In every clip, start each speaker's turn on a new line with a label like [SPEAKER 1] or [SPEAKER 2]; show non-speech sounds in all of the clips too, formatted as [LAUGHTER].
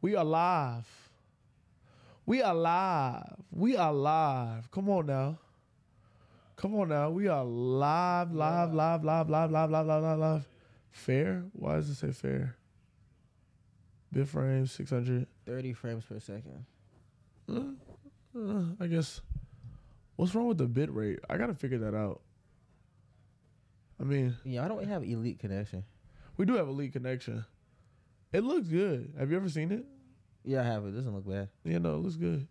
[SPEAKER 1] We alive. We alive. We alive. Come on now. Come on now. We are live, live, live, live, live, live, live, live, live, live. Fair? Why does it say fair? Bit frame 600.
[SPEAKER 2] 30 frames per second.
[SPEAKER 1] Uh, I guess. What's wrong with the bit rate? I gotta figure that out. I mean,
[SPEAKER 2] Yeah, I don't have elite connection.
[SPEAKER 1] we do have a lead connection. It looks good. Have you ever seen it?
[SPEAKER 2] Yeah, I have it. Doesn't look bad.
[SPEAKER 1] Yeah, no, it looks good.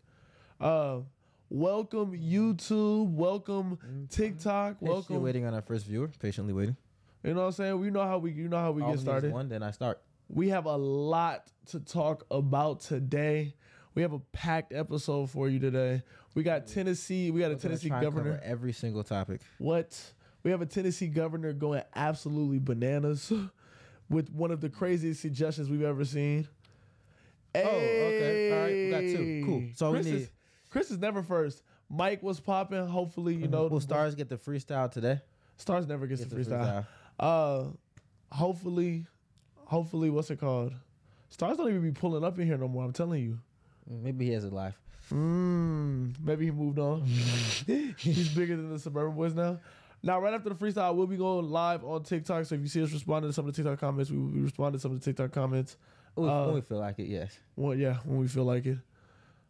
[SPEAKER 1] Uh, welcome YouTube. Welcome
[SPEAKER 2] Mm-hmm.
[SPEAKER 1] TikTok.
[SPEAKER 2] Patiently
[SPEAKER 1] Welcome.
[SPEAKER 2] waiting on our first viewer. Patiently waiting.
[SPEAKER 1] You know what I'm saying? We know how we. You know how we
[SPEAKER 2] All
[SPEAKER 1] get
[SPEAKER 2] needs
[SPEAKER 1] started.
[SPEAKER 2] One, then I start.
[SPEAKER 1] We have a lot to talk about today. We have a packed episode for you today. We got Tennessee. We got a
[SPEAKER 2] We're gonna
[SPEAKER 1] Tennessee
[SPEAKER 2] try and cover
[SPEAKER 1] governor.
[SPEAKER 2] Every single topic.
[SPEAKER 1] What? We have a Tennessee governor going absolutely bananas [LAUGHS] with one of the craziest suggestions we've ever seen.
[SPEAKER 2] Oh, okay. All right, we got two. Cool.
[SPEAKER 1] Hey.
[SPEAKER 2] So we
[SPEAKER 1] Chris
[SPEAKER 2] need-
[SPEAKER 1] Is, Chris is never first. Mike was popping. Hopefully, you know
[SPEAKER 2] will stars get the freestyle today?
[SPEAKER 1] Stars never gets
[SPEAKER 2] Get
[SPEAKER 1] the
[SPEAKER 2] the
[SPEAKER 1] freestyle. Uh, hopefully, hopefully, what's it called? Stars don't even be pulling up in here no more. I'm telling you.
[SPEAKER 2] Mm, Maybe he has it live.
[SPEAKER 1] Mm, maybe he moved on. [LAUGHS] He's bigger than the Suburban Boys now. Now, right after the freestyle, we'll be going live on TikTok. So if you see us responding to some of the TikTok comments, we will be responding to some of the TikTok comments.
[SPEAKER 2] Ooh,
[SPEAKER 1] Uh,
[SPEAKER 2] when we feel like it, yes.
[SPEAKER 1] Well, yeah, when we feel like it.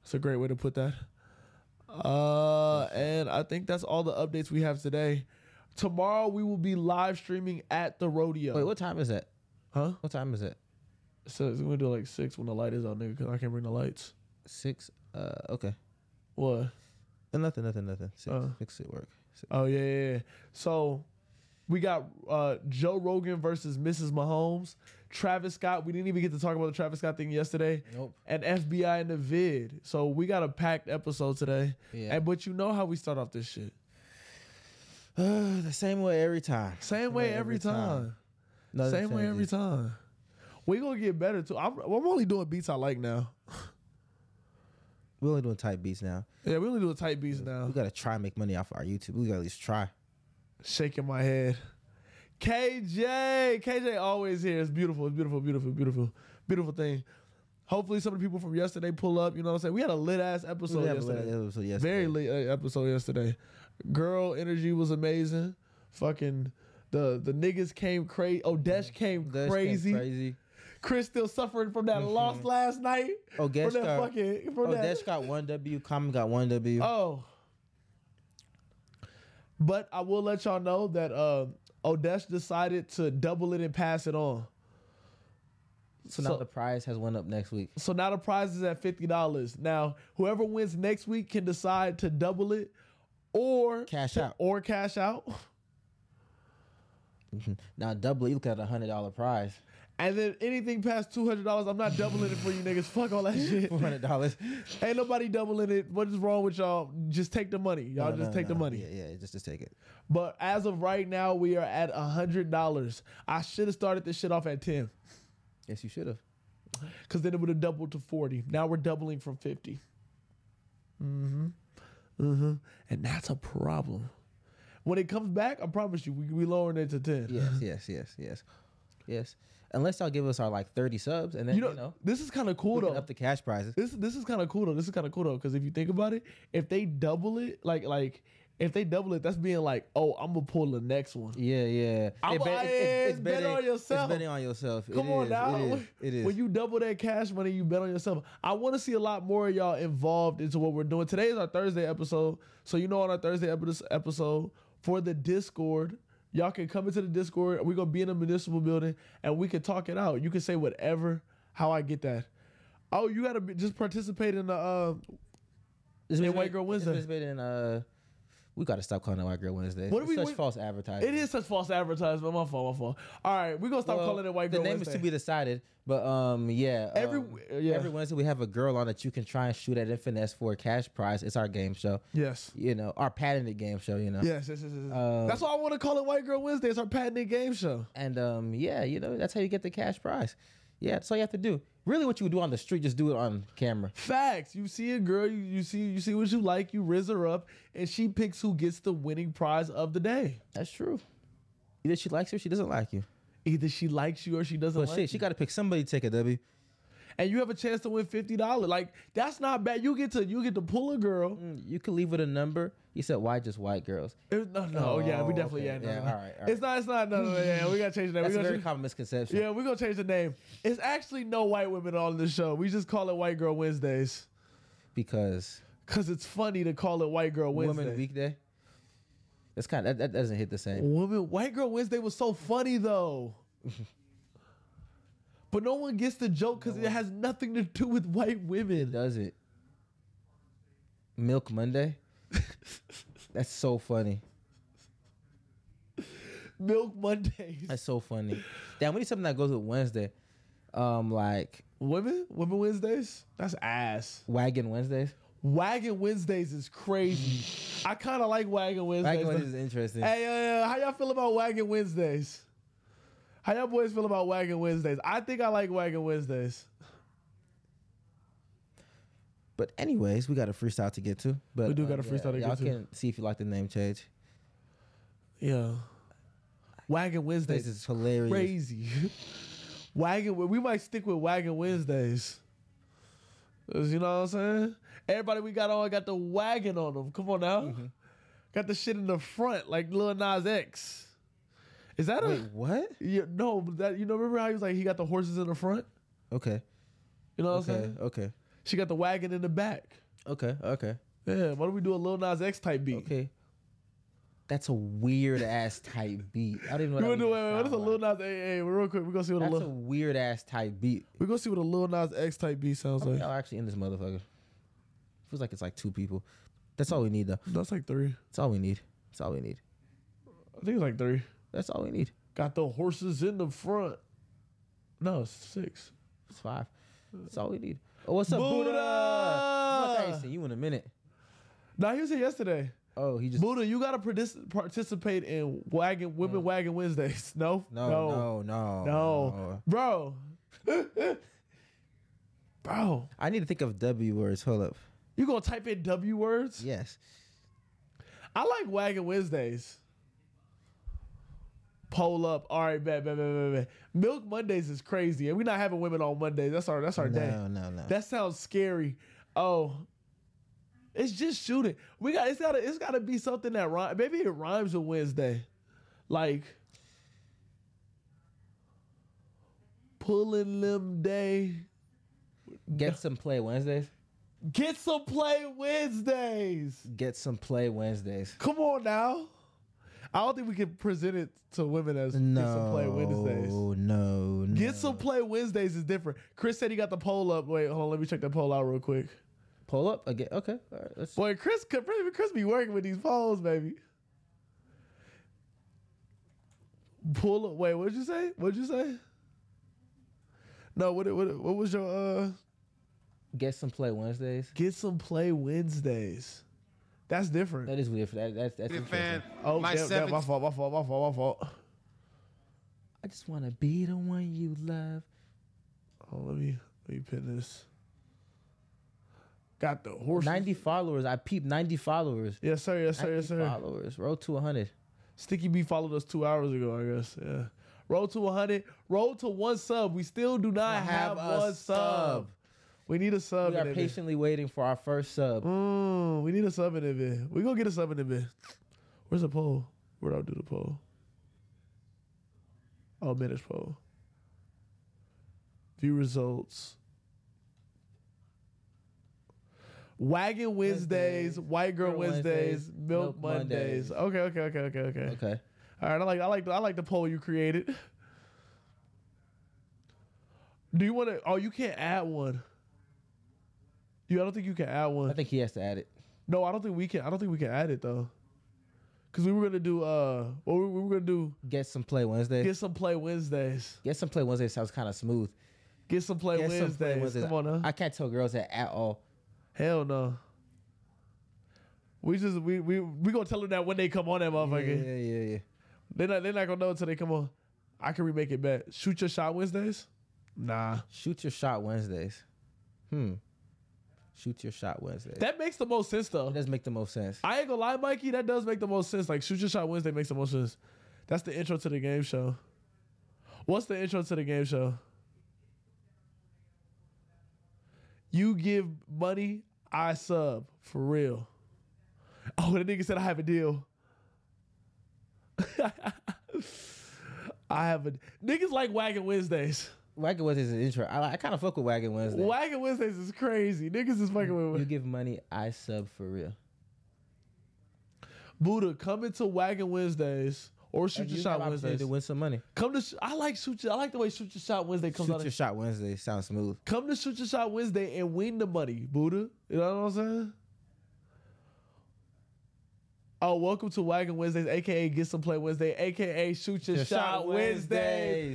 [SPEAKER 1] It's a great way to put that. Uh, and I think that's all the updates we have today. Tomorrow we will be live streaming at the rodeo.
[SPEAKER 2] Wait, what time is that?
[SPEAKER 1] Huh?
[SPEAKER 2] What time is it?
[SPEAKER 1] So it's gonna do like six when the light is out, nigga, because I can't bring the lights.
[SPEAKER 2] Six. Uh, okay.
[SPEAKER 1] What?
[SPEAKER 2] Uh, Nothing. Nothing. Nothing. Six.
[SPEAKER 1] Uh.
[SPEAKER 2] six at work. Six.
[SPEAKER 1] Oh yeah, yeah. yeah. So we got uh, Joe Rogan versus Mrs. Mahomes, Travis Scott. We didn't even get to talk about the Travis Scott thing yesterday,
[SPEAKER 2] Nope.
[SPEAKER 1] and FBI in the vid. So we got a packed episode today.
[SPEAKER 2] Yeah.
[SPEAKER 1] And but you know how we start off this shit.
[SPEAKER 2] Uh, [SIGHS] the same way every time.
[SPEAKER 1] Same way every time.
[SPEAKER 2] Nothing
[SPEAKER 1] Same way every
[SPEAKER 2] changes.
[SPEAKER 1] time. We gonna get better too. I'm, I'm only doing beats I like now.
[SPEAKER 2] We're only doing tight beats now.
[SPEAKER 1] Yeah, we only doing tight beats now.
[SPEAKER 2] We gotta try and make money off our YouTube. We gotta at least try.
[SPEAKER 1] shaking my head. KJ, KJ always here. It's beautiful. It's beautiful, beautiful, beautiful, beautiful thing. Hopefully, some of the people from yesterday pull up. You know what I'm saying? We had a lit ass episode
[SPEAKER 2] We have a
[SPEAKER 1] yesterday.
[SPEAKER 2] little episode yesterday.
[SPEAKER 1] Very lit uh, episode yesterday. Girl energy was amazing. Fucking the the niggas came crazy. Odesh came
[SPEAKER 2] That's
[SPEAKER 1] crazy. Mm-hmm.
[SPEAKER 2] Crazy.
[SPEAKER 1] Chris still suffering from that loss last night.
[SPEAKER 2] Oh,
[SPEAKER 1] From
[SPEAKER 2] Desh
[SPEAKER 1] that
[SPEAKER 2] got,
[SPEAKER 1] fucking from
[SPEAKER 2] oh,
[SPEAKER 1] that.
[SPEAKER 2] Desh got one W. Common got one W.
[SPEAKER 1] Oh. But I will let y'all know that uh, Odesh decided to double it and pass it on.
[SPEAKER 2] so now
[SPEAKER 1] so-
[SPEAKER 2] the prize has one up next week. [LAUGHS]
[SPEAKER 1] So now the prize is at fifty dollars. Now whoever wins next week can decide to double it or
[SPEAKER 2] Cash
[SPEAKER 1] to-
[SPEAKER 2] out.
[SPEAKER 1] or cash out.
[SPEAKER 2] Now double. You look at a hundred
[SPEAKER 1] [LAUGHS]
[SPEAKER 2] dollar prize.
[SPEAKER 1] And then anything past two hundred dollars, I'm not doubling it for you niggas. Fuck
[SPEAKER 2] [LAUGHS]
[SPEAKER 1] all that shit.
[SPEAKER 2] Four hundred dollars.
[SPEAKER 1] Ain't nobody doubling it. What is wrong with y'all? Just take the money. Y'all just take the money.
[SPEAKER 2] Yeah, yeah. Just, just take it.
[SPEAKER 1] But as of right now, we are at hundred dollars. I should have started this shit off at ten.
[SPEAKER 2] Yes, you should have.
[SPEAKER 1] Cause then it would have doubled to forty. Now we're doubling from fifty. Mm-hmm. Mm-hmm. And that's a problem. When it comes back, I promise you, we we lowering it to ten.
[SPEAKER 2] Yes, [LAUGHS] yes, yes, yes, yes. Unless y'all give us our like thirty subs, and then
[SPEAKER 1] You
[SPEAKER 2] you know,
[SPEAKER 1] know, this is kind of cool
[SPEAKER 2] we can
[SPEAKER 1] though.
[SPEAKER 2] up the cash
[SPEAKER 1] [LAUGHS]
[SPEAKER 2] prizes.
[SPEAKER 1] this this is kind of cool though. This is kind of cool though. Cause if you think about it, if they double it, like like if they double it, that's being like, oh, I'm gonna pull the next one.
[SPEAKER 2] Yeah, yeah.
[SPEAKER 1] I'm
[SPEAKER 2] bet-
[SPEAKER 1] like, it's better on yourself.
[SPEAKER 2] It's betting on yourself. It
[SPEAKER 1] Come on
[SPEAKER 2] is,
[SPEAKER 1] now.
[SPEAKER 2] It is.
[SPEAKER 1] [LAUGHS]
[SPEAKER 2] It is.
[SPEAKER 1] When you double that cash money, you bet on yourself. I want to see a lot more of y'all involved into what we're doing. Today is our Thursday episode. So, you know, on our Thursday epi- episode for the Discord, y'all can come into the Discord. We're going to be in a municipal building and we can talk it out. You can say whatever, how I get that. Oh, you got to be, just participate in the. Uh,
[SPEAKER 2] It's
[SPEAKER 1] in
[SPEAKER 2] been-
[SPEAKER 1] White Girl
[SPEAKER 2] it's
[SPEAKER 1] Wednesday.
[SPEAKER 2] been- it's been, uh, we gotta stop calling it White Girl Wednesday.
[SPEAKER 1] What
[SPEAKER 2] What
[SPEAKER 1] do
[SPEAKER 2] are
[SPEAKER 1] we-
[SPEAKER 2] we? Such
[SPEAKER 1] what-
[SPEAKER 2] false advertising.
[SPEAKER 1] it is such false advertisement. My fault, my fault. All right, we're going to stop
[SPEAKER 2] Well,
[SPEAKER 1] calling it White
[SPEAKER 2] The
[SPEAKER 1] Girl
[SPEAKER 2] name
[SPEAKER 1] Wednesday.
[SPEAKER 2] is to be decided, but um, yeah.
[SPEAKER 1] Every-
[SPEAKER 2] um,
[SPEAKER 1] yeah.
[SPEAKER 2] every Wednesday we have a girl on that you can try and shoot at and finesse for a cash prize. It's our game show.
[SPEAKER 1] yes.
[SPEAKER 2] You know, our patented game show. You know.
[SPEAKER 1] Yes, yes, yes, yes. yes.
[SPEAKER 2] Um,
[SPEAKER 1] That's why I want to call it White Girl Wednesday. It's our patented game show.
[SPEAKER 2] And um, yeah, you know, that's how you get the cash prize. Yeah, that's all you have to do. Really, what you would do on the street, just do it on camera.
[SPEAKER 1] Facts. You see a girl, you, you see you see what you like, you riz her up, and she picks who gets the winning prize of the day.
[SPEAKER 2] That's true. Either she likes you or she doesn't like you.
[SPEAKER 1] Either she likes you or she doesn't
[SPEAKER 2] But
[SPEAKER 1] like
[SPEAKER 2] shit,
[SPEAKER 1] you.
[SPEAKER 2] she got to pick somebody to take a W.
[SPEAKER 1] and you have a chance to win fifty dollars. Like that's not bad. You get to you get to pull a girl.
[SPEAKER 2] Mm, You could leave with a number. You said why just white girls?
[SPEAKER 1] It- no, no, yeah, we
[SPEAKER 2] Oh,
[SPEAKER 1] definitely
[SPEAKER 2] okay.
[SPEAKER 1] yeah. No,
[SPEAKER 2] Yeah,
[SPEAKER 1] no.
[SPEAKER 2] all right, all
[SPEAKER 1] It's not. It's not. No, no, no, yeah. We gotta change that.
[SPEAKER 2] That's
[SPEAKER 1] we
[SPEAKER 2] a
[SPEAKER 1] gotta
[SPEAKER 2] very
[SPEAKER 1] change-
[SPEAKER 2] common misconception.
[SPEAKER 1] yeah, we're gonna change the name. It's actually no white women on the show. We just call it White Girl Wednesdays
[SPEAKER 2] Because
[SPEAKER 1] because it's funny to call it White Girl Wednesday.
[SPEAKER 2] woman weekday. That's kind of that, that doesn't hit the same.
[SPEAKER 1] Woman, White Girl Wednesday was so funny though. [LAUGHS] but no one gets the joke because it has nothing to do with white women.
[SPEAKER 2] Does it? Milk
[SPEAKER 1] [LAUGHS]
[SPEAKER 2] Monday. That's so funny.
[SPEAKER 1] Milk Mondays.
[SPEAKER 2] That's so funny. Damn, we need something that goes with Wednesday. Um, like
[SPEAKER 1] Women, Women Wednesdays. That's ass.
[SPEAKER 2] Wagon Wednesdays.
[SPEAKER 1] Wagon Wednesdays is crazy.
[SPEAKER 2] [LAUGHS]
[SPEAKER 1] I kind of like Wagon Wednesdays.
[SPEAKER 2] Wagon
[SPEAKER 1] though.
[SPEAKER 2] Wednesdays is interesting.
[SPEAKER 1] Hey, uh, how y'all feel about Wagon Wednesdays? How y'all boys feel about Wagon Wednesdays? I think I like Wagon Wednesdays.
[SPEAKER 2] But anyways, we got a freestyle to get to. But
[SPEAKER 1] We do
[SPEAKER 2] um,
[SPEAKER 1] got a freestyle to get
[SPEAKER 2] y'all
[SPEAKER 1] to.
[SPEAKER 2] can see if you like the name change.
[SPEAKER 1] Yeah. Wagon
[SPEAKER 2] This
[SPEAKER 1] Wednesdays is
[SPEAKER 2] is hilarious.
[SPEAKER 1] crazy. [LAUGHS] Wagon, we might stick with Wagon Wednesdays. 'Cause You know what I'm saying? Everybody we got on got the wagon on them. Come on now.
[SPEAKER 2] Mm-hmm.
[SPEAKER 1] Got the shit in the front like Lil Nas X. Is that
[SPEAKER 2] Wait,
[SPEAKER 1] a
[SPEAKER 2] what?
[SPEAKER 1] yeah, no? but That you know? Remember how he was like he got the horses in the front?
[SPEAKER 2] Okay.
[SPEAKER 1] You know what I'm
[SPEAKER 2] Okay.
[SPEAKER 1] saying?
[SPEAKER 2] Okay.
[SPEAKER 1] She got the wagon in the back.
[SPEAKER 2] Okay. Okay.
[SPEAKER 1] Yeah, why don't we do a Lil Nas X type beat?
[SPEAKER 2] Okay. That's a weird ass type beat. I didn't know
[SPEAKER 1] You
[SPEAKER 2] that
[SPEAKER 1] wanna do
[SPEAKER 2] would
[SPEAKER 1] wait, wait,
[SPEAKER 2] even
[SPEAKER 1] what is a
[SPEAKER 2] sound
[SPEAKER 1] Lil
[SPEAKER 2] like.
[SPEAKER 1] Nas? Hey, hey, real quick, we're gonna see what a
[SPEAKER 2] That's a
[SPEAKER 1] Lil
[SPEAKER 2] weird ass type beat.
[SPEAKER 1] we're gonna see what a Lil Nas X type beat sounds
[SPEAKER 2] How many
[SPEAKER 1] like.
[SPEAKER 2] are actually in this motherfucker? Feels like it's like two people. That's all we need though.
[SPEAKER 1] That's like three.
[SPEAKER 2] That's all we need. That's all we need.
[SPEAKER 1] I think it's like three.
[SPEAKER 2] That's all we need.
[SPEAKER 1] Got the horses in the front. No, it's six.
[SPEAKER 2] It's five. That's all we need. Oh, what's up,
[SPEAKER 1] Buddha!
[SPEAKER 2] Buddha? I thought you said you in a minute.
[SPEAKER 1] Now he was here yesterday.
[SPEAKER 2] Oh, he just
[SPEAKER 1] Buddha, you gotta partic- participate in wagon women wagon Wednesdays. [LAUGHS] No,
[SPEAKER 2] Mm. no, no, no,
[SPEAKER 1] no. bro, [LAUGHS] bro.
[SPEAKER 2] I need to think of W words. Hold up.
[SPEAKER 1] You gonna type in W words?
[SPEAKER 2] Yes.
[SPEAKER 1] I like Wagon Wednesdays. Pull up. All right, bet, bet, bet, bet, bet. Milk Mondays is crazy, and we're not having women on Mondays. That's our that's our day.
[SPEAKER 2] No, no, no.
[SPEAKER 1] That sounds scary. Oh, it's just shooting. We got it's gotta it's gotta be something that rhymes. Maybe it rhymes with Wednesday, like pulling them day.
[SPEAKER 2] Get some play Wednesdays.
[SPEAKER 1] Get some play Wednesdays.
[SPEAKER 2] Get some play Wednesdays.
[SPEAKER 1] Come on now. I don't think we can present it to women as
[SPEAKER 2] No.
[SPEAKER 1] get some play Wednesdays.
[SPEAKER 2] No, no.
[SPEAKER 1] Get some play Wednesdays is different. Chris said he got the poll up. Wait, hold on. Let me check the poll out real quick.
[SPEAKER 2] pull up again. Okay. All right, let's
[SPEAKER 1] Boy, Chris, Chris, Chris be working with these polls, baby. Pull up. Wait, what'd you say? What'd you say? No, what what what was your uh?
[SPEAKER 2] get some play Wednesdays.
[SPEAKER 1] Get some play Wednesdays. That's different.
[SPEAKER 2] That is weird. For that, that's that's
[SPEAKER 3] United
[SPEAKER 2] interesting.
[SPEAKER 3] fan.
[SPEAKER 1] Oh,
[SPEAKER 3] my
[SPEAKER 1] that- that-
[SPEAKER 3] seventh
[SPEAKER 1] my fault. My fault. My fault. My fault.
[SPEAKER 2] I just want to be the one you love.
[SPEAKER 1] Oh, let me let me pin this. Got the horse.
[SPEAKER 2] Ninety followers. I peeped ninety followers.
[SPEAKER 1] Yes, sir. Yes, sir. Yes,
[SPEAKER 2] 90
[SPEAKER 1] sir.
[SPEAKER 2] Followers. Roll to hundred.
[SPEAKER 1] Sticky B followed us two hours ago, I guess. Yeah. Roll to 100. Roll to one sub. We still do not have, one sub. We need a sub.
[SPEAKER 2] We
[SPEAKER 1] in
[SPEAKER 2] are
[SPEAKER 1] it.
[SPEAKER 2] patiently waiting for our first sub.
[SPEAKER 1] Mm, we need a sub in it, man. We gonna get a sub in it, man. Where's the poll? Where'd I do the poll? Oh, minutes poll. View results. Wagon Wednesdays,
[SPEAKER 2] Wednesdays,
[SPEAKER 1] White Girl
[SPEAKER 2] Girl
[SPEAKER 1] Wednesdays,
[SPEAKER 2] Wednesdays,
[SPEAKER 1] Milk
[SPEAKER 2] Milk
[SPEAKER 1] Mondays.
[SPEAKER 2] Mondays.
[SPEAKER 1] Okay, okay, okay, okay, okay.
[SPEAKER 2] Okay.
[SPEAKER 1] All right, I like I like I like the poll you created. Do you want to? Oh, you can't add one. You, I don't think you can add one.
[SPEAKER 2] I think he has to add it.
[SPEAKER 1] No, I don't think we can. I don't think we can add it though, because we were gonna do. Uh, what we, we were gonna do?
[SPEAKER 2] Get some play Wednesday.
[SPEAKER 1] Get some play Wednesdays.
[SPEAKER 2] Get some play Wednesday sounds kind of smooth.
[SPEAKER 1] Get some play
[SPEAKER 2] Get
[SPEAKER 1] Wednesdays.
[SPEAKER 2] some play Wednesdays.
[SPEAKER 1] Come on, huh?
[SPEAKER 2] I can't tell girls that at all.
[SPEAKER 1] Hell no. We just we we we gonna tell them that when they come on that
[SPEAKER 2] yeah,
[SPEAKER 1] motherfucker.
[SPEAKER 2] yeah, yeah, yeah.
[SPEAKER 1] They're not they're not gonna know until they come on. I can remake it back. Shoot your shot Wednesdays. Nah.
[SPEAKER 2] Shoot your shot Wednesdays. Hmm. Shoot your shot Wednesdays. That
[SPEAKER 1] That makes the most sense though.
[SPEAKER 2] does make the most sense.
[SPEAKER 1] I ain't gonna lie, Mikey. That does make the most sense. Like shoot your shot Wednesday makes the most sense. That's the intro to the game show. What's the intro to the game show? You give money, I sub for real. Oh, the nigga said I have a deal. [LAUGHS] I have a niggas like Wagon Wednesdays.
[SPEAKER 2] Wagon Wednesdays is an intro. I, I kind of fuck with Wagon Wednesday.
[SPEAKER 1] Wagon Wednesdays is crazy. Niggas is fucking
[SPEAKER 2] You
[SPEAKER 1] with
[SPEAKER 2] give money, I sub for real.
[SPEAKER 1] Buddha. Come into Wagon Wednesdays or Shoot
[SPEAKER 2] And
[SPEAKER 1] Your
[SPEAKER 2] you have
[SPEAKER 1] Shot
[SPEAKER 2] opportunity
[SPEAKER 1] Wednesdays.
[SPEAKER 2] to win some money.
[SPEAKER 1] Come to sh- I like shoot. Your, I like the way Shoot Your Shot Wednesday comes out.
[SPEAKER 2] Shoot your shot Wednesday sounds smooth.
[SPEAKER 1] Come to Shoot Your Shot Wednesday and win the money, Buddha. You know what I'm saying? Oh, welcome to Wagon Wednesdays, aka Get Some Play Wednesday, aka Shoot Your,
[SPEAKER 2] Your
[SPEAKER 1] Shot,
[SPEAKER 2] Shot
[SPEAKER 1] Wednesdays.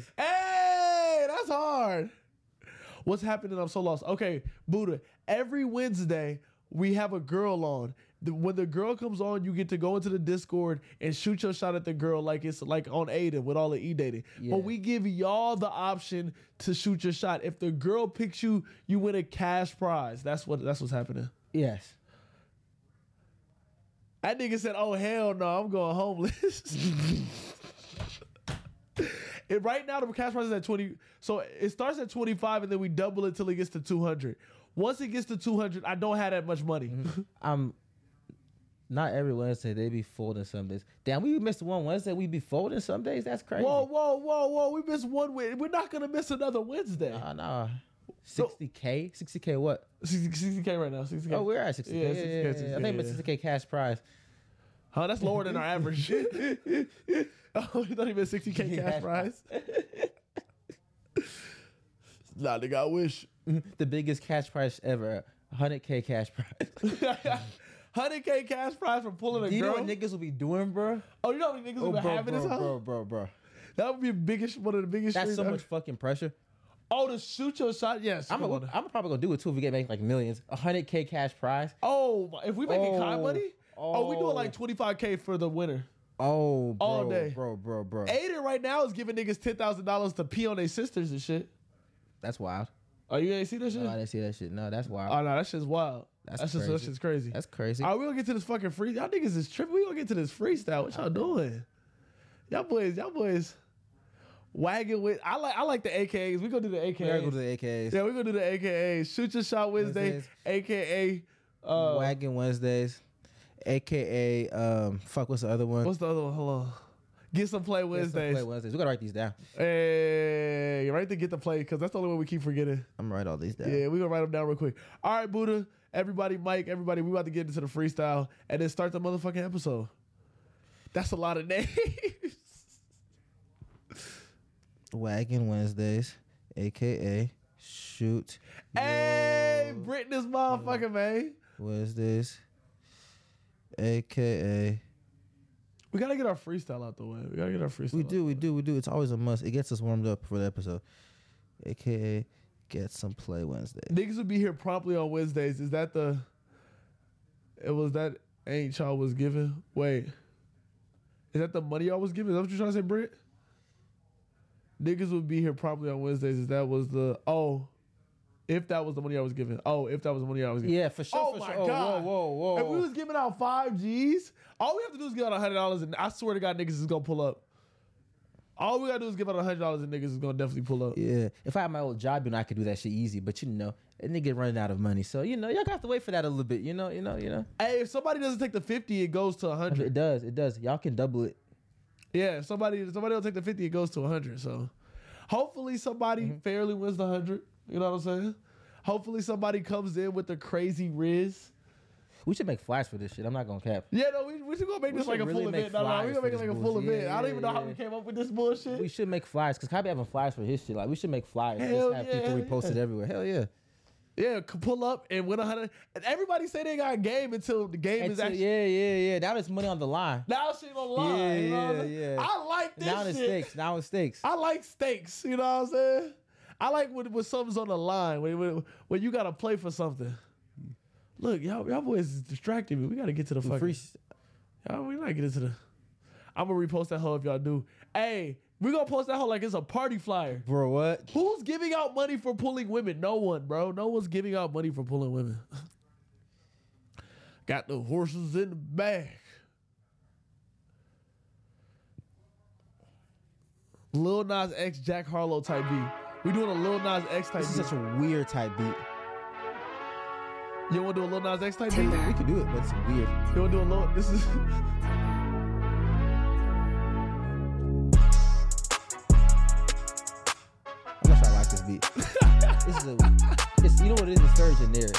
[SPEAKER 2] Wednesdays.
[SPEAKER 1] Hey, that's hard. What's happening? I'm so lost. Okay, Buddha. Every Wednesday we have a girl on. The- When the girl comes on, you get to go into the Discord and shoot your shot at the girl like it's like on Ada with all the e dating.
[SPEAKER 2] Yeah.
[SPEAKER 1] But we give y'all the option to shoot your shot. If the girl picks you, you win a cash prize. That's what that's what's happening.
[SPEAKER 2] Yes.
[SPEAKER 1] That nigga said, "Oh hell no, I'm going homeless." [LAUGHS] and right now the cash prize is at twenty. So it starts at twenty five, and then we double it till it gets to two hundred. Once it gets to two hundred, I don't have that much money.
[SPEAKER 2] Mm-hmm. I'm not every Wednesday they be folding some days. Damn, we missed one Wednesday. We be folding some days. That's
[SPEAKER 1] [LAUGHS]
[SPEAKER 2] crazy.
[SPEAKER 1] whoa, whoa, whoa, whoa! We missed one. Wed- We're not gonna miss another Wednesday.
[SPEAKER 2] Nah, nah. Sixty k, sixty k. What?
[SPEAKER 1] 60 k right now. Sixty k.
[SPEAKER 2] Oh, we're at sixty k.
[SPEAKER 1] Yeah,
[SPEAKER 2] Yeah,
[SPEAKER 1] 60K,
[SPEAKER 2] yeah, yeah, I think
[SPEAKER 1] 60K,
[SPEAKER 2] it's sixty k cash prize.
[SPEAKER 1] huh? That's lower than our
[SPEAKER 2] [LAUGHS]
[SPEAKER 1] average. [LAUGHS] oh, it's not even sixty k
[SPEAKER 2] Yeah.
[SPEAKER 1] cash
[SPEAKER 2] [LAUGHS]
[SPEAKER 1] prize. nah, nigga, I wish.
[SPEAKER 2] the biggest cash prize ever. Hundred k cash prize. [LAUGHS]
[SPEAKER 1] [LAUGHS] Hundred K cash prize for pulling a
[SPEAKER 2] Do you know
[SPEAKER 1] girl.
[SPEAKER 2] what niggas will be doing, bro?
[SPEAKER 1] oh, you know what niggas
[SPEAKER 2] Oh,
[SPEAKER 1] would
[SPEAKER 2] bro,
[SPEAKER 1] been
[SPEAKER 2] bro,
[SPEAKER 1] having this hoe?
[SPEAKER 2] bro, bro, bro.
[SPEAKER 1] That would be the biggest, one of the biggest.
[SPEAKER 2] That's
[SPEAKER 1] streams
[SPEAKER 2] so
[SPEAKER 1] ever.
[SPEAKER 2] much fucking pressure.
[SPEAKER 1] Oh, to shoot your shot. Yes.
[SPEAKER 2] I'm,
[SPEAKER 1] come
[SPEAKER 2] a,
[SPEAKER 1] on.
[SPEAKER 2] I'm probably gonna do it too if we get make like millions. hundred k cash prize.
[SPEAKER 1] oh, my- if we making oh,
[SPEAKER 2] Oh,
[SPEAKER 1] money. Oh, we doing
[SPEAKER 2] oh.
[SPEAKER 1] like twenty five K for the winner.
[SPEAKER 2] Oh, bro,
[SPEAKER 1] All day.
[SPEAKER 2] bro, bro, bro.
[SPEAKER 1] Aiden right now is giving niggas ten thousand dollars to pee on their sisters and shit.
[SPEAKER 2] That's wild.
[SPEAKER 1] Oh, you ain't see that shit?
[SPEAKER 2] No, I didn't see that shit. No, that's wild.
[SPEAKER 1] oh no, that shit's wild. That's,
[SPEAKER 2] That's
[SPEAKER 1] just that
[SPEAKER 2] crazy.
[SPEAKER 1] shit's crazy.
[SPEAKER 2] That's crazy.
[SPEAKER 1] All right, Oh, we gonna get to this fucking free. Y'all niggas is tripping. We gonna get to this freestyle. What y'all doing? Y'all boys, y'all boys, wagging with. I like, I like the AKAs. We gonna do the
[SPEAKER 2] We gotta go
[SPEAKER 1] AKAs.
[SPEAKER 2] to the AKs.
[SPEAKER 1] yeah, we gonna do the AKAs. Shoot your shot Wednesday,
[SPEAKER 2] Wednesdays.
[SPEAKER 1] AKA. Uh,
[SPEAKER 2] Wagon Wednesdays, aka um, fuck. What's the other one?
[SPEAKER 1] what's the other one? Hold on. Get some play
[SPEAKER 2] Get Some Play
[SPEAKER 1] Wednesdays.
[SPEAKER 2] Wednesdays. We gotta write these down.
[SPEAKER 1] Hey, you're right to get the play because that's the only one we keep forgetting.
[SPEAKER 2] I'm gonna write all these down.
[SPEAKER 1] Yeah, we gonna write them down real quick. All right, Buddha, everybody, Mike, everybody, we about to get into the freestyle and then start the motherfucking episode. That's a lot of [LAUGHS] names.
[SPEAKER 2] Wagon Wednesdays, aka shoot
[SPEAKER 1] hey, Britain is motherfucking man.
[SPEAKER 2] Wednesdays, aka.
[SPEAKER 1] We gotta get our freestyle out the way. We gotta get our freestyle.
[SPEAKER 2] We
[SPEAKER 1] out
[SPEAKER 2] do, we do, we do. It's always a must. It gets us warmed up for the episode, aka get some play Wednesday.
[SPEAKER 1] Niggas would be here promptly on Wednesdays. Is that the? It was that ain't y'all was giving. Wait, is that the money y'all was giving? Is that what you trying to say, Britt? Niggas would be here promptly on Wednesdays. Is that was the oh, if that was the money I was giving. Oh, if that was the money I was giving.
[SPEAKER 2] Yeah, for sure.
[SPEAKER 1] Oh
[SPEAKER 2] for
[SPEAKER 1] my
[SPEAKER 2] sure.
[SPEAKER 1] God.
[SPEAKER 2] Whoa, whoa, whoa.
[SPEAKER 1] If we was giving out five G's, all we have to do is give out hundred dollars, and I swear to God, niggas is gonna pull up. All we gotta do is give out hundred dollars, and niggas is gonna definitely pull up.
[SPEAKER 2] Yeah, if I had my old job, you know, I could do that shit easy. But you know, a nigga running out of money, so you know, y'all got to wait for that a little bit. You know, you know, you know.
[SPEAKER 1] Hey, if somebody doesn't take the fifty, it goes to hundred.
[SPEAKER 2] It does, it does. Y'all can double it.
[SPEAKER 1] Yeah, if somebody if somebody will take the fifty. It goes to hundred. So, hopefully somebody
[SPEAKER 2] Mm-hmm.
[SPEAKER 1] fairly wins the hundred. You know what I'm saying? Hopefully somebody comes in with the crazy riz.
[SPEAKER 2] We should make flash for this shit. I'm not gonna cap.
[SPEAKER 1] Yeah, no, we we should gonna make this
[SPEAKER 2] should
[SPEAKER 1] like a
[SPEAKER 2] really
[SPEAKER 1] full
[SPEAKER 2] make
[SPEAKER 1] event. No, no, we
[SPEAKER 2] flyers
[SPEAKER 1] gonna make it
[SPEAKER 2] for
[SPEAKER 1] like a
[SPEAKER 2] this
[SPEAKER 1] full
[SPEAKER 2] bullshit.
[SPEAKER 1] event. I don't
[SPEAKER 2] Yeah,
[SPEAKER 1] even know how
[SPEAKER 2] yeah,
[SPEAKER 1] we
[SPEAKER 2] yeah.
[SPEAKER 1] came up with this bullshit.
[SPEAKER 2] We should make flyers because Kobe having flyers for his shit. Like we should make flyers. and
[SPEAKER 1] Hell
[SPEAKER 2] just have people
[SPEAKER 1] yeah.
[SPEAKER 2] repost it everywhere. Hell yeah.
[SPEAKER 1] yeah, c- pull up and win a hundred. And everybody say they got a game until the game is
[SPEAKER 2] Until-
[SPEAKER 1] actually.
[SPEAKER 2] yeah, yeah, yeah. Now there's money on the line.
[SPEAKER 1] Now shit on line.
[SPEAKER 2] Yeah,
[SPEAKER 1] you know what I'm
[SPEAKER 2] yeah,
[SPEAKER 1] saying?
[SPEAKER 2] yeah.
[SPEAKER 1] I like this
[SPEAKER 2] now
[SPEAKER 1] shit.
[SPEAKER 2] it's stakes. Now it's stakes.
[SPEAKER 1] I like stakes. You know what I'm saying? I like when, when something's on the line. When, when, when you gotta play for something. Look, y'all, y'all boys is distracting me. We gotta get to the fucking.
[SPEAKER 2] Free s-
[SPEAKER 1] y'all, we not get to the. I'm gonna repost that hoe if y'all do. Hey, we gonna post that hoe like it's a party flyer.
[SPEAKER 2] bro, what?
[SPEAKER 1] Who's giving out money for pulling women? No one, bro. No one's giving out money for pulling women. [LAUGHS] Got the horses in the back. Lil Nas X, Jack Harlow type B. We doing a Lil Nas X type
[SPEAKER 2] This is
[SPEAKER 1] B.
[SPEAKER 2] such a weird type beat.
[SPEAKER 1] You want to do a little Nas X type? beat?
[SPEAKER 3] Timber.
[SPEAKER 2] We could do it, but it's weird.
[SPEAKER 1] You want to do a little? This is. [LAUGHS]
[SPEAKER 2] How much I like this
[SPEAKER 1] [LAUGHS]
[SPEAKER 2] beat. this is a, it's, you know what it is? It's very generic.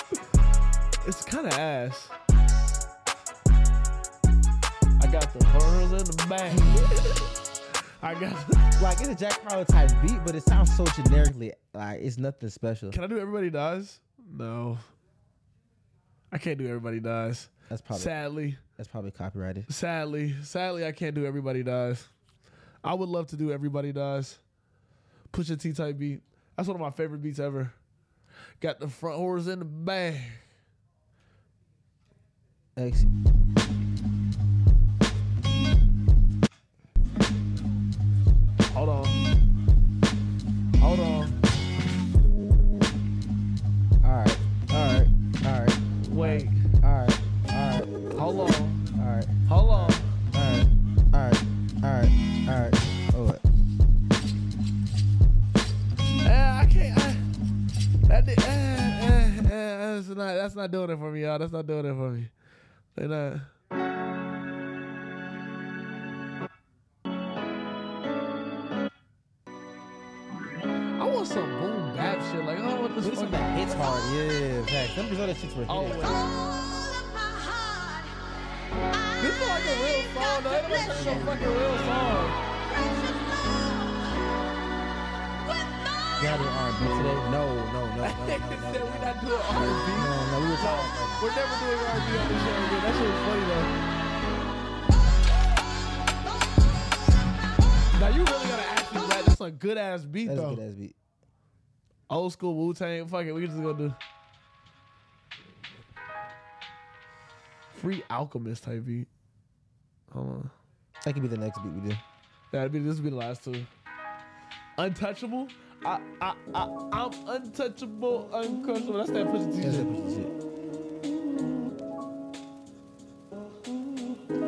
[SPEAKER 1] It's kind of ass. I got the horns in the back. [LAUGHS] I got.
[SPEAKER 2] Like it's a Jack Harlow type beat, but it sounds so generically like it's nothing special.
[SPEAKER 1] Can I do everybody dies? No. I can't do everybody dies.
[SPEAKER 2] That's probably
[SPEAKER 1] Sadly,
[SPEAKER 2] that's probably copyrighted.
[SPEAKER 1] sadly, sadly, I can't do everybody dies. I would love to do everybody dies. Push a T type beat. That's one of my favorite beats ever. Got the front horns in the back.
[SPEAKER 2] X.
[SPEAKER 1] Hold on. Hold on.
[SPEAKER 2] All right, all right, all right,
[SPEAKER 1] Wait.
[SPEAKER 2] all right, all right,
[SPEAKER 1] Hold on.
[SPEAKER 2] all right.
[SPEAKER 1] Hold on.
[SPEAKER 2] Alright, alright, alright, alright. Oh, what?
[SPEAKER 1] Eh, I can't. I, that did, eh, eh, eh, that's not. That's not doing it for me, y'all. That's not doing it for me. They not. I want some boom bap shit. Like, oh, what
[SPEAKER 2] This
[SPEAKER 1] this
[SPEAKER 2] one
[SPEAKER 1] fuck?
[SPEAKER 2] that hits hard. Yeah, facts. Them Griselda shits were
[SPEAKER 1] Oh,
[SPEAKER 2] hits.
[SPEAKER 1] wait. This is like a real song. though. Ain't nobody singing no fucking real song. [LAUGHS]
[SPEAKER 2] Gather R&B today? No, no, no, no, no,
[SPEAKER 1] Mm. [LAUGHS] They
[SPEAKER 2] no,
[SPEAKER 1] said we're
[SPEAKER 2] no.
[SPEAKER 1] not doing R&B.
[SPEAKER 2] No, no, we were talking.
[SPEAKER 1] We're never doing R&B on this show again. That shit was funny though. Now you really gotta actually rap. That's a good ass beat
[SPEAKER 2] That's a
[SPEAKER 1] though.
[SPEAKER 2] good ass beat.
[SPEAKER 1] Old school Wu Tang. Fuck it. We just gonna do free alchemist type beat. Hold on.
[SPEAKER 2] That could be the next beat we do.
[SPEAKER 1] That'd be this would be the last two. Untouchable. I I I I'm untouchable, uncrushable. That's that pussy T
[SPEAKER 2] That's
[SPEAKER 1] shit.
[SPEAKER 2] that pussy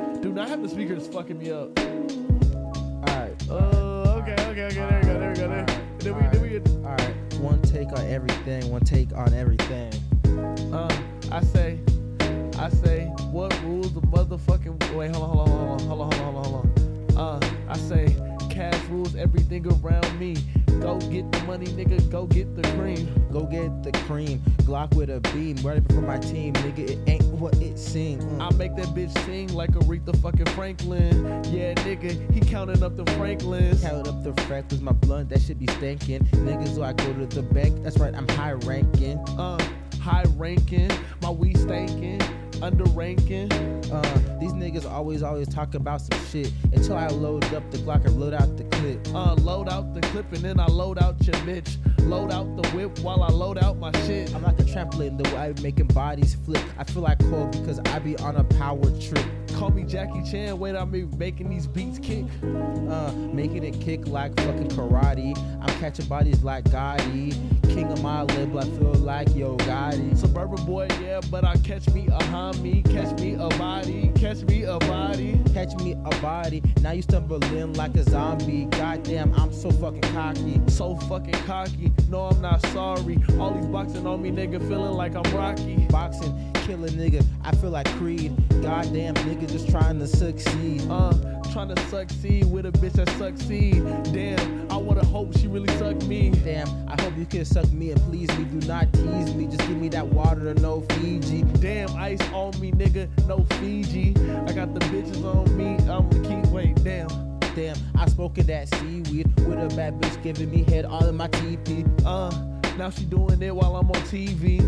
[SPEAKER 2] shit.
[SPEAKER 1] Do not have the speakers fucking me up.
[SPEAKER 2] Alright,
[SPEAKER 1] Oh, okay, okay, okay. There we go. There we go. There. And then we, then we.
[SPEAKER 2] alright. One take on everything. One take on everything.
[SPEAKER 1] Uh, I say, I say, what rules the motherfucking? Wait, hold on, hold on, hold on, hold on, hold on, hold on, hold on. Uh, I say, cash rules everything around me. Go get the money, nigga. Go get the cream.
[SPEAKER 2] Go get the cream. Glock with a beam. Ready for my team, nigga. It ain't what it seems. Mm.
[SPEAKER 1] I make that bitch sing like Aretha fucking Franklin. Yeah, nigga, he counting up the Franklins.
[SPEAKER 2] Count up the fractals, my blunt that should be stankin'. Niggas, so I go to the bank. That's right, I'm high ranking.
[SPEAKER 1] Uh, high ranking, my weed stankin', under ranking.
[SPEAKER 2] Uh, these niggas always, always talk about some shit. Until I load up the Glock and load out the clip.
[SPEAKER 1] Uh, load out the clip and then I load out your bitch. Load out the whip while I load out my shit.
[SPEAKER 2] I'm like a trampoline, the way I be making bodies flip. I feel like Cole because I be on a power trip.
[SPEAKER 1] Call me Jackie Chan, wait, I'm even making these beats kick.
[SPEAKER 2] Uh, making it kick like fucking karate. I'm catching bodies like Gotti. King of my label, I feel like Yo Gotti.
[SPEAKER 1] Suburban boy, yeah, but I catch me a homie, catch me a body, catch me a body.
[SPEAKER 2] Catch me a body, now you stumbling like a zombie. Goddamn, I'm so fucking cocky.
[SPEAKER 1] So fucking cocky, no, I'm not sorry. All these boxing on me, nigga, feeling like I'm Rocky.
[SPEAKER 2] boxing, kill a nigga. I feel like Creed. Goddamn nigga just trying to succeed.
[SPEAKER 1] Uh, trying to succeed with a bitch that succeed. Damn, I wanna hope she really suck me.
[SPEAKER 2] Damn, I hope you can suck me and please me. Do not tease me. Just give me that water to no Fiji.
[SPEAKER 1] Damn, ice on me, nigga, no Fiji. I got the bitches on me, I'm gonna keep, wait, damn.
[SPEAKER 2] Damn, I smoking that seaweed with a bad bitch giving me head all in my TP.
[SPEAKER 1] Uh, now she doing it while I'm on TV.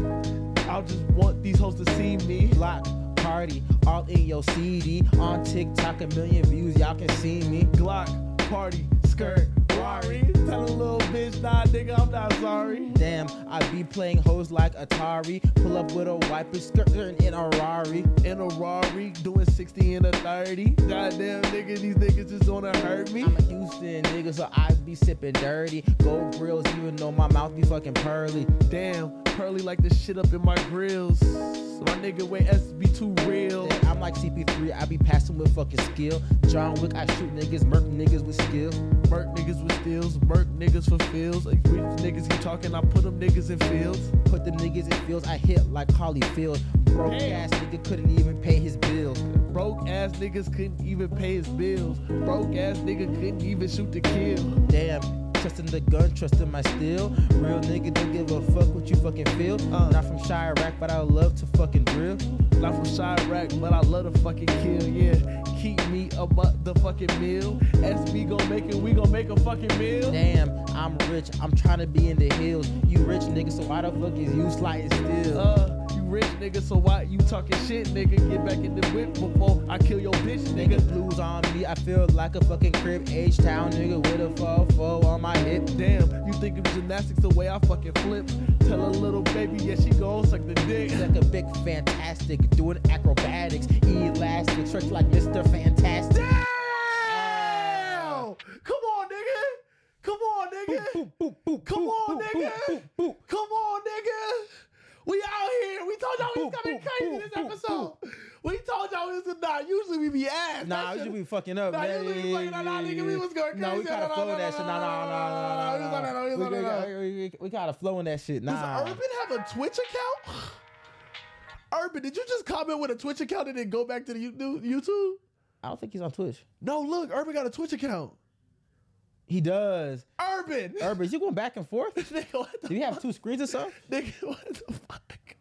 [SPEAKER 1] I just want these hoes to see me.
[SPEAKER 2] Block party, all in your CD. On TikTok, a million views, y'all can see me.
[SPEAKER 1] Glock, party, skirt, Rari. Tell a little bitch, nah, nigga, I'm not sorry.
[SPEAKER 2] Damn, I be playing hoes like Atari. Pull up with a wiper skirt in a Rari.
[SPEAKER 1] In a Rari, doing 60 and a 30. Goddamn, nigga, these niggas just wanna hurt me.
[SPEAKER 2] I'm a Houston nigga, so I be sipping dirty. Gold grills, even though my mouth be fucking pearly.
[SPEAKER 1] Damn, curly like this shit up in my grills. My nigga way SB too real.
[SPEAKER 2] Then I'm like CP3, I be passing with fucking skill. John Wick, I shoot niggas, murk niggas with skill.
[SPEAKER 1] Murk niggas with steals, murk niggas for fields. If we niggas keep talking, I put them niggas in fields.
[SPEAKER 2] Put them niggas in fields, I hit like Hollyfield. Broke ass nigga couldn't even pay his bills.
[SPEAKER 1] Broke ass niggas couldn't even pay his bills. Broke ass nigga couldn't even shoot the kill.
[SPEAKER 2] Damn, trusting the gun, trusting my steel. Real nigga don't give a fuck what you fucking feel.
[SPEAKER 1] Uh.
[SPEAKER 2] Not from Chirac, but I love to fucking drill.
[SPEAKER 1] Not from Chirac, but I love to fucking kill, yeah. Keep me a motherfucking meal. SB gon' make it, we gon' make a fucking meal.
[SPEAKER 2] Damn, I'm rich, I'm trying to be in the hills. You rich nigga, so why the fuck is you sliding still?
[SPEAKER 1] Uh, you rich nigga, so why you talking shit, nigga? Get back in the whip before I kill your bitch,
[SPEAKER 2] Niggas
[SPEAKER 1] nigga.
[SPEAKER 2] blues on me, I feel like a fucking crib. H town nigga with a 4-4 on my hip.
[SPEAKER 1] Damn, you think of gymnastics the way I fucking flip. Tell a little baby, yeah, she gon' suck the dick.
[SPEAKER 2] Like a big fantastic, doing acrobatics, elastic, stretch like Mr. Fantastic.
[SPEAKER 1] Damn! Come on, nigga! Come on, nigga! Come on, nigga! Come on, nigga! We out here. We told y'all we was coming
[SPEAKER 2] Boop, boop,
[SPEAKER 1] crazy this
[SPEAKER 2] boop,
[SPEAKER 1] episode. We told y'all we was not. Usually we be ass.
[SPEAKER 2] Nah,
[SPEAKER 1] That
[SPEAKER 2] you
[SPEAKER 1] shit-
[SPEAKER 2] be fucking up,
[SPEAKER 1] Nah,
[SPEAKER 2] man.
[SPEAKER 1] you be fucking up. Nah, nigga, we was going
[SPEAKER 2] Nah, we
[SPEAKER 1] crazy.
[SPEAKER 2] gotta
[SPEAKER 1] Nah,
[SPEAKER 2] flow
[SPEAKER 1] nah,
[SPEAKER 2] in that
[SPEAKER 1] nah,
[SPEAKER 2] shit. Nah,
[SPEAKER 1] nah,
[SPEAKER 2] nah, nah, nah, nah,
[SPEAKER 1] nah,
[SPEAKER 2] nah, nah.
[SPEAKER 1] we was on that, nah, we was on that, nah.
[SPEAKER 2] We- we- we- We gotta flow in that shit.
[SPEAKER 1] Does
[SPEAKER 2] Nah.
[SPEAKER 1] Urban have a Twitch account? [SIGHS] Urban, did you just comment with a Twitch account and then go back to the You- do- YouTube?
[SPEAKER 2] I don't think he's on Twitch.
[SPEAKER 1] No, look, Urban got a Twitch account.
[SPEAKER 2] He does.
[SPEAKER 1] Urban.
[SPEAKER 2] Urban, is you going back and forth?
[SPEAKER 1] [LAUGHS]
[SPEAKER 2] Do
[SPEAKER 1] nigga, what the
[SPEAKER 2] you have two screens or something?
[SPEAKER 1] [LAUGHS] Nigga, what the fuck?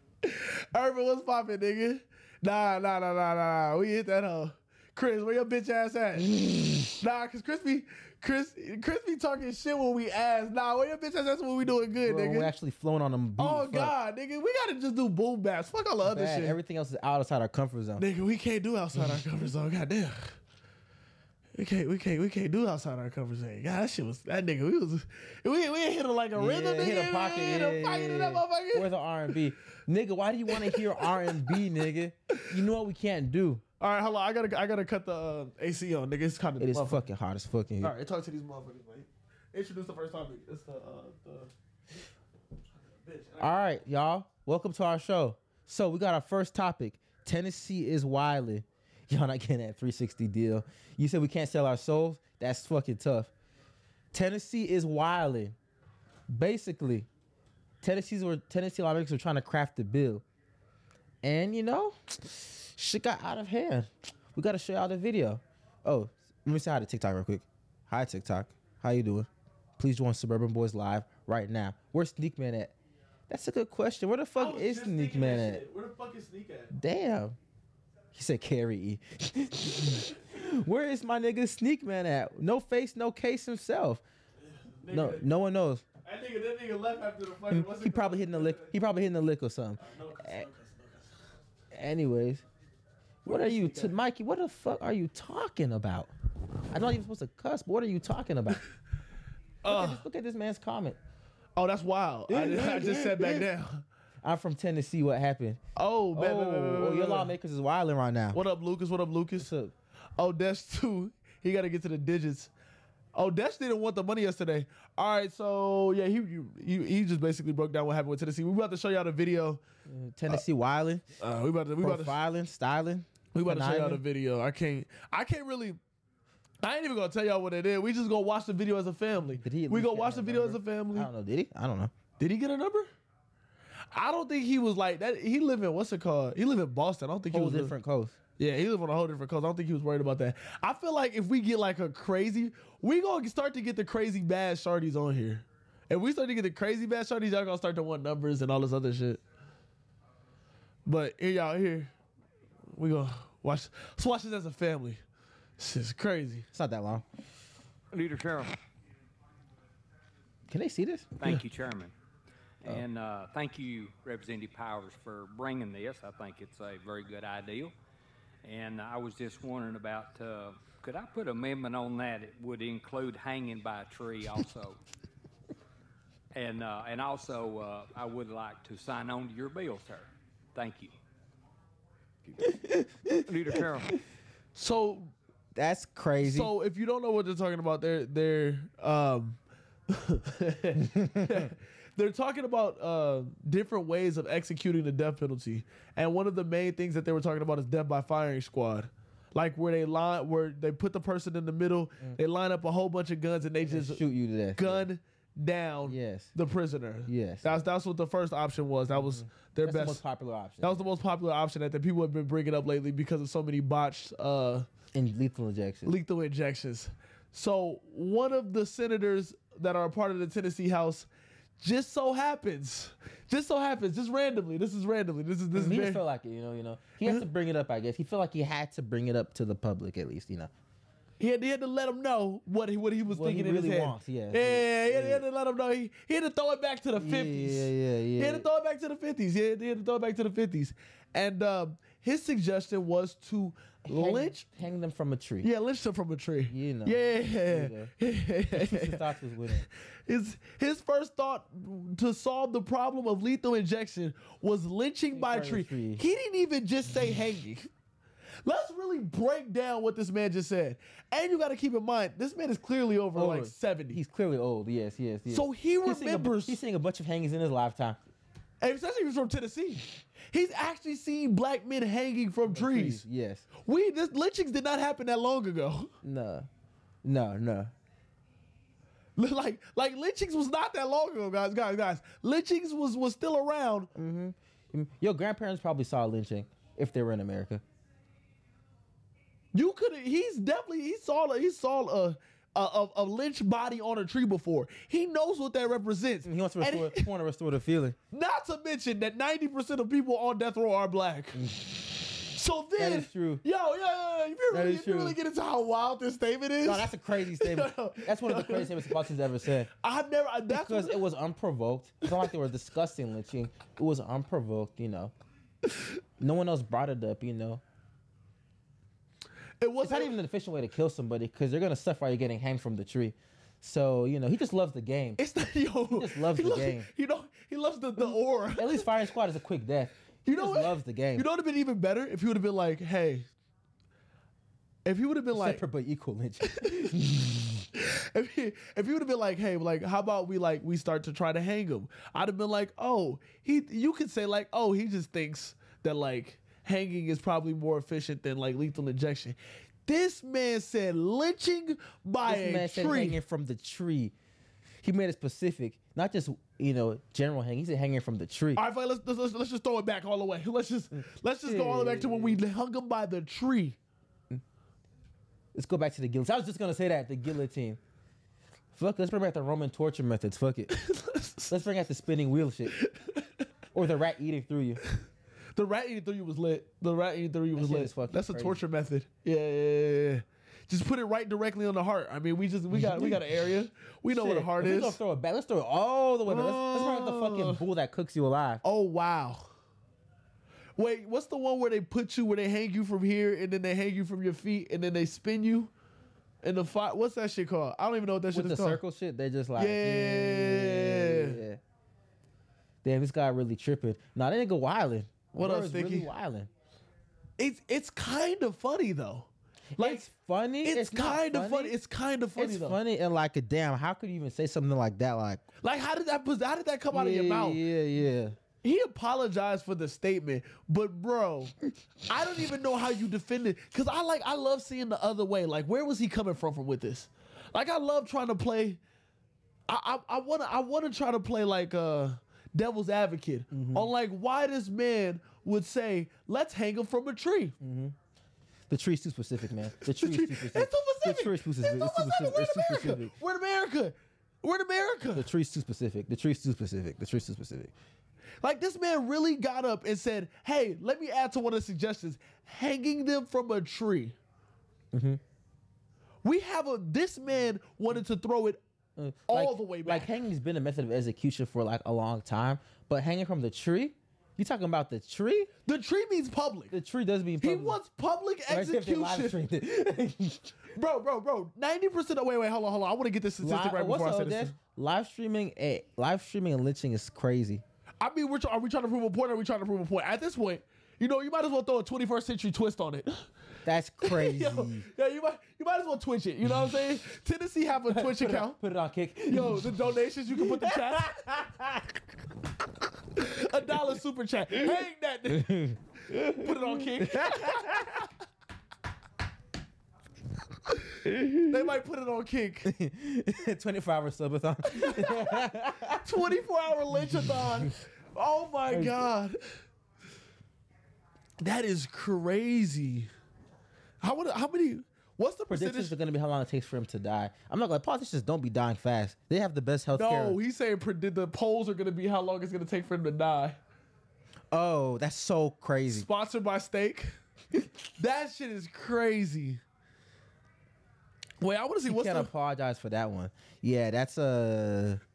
[SPEAKER 1] Urban, what's poppin', nigga? Nah, nah, nah, nah, nah, nah. We hit that hoe. Chris, where your bitch ass at?
[SPEAKER 2] [SIGHS]
[SPEAKER 1] nah, cause Chris be, Chris, Chris be talking shit when we ass. Nah, where your bitch ass at when we doing good,
[SPEAKER 2] Bro, We're
[SPEAKER 1] nigga?
[SPEAKER 2] actually flowing on them. Beat.
[SPEAKER 1] Oh
[SPEAKER 2] Fuck.
[SPEAKER 1] god, nigga, we gotta just do boom baps. Fuck all the other
[SPEAKER 2] Bad.
[SPEAKER 1] shit.
[SPEAKER 2] Everything else is outside our comfort zone.
[SPEAKER 1] nigga, we can't do outside our comfort zone. Goddamn. We can't, we can't, we can't do outside our comfort zone. God, that shit was that nigga. We was, we we hit it like a rhythm, nigga.
[SPEAKER 2] hit a pocket,
[SPEAKER 1] we hit a
[SPEAKER 2] yeah,
[SPEAKER 1] pocket in
[SPEAKER 2] yeah,
[SPEAKER 1] that motherfucker.
[SPEAKER 2] yeah. Where's the R and B, nigga? Why do you want to hear R and B, nigga? You know what we can't do.
[SPEAKER 1] All right, hello. I gotta, I gotta cut the uh, AC on, nigga. It's kind of
[SPEAKER 2] It is fucking hot as fucking.
[SPEAKER 1] All right, talk to these motherfuckers. Like, introduce the first topic. It's the, uh, the bitch.
[SPEAKER 2] All right, y'all. Welcome to our show. So we got our first topic. Tennessee is wilding. [LAUGHS] Y'all not getting that 360 deal. You said we can't sell our souls. That's fucking tough. Tennessee is wilding. Basically, Tennessee's were Tennessee lawmakers were trying to craft the bill, and you know, shit got out of hand. We got to show y'all the video. Oh, let me say hi to TikTok real quick. Hi TikTok, how you doing? Please join Suburban Boys Live right now. Where's Sneak Man at? That's a good question. Where the
[SPEAKER 1] Oh,
[SPEAKER 2] fuck is Sneak Man at?
[SPEAKER 1] Where the fuck is Sneak at?
[SPEAKER 2] Damn. He said carry. E." [LAUGHS] Where is my nigga Sneak Man at? No face, no case himself.
[SPEAKER 1] Nigga,
[SPEAKER 2] No, no one knows.
[SPEAKER 1] That nigga, that nigga left after the
[SPEAKER 2] He,
[SPEAKER 1] fucking. what's
[SPEAKER 2] he
[SPEAKER 1] it
[SPEAKER 2] probably
[SPEAKER 1] called?
[SPEAKER 2] hitting the lick. He probably hitting the lick or something.
[SPEAKER 1] [LAUGHS] No, cuss, no,
[SPEAKER 2] Eh.
[SPEAKER 1] cuss, no, cuss.
[SPEAKER 2] Anyways, what
[SPEAKER 1] Where
[SPEAKER 2] are
[SPEAKER 1] is
[SPEAKER 2] you,
[SPEAKER 1] Sneak
[SPEAKER 2] t-
[SPEAKER 1] at?
[SPEAKER 2] Mikey? What the fuck are you talking about? I'm not even supposed to cuss. But what are you talking
[SPEAKER 1] [LAUGHS]
[SPEAKER 2] about? Look, at
[SPEAKER 1] Uh,
[SPEAKER 2] this, look at this man's comment.
[SPEAKER 1] oh, that's wild. I, I just sat back down.
[SPEAKER 2] I'm from Tennessee. What happened?
[SPEAKER 1] [LAUGHS] Oh, man,
[SPEAKER 2] oh,
[SPEAKER 1] man, man, man, man,
[SPEAKER 2] oh, your
[SPEAKER 1] man.
[SPEAKER 2] lawmakers is wilding right now.
[SPEAKER 1] What up, Lucas? What up, Lucas?
[SPEAKER 2] What's up?
[SPEAKER 1] Oh, Dash [LAUGHS] too. He got to get to the digits. Oh, Dash didn't want the money yesterday. All right, so yeah, he he, he just basically broke down what happened with Tennessee. We about to show y'all the video.
[SPEAKER 2] Tennessee wilding,
[SPEAKER 1] Uh, we about to we about to
[SPEAKER 2] profiling, styling.
[SPEAKER 1] we about to show y'all the
[SPEAKER 2] conniving.
[SPEAKER 1] video. I can't I can't really. I ain't even gonna tell y'all what it is. We just gonna watch the video as a family.
[SPEAKER 2] Did he at
[SPEAKER 1] we
[SPEAKER 2] least
[SPEAKER 1] gonna
[SPEAKER 2] get
[SPEAKER 1] watch
[SPEAKER 2] a
[SPEAKER 1] the video as
[SPEAKER 2] number?
[SPEAKER 1] a family.
[SPEAKER 2] I don't know. Did he? I don't know.
[SPEAKER 1] Did he get a number? I don't think he was like that. He live in what's it called? He live in Boston. I don't think he
[SPEAKER 2] Whole
[SPEAKER 1] was li-
[SPEAKER 2] different coast.
[SPEAKER 1] Yeah, he live on a whole different coast. I don't think he was worried about that. I feel like if we get like a crazy, we gonna start to get the crazy bad shardies on here. If we start to get the crazy bad shardies, y'all gonna start to want numbers and all this other shit. But here y'all here, we gonna watch. Let's watch this as a family. This is crazy.
[SPEAKER 2] It's not that long.
[SPEAKER 3] Leader Carroll.
[SPEAKER 2] Can they see this?
[SPEAKER 3] Thank you, Chairman. And uh, thank you, Representative Powers, for bringing this. I think it's a very good idea. And I was just wondering about, uh, could I put amendment on that? It would include hanging by a tree [LAUGHS] also. and, uh, and also, uh, I would like to sign on to your bill, sir. Thank you. Leader Carroll.
[SPEAKER 1] So,
[SPEAKER 2] That's crazy.
[SPEAKER 1] so if you don't know what they're talking about, they're they're um, [LAUGHS] they're talking about uh, different ways of executing the death penalty, and one of the main things that they were talking about is death by firing squad, like where they line where they put the person in the middle, they line up a whole bunch of guns, and they just
[SPEAKER 2] Mm. shoot you to death.
[SPEAKER 1] gun down
[SPEAKER 2] Yes.
[SPEAKER 1] the prisoner.
[SPEAKER 2] Yes. Mm-hmm.
[SPEAKER 1] that's that's what the first option was. That was their
[SPEAKER 2] That's the
[SPEAKER 1] best.
[SPEAKER 2] most popular option.
[SPEAKER 1] that was the most popular option that the people have been bringing up lately because of so many botched. Uh,
[SPEAKER 2] and lethal injection.
[SPEAKER 1] lethal injections. So one of the senators that are a part of the Tennessee House just so happens, just so happens, just randomly. This is randomly. This is this
[SPEAKER 2] he
[SPEAKER 1] is
[SPEAKER 2] just felt
[SPEAKER 1] very,
[SPEAKER 2] like it, you know. You know, he had to bring it up. I guess he felt like he had to bring it up to the public, at least, you know.
[SPEAKER 1] he, had, he had to let him know what he what he was
[SPEAKER 2] What he
[SPEAKER 1] thinking in
[SPEAKER 2] really
[SPEAKER 1] his head.
[SPEAKER 2] wants, yeah.
[SPEAKER 1] yeah, yeah, yeah, He had to let him know. He, he had to throw it back to the fifties.
[SPEAKER 2] Yeah, yeah, yeah.
[SPEAKER 1] He had to throw it back to the fifties. Yeah, he had to throw it back to the fifties. And um, his suggestion was to
[SPEAKER 2] hang,
[SPEAKER 1] lynch.
[SPEAKER 2] hang them from a tree.
[SPEAKER 1] Yeah, lynch him from a tree.
[SPEAKER 2] You know.
[SPEAKER 1] Yeah. [LAUGHS]
[SPEAKER 2] [LAUGHS] His thoughts was with him.
[SPEAKER 1] His his first thought to solve the problem of lethal injection was lynching by
[SPEAKER 2] by
[SPEAKER 1] tree.
[SPEAKER 2] tree.
[SPEAKER 1] He didn't even just say hanging. Let's really break down what this man just said. And you got to keep in mind, this man is clearly over like
[SPEAKER 2] Older.
[SPEAKER 1] 70.
[SPEAKER 2] He's clearly old. Yes, yes, yes.
[SPEAKER 1] so he
[SPEAKER 2] He's seen a bu-
[SPEAKER 1] remembers,
[SPEAKER 2] he's seen a bunch of hangings in his lifetime.
[SPEAKER 1] and especially if he's from Tennessee. He's actually seen black men hanging from trees.
[SPEAKER 2] Yes.
[SPEAKER 1] We this lynchings did not happen that long ago. [LAUGHS]
[SPEAKER 2] No. No. No.
[SPEAKER 1] like like lynchings was not that long ago, guys. Guys, guys. Lynchings was was still around
[SPEAKER 2] Mm, Your grandparents probably saw a lynching if they were in America.
[SPEAKER 1] You could. He's definitely. He saw. He saw a. A, a, a lynch body on a tree before. He knows what that represents.
[SPEAKER 2] He wants to
[SPEAKER 1] And
[SPEAKER 2] restore, he want to restore the feeling.
[SPEAKER 1] not to mention that 90% of people on death row are
[SPEAKER 2] [LAUGHS]
[SPEAKER 1] black. so then,
[SPEAKER 2] is true.
[SPEAKER 1] yo, yo, yo, if you
[SPEAKER 2] That
[SPEAKER 1] really,
[SPEAKER 2] is
[SPEAKER 1] if you really
[SPEAKER 2] true.
[SPEAKER 1] get into how wild this statement is,
[SPEAKER 2] No, that's a crazy statement.
[SPEAKER 1] [LAUGHS] No, no.
[SPEAKER 2] That's one of the craziest statements Boston's ever said.
[SPEAKER 1] I've never, I, that's
[SPEAKER 2] Because
[SPEAKER 1] what,
[SPEAKER 2] it was unprovoked. It's not like they were discussing lynching. It was unprovoked, you know. No one else brought it up, you know.
[SPEAKER 1] it was
[SPEAKER 2] It's not even an efficient way to kill somebody because you're gonna suffer while you're getting hanged from the tree. So you know he just loves the game.
[SPEAKER 1] it's not, [LAUGHS] yo, he
[SPEAKER 2] just loves the game.
[SPEAKER 1] You know, he loves the, the aura.
[SPEAKER 2] At least firing squad is a quick death. He
[SPEAKER 1] You know
[SPEAKER 2] just
[SPEAKER 1] what?
[SPEAKER 2] loves the game.
[SPEAKER 1] You know, it would have been even better if he would have been like, hey, if he would have been like,
[SPEAKER 2] separate but equal lynch.
[SPEAKER 1] [LAUGHS] if he, if he would have been like, hey, like, how about we like we start to try to hang him? I'd have been like, oh, he. You could say like, oh, he just thinks that like hanging is probably more efficient than like lethal injection. This man said lynching by
[SPEAKER 2] this man
[SPEAKER 1] a
[SPEAKER 2] said
[SPEAKER 1] tree.
[SPEAKER 2] hanging from the tree. He made it specific, not just you know general hanging. He said hanging from the tree.
[SPEAKER 1] all right, fine, let's, let's let's let's just throw it back all the way. [LAUGHS] Let's just let's just go all the way back to when we hung him by the tree.
[SPEAKER 2] Let's go back to the guillotine. I was just gonna say that the guillotine. Fuck, let's bring back the Roman torture methods.
[SPEAKER 1] [LAUGHS]
[SPEAKER 2] Fuck it. let's bring out the spinning wheel shit, or the rat eating through you.
[SPEAKER 1] The rat eating through you was lit. The rat eating through you was
[SPEAKER 2] shit
[SPEAKER 1] lit.
[SPEAKER 2] is fucking
[SPEAKER 1] That's a
[SPEAKER 2] crazy.
[SPEAKER 1] torture method. Yeah, yeah, yeah, yeah. Just put it right directly on the heart. I mean, we just we got we got an area. We know what a
[SPEAKER 2] Shit,
[SPEAKER 1] heart
[SPEAKER 2] if we
[SPEAKER 1] is.
[SPEAKER 2] gonna throw it back. Let's throw it all the way back. Let's, let's bring out the
[SPEAKER 1] Oh.
[SPEAKER 2] fucking bull that cooks you alive.
[SPEAKER 1] oh wow. Wait, what's the one where they put you where they hang you from here and then they hang you from your feet and then they spin you in the fire? What's that shit called? I don't even know what that shit
[SPEAKER 2] With
[SPEAKER 1] is
[SPEAKER 2] the
[SPEAKER 1] called.
[SPEAKER 2] circle shit, they're just like,
[SPEAKER 1] Yeah.
[SPEAKER 2] yeah. Damn, this guy really tripping. Nah, that nigga wildin'.
[SPEAKER 1] What up,
[SPEAKER 2] Bro is Really
[SPEAKER 1] Sticky?
[SPEAKER 2] wildin'.
[SPEAKER 1] It's it's kind of funny though. Like
[SPEAKER 2] it's funny.
[SPEAKER 1] it's,
[SPEAKER 2] not
[SPEAKER 1] kind of funny. It's kind of funny
[SPEAKER 2] It's
[SPEAKER 1] though.
[SPEAKER 2] funny and like a damn. How could you even say something like that? Like
[SPEAKER 1] Like how did that how did that come out of your
[SPEAKER 2] yeah,
[SPEAKER 1] mouth?
[SPEAKER 2] Yeah, yeah.
[SPEAKER 1] He apologized for the statement, but bro, I don't even know how you defend it. Cause I like I love seeing the other way. Like, where was he coming from from with this? Like, I love trying to play. I I, I wanna I wanna try to play like uh devil's advocate
[SPEAKER 2] Mm-hmm.
[SPEAKER 1] on like why this man would say let's hang him from a tree.
[SPEAKER 2] Mm-hmm. The tree's too specific, man. The tree's too
[SPEAKER 1] It's too
[SPEAKER 2] specific. The
[SPEAKER 1] specific.
[SPEAKER 2] tree's too specific.
[SPEAKER 1] It's too specific.
[SPEAKER 2] It's too
[SPEAKER 1] We're in
[SPEAKER 2] specific.
[SPEAKER 1] America. We're in America. We're in America.
[SPEAKER 2] The tree's too specific. The tree's too specific. The tree's too specific.
[SPEAKER 1] Like this man really got up and said, "Hey, let me add to one of the suggestions: hanging them from a tree."
[SPEAKER 2] Mm-hmm.
[SPEAKER 1] We have a. This man wanted to throw it
[SPEAKER 2] Uh,
[SPEAKER 1] all
[SPEAKER 2] like-
[SPEAKER 1] the way back.
[SPEAKER 2] Like hanging's been a method of execution for like a long time, but hanging from the tree. You talking about the tree?
[SPEAKER 1] the tree means public.
[SPEAKER 2] The tree does mean
[SPEAKER 1] He
[SPEAKER 2] public.
[SPEAKER 1] wants public
[SPEAKER 2] Imagine if they live
[SPEAKER 1] execution,
[SPEAKER 2] streamed it.
[SPEAKER 1] [LAUGHS] bro, bro, bro. Ninety percent. Wait, wait, hold on, hold on. I want to get this statistic
[SPEAKER 2] Live-
[SPEAKER 1] right
[SPEAKER 2] what's
[SPEAKER 1] before I
[SPEAKER 2] up,
[SPEAKER 1] say this.
[SPEAKER 2] Dash? Live streaming, a live streaming and lynching is crazy.
[SPEAKER 1] I mean, we're tr- are we trying to prove a point? Or are we trying to prove a point? At this point, you know, you might as well throw a twenty-first century twist on it. [LAUGHS]
[SPEAKER 2] That's crazy.
[SPEAKER 1] Yo, yeah, you might you might might as well Twitch it. You know what I'm saying? Tennessee have a
[SPEAKER 2] [LAUGHS]
[SPEAKER 1] Twitch
[SPEAKER 2] Put it,
[SPEAKER 1] account.
[SPEAKER 2] on, put it on kick.
[SPEAKER 1] Yo, the donations you can put the chat. a dollar super chat. Hang that. Put it on kick. they might put it on kick.
[SPEAKER 2] 24
[SPEAKER 1] [LAUGHS]
[SPEAKER 2] hour subathon.
[SPEAKER 1] 24 hour lynchathon. Oh my god. That is crazy. How would how many what's the
[SPEAKER 2] predictions
[SPEAKER 1] percentage?
[SPEAKER 2] are going to be how long it takes for him to die. I'm not going to politicians don't be dying fast. They have the best health care.
[SPEAKER 1] No, he's saying predict the polls are gonna be how long it's gonna take for him to die.
[SPEAKER 2] oh, that's so crazy.
[SPEAKER 1] Sponsored by steak. [LAUGHS] that shit is crazy. Wait, I wanna see
[SPEAKER 2] You
[SPEAKER 1] what's
[SPEAKER 2] can't
[SPEAKER 1] the
[SPEAKER 2] apologize for that one. Yeah, that's uh [LAUGHS]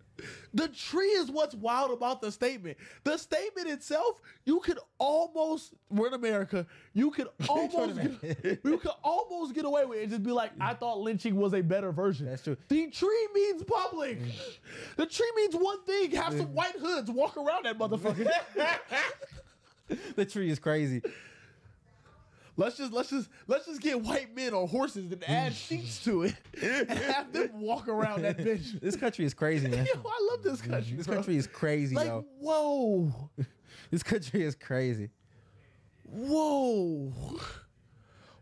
[SPEAKER 1] The tree is what's wild about the statement. The statement itself, you could almost we're in America. You
[SPEAKER 2] [LAUGHS]
[SPEAKER 1] could almost get, you could almost get away with it and just be like, I thought lynching was a better version.
[SPEAKER 2] That's true. Mm.
[SPEAKER 1] The tree means public. The tree means one thing. Have some white hoods walk around that
[SPEAKER 2] [LAUGHS]
[SPEAKER 1] motherfucker.
[SPEAKER 2] the tree is crazy.
[SPEAKER 1] let's just let's just let's just get white men on horses and add sheets to it and have them walk around that [LAUGHS] [LAUGHS] bitch.
[SPEAKER 2] This country is crazy, man.
[SPEAKER 1] [LAUGHS] Yo, I love this country.
[SPEAKER 2] This
[SPEAKER 1] bro.
[SPEAKER 2] country is crazy,
[SPEAKER 1] like
[SPEAKER 2] yo.
[SPEAKER 1] whoa.
[SPEAKER 2] This country is crazy.
[SPEAKER 1] Whoa.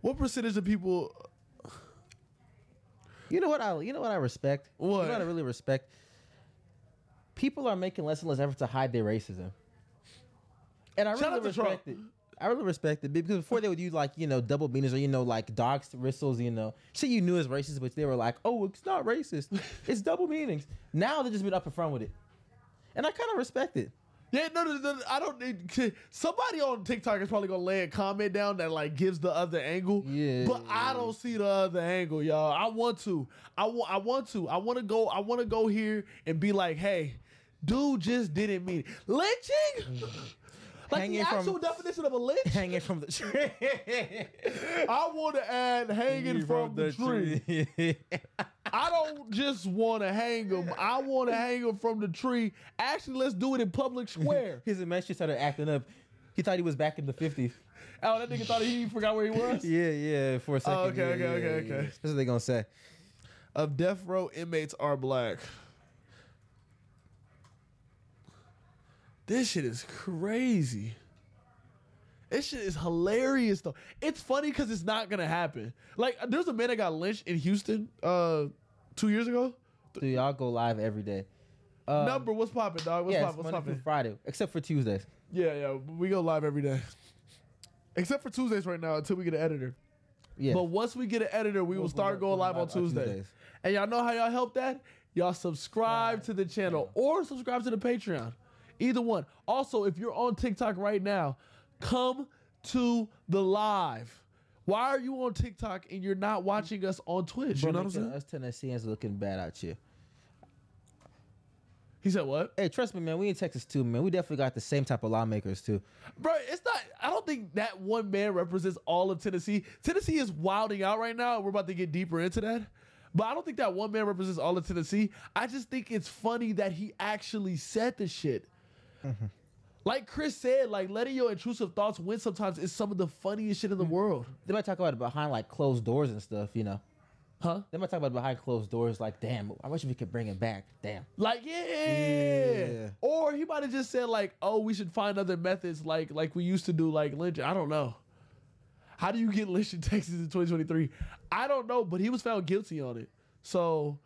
[SPEAKER 1] What percentage of people
[SPEAKER 2] You know what I you know what I respect? You
[SPEAKER 1] What?
[SPEAKER 2] know what I really respect? People are making less and less effort to hide their racism. And I
[SPEAKER 1] Shout
[SPEAKER 2] really
[SPEAKER 1] out to Trump.
[SPEAKER 2] respect it. I really respect it because before they would use like, you know, double meanings or you know, like dog's whistles, you know. Shit you knew is racist, but they were like, Oh, it's not racist.
[SPEAKER 1] [LAUGHS]
[SPEAKER 2] it's double meanings. Now they've just been up in front with it. And I kind of
[SPEAKER 1] [LAUGHS]
[SPEAKER 2] respect it.
[SPEAKER 1] Yeah, no, no, no, I don't need somebody on TikTok is probably gonna lay a comment down that like gives the other angle.
[SPEAKER 2] Yeah.
[SPEAKER 1] But I don't see the other angle, y'all. I want to. I want I want to. I wanna go I wanna go here and be like, hey, dude just didn't mean it. Lynching? Like
[SPEAKER 2] Hanging
[SPEAKER 1] the
[SPEAKER 2] from-
[SPEAKER 1] actual definition of a lynch? [LAUGHS]
[SPEAKER 2] Hanging from the tree.
[SPEAKER 1] I wanna add hanging from, the, tree. [LAUGHS] I don't just want to hang him. I want to hang him from the tree. Actually, let's do it in public square.
[SPEAKER 2] His adventure started acting up. He thought he was back in the 50s.
[SPEAKER 1] oh, that nigga thought he forgot where he was.
[SPEAKER 2] Yeah, yeah, for a second.
[SPEAKER 1] Oh, okay,
[SPEAKER 2] yeah,
[SPEAKER 1] okay,
[SPEAKER 2] yeah,
[SPEAKER 1] okay,
[SPEAKER 2] yeah,
[SPEAKER 1] okay.
[SPEAKER 2] yeah. That's what they gonna say.
[SPEAKER 1] [LAUGHS] Of death row inmates are black. This shit is crazy. This shit is hilarious though. It's funny because it's not gonna happen. Like, there's a man that got lynched in Houston uh two years ago.
[SPEAKER 2] Dude, y'all go live every day. Um,
[SPEAKER 1] Number, what's popping, dog? What's
[SPEAKER 2] yes,
[SPEAKER 1] poppin'? What's
[SPEAKER 2] Monday through
[SPEAKER 1] popping?
[SPEAKER 2] Friday, except for Tuesdays.
[SPEAKER 1] Yeah, yeah. We go live every day. Except for Tuesdays right now until we get an editor.
[SPEAKER 2] Yeah,
[SPEAKER 1] But once we get an editor, we will
[SPEAKER 2] We'll-
[SPEAKER 1] start
[SPEAKER 2] we'll-
[SPEAKER 1] going
[SPEAKER 2] we'll
[SPEAKER 1] live on
[SPEAKER 2] live on
[SPEAKER 1] Tuesday.
[SPEAKER 2] Tuesdays.
[SPEAKER 1] And y'all know how y'all help that? Y'all subscribe to the channel or subscribe to the Patreon. Either one. Also, if you're on TikTok right now, come to the live. Why are you on TikTok and you're not watching us on Twitch?
[SPEAKER 2] Bro,
[SPEAKER 1] you know what I'm
[SPEAKER 2] making
[SPEAKER 1] saying?
[SPEAKER 2] us Tennesseans looking bad out here.
[SPEAKER 1] He said what?
[SPEAKER 2] Hey, trust me, man. We in Texas too, man. We definitely got the same type of lawmakers too.
[SPEAKER 1] Bro, it's not I don't think that one man represents all of Tennessee. Tennessee is wilding out right now. We're about to get deeper into that. But I don't think that one man represents all of Tennessee. I just think it's funny that he actually said the shit. Like Chris said, like letting your intrusive thoughts win sometimes is some of the funniest shit in the world.
[SPEAKER 2] They might talk about it behind like closed doors and stuff, you know.
[SPEAKER 1] Huh?
[SPEAKER 2] They might talk about it behind closed doors, like, damn, I wish we could bring it back. Damn.
[SPEAKER 1] Like, yeah.
[SPEAKER 2] Yeah.
[SPEAKER 1] Or he might have just said, like, oh, we should find other methods like like we used to do, like lynch. I don't know. How do you get [LAUGHS] lynched in Texas in 2023? I don't know, but he was found guilty on it. So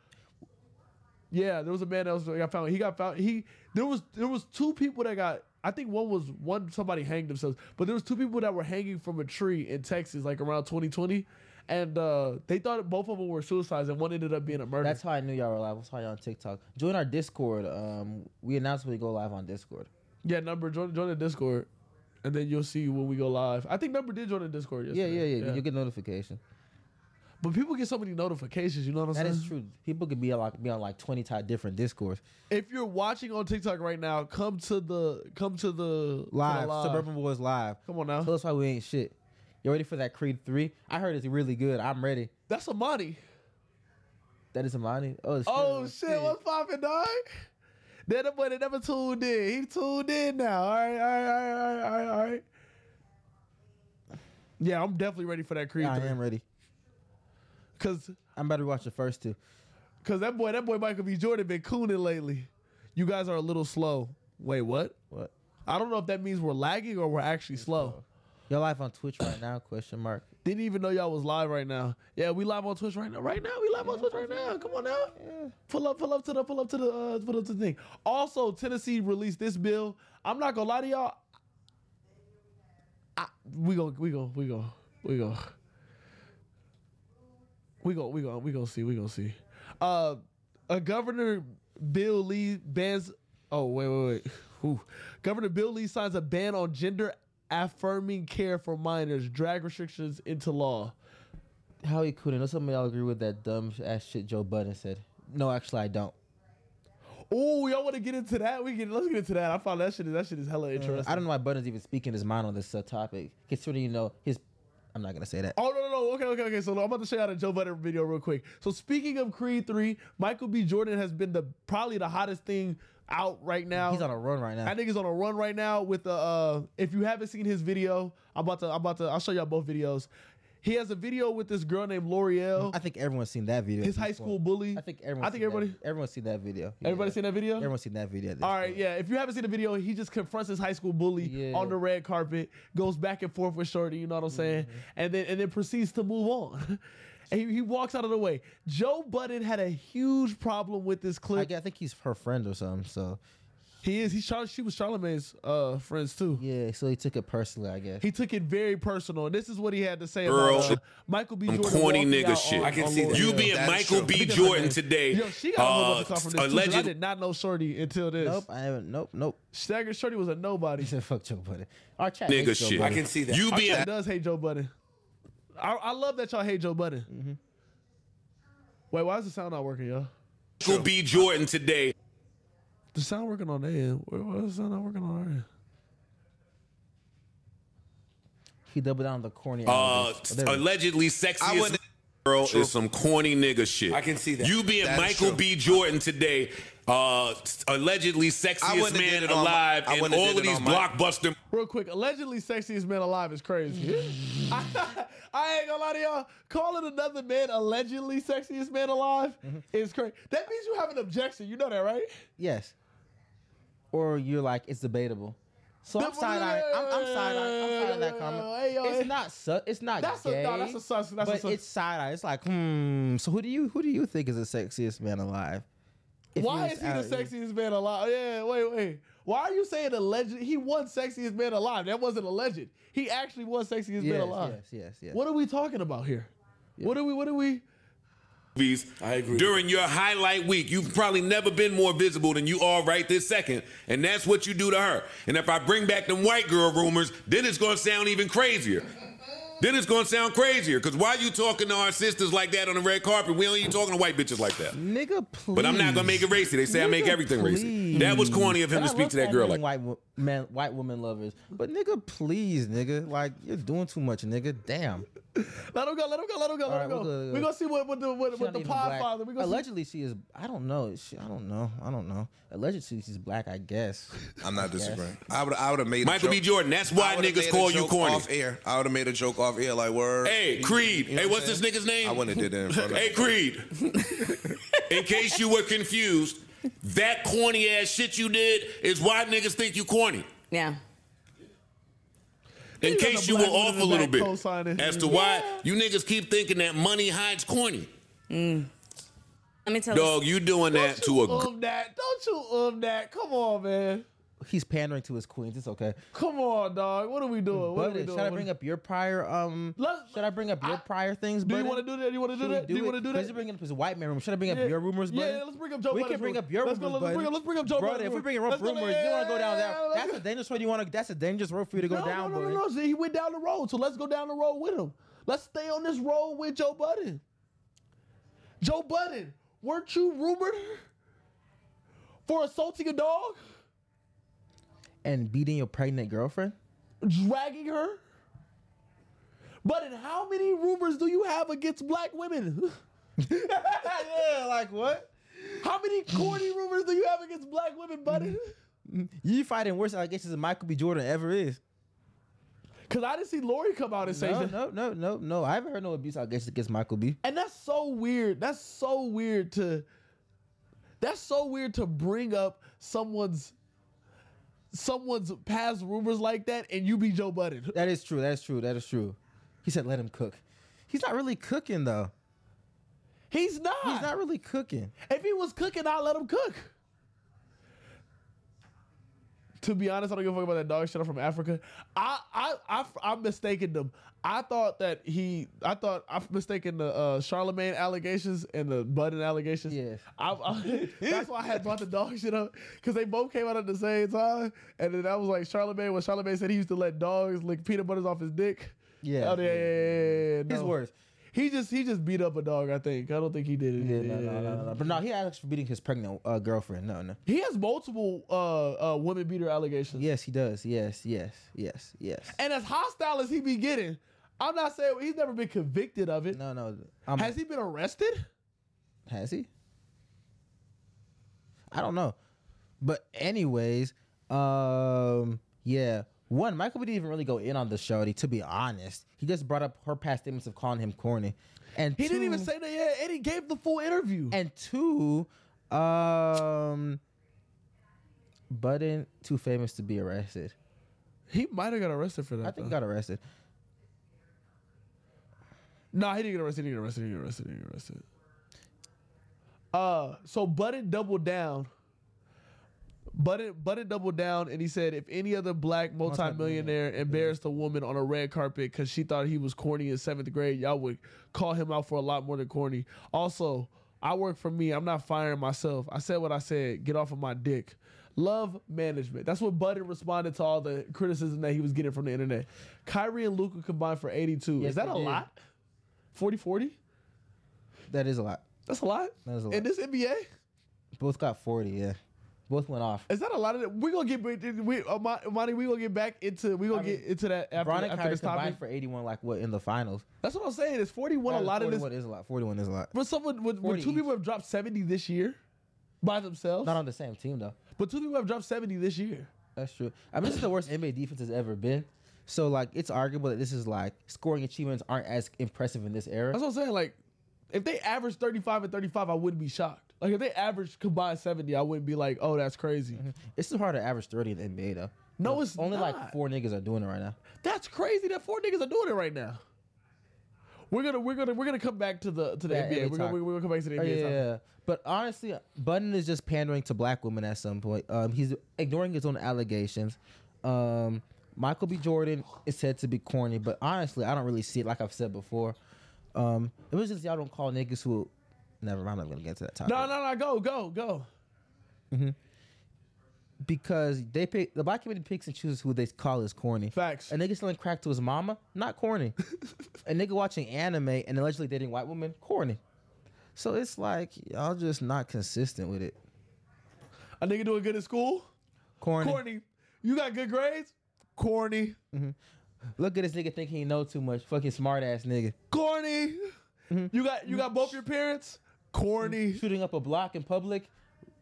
[SPEAKER 1] yeah, there was a man that was that got found. He got found. He there was there was two people that got. I think one was one somebody hanged themselves, but there was two people that were hanging from a tree in Texas, like around 2020, and uh, they thought both of them were suicides, and one ended up being a murder.
[SPEAKER 2] That's how I knew y'all were live. That's how y'all on TikTok. Join our Discord. Um, we announced we go live on Discord.
[SPEAKER 1] Yeah, number join join the Discord, and then you'll see when we go live. I think number did join the Discord
[SPEAKER 2] Yeah,
[SPEAKER 1] yesterday.
[SPEAKER 2] yeah, yeah. You'll get notification.
[SPEAKER 1] But people get so many notifications. You know what I'm
[SPEAKER 2] That
[SPEAKER 1] saying?
[SPEAKER 2] is true. People could be on like be on like twenty ty- different discords.
[SPEAKER 1] If you're watching on TikTok right now, come to the come to the to the
[SPEAKER 2] Live, Suburban Boys live.
[SPEAKER 1] Come on
[SPEAKER 2] So
[SPEAKER 1] now,
[SPEAKER 2] that's why we ain't shit. You ready for that Creed three? I heard it's really good. I'm ready.
[SPEAKER 1] that's Amani.
[SPEAKER 2] That is Imani. Oh, shit.
[SPEAKER 1] Oh shit, what's poppin', dog? Then the boy that never tuned in. He tuned in now. All right, all right, all right, all right, all right. Yeah, I'm definitely ready for that Creed.
[SPEAKER 2] I
[SPEAKER 1] three.
[SPEAKER 2] am ready.
[SPEAKER 1] Cause
[SPEAKER 2] I'm about to watch the first two.
[SPEAKER 1] cause that boy, that boy Michael B. Jordan been cooning lately. You guys are a little slow. Wait, what?
[SPEAKER 2] What?
[SPEAKER 1] I don't know if that means we're lagging or we're actually slow.
[SPEAKER 2] Your life on Twitch right now? Question mark.
[SPEAKER 1] Didn't even know y'all was live right now. Yeah, we live on Twitch right now. Right now, we live on Twitch right now. Come on now. Pull up, pull up to the, pull up to the, uh, pull up to the thing. Also, Tennessee released this bill. I'm not gonna lie to y'all. I, we go, we go, we go, we go. We go, we go, we gonna see, we gonna see. Uh, a governor Bill Lee bans. Oh wait, wait, wait. Whew. Governor Bill Lee signs a ban on gender affirming care for minors. Drag restrictions into law.
[SPEAKER 2] How he couldn't? Know somebody I'll agree with that dumb ass shit Joe Budden said. No, actually, I don't.
[SPEAKER 1] Oh, y'all want to get into that? We get let's get into that. I found that shit is that shit is hella interesting.
[SPEAKER 2] Uh, I don't know why Budden's even speaking his mind on this uh, topic. Considering you know his, I'm not gonna say that.
[SPEAKER 1] Oh no no no! Okay okay okay. So I'm about to show you out a Joe Budden video real quick. So speaking of Creed three, Michael B. Jordan has been the probably the hottest thing out right now.
[SPEAKER 2] He's on a run right now.
[SPEAKER 1] That nigga's on a run right now with the. Uh, if you haven't seen his video, I'm about to. I'm about to. I'll show y'all both videos. He has a video with this girl named L'Oreal,
[SPEAKER 2] I think everyone's seen that video. at
[SPEAKER 1] his
[SPEAKER 2] this
[SPEAKER 1] high
[SPEAKER 2] point.
[SPEAKER 1] school bully.
[SPEAKER 2] I think everyone.
[SPEAKER 1] I think everybody.
[SPEAKER 2] everyone's seen that video. Yeah.
[SPEAKER 1] Everybody seen that video?
[SPEAKER 2] Everyone's seen that video. at this
[SPEAKER 1] All right,
[SPEAKER 2] point.
[SPEAKER 1] yeah. If you haven't seen the video, he just confronts his high school bully
[SPEAKER 2] Yeah.
[SPEAKER 1] on the red carpet, goes back and forth with Shorty, you know what I'm saying,
[SPEAKER 2] Mm-hmm.
[SPEAKER 1] and then and then proceeds to move on. [LAUGHS] and he, he walks out of the way. Joe Budden had a huge problem with this
[SPEAKER 2] I,
[SPEAKER 1] clip.
[SPEAKER 2] gu- I think he's her friend or something. So
[SPEAKER 1] He is. He's Char- She was Charlamagne's uh, friends too.
[SPEAKER 2] yeah, so he took it personally, I guess.
[SPEAKER 1] He took it very personal, and this is what he had to say
[SPEAKER 4] Girl,
[SPEAKER 1] about uh, Michael B.
[SPEAKER 4] Some
[SPEAKER 1] Jordan.
[SPEAKER 4] corny
[SPEAKER 1] walking
[SPEAKER 4] nigga
[SPEAKER 1] out
[SPEAKER 4] shit.
[SPEAKER 1] on- on Lil
[SPEAKER 4] You
[SPEAKER 1] Yachty.
[SPEAKER 4] being
[SPEAKER 5] That's
[SPEAKER 4] Michael
[SPEAKER 5] true.
[SPEAKER 4] B.
[SPEAKER 1] Because of
[SPEAKER 4] Jordan
[SPEAKER 1] this.
[SPEAKER 4] today.
[SPEAKER 1] Yo, she got a whole bunch
[SPEAKER 4] uh,
[SPEAKER 1] of stuff from this. too, 'cause I
[SPEAKER 4] alleged-
[SPEAKER 1] did not know Shorty until this.
[SPEAKER 2] nope, I haven't. Nope, nope. [LAUGHS]
[SPEAKER 1] Staggered Shorty was a nobody.
[SPEAKER 2] He said, "Fuck Joe Budden." Our chat
[SPEAKER 4] nigga
[SPEAKER 2] hates Joe
[SPEAKER 4] shit.
[SPEAKER 5] I
[SPEAKER 2] Budden.
[SPEAKER 5] can see that.
[SPEAKER 4] You
[SPEAKER 5] I
[SPEAKER 4] being
[SPEAKER 1] He does hate Joe Budden. I, I love that y'all hate Joe Budden. Wait, why is the sound not working, y'all?
[SPEAKER 4] Michael B. Jordan today. uh,
[SPEAKER 1] The sound working on their end. Why why is the sound not working on our end?
[SPEAKER 2] He doubled down on the corny.
[SPEAKER 4] Uh,
[SPEAKER 2] allegations. Oh, there it is.
[SPEAKER 4] allegedly
[SPEAKER 5] I
[SPEAKER 4] sexiest
[SPEAKER 5] wouldn't-
[SPEAKER 4] girl
[SPEAKER 5] True.
[SPEAKER 4] is some corny nigga shit.
[SPEAKER 5] I can see that.
[SPEAKER 4] You being
[SPEAKER 5] That is
[SPEAKER 4] Michael
[SPEAKER 5] true.
[SPEAKER 4] B. Jordan today. Uh, allegedly sexiest
[SPEAKER 5] wouldn't have
[SPEAKER 4] man
[SPEAKER 5] did it on my-
[SPEAKER 4] alive,
[SPEAKER 5] I
[SPEAKER 4] and
[SPEAKER 5] wouldn't have
[SPEAKER 4] all
[SPEAKER 5] did
[SPEAKER 4] of
[SPEAKER 5] it
[SPEAKER 4] these
[SPEAKER 5] on my-
[SPEAKER 4] blockbuster.
[SPEAKER 1] Real quick, allegedly sexiest man alive is
[SPEAKER 2] [LAUGHS]
[SPEAKER 1] crazy. [LAUGHS] I, ain't gonna lie to y'all. Calling another man allegedly sexiest man alive
[SPEAKER 2] Mm-hmm.
[SPEAKER 1] is crazy. That means you have an objection. You know that, right?
[SPEAKER 2] Yes. Or you're like, it's debatable. So I'm
[SPEAKER 1] Debatable.
[SPEAKER 2] side eye. I'm, I'm side eye. I'm side that comment.
[SPEAKER 1] Hey, yo, hey.
[SPEAKER 2] it's not. Su- it's not.
[SPEAKER 1] That's a-
[SPEAKER 2] gay,
[SPEAKER 1] no, that's a sus- that's a
[SPEAKER 2] but
[SPEAKER 1] sus-
[SPEAKER 2] it's side eye. It's like, hmm. So who do you who do you think is the sexiest man alive? If
[SPEAKER 1] Why
[SPEAKER 2] was
[SPEAKER 1] is he
[SPEAKER 2] out-
[SPEAKER 1] the sexiest man alive? Yeah, wait, wait. Why are you saying alleged? He was sexiest man alive. That wasn't alleged. He actually was sexiest
[SPEAKER 2] Yes,
[SPEAKER 1] man alive.
[SPEAKER 2] yes, yes, yes.
[SPEAKER 1] What are we talking about here? What are we? What are we?
[SPEAKER 4] movies
[SPEAKER 5] I agree.
[SPEAKER 4] during your highlight week. You've probably never been more visible than you are right this second. And that's what you do to her. And if I bring back them white girl rumors, then it's gonna sound even crazier. Then it's gonna sound crazier. Cause why you talking to our sisters like that on the red carpet? We ain't even talking to white bitches like that.
[SPEAKER 2] Nigga, please.
[SPEAKER 4] But I'm not gonna make it racy. They say I make
[SPEAKER 2] Nigga,
[SPEAKER 4] everything racy.
[SPEAKER 2] please.
[SPEAKER 4] That was corny of him
[SPEAKER 2] And
[SPEAKER 4] to
[SPEAKER 2] I
[SPEAKER 4] speak
[SPEAKER 2] love
[SPEAKER 4] to that girl like
[SPEAKER 2] fat men, white wo- man, white woman lovers. But nigga, please, nigga, like you're doing too much, nigga. Damn.
[SPEAKER 1] Let him go. Let him go. Let him go. Let him
[SPEAKER 2] All right,
[SPEAKER 1] go.
[SPEAKER 2] we're good, we're
[SPEAKER 1] We
[SPEAKER 2] good.
[SPEAKER 1] gonna see what what the what,
[SPEAKER 2] She's
[SPEAKER 1] what
[SPEAKER 2] not
[SPEAKER 1] the
[SPEAKER 2] even black.
[SPEAKER 1] Podfather. We gonna see.
[SPEAKER 2] Allegedly, she is. I don't know. She, I don't know. I don't know. Allegedly, she's black. I guess.
[SPEAKER 5] I'm not disagreeing. I would. I would have made
[SPEAKER 4] Michael
[SPEAKER 5] a joke.
[SPEAKER 4] B. Jordan. That's why
[SPEAKER 5] I would've
[SPEAKER 4] niggas
[SPEAKER 5] made a
[SPEAKER 4] call you
[SPEAKER 5] joke
[SPEAKER 4] corny.
[SPEAKER 5] Off air, I would have made a joke off air like word.
[SPEAKER 4] Hey, Creed. hey,
[SPEAKER 5] what
[SPEAKER 4] what's
[SPEAKER 5] I'm
[SPEAKER 4] this nigga's name?
[SPEAKER 5] I wouldn't have did that. In front of
[SPEAKER 4] Hey Creed, in case you were confused, that corny ass shit you did is why niggas think you corny.
[SPEAKER 6] Yeah.
[SPEAKER 4] In
[SPEAKER 1] You got
[SPEAKER 4] case
[SPEAKER 1] the
[SPEAKER 4] you were
[SPEAKER 1] black woman
[SPEAKER 4] off
[SPEAKER 1] in
[SPEAKER 4] a
[SPEAKER 1] the
[SPEAKER 4] little
[SPEAKER 1] back
[SPEAKER 4] bit,
[SPEAKER 1] co-signing.
[SPEAKER 4] as to why you niggas keep thinking that money hides corny.
[SPEAKER 6] Let me tell
[SPEAKER 4] Dog, you doing that to a
[SPEAKER 1] um that. Don't you um that? Come on, man.
[SPEAKER 2] He's pandering to his queens. It's okay.
[SPEAKER 1] Come on, dog. What are we doing? What are we
[SPEAKER 2] But
[SPEAKER 1] doing?
[SPEAKER 2] should I
[SPEAKER 1] What-
[SPEAKER 2] bring up your prior? Um,
[SPEAKER 1] Let-
[SPEAKER 2] should I bring up your
[SPEAKER 1] I-
[SPEAKER 2] prior things?
[SPEAKER 1] Do you
[SPEAKER 2] Budden?
[SPEAKER 1] want to do that? Do you want to do
[SPEAKER 2] Should we
[SPEAKER 1] that? Do you
[SPEAKER 2] it?
[SPEAKER 1] want to do
[SPEAKER 2] Let's
[SPEAKER 1] that?
[SPEAKER 2] just bring up his white man rumor. Should I bring up
[SPEAKER 1] Yeah.
[SPEAKER 2] your rumors,
[SPEAKER 1] Yeah,
[SPEAKER 2] buddy?
[SPEAKER 1] yeah, let's bring up Joe
[SPEAKER 2] We
[SPEAKER 1] Budden's
[SPEAKER 2] can bring
[SPEAKER 1] rumors.
[SPEAKER 2] up your
[SPEAKER 1] Let's go-
[SPEAKER 2] rumors,
[SPEAKER 1] let's bring
[SPEAKER 2] buddy.
[SPEAKER 1] up- let's bring up Joe
[SPEAKER 2] Brother,
[SPEAKER 1] Budden's
[SPEAKER 2] If we
[SPEAKER 1] rumors.
[SPEAKER 2] bring up
[SPEAKER 1] Let's go-
[SPEAKER 2] rumors, you want to go
[SPEAKER 1] yeah,
[SPEAKER 2] down that?
[SPEAKER 1] let's
[SPEAKER 2] That's
[SPEAKER 1] go-
[SPEAKER 2] a dangerous road. You want to? That's a dangerous road for you to go
[SPEAKER 1] no,
[SPEAKER 2] down,
[SPEAKER 1] no, no,
[SPEAKER 2] buddy.
[SPEAKER 1] no, no. See, he went down the road, so let's go down the road with him. Let's stay on this road with Joe Budden. Joe Budden, weren't you rumored for assaulting a dog,
[SPEAKER 2] And beating your pregnant girlfriend.
[SPEAKER 1] dragging her? Budden, how many rumors do you have against black women? [LAUGHS]
[SPEAKER 2] yeah, like what?
[SPEAKER 1] How many corny rumors do you have against black women, Budden?
[SPEAKER 2] You fighting worse allegations than Michael B. Jordan ever is.
[SPEAKER 1] Cause I didn't see Lori come out and say
[SPEAKER 2] No,
[SPEAKER 1] that.
[SPEAKER 2] no, no, no, no. I haven't heard no abuse against against Michael B.
[SPEAKER 1] And that's so weird. That's so weird to that's so weird to bring up someone's someone's past rumors like that and you be Joe Budden.
[SPEAKER 2] That is true. That is true. That is true. He said, "Let him cook." He's not really cooking though.
[SPEAKER 1] He's not.
[SPEAKER 2] He's not really cooking.
[SPEAKER 1] If he was cooking, I'd let him cook. To be honest, I don't give a fuck about that dog shit. I'm from Africa. I I I I'm mistaken them. I thought that he. I thought I'm mistaken the uh, Charlemagne allegations and the Budden allegations.
[SPEAKER 2] Yes.
[SPEAKER 1] I, I, that's why I had brought the dog shit up because they both came out at the same time, and then I was like Charlemagne. When Charlemagne said he used to let dogs lick peanut butters off his dick.
[SPEAKER 2] Yeah.
[SPEAKER 1] Oh, yeah, yeah, yeah, yeah, yeah,
[SPEAKER 2] His
[SPEAKER 1] no.
[SPEAKER 2] words.
[SPEAKER 1] He just he just beat up a dog. I think. I don't think he did it.
[SPEAKER 2] Yeah, no, no, no, no, no. But no, he asked for beating his pregnant uh, girlfriend. No, no.
[SPEAKER 1] He has multiple uh, uh, women beater allegations.
[SPEAKER 2] Yes, he does. Yes, yes, yes, yes.
[SPEAKER 1] And as hostile as he be getting, I'm not saying he's never been convicted of it.
[SPEAKER 2] No, no. I'm,
[SPEAKER 1] Has he been arrested?
[SPEAKER 2] Has he? I don't know. But anyways, um, yeah. One, Michael didn't even really go in on the shorty, to be honest. He just brought up her past statements of calling him corny. And
[SPEAKER 1] He did didn't even
[SPEAKER 2] two-
[SPEAKER 1] say that yet, and he gave the full interview.
[SPEAKER 2] and two, um Budden too famous to be arrested.
[SPEAKER 1] he might have got arrested for that.
[SPEAKER 2] I think he
[SPEAKER 1] though.
[SPEAKER 2] got arrested.
[SPEAKER 1] Nah, he didn't get arrested. He didn't get arrested. He didn't get arrested. He didn't get arrested. Uh, so Budden doubled down. Budden, Budden doubled down, and he said, if any other black multimillionaire embarrassed a woman on a red carpet because she thought he was corny in seventh grade, y'all would call him out for a lot more than corny. Also, I work for me. I'm not firing myself. I said what I said. Get off of my dick. Love management. That's what Budden responded to all the criticism that he was getting from the internet. Kyrie and Luca combined for 82.
[SPEAKER 2] Yes,
[SPEAKER 1] Is that
[SPEAKER 2] they
[SPEAKER 1] a
[SPEAKER 2] did.
[SPEAKER 1] lot? 40 40?
[SPEAKER 2] That is a lot.
[SPEAKER 1] That's a lot.
[SPEAKER 2] That is a
[SPEAKER 1] In
[SPEAKER 2] lot.
[SPEAKER 1] this NBA,
[SPEAKER 2] Both got forty, yeah. Both went off.
[SPEAKER 1] is that a lot of it? We're gonna get we Monty, we're gonna get back into we're gonna
[SPEAKER 2] I
[SPEAKER 1] get
[SPEAKER 2] mean,
[SPEAKER 1] into that after,
[SPEAKER 2] Bron and
[SPEAKER 1] after
[SPEAKER 2] Kyrie
[SPEAKER 1] this topic.
[SPEAKER 2] combined for 81, like what in the finals?
[SPEAKER 1] That's what I'm saying. Is 41 a lot of this
[SPEAKER 2] 41 is a lot. 41 is a lot.
[SPEAKER 1] for someone with, with
[SPEAKER 2] 40
[SPEAKER 1] two
[SPEAKER 2] each.
[SPEAKER 1] people have dropped 70 this year by themselves.
[SPEAKER 2] Not on the same team though.
[SPEAKER 1] but two people have dropped 70 this year.
[SPEAKER 2] That's true. I mean, this is the worst NBA defense has ever been. So like, it's arguable that this is like scoring achievements aren't as impressive in this era.
[SPEAKER 1] That's what I'm saying. Like, if they average 35 and 35, I wouldn't be shocked. Like if they average combined 70, I wouldn't be like, oh, that's crazy.
[SPEAKER 2] It's too hard to average 30 in the NBA though.
[SPEAKER 1] No,
[SPEAKER 2] Like,
[SPEAKER 1] it's
[SPEAKER 2] Mm-hmm. only
[SPEAKER 1] not.
[SPEAKER 2] like four niggas are doing it right now.
[SPEAKER 1] That's crazy that four niggas are doing it right now. We're gonna we're gonna we're gonna come back to the to the
[SPEAKER 2] Yeah,
[SPEAKER 1] NBA.
[SPEAKER 2] NBA
[SPEAKER 1] We're gonna,
[SPEAKER 2] talk.
[SPEAKER 1] we're gonna come back to the NBA.
[SPEAKER 2] Oh, yeah,
[SPEAKER 1] topic.
[SPEAKER 2] yeah. But honestly, Budden is just pandering to black women at some point. Um, he's ignoring his own allegations. Um, Michael B. Jordan is said to be corny, but honestly, I don't really see it. Like I've said before, um, it was just y'all don't call niggas who. Never mind. I'm not gonna get to that topic.
[SPEAKER 1] No, no, no. Go, go, go.
[SPEAKER 2] because they pick the black community picks and chooses who they call as corny.
[SPEAKER 1] Facts.
[SPEAKER 2] A nigga selling crack to his mama,
[SPEAKER 1] [LAUGHS]
[SPEAKER 2] not corny. a nigga watching anime and allegedly dating white women, corny. So it's like y'all just not consistent with it.
[SPEAKER 1] A nigga doing good in school?
[SPEAKER 2] Corny.
[SPEAKER 1] Corny. You got good grades? Corny.
[SPEAKER 2] Look at this nigga thinking he know too much. Fucking smart ass nigga.
[SPEAKER 1] Corny.
[SPEAKER 2] Mm-hmm.
[SPEAKER 1] You got you got both your parents? Corny.
[SPEAKER 2] Shooting up a block in public,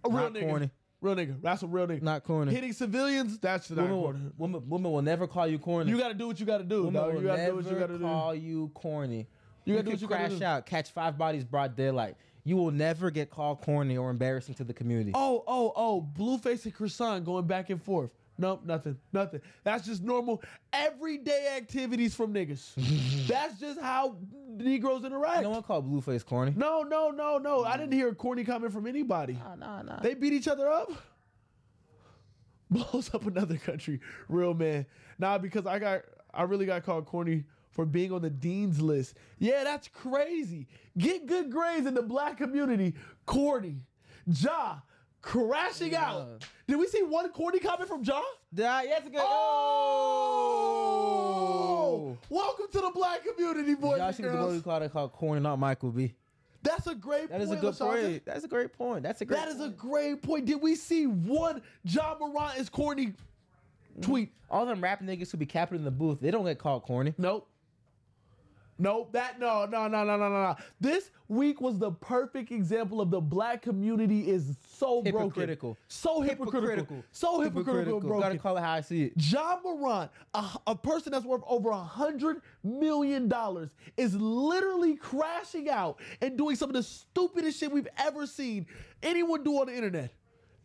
[SPEAKER 1] A real
[SPEAKER 2] not
[SPEAKER 1] nigga.
[SPEAKER 2] corny.
[SPEAKER 1] Real nigga. That's a real nigga.
[SPEAKER 2] not corny.
[SPEAKER 1] Hitting civilians? That's not
[SPEAKER 2] woman,
[SPEAKER 1] corny.
[SPEAKER 2] will, woman, woman will never call you corny.
[SPEAKER 1] You gotta do what you gotta do.
[SPEAKER 2] woman
[SPEAKER 1] dog.
[SPEAKER 2] will
[SPEAKER 1] You gotta
[SPEAKER 2] never
[SPEAKER 1] do what you gotta do.
[SPEAKER 2] call you corny.
[SPEAKER 1] You
[SPEAKER 2] You,
[SPEAKER 1] gotta
[SPEAKER 2] gotta
[SPEAKER 1] do what you gotta
[SPEAKER 2] crash
[SPEAKER 1] do.
[SPEAKER 2] out, catch five bodies broad daylight. You will never get called corny or embarrassing to the community.
[SPEAKER 1] Oh, oh, oh, Blueface and Croissant going back and forth. Nope, nothing, nothing. That's just normal everyday activities from
[SPEAKER 2] [LAUGHS]
[SPEAKER 1] niggas. That's just how Negroes interact.
[SPEAKER 2] No one called Blueface corny.
[SPEAKER 1] No, no, no, no. I
[SPEAKER 2] Mm.
[SPEAKER 1] didn't hear a corny comment from anybody.
[SPEAKER 2] nah, nah.
[SPEAKER 1] They beat each other up. [LAUGHS] Blows up another country. Real man. Nah, because I got I really got called corny for being on the dean's list. Yeah, that's crazy. Get good grades in the black community. Corny. Ja crashing out. Did we see one corny comment from Ja?
[SPEAKER 2] Nah, yeah, it's a good.
[SPEAKER 1] Oh! Welcome to the black community, boys
[SPEAKER 2] oh, Y'all
[SPEAKER 1] and
[SPEAKER 2] should be the one who
[SPEAKER 1] girls.
[SPEAKER 2] called it called corny, not Michael B.
[SPEAKER 1] That's a great
[SPEAKER 2] That is a
[SPEAKER 1] point,
[SPEAKER 2] good
[SPEAKER 1] LaShonda.
[SPEAKER 2] point. That's a great point. That's a great.
[SPEAKER 1] That is a
[SPEAKER 2] point.
[SPEAKER 1] great point. Did we see one John Morant is corny tweet?
[SPEAKER 2] All them rap niggas who be capping in the booth, they don't get called corny.
[SPEAKER 1] Nope. Nope, that no, no, no, no, no, no, no. This week was the perfect example of the black community is so
[SPEAKER 2] Hypocritical.
[SPEAKER 1] broken, so hypocritical, so hypocritical, and broken.
[SPEAKER 2] Gotta call it how I see it.
[SPEAKER 1] John Moran, a, a person that's worth over a hundred million dollars, is literally crashing out and doing some of the stupidest shit we've ever seen anyone do on the internet.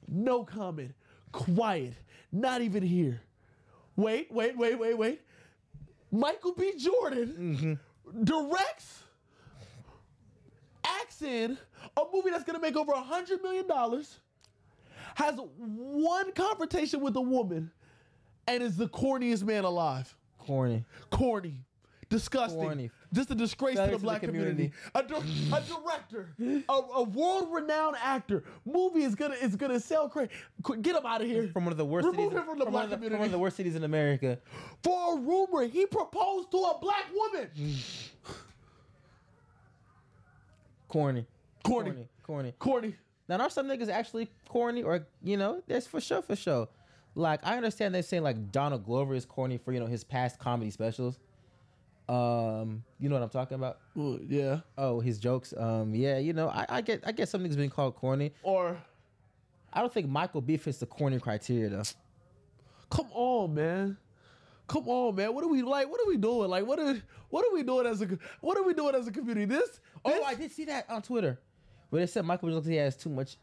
[SPEAKER 1] No comment. Quiet. Not even here. Wait, wait, wait, wait, wait. Michael B. Jordan directs, acts in a movie that's gonna make over a hundred million dollars, has one confrontation with a woman and is the corniest man alive.
[SPEAKER 2] Corny.
[SPEAKER 1] Corny. Disgusting.
[SPEAKER 2] Corny.
[SPEAKER 1] Just a disgrace to
[SPEAKER 2] Failure
[SPEAKER 1] the
[SPEAKER 2] to the
[SPEAKER 1] black community.
[SPEAKER 2] community.
[SPEAKER 1] A, dir- a director, a, a world-renowned actor. Movie is gonna is gonna sell crazy. Get him out of here.
[SPEAKER 2] From one of the worst
[SPEAKER 1] Remove
[SPEAKER 2] cities.
[SPEAKER 1] him from the black
[SPEAKER 2] one of the,
[SPEAKER 1] community.
[SPEAKER 2] from one of the worst cities in America.
[SPEAKER 1] For a rumor, he proposed to a black woman.
[SPEAKER 2] Corny.
[SPEAKER 1] Corny.
[SPEAKER 2] Corny. Corny.
[SPEAKER 1] Corny.
[SPEAKER 2] Now there are some niggas actually corny, or you know, that's for sure, for sure. Like I understand they're saying like Donald Glover is corny for you know his past comedy specials. Um, you know what I'm talking about?
[SPEAKER 1] Well, yeah.
[SPEAKER 2] Oh, his jokes. Um, yeah, you know, I, I get, I get something's been called corny.
[SPEAKER 1] Or
[SPEAKER 2] I don't think Michael B fits the corny criteria though.
[SPEAKER 1] come on, man. Come on, man. What are we like? What are we doing? Like, what are what are we doing as a co- what are we doing as a community? This
[SPEAKER 2] Oh, I did see that on Twitter, where they said Michael B looks like he has too much.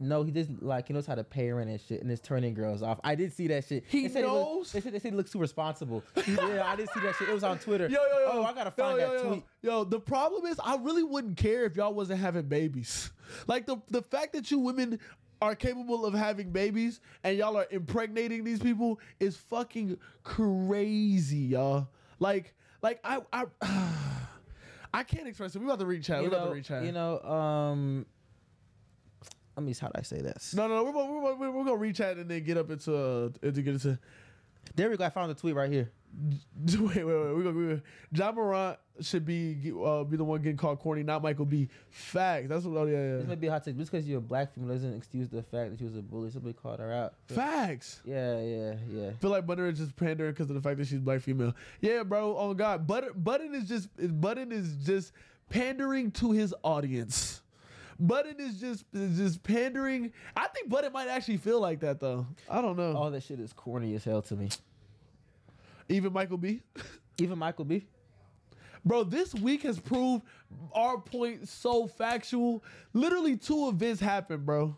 [SPEAKER 2] No, he doesn't. Like he knows how to pay rent and shit, and is turning girls off. I did see that shit.
[SPEAKER 1] He
[SPEAKER 2] they said look-
[SPEAKER 1] knows?
[SPEAKER 2] they said they said he looks too responsible. [LAUGHS] yeah, I did see that shit. It was on Twitter.
[SPEAKER 1] Yo, yo, yo.
[SPEAKER 2] Oh, I gotta
[SPEAKER 1] yo,
[SPEAKER 2] find that
[SPEAKER 1] yo, yo.
[SPEAKER 2] tweet.
[SPEAKER 1] Yo, the problem is I really wouldn't care if y'all wasn't having babies. [LAUGHS] Like the the fact that you women are capable of having babies and y'all are impregnating these people is fucking crazy, y'all. Like, like I I [SIGHS] I can't express it. We about to read chat. We
[SPEAKER 2] You
[SPEAKER 1] about to
[SPEAKER 2] know,
[SPEAKER 1] read chat.
[SPEAKER 2] you know, um, let me. How do I say this?
[SPEAKER 1] no, no, no. We're, gonna- we're, gonna- we're gonna read chat and then get up into uh, into get into. [LAUGHS]
[SPEAKER 2] There we go. I found the tweet right here.
[SPEAKER 1] Wait, wait, wait. We're gonna, we John Morant should be uh, be the one getting called corny, not Michael B. Facts. That's what. Oh yeah,
[SPEAKER 2] This
[SPEAKER 1] yeah.
[SPEAKER 2] may be a hot take. Just because you're a black female doesn't excuse the fact that she was a bully. Somebody called her out.
[SPEAKER 1] Facts.
[SPEAKER 2] Yeah, yeah, yeah.
[SPEAKER 1] feel like Button is just pandering because of the fact that she's black female. Yeah, bro. Oh God, Button Button is just Button is just pandering to his audience. Button is just is just pandering. I think Button might actually feel like that though. I don't know.
[SPEAKER 2] All that shit is corny as hell to me.
[SPEAKER 1] Even Michael B. [LAUGHS]
[SPEAKER 2] Even Michael B.
[SPEAKER 1] Bro, this week has proved our point so factual. Literally two events happened, bro.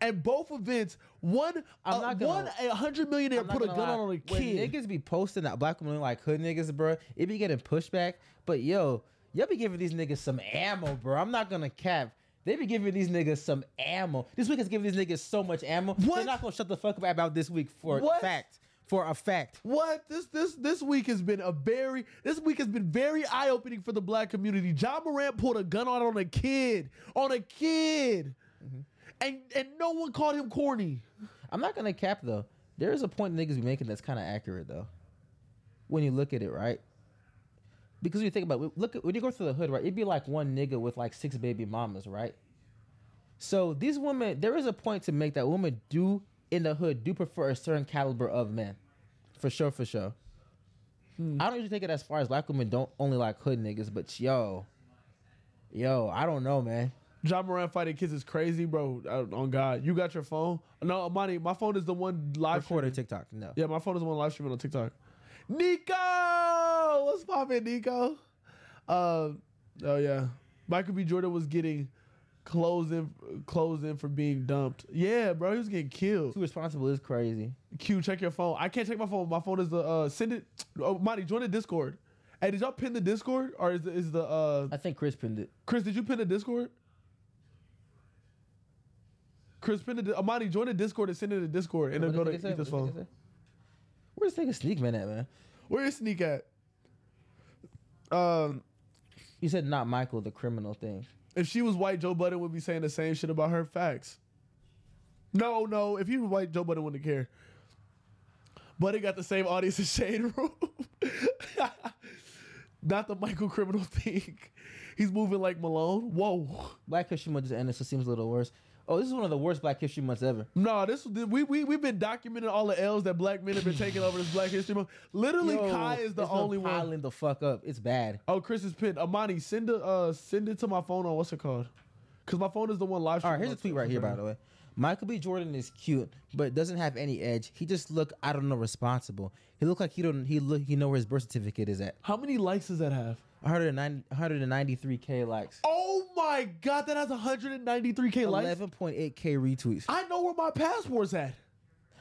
[SPEAKER 1] And both events, one,
[SPEAKER 2] I'm
[SPEAKER 1] uh,
[SPEAKER 2] not gonna-
[SPEAKER 1] one a hundred millionaire
[SPEAKER 2] I'm not
[SPEAKER 1] put a gun
[SPEAKER 2] gonna lie.
[SPEAKER 1] on a
[SPEAKER 2] When
[SPEAKER 1] kid.
[SPEAKER 2] niggas be posting that black women like hood niggas, bro, it be getting pushback. But yo, y'all be giving these niggas some ammo, bro. I'm not gonna cap. They be giving these niggas some ammo. This week has given these niggas so much ammo.
[SPEAKER 1] What?
[SPEAKER 2] They're not gonna shut the fuck up about this week for
[SPEAKER 1] What?
[SPEAKER 2] a fact. For a fact.
[SPEAKER 1] What this this this week has been a very this week has been very eye opening for the black community. John Morant pulled a gun out on a kid, on a kid, and and no one called him corny.
[SPEAKER 2] I'm not gonna cap though. There is a point niggas be making that's kind of accurate though, when you look at it, right? Because when you think about it, look at, when you go through the hood, right? It'd be like one nigga with like six baby mamas, right? So these women, there is a point to make that women do in the hood do prefer a certain caliber of men, for sure, for sure. I don't usually take it as far as black women don't only like hood niggas, but yo, yo, I don't know, man.
[SPEAKER 1] John Morant fighting kids is crazy, bro. Uh, On God, you got your phone? No, Amani, my phone is the one live
[SPEAKER 2] Recorder
[SPEAKER 1] streaming.
[SPEAKER 2] TikTok, no.
[SPEAKER 1] Yeah, my phone is the one live streaming on TikTok. Nico, what's poppin', Nico? Uh, oh yeah, Michael B. Jordan was getting closed in, closed in for being dumped. Yeah, bro, he was getting killed.
[SPEAKER 2] Too responsible is crazy.
[SPEAKER 1] Q, check your phone. I can't check my phone. My phone is the uh, send it. Oh, Monty, join the Discord. Hey, did y'all pin the Discord or is the, is the uh
[SPEAKER 2] I think Chris pinned it.
[SPEAKER 1] Chris? Did you pin the Discord? Chris, pin the Di- Amani, join the Discord and send it to Discord, and then go
[SPEAKER 2] What
[SPEAKER 1] to
[SPEAKER 2] did they say?
[SPEAKER 1] Ethan's
[SPEAKER 2] What did they
[SPEAKER 1] phone.
[SPEAKER 2] say? Where's this nigga sneak man at, man?
[SPEAKER 1] Where is Sneak at? Um,
[SPEAKER 2] You said not Michael, the criminal thing.
[SPEAKER 1] if she was white, Joe Budden would be saying the same shit about her facts. No, no. If he was white, Joe Budden wouldn't care. Budden got the same audience as Shade Room. [LAUGHS] Not the Michael criminal thing. He's moving like Malone. Whoa.
[SPEAKER 2] Black Christian Mother's Anderson seems a little worse. Oh, this is one of the worst Black History Months ever.
[SPEAKER 1] No, this we we we've been documenting all the L's that black men have been taking over this Black History Month. Literally,
[SPEAKER 2] Yo,
[SPEAKER 1] Kai is the
[SPEAKER 2] it's been
[SPEAKER 1] only one.
[SPEAKER 2] piling the fuck up. It's bad.
[SPEAKER 1] Oh, Chris is pinned. Amani, send a, uh send it to my phone on what's it called? Because my phone is the one live.
[SPEAKER 2] All right,
[SPEAKER 1] streaming
[SPEAKER 2] here's a
[SPEAKER 1] on
[SPEAKER 2] tweet right here, by the way. Michael B. Jordan is cute, but doesn't have any edge. He just look, I don't know, responsible. He look like he don't. He look. He know where his birth certificate is at.
[SPEAKER 1] How many likes does that have?
[SPEAKER 2] 190 193k likes,
[SPEAKER 1] Oh my god, that has 193k likes.
[SPEAKER 2] 11.8k retweets.
[SPEAKER 1] I know where my passport's at.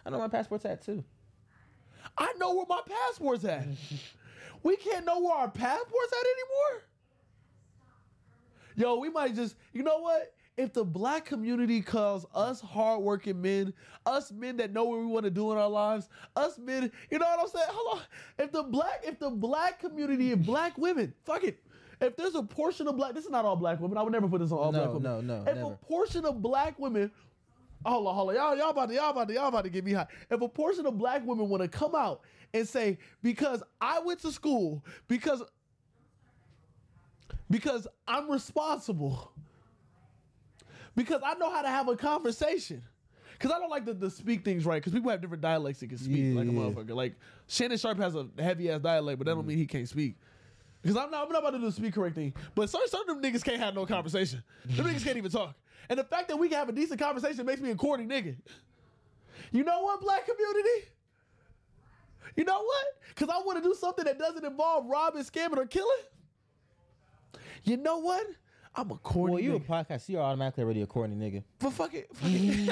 [SPEAKER 2] I know my passport's at too.
[SPEAKER 1] I know where my passport's
[SPEAKER 2] [LAUGHS]
[SPEAKER 1] at. we can't know where our passport's at anymore. Yo, we might just, you know what? If the black community calls us hardworking men, us men that know what we want to do in our lives, us men, you know what I'm saying? Hold on. If the black, if the black community and black women, fuck it. If there's a portion of black, this is not all black women. I would never put this on all
[SPEAKER 2] No,
[SPEAKER 1] black women.
[SPEAKER 2] no, no,
[SPEAKER 1] If
[SPEAKER 2] never.
[SPEAKER 1] a portion of black women Hold on, hold on. Y'all, y'all about to, y'all about to, y'all about to get me hot. If a portion of black women want to come out and say, because I went to school, because because I'm responsible, because I know how to have a conversation. Because I don't like to, to speak things right, because people have different dialects that can speak
[SPEAKER 2] Yeah,
[SPEAKER 1] like a
[SPEAKER 2] yeah.
[SPEAKER 1] motherfucker. Like Shannon Sharp has a heavy ass dialect, but that don't mean he can't speak. Because I'm not, I'm not about to do the speak correct thing. But certain, certain them niggas can't have no conversation. Them niggas can't even talk. And the fact that we can have a decent conversation makes me a corny nigga. You know what, black community? You know what? Because I want to do something that doesn't involve robbing, scamming, or killing. You know what? I'm a corny
[SPEAKER 2] Well, you a
[SPEAKER 1] nigga.
[SPEAKER 2] podcast, you're automatically already a corny nigga.
[SPEAKER 1] But fuck it. Fuck it.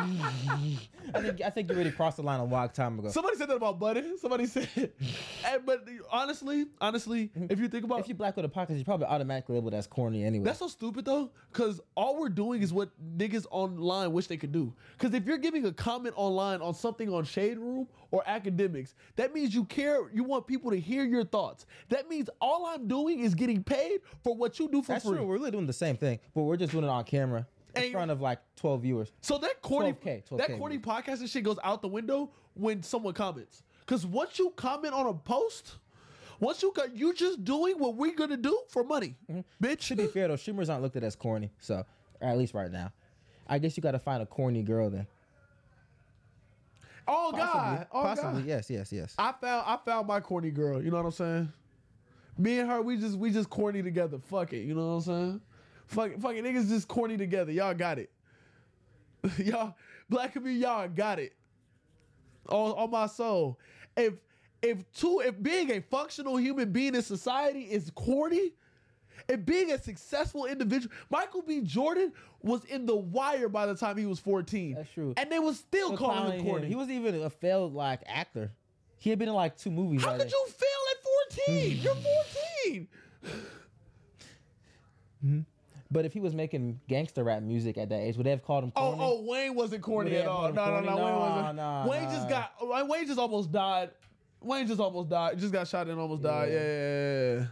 [SPEAKER 2] I think I think you already crossed the line a long time
[SPEAKER 1] [LAUGHS]
[SPEAKER 2] ago.
[SPEAKER 1] Somebody said that about Buddy. Somebody said, [LAUGHS] Hey, but honestly, honestly, if you think about
[SPEAKER 2] if you black with a podcast, you're probably automatically labeled as corny anyway.
[SPEAKER 1] That's so stupid though, because all we're doing is what niggas online wish they could do. Because if you're giving a comment online on something on Shade Room or academics, that means you care. You want people to hear your thoughts. That means all I'm doing is getting paid for what you do for
[SPEAKER 2] That's
[SPEAKER 1] free.
[SPEAKER 2] true. We're really doing the same thing, but we're just doing it on camera in
[SPEAKER 1] And-
[SPEAKER 2] front of like 12 viewers.
[SPEAKER 1] So that corny,
[SPEAKER 2] 12K, 12K,
[SPEAKER 1] that corny podcast and shit goes out the window when someone comments. Because once you comment on a post, once you got, you just doing what we're gonna do for money, bitch.
[SPEAKER 2] To Mm-hmm. be fair though, streamers aren't looked at as corny, so or at least right now. I guess you got to find a corny girl then.
[SPEAKER 1] oh god, oh
[SPEAKER 2] possibly.
[SPEAKER 1] god.
[SPEAKER 2] Yes, yes, yes.
[SPEAKER 1] I found I found my corny girl. You know what I'm saying? Me and her, we just we just corny together. Fuck it. You know what I'm saying? Fuck it, fuck it. Niggas just corny together. Y'all got it. [LAUGHS] y'all black community, y'all got it. On on my soul. If if two if being a functional human being in society is corny, and being a successful individual, Michael B. Jordan was in the wire by the time he was 14.
[SPEAKER 2] That's true.
[SPEAKER 1] And they was still
[SPEAKER 2] Still
[SPEAKER 1] calling
[SPEAKER 2] clowning
[SPEAKER 1] him
[SPEAKER 2] him.
[SPEAKER 1] corny.
[SPEAKER 2] He wasn't even a failed like actor. He had been in like two movies.
[SPEAKER 1] How
[SPEAKER 2] by
[SPEAKER 1] could
[SPEAKER 2] then.
[SPEAKER 1] you fail at 14? You're 14.
[SPEAKER 2] But if he was making gangster rap music at that age, would they have called him
[SPEAKER 1] [LAUGHS] Oh,
[SPEAKER 2] corny?
[SPEAKER 1] oh, Wayne wasn't corny
[SPEAKER 2] Yeah,
[SPEAKER 1] at all.
[SPEAKER 2] wasn't
[SPEAKER 1] No, no,
[SPEAKER 2] corny.
[SPEAKER 1] no, Wayne
[SPEAKER 2] Nah,
[SPEAKER 1] wasn't.
[SPEAKER 2] nah,
[SPEAKER 1] Wayne
[SPEAKER 2] nah.
[SPEAKER 1] just got Wayne- Wayne just almost died. Wayne just almost died. Just got shot and almost died. Yeah,
[SPEAKER 2] Yeah.
[SPEAKER 1] yeah, yeah, yeah.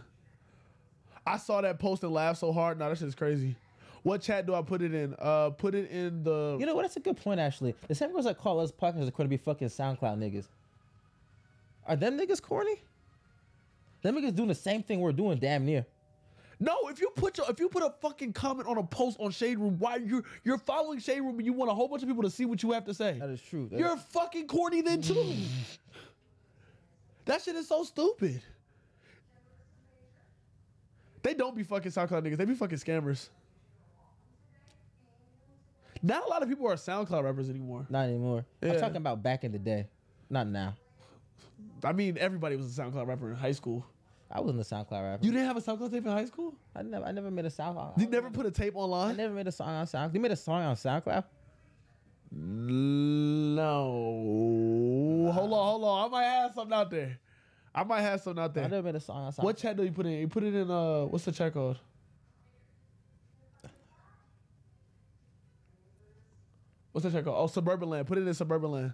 [SPEAKER 1] I saw that post and laughed so hard. Nah, that shit's crazy. What chat do I put it in? Uh, put it in the.
[SPEAKER 2] You know what? That's a good point, actually. The same girls that call us podcasters are going to be fucking SoundCloud niggas. Are them niggas corny? Them niggas doing the same thing we're doing, damn near.
[SPEAKER 1] no, if you put your if you put a fucking comment on a post on Shade Room, why you you're following Shade Room and you want a whole bunch of people to see what you have to say?
[SPEAKER 2] That is true. That-
[SPEAKER 1] You're fucking corny then too. that shit is so stupid. They don't be fucking SoundCloud niggas. They be fucking scammers. Not a lot of people are SoundCloud rappers anymore.
[SPEAKER 2] Not anymore.
[SPEAKER 1] Yeah.
[SPEAKER 2] I'm talking about back in the day, not now.
[SPEAKER 1] I mean, everybody was a SoundCloud rapper in high school.
[SPEAKER 2] I wasn't a SoundCloud rapper.
[SPEAKER 1] You didn't have a SoundCloud tape in high school?
[SPEAKER 2] I never, I never made a SoundCloud.
[SPEAKER 1] You never put a tape
[SPEAKER 2] I
[SPEAKER 1] online?
[SPEAKER 2] never made a song on SoundCloud. You made a song on SoundCloud.
[SPEAKER 1] No. Hold on, hold on. I might have something out there. I might have something out
[SPEAKER 2] I
[SPEAKER 1] there.
[SPEAKER 2] never made a song on SoundCloud.
[SPEAKER 1] What chat do you put in? You put it in uh what's the chat called? What's that chat called? Oh, Suburban Land. Put it in Suburban Land.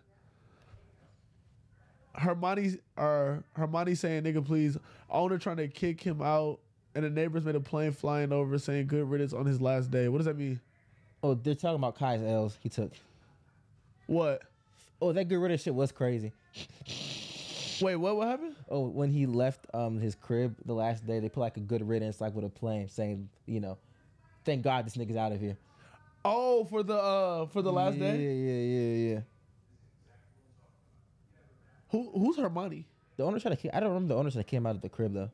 [SPEAKER 1] Hermione or Hermione saying, nigga, please. Owner trying to kick him out. And the neighbors made a plane flying over saying good riddance on his last day. What does that mean?
[SPEAKER 2] Oh, they're talking about Kai's L's he took.
[SPEAKER 1] What?
[SPEAKER 2] Oh, that get rid of shit was crazy.
[SPEAKER 1] Wait, what what happened?
[SPEAKER 2] Oh, when he left um his crib the last day, they put like a good riddance like with a plane saying, you know, thank God this nigga's out of here.
[SPEAKER 1] Oh, for the uh for the last
[SPEAKER 2] yeah,
[SPEAKER 1] day.
[SPEAKER 2] Yeah, yeah, yeah.
[SPEAKER 1] Who who's Hermione?
[SPEAKER 2] The owner tried to. Kick, I don't remember the owner tried to kick him out of the crib though.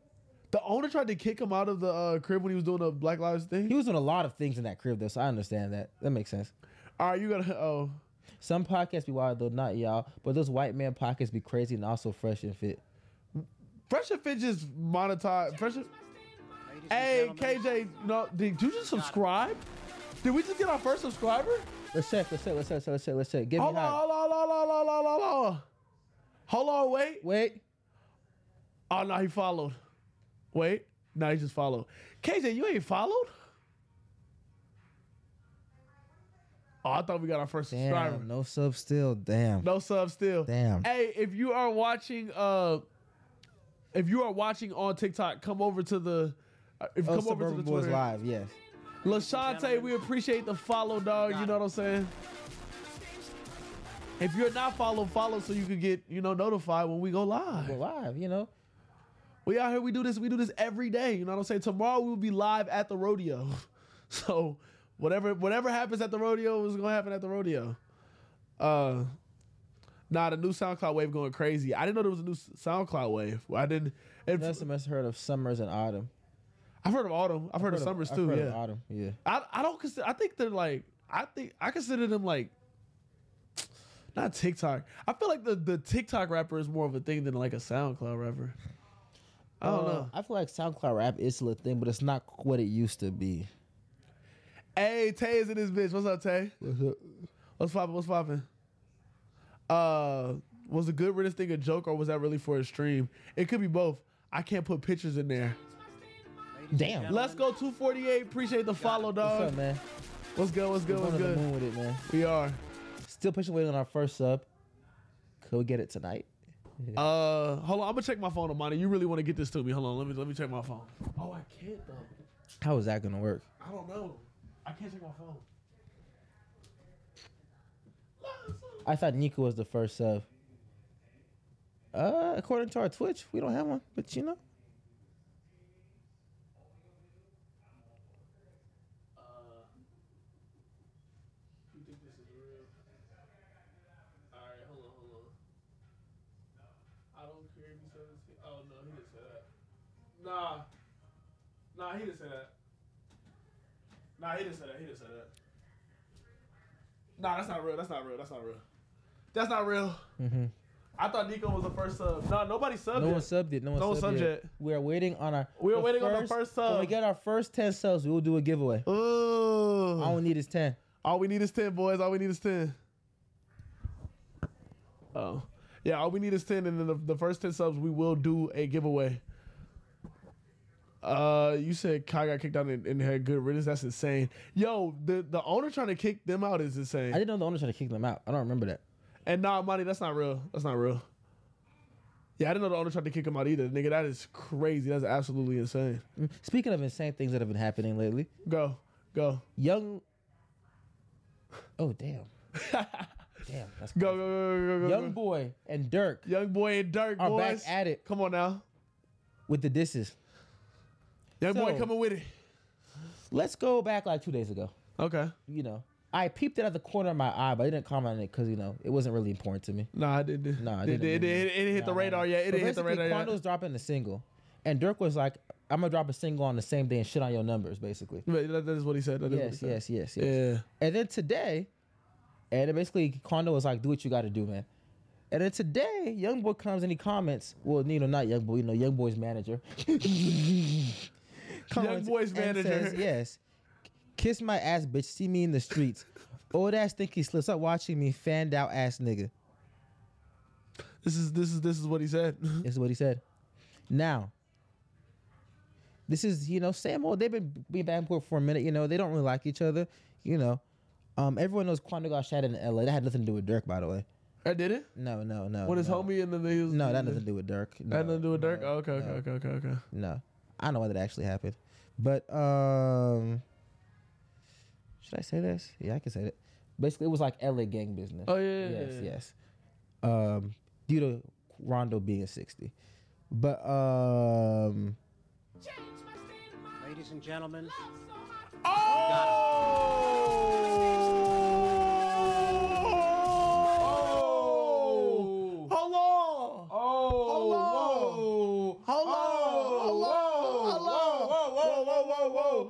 [SPEAKER 1] The owner tried to kick him out of the uh, crib when he was doing the Black Lives thing.
[SPEAKER 2] He was doing a lot of things in that crib though, so I understand that. That makes sense.
[SPEAKER 1] All right, you gotta. [LAUGHS] Oh,
[SPEAKER 2] Some podcasts be wild though, not y'all, but those white man podcasts be crazy and also fresh and fit.
[SPEAKER 1] Fresh and Fit just monetized. Fresh. And, hey, KJ, no, did you just subscribe? Did we just get our first subscriber?
[SPEAKER 2] Let's check. Let's check. Let's check. Let's check. Let's check. Give me
[SPEAKER 1] Hold on,
[SPEAKER 2] high.
[SPEAKER 1] hold on, hold on, hold on, hold on, hold on. Hold on, wait.
[SPEAKER 2] Wait.
[SPEAKER 1] Oh no, he followed. Wait, no, he just followed. KJ, you ain't followed. Oh, I thought we got our first subscriber.
[SPEAKER 2] Damn. No sub still. Damn.
[SPEAKER 1] No sub still.
[SPEAKER 2] Damn.
[SPEAKER 1] Hey, if you are watching, uh, if you are watching on TikTok, come over to the. uh, If you
[SPEAKER 2] Oh,
[SPEAKER 1] come over to the
[SPEAKER 2] Suburban Boys
[SPEAKER 1] Twitter.
[SPEAKER 2] live. Yes.
[SPEAKER 1] Lashante, we appreciate the follow, dog. You know what I'm saying? If you're not followed, follow so you can get you know notified when we go
[SPEAKER 2] We're
[SPEAKER 1] live.
[SPEAKER 2] live. You know.
[SPEAKER 1] We out here, we do this, we do this every day. You know what I'm saying? Tomorrow we will be live at the rodeo. [LAUGHS] So whatever whatever happens at the rodeo is gonna happen at the rodeo. Uh nah, the new SoundCloud wave going crazy. I didn't know there was a new S- SoundCloud wave. I didn't if,
[SPEAKER 2] None of us must heard of summers and autumn.
[SPEAKER 1] I've heard of autumn. I've heard, of summers
[SPEAKER 2] I've
[SPEAKER 1] too.
[SPEAKER 2] heard of
[SPEAKER 1] yeah.
[SPEAKER 2] autumn. Yeah.
[SPEAKER 1] I I don't consider. I think they're like. I think I consider them like. Not TikTok. I feel like the the TikTok rapper is more of a thing than like a SoundCloud rapper. I don't
[SPEAKER 2] Uh,
[SPEAKER 1] know.
[SPEAKER 2] I feel like SoundCloud rap is still a thing, but it's not what it used to be.
[SPEAKER 1] Hey, Tay is in this bitch. What's up, Tay? What's up? What's poppin'? What's poppin'? Uh, was the good riddance thing a joke or was that really for a stream? It could be both. I can't put pictures in there.
[SPEAKER 2] Damn.
[SPEAKER 1] Let's go 248. Appreciate the follow,
[SPEAKER 2] What's
[SPEAKER 1] dog.
[SPEAKER 2] up, man?
[SPEAKER 1] What's good? What's good?
[SPEAKER 2] Going
[SPEAKER 1] What's
[SPEAKER 2] to the
[SPEAKER 1] good?
[SPEAKER 2] moon with it, man.
[SPEAKER 1] We are.
[SPEAKER 2] Still pushing weight on our first sub. Could we get it tonight?
[SPEAKER 1] Uh, hold on. I'm gonna check my phone, Amani. You really want to get this to me? Hold on. Let me let me check my phone. Oh, I can't though.
[SPEAKER 2] How is that gonna work?
[SPEAKER 1] I don't know. I can't check my phone.
[SPEAKER 2] I thought Nico was the first sub. Uh, according to our Twitch, we don't have one, but you know.
[SPEAKER 1] You think this is real? All right, hold on, hold on. I don't care if he said this. Oh no, he didn't say that. Nah, nah, he didn't say that. Nah, he didn't say that. He didn't say that. Nah, that's not real. That's not real. That's not real. That's not real. I thought Nico was the first sub. Nah, nobody subbed.
[SPEAKER 2] Mm-hmm. No one
[SPEAKER 1] yet.
[SPEAKER 2] subbed it. No one
[SPEAKER 1] No one
[SPEAKER 2] subbed
[SPEAKER 1] subbed
[SPEAKER 2] yet.
[SPEAKER 1] yet.
[SPEAKER 2] We are waiting on our.
[SPEAKER 1] We are waiting on the first
[SPEAKER 2] When we
[SPEAKER 1] sub.
[SPEAKER 2] get our first ten subs, we will do a giveaway.
[SPEAKER 1] Ooh.
[SPEAKER 2] All we need is ten.
[SPEAKER 1] All we need is 10, boys. All we need is 10. Oh. Yeah, all we need is 10, and then the, the first 10 subs, we will do a giveaway. Uh, you said Kai got kicked out and, and had good riddance. That's insane. Yo, the, the owner trying to kick them out is
[SPEAKER 2] I
[SPEAKER 1] insane.
[SPEAKER 2] didn't know the owner tried to kick them out. I don't remember that.
[SPEAKER 1] And nah, money, that's not real. That's not real. Yeah, I didn't know the owner tried to kick him out either. Nigga, that is crazy. That's absolutely insane.
[SPEAKER 2] Mm, Speaking of insane things that have been happening lately,
[SPEAKER 1] Go, go,
[SPEAKER 2] young. Oh
[SPEAKER 1] [LAUGHS]
[SPEAKER 2] damn. damn. That's
[SPEAKER 1] go, go, go, go, go. go.
[SPEAKER 2] Young boy and Dirk
[SPEAKER 1] Young boy and Dirk,
[SPEAKER 2] Are back
[SPEAKER 1] boys.
[SPEAKER 2] at it.
[SPEAKER 1] Come on now.
[SPEAKER 2] with the disses.
[SPEAKER 1] Young boy
[SPEAKER 2] So-
[SPEAKER 1] coming with it.
[SPEAKER 2] Let's go back like two days ago.
[SPEAKER 1] Okay.
[SPEAKER 2] You know, I peeped it out the corner of my eye, but I didn't comment on it because you know it wasn't really important to me.
[SPEAKER 1] Nah, it didn't.
[SPEAKER 2] Nah, it
[SPEAKER 1] it,
[SPEAKER 2] didn't
[SPEAKER 1] did- it,
[SPEAKER 2] really-
[SPEAKER 1] did- it, didn't hit the
[SPEAKER 2] nah.
[SPEAKER 1] radar yet. It
[SPEAKER 2] But
[SPEAKER 1] didn't hit the
[SPEAKER 2] basically,
[SPEAKER 1] radar yet.
[SPEAKER 2] Quando's dropping a single, and Dirk was like, "I'm gonna drop a single on the same day and shit on your numbers," basically.
[SPEAKER 1] But that- that is what he said. That is what he
[SPEAKER 2] Yes,
[SPEAKER 1] said.
[SPEAKER 2] yes, yes, yes.
[SPEAKER 1] Yeah.
[SPEAKER 2] And then today, and then basically Kondo was like, "Do what you got to do, man." And then today, Young Boy comes and he comments. Well, you know, not Young Boy, you know, Young
[SPEAKER 1] [LAUGHS]
[SPEAKER 2] Boy's manager. Comments
[SPEAKER 1] Boy's
[SPEAKER 2] and
[SPEAKER 1] manager.
[SPEAKER 2] says, yes. Kiss my ass, bitch. See me in the streets. Old ass think he slips up watching me. Fanned out ass nigga.
[SPEAKER 1] This is this is this is what he said. [LAUGHS]
[SPEAKER 2] This is what he said. Now, this is you know same old. They've been being back and forth for a minute. You know they don't really like each other. You know, um, everyone knows Quando got shot in L.A. That had nothing to do with Dirk, by the way.
[SPEAKER 1] I did it.
[SPEAKER 2] No, no, no.
[SPEAKER 1] When his
[SPEAKER 2] no.
[SPEAKER 1] homie and then he was
[SPEAKER 2] No, that had nothing to do with Dirk. No,
[SPEAKER 1] That had nothing to do with Dirk. Oh, okay, okay, okay, okay, okay.
[SPEAKER 2] no, I don't know why that actually happened. But um, should I say this? Yeah, I can say it. Basically, it was like L.A. gang business.
[SPEAKER 1] Oh yeah, yeah,
[SPEAKER 2] yes,
[SPEAKER 1] yeah, yeah.
[SPEAKER 2] yes. Um, due to Rondo being sixty, but um.
[SPEAKER 7] Ladies and gentlemen,
[SPEAKER 1] Oh!
[SPEAKER 2] Oh,
[SPEAKER 1] hold on.
[SPEAKER 2] Oh.
[SPEAKER 1] Hold on. Hold on. Hold on.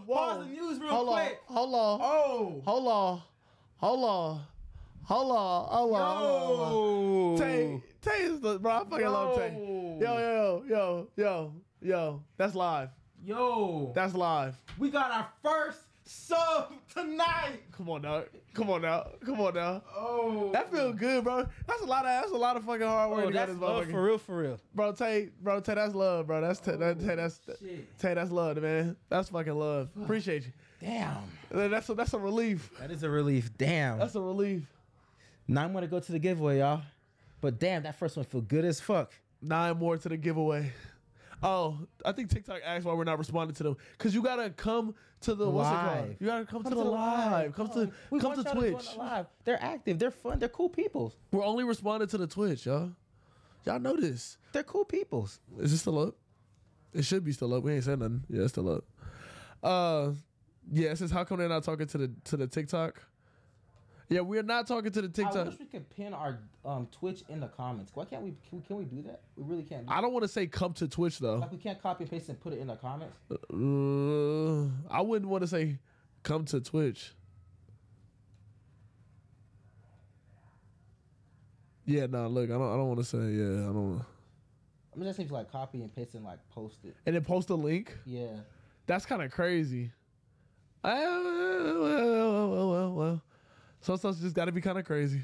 [SPEAKER 1] Hold on. Hold on. Tay, Tay is the bro. I fucking love Tay. Yo, yo, yo, yo, yo, yo. That's live.
[SPEAKER 2] Yo.
[SPEAKER 1] That's live.
[SPEAKER 2] we got our first sub tonight.
[SPEAKER 1] Come on now. Come on now. Come on now.
[SPEAKER 2] Oh.
[SPEAKER 1] That feel good, bro. That's a lot of that's a lot of fucking hard work.
[SPEAKER 2] Oh,
[SPEAKER 1] to got
[SPEAKER 2] that's
[SPEAKER 1] this
[SPEAKER 2] love
[SPEAKER 1] motherfucker.
[SPEAKER 2] for real, for real. Oh,
[SPEAKER 1] Bro, Tay, bro, Tay, that's love, bro. That's Tay, that, Tay that's
[SPEAKER 2] shit.
[SPEAKER 1] Tay, that's love, man. That's fucking love. Appreciate you.
[SPEAKER 2] Damn.
[SPEAKER 1] That's a, that's a relief.
[SPEAKER 2] That is a relief. Damn.
[SPEAKER 1] That's a relief.
[SPEAKER 2] now I'm gonna go to the giveaway, y'all. But damn, that first one feel good as fuck.
[SPEAKER 1] Nine more to the giveaway. Oh, I think TikTok asked why we're not responding to them. Cause you gotta come to the what's it called?
[SPEAKER 2] Live.
[SPEAKER 1] You gotta come, to, the live. Come to
[SPEAKER 2] we
[SPEAKER 1] come
[SPEAKER 2] want
[SPEAKER 1] to
[SPEAKER 2] y'all join
[SPEAKER 1] Twitch.
[SPEAKER 2] the live. They're active. They're fun. They're cool peoples.
[SPEAKER 1] We're only responding to the Twitch, y'all. Y'all know this.
[SPEAKER 2] They're cool peoples.
[SPEAKER 1] Is this still up? It should be still up. We ain't said nothing. Yeah, it's still up. Uh, yeah. It says how come they're not talking to the to the TikTok? Yeah, we're not talking to the
[SPEAKER 2] I
[SPEAKER 1] TikTok.
[SPEAKER 2] wish we could pin our um, Twitch in the comments. Why can't we? Can, can we do that? We really can't. Do
[SPEAKER 1] I don't want to say come to Twitch though.
[SPEAKER 2] Like we can't copy and paste and put it in the comments.
[SPEAKER 1] Uh, I wouldn't want to say come to Twitch. Yeah, no. look, I don't. I don't want to say. Yeah, I don't. wanna-
[SPEAKER 2] I'm just saying, if you like copy and paste and like post it.
[SPEAKER 1] And then post a link.
[SPEAKER 2] Yeah.
[SPEAKER 1] That's kind of crazy. Ah, Well, well, well, well, well. Some stuff's just got to be kind of crazy.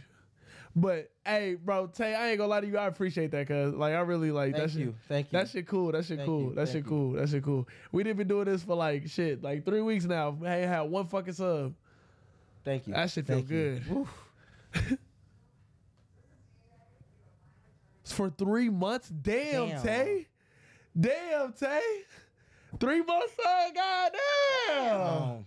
[SPEAKER 1] But hey, bro, Tay, I ain't gonna lie to you. I appreciate that, cause like I really like that
[SPEAKER 2] Thank
[SPEAKER 1] shit.
[SPEAKER 2] you. Thank you.
[SPEAKER 1] That shit cool. That shit
[SPEAKER 2] Thank
[SPEAKER 1] cool.
[SPEAKER 2] you.
[SPEAKER 1] That
[SPEAKER 2] Thank
[SPEAKER 1] shit
[SPEAKER 2] you.
[SPEAKER 1] cool. That shit cool. We didn't been doing this for like shit, like three weeks now. I ain't had one fucking sub.
[SPEAKER 2] Thank you.
[SPEAKER 1] That shit feel
[SPEAKER 2] Thank you.
[SPEAKER 1] good. [LAUGHS] for three months. Damn,
[SPEAKER 2] Damn.
[SPEAKER 1] Tay. Damn, Tay. Three months up. God damn.
[SPEAKER 2] Um,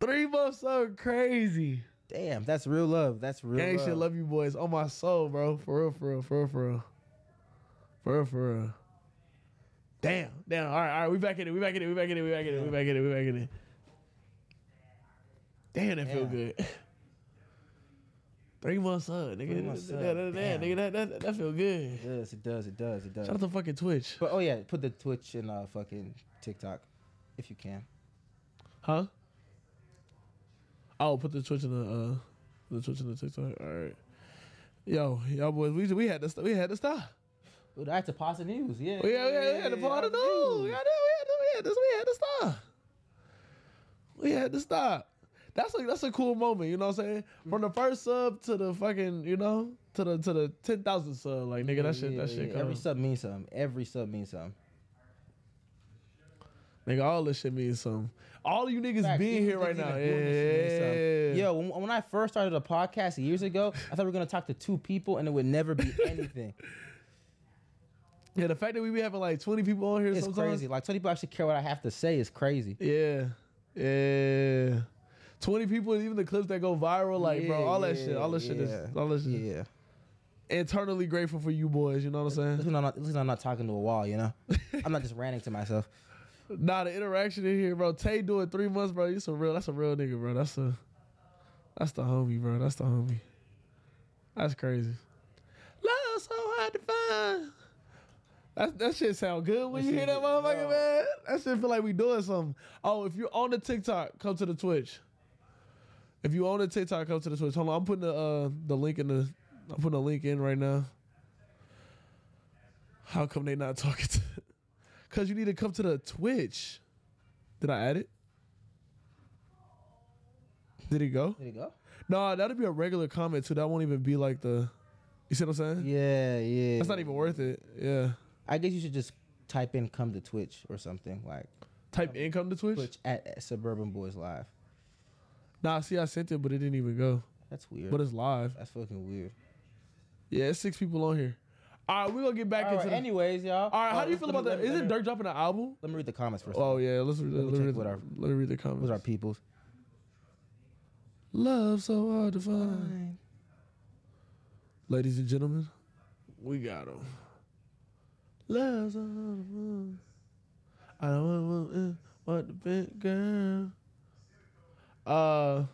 [SPEAKER 1] Three months up. Crazy.
[SPEAKER 2] damn, that's real love. That's real.
[SPEAKER 1] Gang
[SPEAKER 2] love.
[SPEAKER 1] shit, love you boys. On my soul, bro. For real, for real, for real, for real. For real, for real. Damn, damn. All right, all right. We back in it. We back in it. We back in it. We back in it. We back in it. We back in it. Damn, that feel
[SPEAKER 2] Damn.
[SPEAKER 1] good. Three months up, nigga.
[SPEAKER 2] Three months
[SPEAKER 1] Yeah,
[SPEAKER 2] up,
[SPEAKER 1] yeah, yeah,
[SPEAKER 2] damn.
[SPEAKER 1] nigga, that, that, that feel good.
[SPEAKER 2] It does. It does. It does. It does.
[SPEAKER 1] Shout out to fucking Twitch.
[SPEAKER 2] But oh yeah, put the Twitch and uh, fucking TikTok, if you can.
[SPEAKER 1] Huh? Oh, put the Twitch in the uh, the Twitch in the TikTok. All right, yo, y'all boys, we we had to st- we had to stop.
[SPEAKER 2] Ooh, I had to pause the news. Yeah.
[SPEAKER 1] We had, we had, we had to part of those. We had to, we had to, we had to, we had to stop. We had to stop. That's a that's a cool moment, you know what I'm saying? From the first sub to the fucking, you know, to the to the ten thousand sub, like nigga, that shit, that shit,
[SPEAKER 2] Every
[SPEAKER 1] come.
[SPEAKER 2] sub means something. Every sub means something.
[SPEAKER 1] nigga, all this shit means something. All you niggas
[SPEAKER 2] Facts.
[SPEAKER 1] being
[SPEAKER 2] Even
[SPEAKER 1] here
[SPEAKER 2] just
[SPEAKER 1] right
[SPEAKER 2] even
[SPEAKER 1] now,
[SPEAKER 2] doing this shit means
[SPEAKER 1] yeah,
[SPEAKER 2] something. Yo, when, when I first started a podcast years ago, I thought we were gonna talk to two people and it would
[SPEAKER 1] [LAUGHS]
[SPEAKER 2] never be anything.
[SPEAKER 1] yeah. The fact that we be having like twenty people on here
[SPEAKER 2] it's
[SPEAKER 1] sometimes,
[SPEAKER 2] crazy. Like twenty people actually care what I have to say is crazy.
[SPEAKER 1] yeah, yeah. Twenty people, even the clips that go viral, like bro,
[SPEAKER 2] Yeah,
[SPEAKER 1] all that
[SPEAKER 2] yeah,
[SPEAKER 1] shit, all that shit is,
[SPEAKER 2] yeah,
[SPEAKER 1] all that shit.
[SPEAKER 2] Yeah.
[SPEAKER 1] Internally grateful for you boys, you know what I'm saying? [LAUGHS]
[SPEAKER 2] At least I'm not, at least I'm not talking to a wall, you know? I'm not just ranting to myself.
[SPEAKER 1] Nah, the interaction in here, bro. Tay doing three months, bro. You some real. That's a real nigga, bro. That's a. That's the homie, bro. That's the homie. That's crazy. Love so hard to find. That, that shit sound good when you hear that motherfucker, man. That shit feel like we doing something. Oh, if you're on the TikTok, come to the Twitch. If you on the TikTok, come to the Twitch. Hold on, I'm putting the uh, the link in the. I'm putting the link in right now. How come they not talking to? [LAUGHS] Cause you need to come to the Twitch. Did I add it? Did it go?
[SPEAKER 2] There you go.
[SPEAKER 1] No, that'll be a regular comment too. That won't even be like the. You see what I'm saying?
[SPEAKER 2] Yeah, yeah.
[SPEAKER 1] That's not even worth it. Yeah.
[SPEAKER 2] I guess you should just type in "come to Twitch" or something like
[SPEAKER 1] Type income to Twitch.
[SPEAKER 2] Twitch at, at Suburban Boys Live.
[SPEAKER 1] Nah, see, I sent it, but it didn't even go.
[SPEAKER 2] That's weird.
[SPEAKER 1] But it's live.
[SPEAKER 2] That's fucking weird.
[SPEAKER 1] Yeah, it's six people on here. All right, we're gonna get back
[SPEAKER 2] All
[SPEAKER 1] into.
[SPEAKER 2] right,
[SPEAKER 1] the,
[SPEAKER 2] anyways,
[SPEAKER 1] all
[SPEAKER 2] y'all.
[SPEAKER 1] right, how
[SPEAKER 2] Uh,
[SPEAKER 1] do you feel
[SPEAKER 2] let me-
[SPEAKER 1] about that?
[SPEAKER 2] let me-
[SPEAKER 1] Is
[SPEAKER 2] let
[SPEAKER 1] it
[SPEAKER 2] me-
[SPEAKER 1] Dirk dropping an album?
[SPEAKER 2] Let me read the comments first.
[SPEAKER 1] Oh yeah, let's read.
[SPEAKER 2] Let me
[SPEAKER 1] Let, us
[SPEAKER 2] check
[SPEAKER 1] read,
[SPEAKER 2] what our-
[SPEAKER 1] the- let me read the comments.
[SPEAKER 2] Those are peoples.
[SPEAKER 1] Love so hard to find. Ladies and gentlemen, we got them. Love's all around. I don't want to want the big girl. Uh,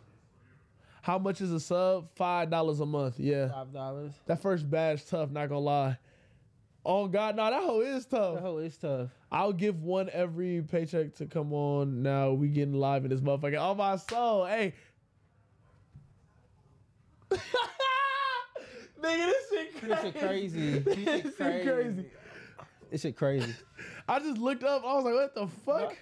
[SPEAKER 1] how much is a sub? Five dollars a month. Yeah,
[SPEAKER 2] Five dollars.
[SPEAKER 1] that first badge tough. Not gonna lie. Oh God, nah, that hoe is tough.
[SPEAKER 2] That hoe is tough.
[SPEAKER 1] I'll give one every paycheck to come on. Now we getting live in this motherfucker. Oh my soul, hey. [LAUGHS] Nigga, [LAUGHS] this shit crazy.
[SPEAKER 2] This shit crazy. This
[SPEAKER 1] This
[SPEAKER 2] shit
[SPEAKER 1] shit crazy.
[SPEAKER 2] crazy. This shit crazy.
[SPEAKER 1] I just looked up. I was like, what the fuck?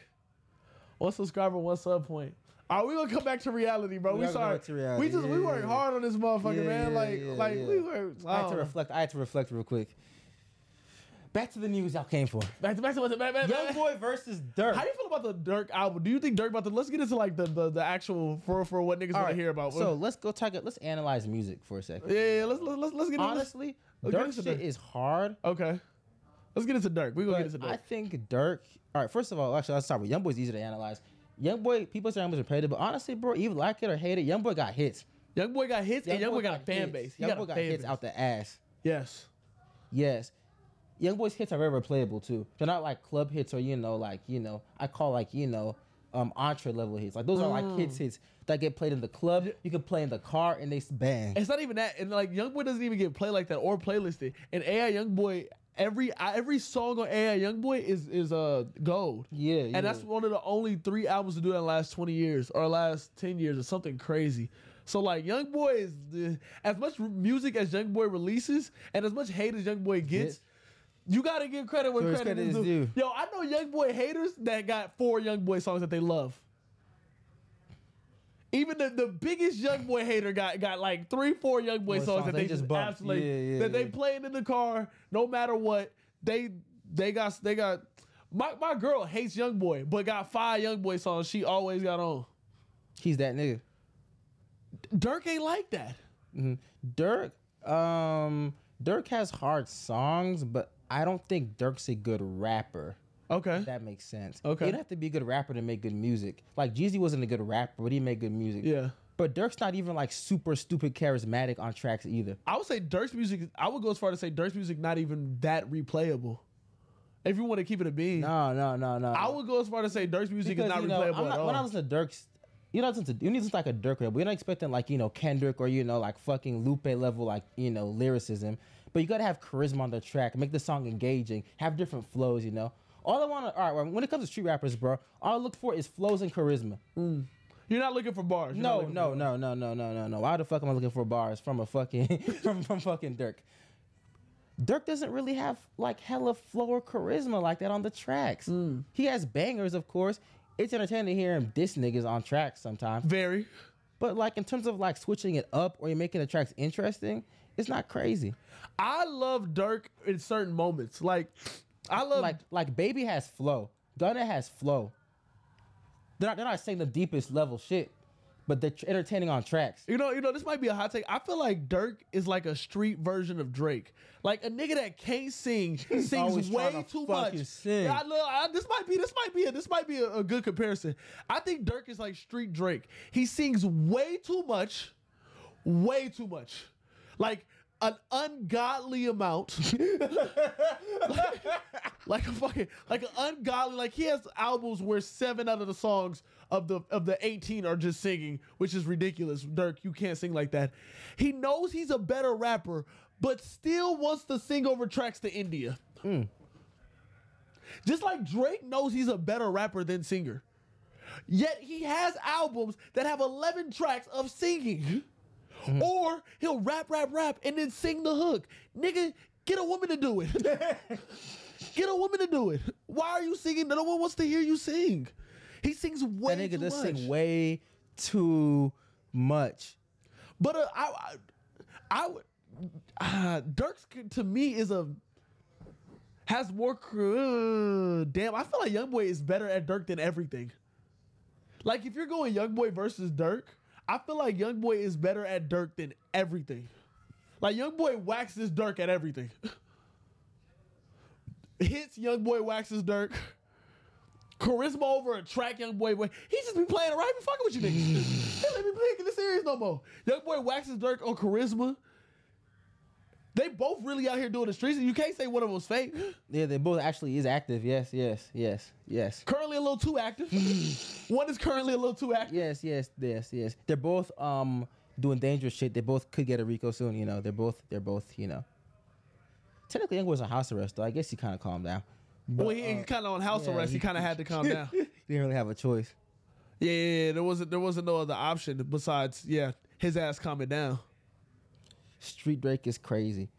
[SPEAKER 1] One subscriber, one sub point. All right, we gonna come back to reality, bro.
[SPEAKER 2] We
[SPEAKER 1] We
[SPEAKER 2] are gonna
[SPEAKER 1] sorry.
[SPEAKER 2] go back to reality.
[SPEAKER 1] We just we
[SPEAKER 2] Yeah,
[SPEAKER 1] worked
[SPEAKER 2] yeah,
[SPEAKER 1] hard on this motherfucker,
[SPEAKER 2] Yeah,
[SPEAKER 1] man.
[SPEAKER 2] yeah,
[SPEAKER 1] like
[SPEAKER 2] yeah,
[SPEAKER 1] like
[SPEAKER 2] yeah.
[SPEAKER 1] we worked.
[SPEAKER 2] I had to
[SPEAKER 1] oh.
[SPEAKER 2] reflect. I had to reflect real quick. Back to the news
[SPEAKER 1] [LAUGHS]
[SPEAKER 2] y'all came for.
[SPEAKER 1] Back to back to what's back, back,
[SPEAKER 2] Young
[SPEAKER 1] back.
[SPEAKER 2] boy versus Dirk.
[SPEAKER 1] How do you feel about the Dirk album? Do you think Dirk about the? Let's get into like the the, the actual for for what niggas want to hear about.
[SPEAKER 2] So let's go talk. Let's analyze music for a second.
[SPEAKER 1] yeah, yeah, yeah, let's let's let's, let's get into this.
[SPEAKER 2] Honestly,
[SPEAKER 1] Let's get
[SPEAKER 2] Dirk
[SPEAKER 1] into
[SPEAKER 2] shit
[SPEAKER 1] the-
[SPEAKER 2] is hard.
[SPEAKER 1] Okay, let's get into Dirk. We gonna get
[SPEAKER 2] But
[SPEAKER 1] into Dirk.
[SPEAKER 2] I think Dirk. All right, first of all, actually, let's start with Youngboy's easy to analyze. Youngboy, people say Youngboy's repetitive, but honestly, bro, even like it or hate it, Youngboy got hits.
[SPEAKER 1] Young boy got hits and Young boy
[SPEAKER 2] Youngboy
[SPEAKER 1] got a fan
[SPEAKER 2] hits.
[SPEAKER 1] base. He
[SPEAKER 2] Youngboy
[SPEAKER 1] got
[SPEAKER 2] got,
[SPEAKER 1] a fan
[SPEAKER 2] hits
[SPEAKER 1] base.
[SPEAKER 2] out the ass.
[SPEAKER 1] Yes.
[SPEAKER 2] Yes. Youngboy's hits are very replayable too. They're not like club hits or you know, like you know, I call like you know, um, entree level hits. Like those are like
[SPEAKER 1] Mm.
[SPEAKER 2] kids hits that get played in the club. You can play in the car and they s- bang.
[SPEAKER 1] It's not even that, and like YoungBoy doesn't even get played like that or playlisted. And AI YoungBoy, every every song on AI YoungBoy is is uh gold.
[SPEAKER 2] Yeah, yeah.
[SPEAKER 1] and that's one of the only three albums to do that in the last twenty years or last ten years or something crazy. So like YoungBoy is the, as much r- music as YoungBoy releases and as much hate as YoungBoy gets. You gotta give credit when
[SPEAKER 2] So his
[SPEAKER 1] credit,
[SPEAKER 2] credit
[SPEAKER 1] is
[SPEAKER 2] is
[SPEAKER 1] due.
[SPEAKER 2] due.
[SPEAKER 1] Yo, I know YoungBoy haters that got four YoungBoy songs that they love. Even the, the biggest young boy hater got got like three, four young boy songs, that they, just
[SPEAKER 2] bumped.
[SPEAKER 1] absolutely
[SPEAKER 2] Yeah, yeah,
[SPEAKER 1] that they
[SPEAKER 2] yeah.
[SPEAKER 1] playing in the car no matter what. They they got they got my, my girl hates young boy, but got five young boy songs she always got on.
[SPEAKER 2] He's that nigga.
[SPEAKER 1] Dirk ain't like that.
[SPEAKER 2] Dirk, um, Dirk has hard songs, but I don't think Dirk's a good rapper.
[SPEAKER 1] Okay.
[SPEAKER 2] If that makes sense.
[SPEAKER 1] Okay.
[SPEAKER 2] You don't have to be a good rapper to make good music. Like Jeezy wasn't a good rapper, but he made good music.
[SPEAKER 1] Yeah.
[SPEAKER 2] But Dirk's not even like super stupid charismatic on tracks either.
[SPEAKER 1] I would say Dirk's music I would go as far to say Dirk's music not even that replayable. If you want to keep it a bean.
[SPEAKER 2] No, no, no, no.
[SPEAKER 1] I would go as far to say Dirk's music is not
[SPEAKER 2] you know,
[SPEAKER 1] replayable
[SPEAKER 2] I'm
[SPEAKER 1] at
[SPEAKER 2] not,
[SPEAKER 1] all.
[SPEAKER 2] when I listen to Dirk's, you know, listen to you listen to like a Dirk rap. We're not expecting like you know Kendrick or you know like fucking Lupe level like you know lyricism, but you gotta have charisma on the track, make the song engaging, have different flows. You know, all I want to all right well, when it comes to street rappers, bro, all I look for is flows and charisma.
[SPEAKER 1] You're not looking for bars. You're not
[SPEAKER 2] No,
[SPEAKER 1] looking
[SPEAKER 2] no, no, no, no, no, no, no. Why the fuck am I looking for bars from a fucking [LAUGHS] from, from fucking Dirk? Dirk doesn't really have like hella flow or charisma like that on the tracks. He has bangers, of course. It's entertaining to hear him diss niggas on tracks sometimes.
[SPEAKER 1] Very.
[SPEAKER 2] But like in terms of like switching it up or you're making the tracks interesting, it's not crazy.
[SPEAKER 1] I love Dirk in certain moments. Like I love
[SPEAKER 2] Like like Baby has flow. Gunna has flow. They're not, they're not saying the deepest level shit, but they're tr- entertaining on tracks.
[SPEAKER 1] you know, you know, this might be a hot take. I feel like Dirk is like a street version of Drake. Like a nigga that can't
[SPEAKER 2] [LAUGHS]
[SPEAKER 1] sing sings
[SPEAKER 2] always trying
[SPEAKER 1] way
[SPEAKER 2] to
[SPEAKER 1] too
[SPEAKER 2] fucking
[SPEAKER 1] much.
[SPEAKER 2] sing.
[SPEAKER 1] I know I, this might be this might be a, this might be a, a good comparison. I think Dirk is like street Drake. He sings way too much, way too much, like an ungodly
[SPEAKER 2] [LAUGHS]
[SPEAKER 1] amount. like a fucking like an ungodly like he has albums where seven out of the songs of the of the 18 are just singing which is ridiculous dirk you can't sing like that he knows he's a better rapper but still wants to sing over tracks to india just like drake knows he's a better rapper than singer yet he has albums that have 11 tracks of singing
[SPEAKER 2] Hmm.
[SPEAKER 1] or he'll rap rap rap and then sing the hook nigga get a woman to do
[SPEAKER 2] [LAUGHS]
[SPEAKER 1] it Get a woman to do it. Why are you singing? No one wants to hear you sing. He sings way
[SPEAKER 2] That nigga
[SPEAKER 1] too
[SPEAKER 2] does
[SPEAKER 1] much.
[SPEAKER 2] sing way too much.
[SPEAKER 1] but uh, I, I, I would. Uh, Dirk's c- to me is a has more. cr- uh, damn, I feel like YoungBoy is better at Dirk than everything. Like if you're going YoungBoy versus Dirk, I feel like YoungBoy is better at Dirk than everything. Like YoungBoy waxes Dirk at everything. [LAUGHS] Hits YoungBoy waxes Dirk. Charisma over a track, young boy. boy. He just be playing around. He be fucking with you niggas. he let me play in the series no more. Young boy waxes Dirk on charisma. They both really out here doing the streets. and You can't say one of them's fake. [GASPS]
[SPEAKER 2] Yeah, they both actually is active. Yes, yes, yes, yes.
[SPEAKER 1] Currently a little too active. one is currently a little too active.
[SPEAKER 2] Yes, yes, yes, yes. They're both um doing dangerous shit. They both could get a Rico soon, you know. They're both they're both, you know. Technically, Young was on house arrest, though. I guess he kind of calmed down.
[SPEAKER 1] Well, he, kind of on house
[SPEAKER 2] yeah,
[SPEAKER 1] arrest. He,
[SPEAKER 2] he-
[SPEAKER 1] kind of had to
[SPEAKER 2] [LAUGHS]
[SPEAKER 1] calm down. Yeah,
[SPEAKER 2] He didn't really have a choice.
[SPEAKER 1] yeah, yeah, there wasn't there wasn't no other option besides yeah his ass calming down.
[SPEAKER 2] Street Drake is crazy.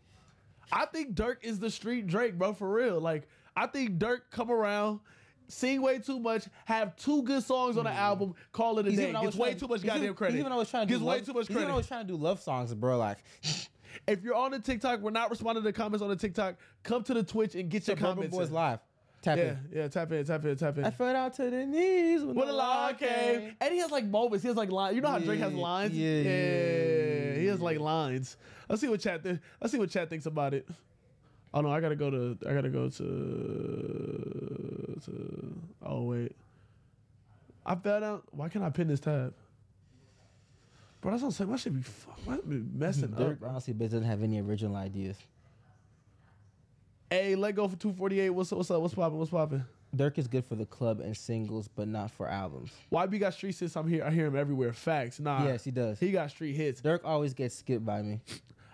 [SPEAKER 1] I think Dirk is the street Drake, bro, for real. Like, I think Dirk come around, sing way too much, have two good songs on the album, call it a
[SPEAKER 2] Hmm. He's
[SPEAKER 1] day.
[SPEAKER 2] even always
[SPEAKER 1] Gets way
[SPEAKER 2] trying-
[SPEAKER 1] too much
[SPEAKER 2] he's even-
[SPEAKER 1] goddamn credit.
[SPEAKER 2] He's even always trying to
[SPEAKER 1] Gets
[SPEAKER 2] do
[SPEAKER 1] way
[SPEAKER 2] love-
[SPEAKER 1] too much
[SPEAKER 2] he's even
[SPEAKER 1] credit.
[SPEAKER 2] always trying to do love songs, bro. Like
[SPEAKER 1] if you're on the TikTok, we're not responding to comments on the TikTok. Come to the Twitch and get your
[SPEAKER 2] Suburban
[SPEAKER 1] comments.
[SPEAKER 2] Boys
[SPEAKER 1] in.
[SPEAKER 2] live. Tap
[SPEAKER 1] Yeah,
[SPEAKER 2] in.
[SPEAKER 1] yeah, tap in, tap in, tap in.
[SPEAKER 2] I fell down to the knees when,
[SPEAKER 1] When
[SPEAKER 2] the
[SPEAKER 1] the line came,
[SPEAKER 2] came.
[SPEAKER 1] and he has like moments. He has like lines. You know how Drake has
[SPEAKER 2] Yeah,
[SPEAKER 1] lines.
[SPEAKER 2] yeah, yeah,
[SPEAKER 1] yeah, he has like lines. Let's see what chat. Th- let's see what chat thinks about it. Oh no, I gotta go to. I gotta go to. to oh wait, I fell down. Why can't I pin this tab? Bro, that's what I'm saying. My shit be, fu- my shit be messing up.
[SPEAKER 2] Dirk
[SPEAKER 1] bro.
[SPEAKER 2] honestly doesn't have any original ideas.
[SPEAKER 1] Hey, let go for 248. What's up? What's up? What's popping? What's popping?
[SPEAKER 2] Dirk is good for the club and singles, but not for albums.
[SPEAKER 1] YB got street hits. I'm here. I hear him everywhere. Facts. Nah.
[SPEAKER 2] Yes, he does.
[SPEAKER 1] Uh, He got street hits.
[SPEAKER 2] Dirk always gets skipped by me.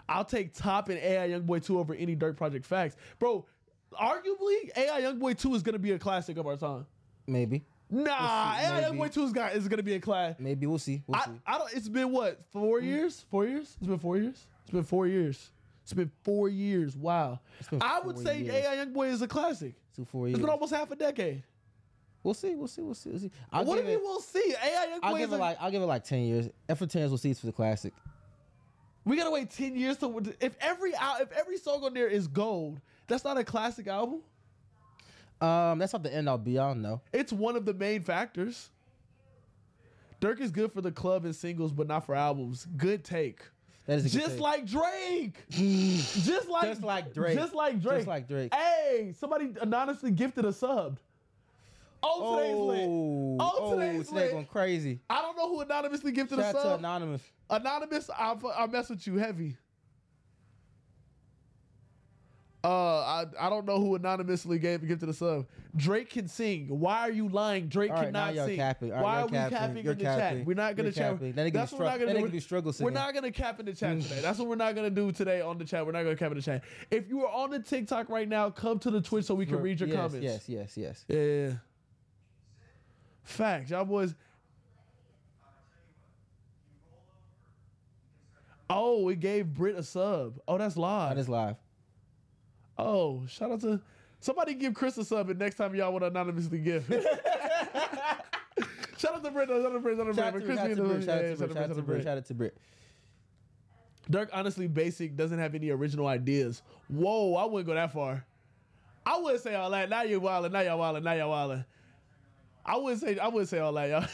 [SPEAKER 1] I'll take top and AI Youngboy 2 over any Dirk Project Facts. Bro, arguably, AI Youngboy 2 is going to be a classic of our time.
[SPEAKER 2] Maybe,
[SPEAKER 1] Nah,
[SPEAKER 2] We'll see,
[SPEAKER 1] AI
[SPEAKER 2] maybe.
[SPEAKER 1] Youngboy 2 is, got- is going to be a class.
[SPEAKER 2] maybe we'll see. We'll
[SPEAKER 1] I,
[SPEAKER 2] see.
[SPEAKER 1] I don't, it's been what,
[SPEAKER 2] Mm.
[SPEAKER 1] four years? Four years? It's been four years? It's been four years. It's been four years. Wow.
[SPEAKER 2] been
[SPEAKER 1] I would
[SPEAKER 2] four
[SPEAKER 1] say
[SPEAKER 2] years.
[SPEAKER 1] AI Youngboy is a classic.
[SPEAKER 2] Two four
[SPEAKER 1] It's
[SPEAKER 2] years.
[SPEAKER 1] been almost half a decade.
[SPEAKER 2] We'll see. We'll see. We'll see. We'll see. I'll
[SPEAKER 1] what do
[SPEAKER 2] give
[SPEAKER 1] you
[SPEAKER 2] it.
[SPEAKER 1] mean we'll see? AI
[SPEAKER 2] I'll
[SPEAKER 1] Youngboy
[SPEAKER 2] give
[SPEAKER 1] is
[SPEAKER 2] it
[SPEAKER 1] a,
[SPEAKER 2] like I'll give it like ten years. And for ten years, we'll see. It's for the classic.
[SPEAKER 1] We gotta wait ten years to if every al- if every song on there is gold. That's not a classic album.
[SPEAKER 2] Um, that's not the end. I'll be. I don't know.
[SPEAKER 1] It's one of the main factors. Dirk is good for the club and singles, but not for albums. Good take.
[SPEAKER 2] That is a good
[SPEAKER 1] Just
[SPEAKER 2] take.
[SPEAKER 1] like Drake.
[SPEAKER 2] [SIGHS]
[SPEAKER 1] just like
[SPEAKER 2] Just like Drake.
[SPEAKER 1] Just like Drake.
[SPEAKER 2] Just like Drake.
[SPEAKER 1] Hey, somebody anonymously gifted a subbed. Oh, today's lit.
[SPEAKER 2] Oh,
[SPEAKER 1] Oh,
[SPEAKER 2] oh,
[SPEAKER 1] today's
[SPEAKER 2] this nigga
[SPEAKER 1] lit.
[SPEAKER 2] going crazy.
[SPEAKER 1] I don't know who anonymously gifted
[SPEAKER 2] Shout
[SPEAKER 1] a
[SPEAKER 2] out to
[SPEAKER 1] sub.
[SPEAKER 2] anonymous.
[SPEAKER 1] Anonymous, I fu- I mess with you heavy. Uh, I, I don't know who anonymously gave gifted a sub. Drake can sing. Why are you lying? Drake
[SPEAKER 2] All right, now
[SPEAKER 1] cannot
[SPEAKER 2] y'all
[SPEAKER 1] sing.
[SPEAKER 2] capping. All right,
[SPEAKER 1] Why
[SPEAKER 2] y'all
[SPEAKER 1] are we
[SPEAKER 2] capping.
[SPEAKER 1] capping
[SPEAKER 2] You're
[SPEAKER 1] in the
[SPEAKER 2] capping.
[SPEAKER 1] chat? We're not gonna
[SPEAKER 2] You're
[SPEAKER 1] chat.
[SPEAKER 2] capping. That nigga
[SPEAKER 1] That's
[SPEAKER 2] be
[SPEAKER 1] what we're
[SPEAKER 2] strugg-
[SPEAKER 1] not gonna
[SPEAKER 2] that nigga
[SPEAKER 1] do.
[SPEAKER 2] be struggle
[SPEAKER 1] We're
[SPEAKER 2] singing. Mm.
[SPEAKER 1] not gonna cap in the chat today. That's what we're not gonna do today on the chat. We're not gonna cap in the chat. If you are on the TikTok right now, come to the Twitch so we can read your
[SPEAKER 2] yes,
[SPEAKER 1] comments.
[SPEAKER 2] Yes, yes, yes.
[SPEAKER 1] Yeah. Facts, y'all boys. Oh, it gave Brit a sub. Oh, that's
[SPEAKER 2] That
[SPEAKER 1] live.
[SPEAKER 2] is live.
[SPEAKER 1] oh, shout out to somebody give Chris a sub, and next time y'all want to anonymously give.
[SPEAKER 2] [LAUGHS]
[SPEAKER 1] shout out to Brit. Shout out to Brit. Shout out to Brit.
[SPEAKER 2] Shout out to
[SPEAKER 1] Chris being the-
[SPEAKER 2] Brit. Shout out
[SPEAKER 1] yeah,
[SPEAKER 2] to Brit. Shout out to Brit. Shout out to Brit.
[SPEAKER 1] Dirk honestly basic doesn't have any original ideas. Whoa, I wouldn't go that far. I wouldn't say all that. Now you're wildin', now y'all wildin', now y'all wildin'. I wouldn't say I wouldn't say all that, y'all.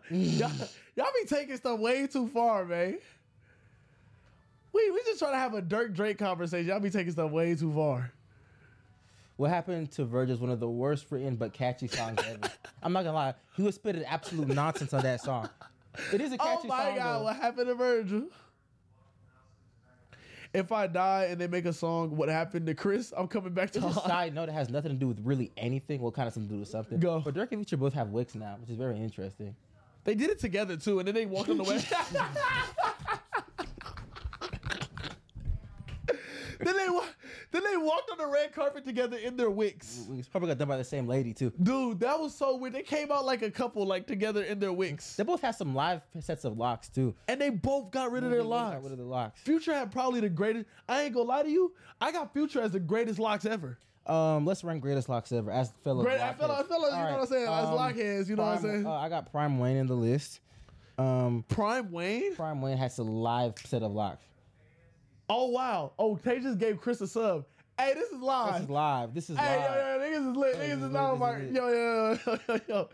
[SPEAKER 1] [LAUGHS] y'all, y'all, y'all be taking stuff way too far, man. We we just trying to have a Dirk Drake conversation. Y'all be taking stuff way too far.
[SPEAKER 2] What happened to Verge is one of the worst written but catchy songs ever. [LAUGHS] I'm not gonna lie, he was spitting absolute nonsense on that song. It is a catchy
[SPEAKER 1] [LAUGHS] Oh my
[SPEAKER 2] song.
[SPEAKER 1] god,
[SPEAKER 2] though.
[SPEAKER 1] what happened to Virgil? If I die and they make a song, what happened to Chris? I'm coming back to
[SPEAKER 2] It's a
[SPEAKER 1] haunt.
[SPEAKER 2] [LAUGHS] side note that has nothing to do with really anything. Well, kind of something to do with something.
[SPEAKER 1] Go.
[SPEAKER 2] But Dirk and Future both have wicks now, which is very interesting.
[SPEAKER 1] They did it together too, and then they walked on the
[SPEAKER 2] [LAUGHS]
[SPEAKER 1] way. then they wa- then they walked on the red carpet together in their wicks.
[SPEAKER 2] It's probably got done by the same lady too.
[SPEAKER 1] Dude, that was so weird. They came out like a couple, like together in their wicks,
[SPEAKER 2] They both have some live sets of locks too.
[SPEAKER 1] and they both got rid of their
[SPEAKER 2] Mm-hmm. They both got
[SPEAKER 1] locks.
[SPEAKER 2] rid of the locks.
[SPEAKER 1] Future had probably the greatest. I ain't gonna lie to you. I got Future as the greatest locks ever.
[SPEAKER 2] Um, let's rank greatest locks ever as fellow.
[SPEAKER 1] Great- I
[SPEAKER 2] blockheads.
[SPEAKER 1] feel- I feel like you know
[SPEAKER 2] All Um,
[SPEAKER 1] what I'm saying, as blockheads, you know what I'm
[SPEAKER 2] Prime-
[SPEAKER 1] saying?
[SPEAKER 2] uh, I got Prime Wayne in the list. Um,
[SPEAKER 1] Prime Wayne.
[SPEAKER 2] Prime Wayne has a live set of locks.
[SPEAKER 1] Oh wow. Oh, Tay just gave Chris a sub. Hey, this is live.
[SPEAKER 2] This is live. This is
[SPEAKER 1] Hey,
[SPEAKER 2] live.
[SPEAKER 1] yo, yo, niggas is lit.
[SPEAKER 2] Hey,
[SPEAKER 1] niggas is
[SPEAKER 2] niggas
[SPEAKER 1] not
[SPEAKER 2] is
[SPEAKER 1] my.
[SPEAKER 2] lit.
[SPEAKER 1] Yo, yo, yo, yo,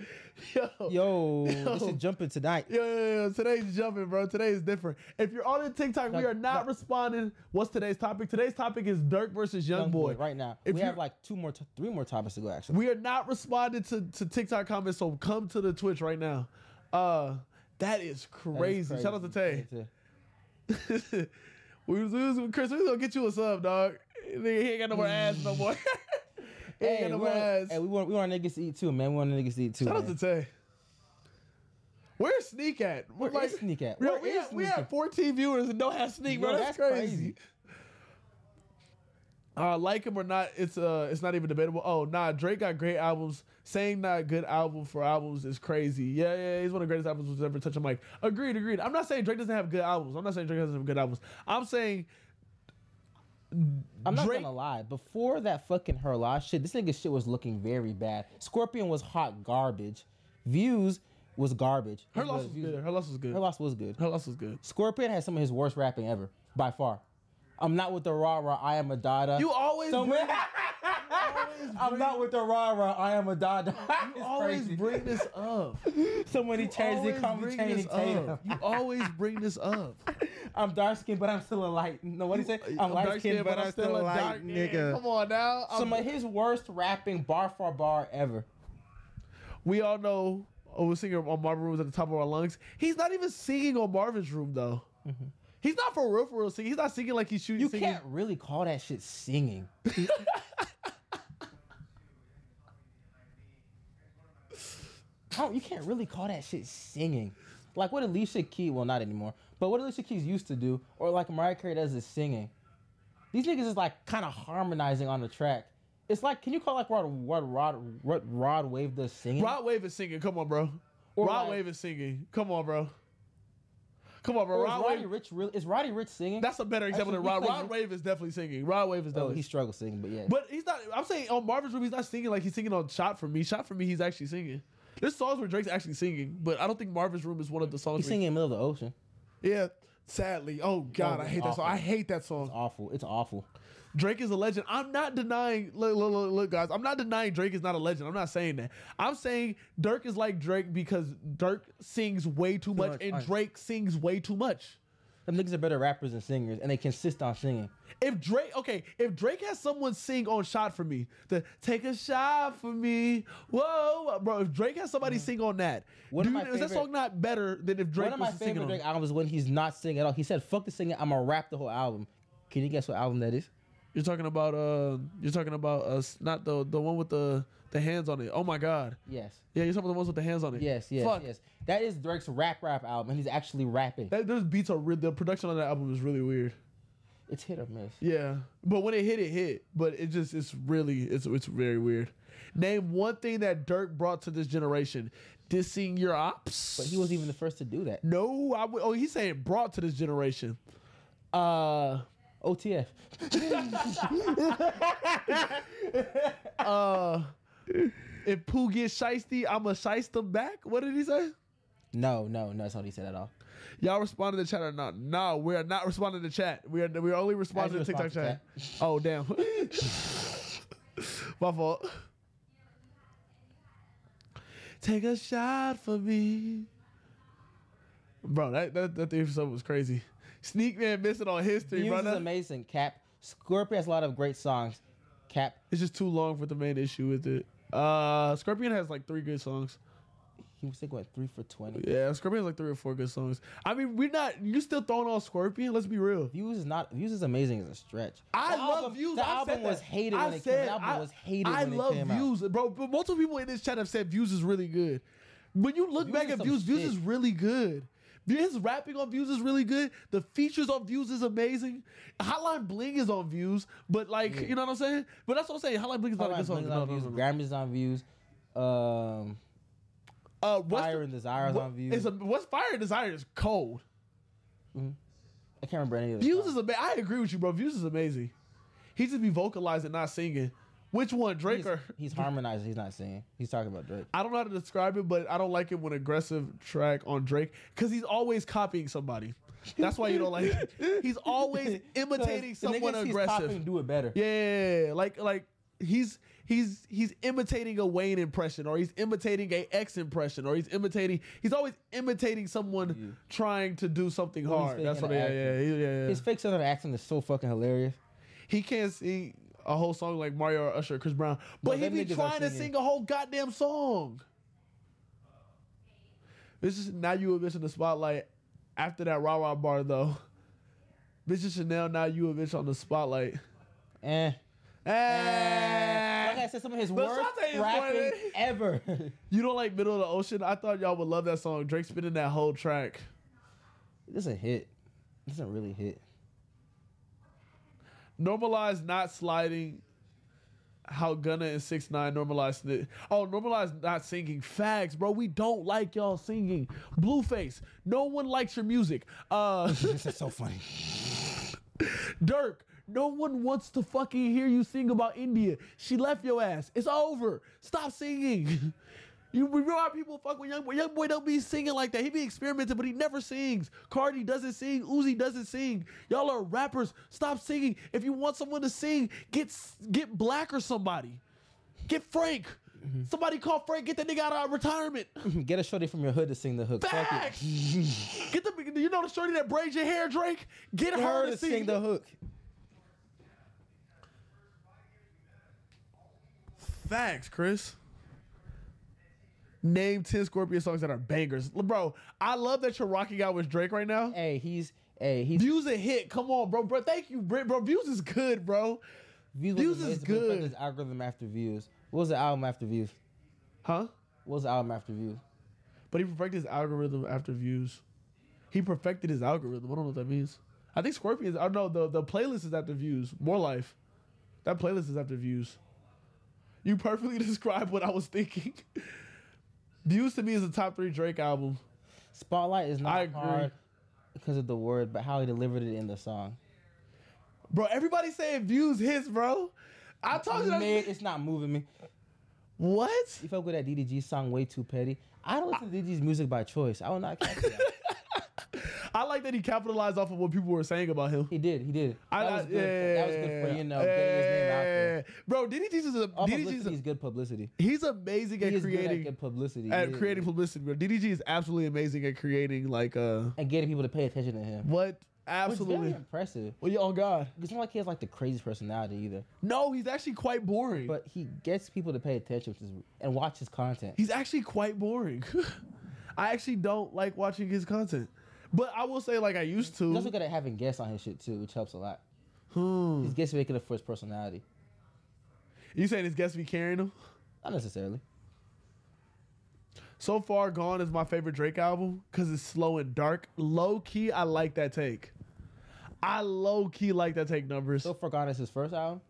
[SPEAKER 1] yo, yo.
[SPEAKER 2] Yo,
[SPEAKER 1] [LAUGHS]
[SPEAKER 2] this
[SPEAKER 1] Yo.
[SPEAKER 2] is jumping tonight.
[SPEAKER 1] Yo, yo, yo, today's jumping, bro. Today is different. If you're on the TikTok, we
[SPEAKER 2] Doc-
[SPEAKER 1] are not
[SPEAKER 2] Doc-
[SPEAKER 1] responding. What's today's topic? Today's topic is Dirk versus Young, Boy.
[SPEAKER 2] Youngboy, right now.
[SPEAKER 1] If
[SPEAKER 2] we
[SPEAKER 1] you-
[SPEAKER 2] have like two more, t- three more topics to go actually.
[SPEAKER 1] We are not responding to, to TikTok comments, so come to the Twitch right now. Uh, that is
[SPEAKER 2] That
[SPEAKER 1] crazy.
[SPEAKER 2] is
[SPEAKER 1] Shout out to Tay.
[SPEAKER 2] Shout out to-
[SPEAKER 1] [LAUGHS] we, was- we, was- Chris, we was gonna get you a sub, dog. Nigga, he ain't got no
[SPEAKER 2] [LAUGHS]
[SPEAKER 1] more ass no more. [LAUGHS] he ain't
[SPEAKER 2] Hey,
[SPEAKER 1] got no
[SPEAKER 2] we
[SPEAKER 1] more ass.
[SPEAKER 2] want, hey, we want, we want our niggas to eat too, man. We want our niggas to eat too.
[SPEAKER 1] Shout out to
[SPEAKER 2] man.
[SPEAKER 1] Tay. Where's Sneak at? We're
[SPEAKER 2] Where is Sneak at?
[SPEAKER 1] Bro,
[SPEAKER 2] Where
[SPEAKER 1] we,
[SPEAKER 2] is
[SPEAKER 1] had, we
[SPEAKER 2] Sneak
[SPEAKER 1] had
[SPEAKER 2] at?
[SPEAKER 1] 14 viewers and don't have Sneak, bro.
[SPEAKER 2] Yo,
[SPEAKER 1] That's,
[SPEAKER 2] that's
[SPEAKER 1] crazy.
[SPEAKER 2] crazy.
[SPEAKER 1] Uh, like him or not, it's uh, it's not even debatable. Oh, nah, Drake got great albums. Saying not good album for albums is crazy. Yeah, yeah, he's one of the greatest albums we've ever touched. I'm like, agreed, agreed. I'm not saying Drake doesn't have good albums. I'm not saying Drake doesn't have good albums. I'm saying
[SPEAKER 2] I'm not
[SPEAKER 1] Drake-
[SPEAKER 2] gonna lie. Before that fucking her loss shit, this nigga shit was looking very bad. Scorpion was hot garbage. Views was garbage.
[SPEAKER 1] her
[SPEAKER 2] It
[SPEAKER 1] loss
[SPEAKER 2] was-
[SPEAKER 1] was
[SPEAKER 2] Views-
[SPEAKER 1] good. Her loss was good.
[SPEAKER 2] Her loss was good.
[SPEAKER 1] Her loss was good.
[SPEAKER 2] Scorpion has some of his worst rapping ever, by far. I'm not with the rah rah. I am a dada.
[SPEAKER 1] You always
[SPEAKER 2] So
[SPEAKER 1] bring,
[SPEAKER 2] many- I'm not with the rah rah. I am a [LAUGHS] dada.
[SPEAKER 1] you always bring this up.
[SPEAKER 2] [LAUGHS] so many
[SPEAKER 1] always
[SPEAKER 2] changes. They call me
[SPEAKER 1] bring
[SPEAKER 2] Channing
[SPEAKER 1] this
[SPEAKER 2] Tatum.
[SPEAKER 1] up. You always bring this up.
[SPEAKER 2] I'm dark skinned, but I'm still a light. No, what do you say? [LAUGHS] I'm light skinned, but I'm still a light
[SPEAKER 1] dark
[SPEAKER 2] nigga.
[SPEAKER 1] Come on now. I'm-
[SPEAKER 2] Some of his worst rapping bar for bar ever.
[SPEAKER 1] we all know oh, we're singing on Marvin Room's at the top of our lungs. He's not even singing on Marvin's room though. He's not for real, for real singing. He's not singing like he's shooting.
[SPEAKER 2] Mm-hmm. You
[SPEAKER 1] singing.
[SPEAKER 2] can't really call that
[SPEAKER 1] [LAUGHS]
[SPEAKER 2] shit singing. How- you can't really call that shit singing. Like what Alicia Keys, well, not anymore, but what Alicia Keys used to do, or like Mariah Carey does is singing. These niggas is like kind of harmonizing on the track. It's like, can you call like what what Rod what Rod Wave does singing?
[SPEAKER 1] Rod Wave is singing. Come on, bro. Rod
[SPEAKER 2] like-
[SPEAKER 1] Wave is singing. Come on, bro. Come on, bro.
[SPEAKER 2] or is
[SPEAKER 1] Rod
[SPEAKER 2] Roddy
[SPEAKER 1] Wave.
[SPEAKER 2] Rich really? Is Roddy Rich singing?
[SPEAKER 1] That's a better example
[SPEAKER 2] Actually, he
[SPEAKER 1] than Rod.
[SPEAKER 2] plays-
[SPEAKER 1] Rod Wave is definitely singing. Rod Wave is
[SPEAKER 2] oh,
[SPEAKER 1] definitely.
[SPEAKER 2] he struggles singing, but yeah.
[SPEAKER 1] But he's not. I'm saying on Marvin's room, he's not singing like he's singing on "Shot for Me." "Shot for Me," he's actually singing. There's songs where Drake's actually singing, but I don't think Marvin's room is one of the songs.
[SPEAKER 2] he's
[SPEAKER 1] where he-
[SPEAKER 2] singing in the middle of the ocean.
[SPEAKER 1] Yeah, sadly. Oh God, I
[SPEAKER 2] it's
[SPEAKER 1] hate that
[SPEAKER 2] awful.
[SPEAKER 1] song. I hate that song.
[SPEAKER 2] Awful. It's awful.
[SPEAKER 1] Drake is a legend. I'm not denying. Look, look, look, look, guys. I'm not denying Drake is not a legend. I'm not saying that. I'm saying Dirk is like Drake because Dirk sings way too much,
[SPEAKER 2] much,
[SPEAKER 1] and
[SPEAKER 2] alright.
[SPEAKER 1] Drake sings way too much.
[SPEAKER 2] Them niggas are better rappers than singers, and they consist on singing.
[SPEAKER 1] If Drake, okay, if Drake has someone sing on "Shot for Me," the "Take a Shot for Me," whoa, bro. If Drake has somebody sing on that,
[SPEAKER 2] One
[SPEAKER 1] do
[SPEAKER 2] of
[SPEAKER 1] you-
[SPEAKER 2] my
[SPEAKER 1] is that
[SPEAKER 2] favorite-
[SPEAKER 1] song not better than if Drake
[SPEAKER 2] One of my
[SPEAKER 1] was singing
[SPEAKER 2] favorite
[SPEAKER 1] on?
[SPEAKER 2] Drake
[SPEAKER 1] it?
[SPEAKER 2] albums when he's not singing at all. He said, "Fuck the singing. I'm gonna rap the whole album." Can you guess what album that is?
[SPEAKER 1] You're talking about uh, you're talking about uh, not the the one with the the hands on it. Oh my God.
[SPEAKER 2] Yes,
[SPEAKER 1] Yeah, you're talking about the ones with the hands on it.
[SPEAKER 2] yes, yes,
[SPEAKER 1] Fuck.
[SPEAKER 2] yes. That is Drake's rap rap album, and he's actually rapping.
[SPEAKER 1] That, those beats are real. The production on that album is really weird.
[SPEAKER 2] it's hit or miss.
[SPEAKER 1] Yeah, but when it hit, it hit. But it just it's really it's it's very weird. Name one thing that Dirk brought to this generation: dissing your ops.
[SPEAKER 2] But he wasn't even the first to do that.
[SPEAKER 1] no, I would. Oh, he's saying brought to this generation. Uh,
[SPEAKER 2] OTF.
[SPEAKER 1] if Pooh gets shisty, I'ma shiest him back. What did he say?
[SPEAKER 2] [LAUGHS] No, no, no. That's not what he said at all.
[SPEAKER 1] Y'all responding to chat or not? No, we are not responding to chat. We are we are only responding to
[SPEAKER 2] I didn't
[SPEAKER 1] TikTok
[SPEAKER 2] respond
[SPEAKER 1] chat. Oh damn, [LAUGHS] my fault. Take a shot for me, bro. That that that episode was crazy. Sneak man missing on history,
[SPEAKER 2] Views
[SPEAKER 1] bro.
[SPEAKER 2] is amazing. Cap. Scorpion has a lot of great songs. Cap.
[SPEAKER 1] It's just too long for the main issue with it. Uh, Scorpion has like three good songs.
[SPEAKER 2] He was like what three for twenty.
[SPEAKER 1] Yeah, Scorpion has like three or four good songs. I mean, we're not. You still throwing on Scorpion? Let's be real.
[SPEAKER 2] Views is not views is amazing as a stretch.
[SPEAKER 1] I
[SPEAKER 2] The
[SPEAKER 1] love
[SPEAKER 2] album-
[SPEAKER 1] views.
[SPEAKER 2] The
[SPEAKER 1] I've
[SPEAKER 2] album
[SPEAKER 1] said
[SPEAKER 2] was
[SPEAKER 1] that.
[SPEAKER 2] hated
[SPEAKER 1] I
[SPEAKER 2] when it came.
[SPEAKER 1] said
[SPEAKER 2] The album
[SPEAKER 1] I-
[SPEAKER 2] was hated
[SPEAKER 1] I
[SPEAKER 2] when it
[SPEAKER 1] love
[SPEAKER 2] came out.
[SPEAKER 1] views, bro. But multiple people in this chat have said views is really good. When you look
[SPEAKER 2] Views
[SPEAKER 1] back
[SPEAKER 2] is
[SPEAKER 1] at
[SPEAKER 2] some
[SPEAKER 1] views, views
[SPEAKER 2] shit.
[SPEAKER 1] is really good. His rapping on views is really good. The features on views is amazing. Hotline Bling is on views, but like you know what I'm saying. But that's what I'm saying. Hotline Bling is not a good
[SPEAKER 2] Hotline
[SPEAKER 1] song.
[SPEAKER 2] Bling
[SPEAKER 1] No,
[SPEAKER 2] is
[SPEAKER 1] no,
[SPEAKER 2] on views.
[SPEAKER 1] no, no.
[SPEAKER 2] Grammys on views. Um,
[SPEAKER 1] Uh, what's
[SPEAKER 2] Fire and Desire is
[SPEAKER 1] what-
[SPEAKER 2] on views.
[SPEAKER 1] It's
[SPEAKER 2] I
[SPEAKER 1] a, what's Fire and Desire is cold.
[SPEAKER 2] I can't remember any of the
[SPEAKER 1] Views
[SPEAKER 2] songs.
[SPEAKER 1] is amazing. I agree with you, bro. Views is amazing. He just be vocalizing, not singing. Which one, Drake
[SPEAKER 2] He's,
[SPEAKER 1] or
[SPEAKER 2] he's harmonizing. He's not singing. He's talking about
[SPEAKER 1] [LAUGHS]
[SPEAKER 2] Drake.
[SPEAKER 1] I don't know how to describe it, but I don't like it when aggressive track on Drake because he's always copying somebody. That's why you don't like. It. He's always
[SPEAKER 2] [LAUGHS]
[SPEAKER 1] imitating
[SPEAKER 2] Because the
[SPEAKER 1] someone
[SPEAKER 2] niggas he's
[SPEAKER 1] aggressive.
[SPEAKER 2] copying do it better.
[SPEAKER 1] Yeah, like like he's he's he's imitating a Wayne impression, or he's imitating a X impression, or he's imitating. He's always imitating someone trying to do something
[SPEAKER 2] he's
[SPEAKER 1] hard. That's what.
[SPEAKER 2] faking
[SPEAKER 1] Yeah,
[SPEAKER 2] an
[SPEAKER 1] yeah, yeah, yeah.
[SPEAKER 2] His fake southern accent is so fucking hilarious.
[SPEAKER 1] He can't sing a whole song like Mario or Usher, or Chris Brown, but
[SPEAKER 2] them
[SPEAKER 1] he
[SPEAKER 2] niggas
[SPEAKER 1] be
[SPEAKER 2] are
[SPEAKER 1] trying to
[SPEAKER 2] singing.
[SPEAKER 1] sing a whole goddamn song. This is now you a bitch in the spotlight. After that rah rah bar though, bitch is Chanel. Now you a bitch on the spotlight.
[SPEAKER 2] Eh. Like
[SPEAKER 1] Eh.
[SPEAKER 2] I said, some of his
[SPEAKER 1] But
[SPEAKER 2] worst
[SPEAKER 1] Shantae is
[SPEAKER 2] rapping
[SPEAKER 1] funny.
[SPEAKER 2] ever. [LAUGHS]
[SPEAKER 1] You don't like middle of the ocean? I thought y'all would love that song. Drake spinning that whole track.
[SPEAKER 2] this is a hit. This is a really hit.
[SPEAKER 1] normalize not sliding. How Gunna and Six Nine normalize the oh normalize not singing fags, bro. We don't like y'all singing. Blueface, no one likes your music. Uh, [LAUGHS]
[SPEAKER 2] this is so funny.
[SPEAKER 1] Dirk, no one wants to fucking hear you sing about India. She left your ass. It's over. Stop singing. [LAUGHS] You we know how people fuck with young boy. Young boy don't be singing like that. He be experimenting, but he never sings. Cardi doesn't sing. Uzi doesn't sing. Y'all are rappers. Stop singing. If you want someone to sing, get s- get black or somebody. Get Frank. Somebody call Frank. Get that nigga out of retirement.
[SPEAKER 2] [LAUGHS] Get a shorty from your hood to sing the hook. Fuck it.
[SPEAKER 1] Facts. get the you know the shorty that braids your hair, Drake. Get,
[SPEAKER 2] Get
[SPEAKER 1] her to sing.
[SPEAKER 2] the hook.
[SPEAKER 1] Facts, Chris. Name 10 Scorpio songs that are bangers. L- Bro, I love that you're rocking out with Drake right now.
[SPEAKER 2] Hey, he's hey he's
[SPEAKER 1] Views a hit. Come on, bro. Bro, thank you, Brit. Bro, views is good, bro.
[SPEAKER 2] views,
[SPEAKER 1] views
[SPEAKER 2] was
[SPEAKER 1] is
[SPEAKER 2] amazing, but fuck
[SPEAKER 1] good.
[SPEAKER 2] This algorithm after views. What was the album after views?
[SPEAKER 1] Huh?
[SPEAKER 2] What was the album after views?
[SPEAKER 1] But he perfected his algorithm after views. He perfected his algorithm. I don't know what that means. I think Scorpions. Oh no, the the playlist is after views. More life. That playlist is after views. You perfectly [LAUGHS] described what I was thinking. [LAUGHS] views to me is a top three Drake album.
[SPEAKER 2] Spotlight is not
[SPEAKER 1] I agree.
[SPEAKER 2] hard because of the word, but how he delivered it in the song.
[SPEAKER 1] Bro, everybody saying views his, bro. I told you that.
[SPEAKER 2] Man, it's not moving me.
[SPEAKER 1] What?
[SPEAKER 2] You fuck with that DDG song way too petty. I don't listen to DDG's music by choice. I will not catch that.
[SPEAKER 1] [LAUGHS] I like that he capitalized off of what people were saying about him.
[SPEAKER 2] He did. He did.
[SPEAKER 1] I,
[SPEAKER 2] That was good. for, that was good for you know getting his name out there.
[SPEAKER 1] Bro, Diddy Jesus is a,
[SPEAKER 2] All
[SPEAKER 1] Diddy
[SPEAKER 2] publicity
[SPEAKER 1] Jesus
[SPEAKER 2] is good publicity.
[SPEAKER 1] he's amazing
[SPEAKER 2] He
[SPEAKER 1] at
[SPEAKER 2] is good
[SPEAKER 1] creating
[SPEAKER 2] at good publicity.
[SPEAKER 1] at
[SPEAKER 2] Yeah.
[SPEAKER 1] creating publicity, bro. DDG is absolutely amazing at creating like uh
[SPEAKER 2] and getting people to pay attention to him.
[SPEAKER 1] what
[SPEAKER 2] Which is very
[SPEAKER 1] absolutely.
[SPEAKER 2] impressive.
[SPEAKER 1] Well, yeah, oh God,
[SPEAKER 2] It's not like he has like the craziest personality either,
[SPEAKER 1] no, he's actually quite boring.
[SPEAKER 2] but he gets people to pay attention to his, and watch his content.
[SPEAKER 1] He's actually quite boring. [LAUGHS] I actually don't like watching his content, but I will say like I used to.
[SPEAKER 2] He's also good at having guests on his shit too, which helps a lot. His guests make it up for his personality,
[SPEAKER 1] you saying his guests be carrying him?
[SPEAKER 2] not necessarily.
[SPEAKER 1] So far, Gone is my favorite Drake album because it's slow and dark. Low key, I like that take. I low key like that take numbers.
[SPEAKER 2] So Forgotten is his first album,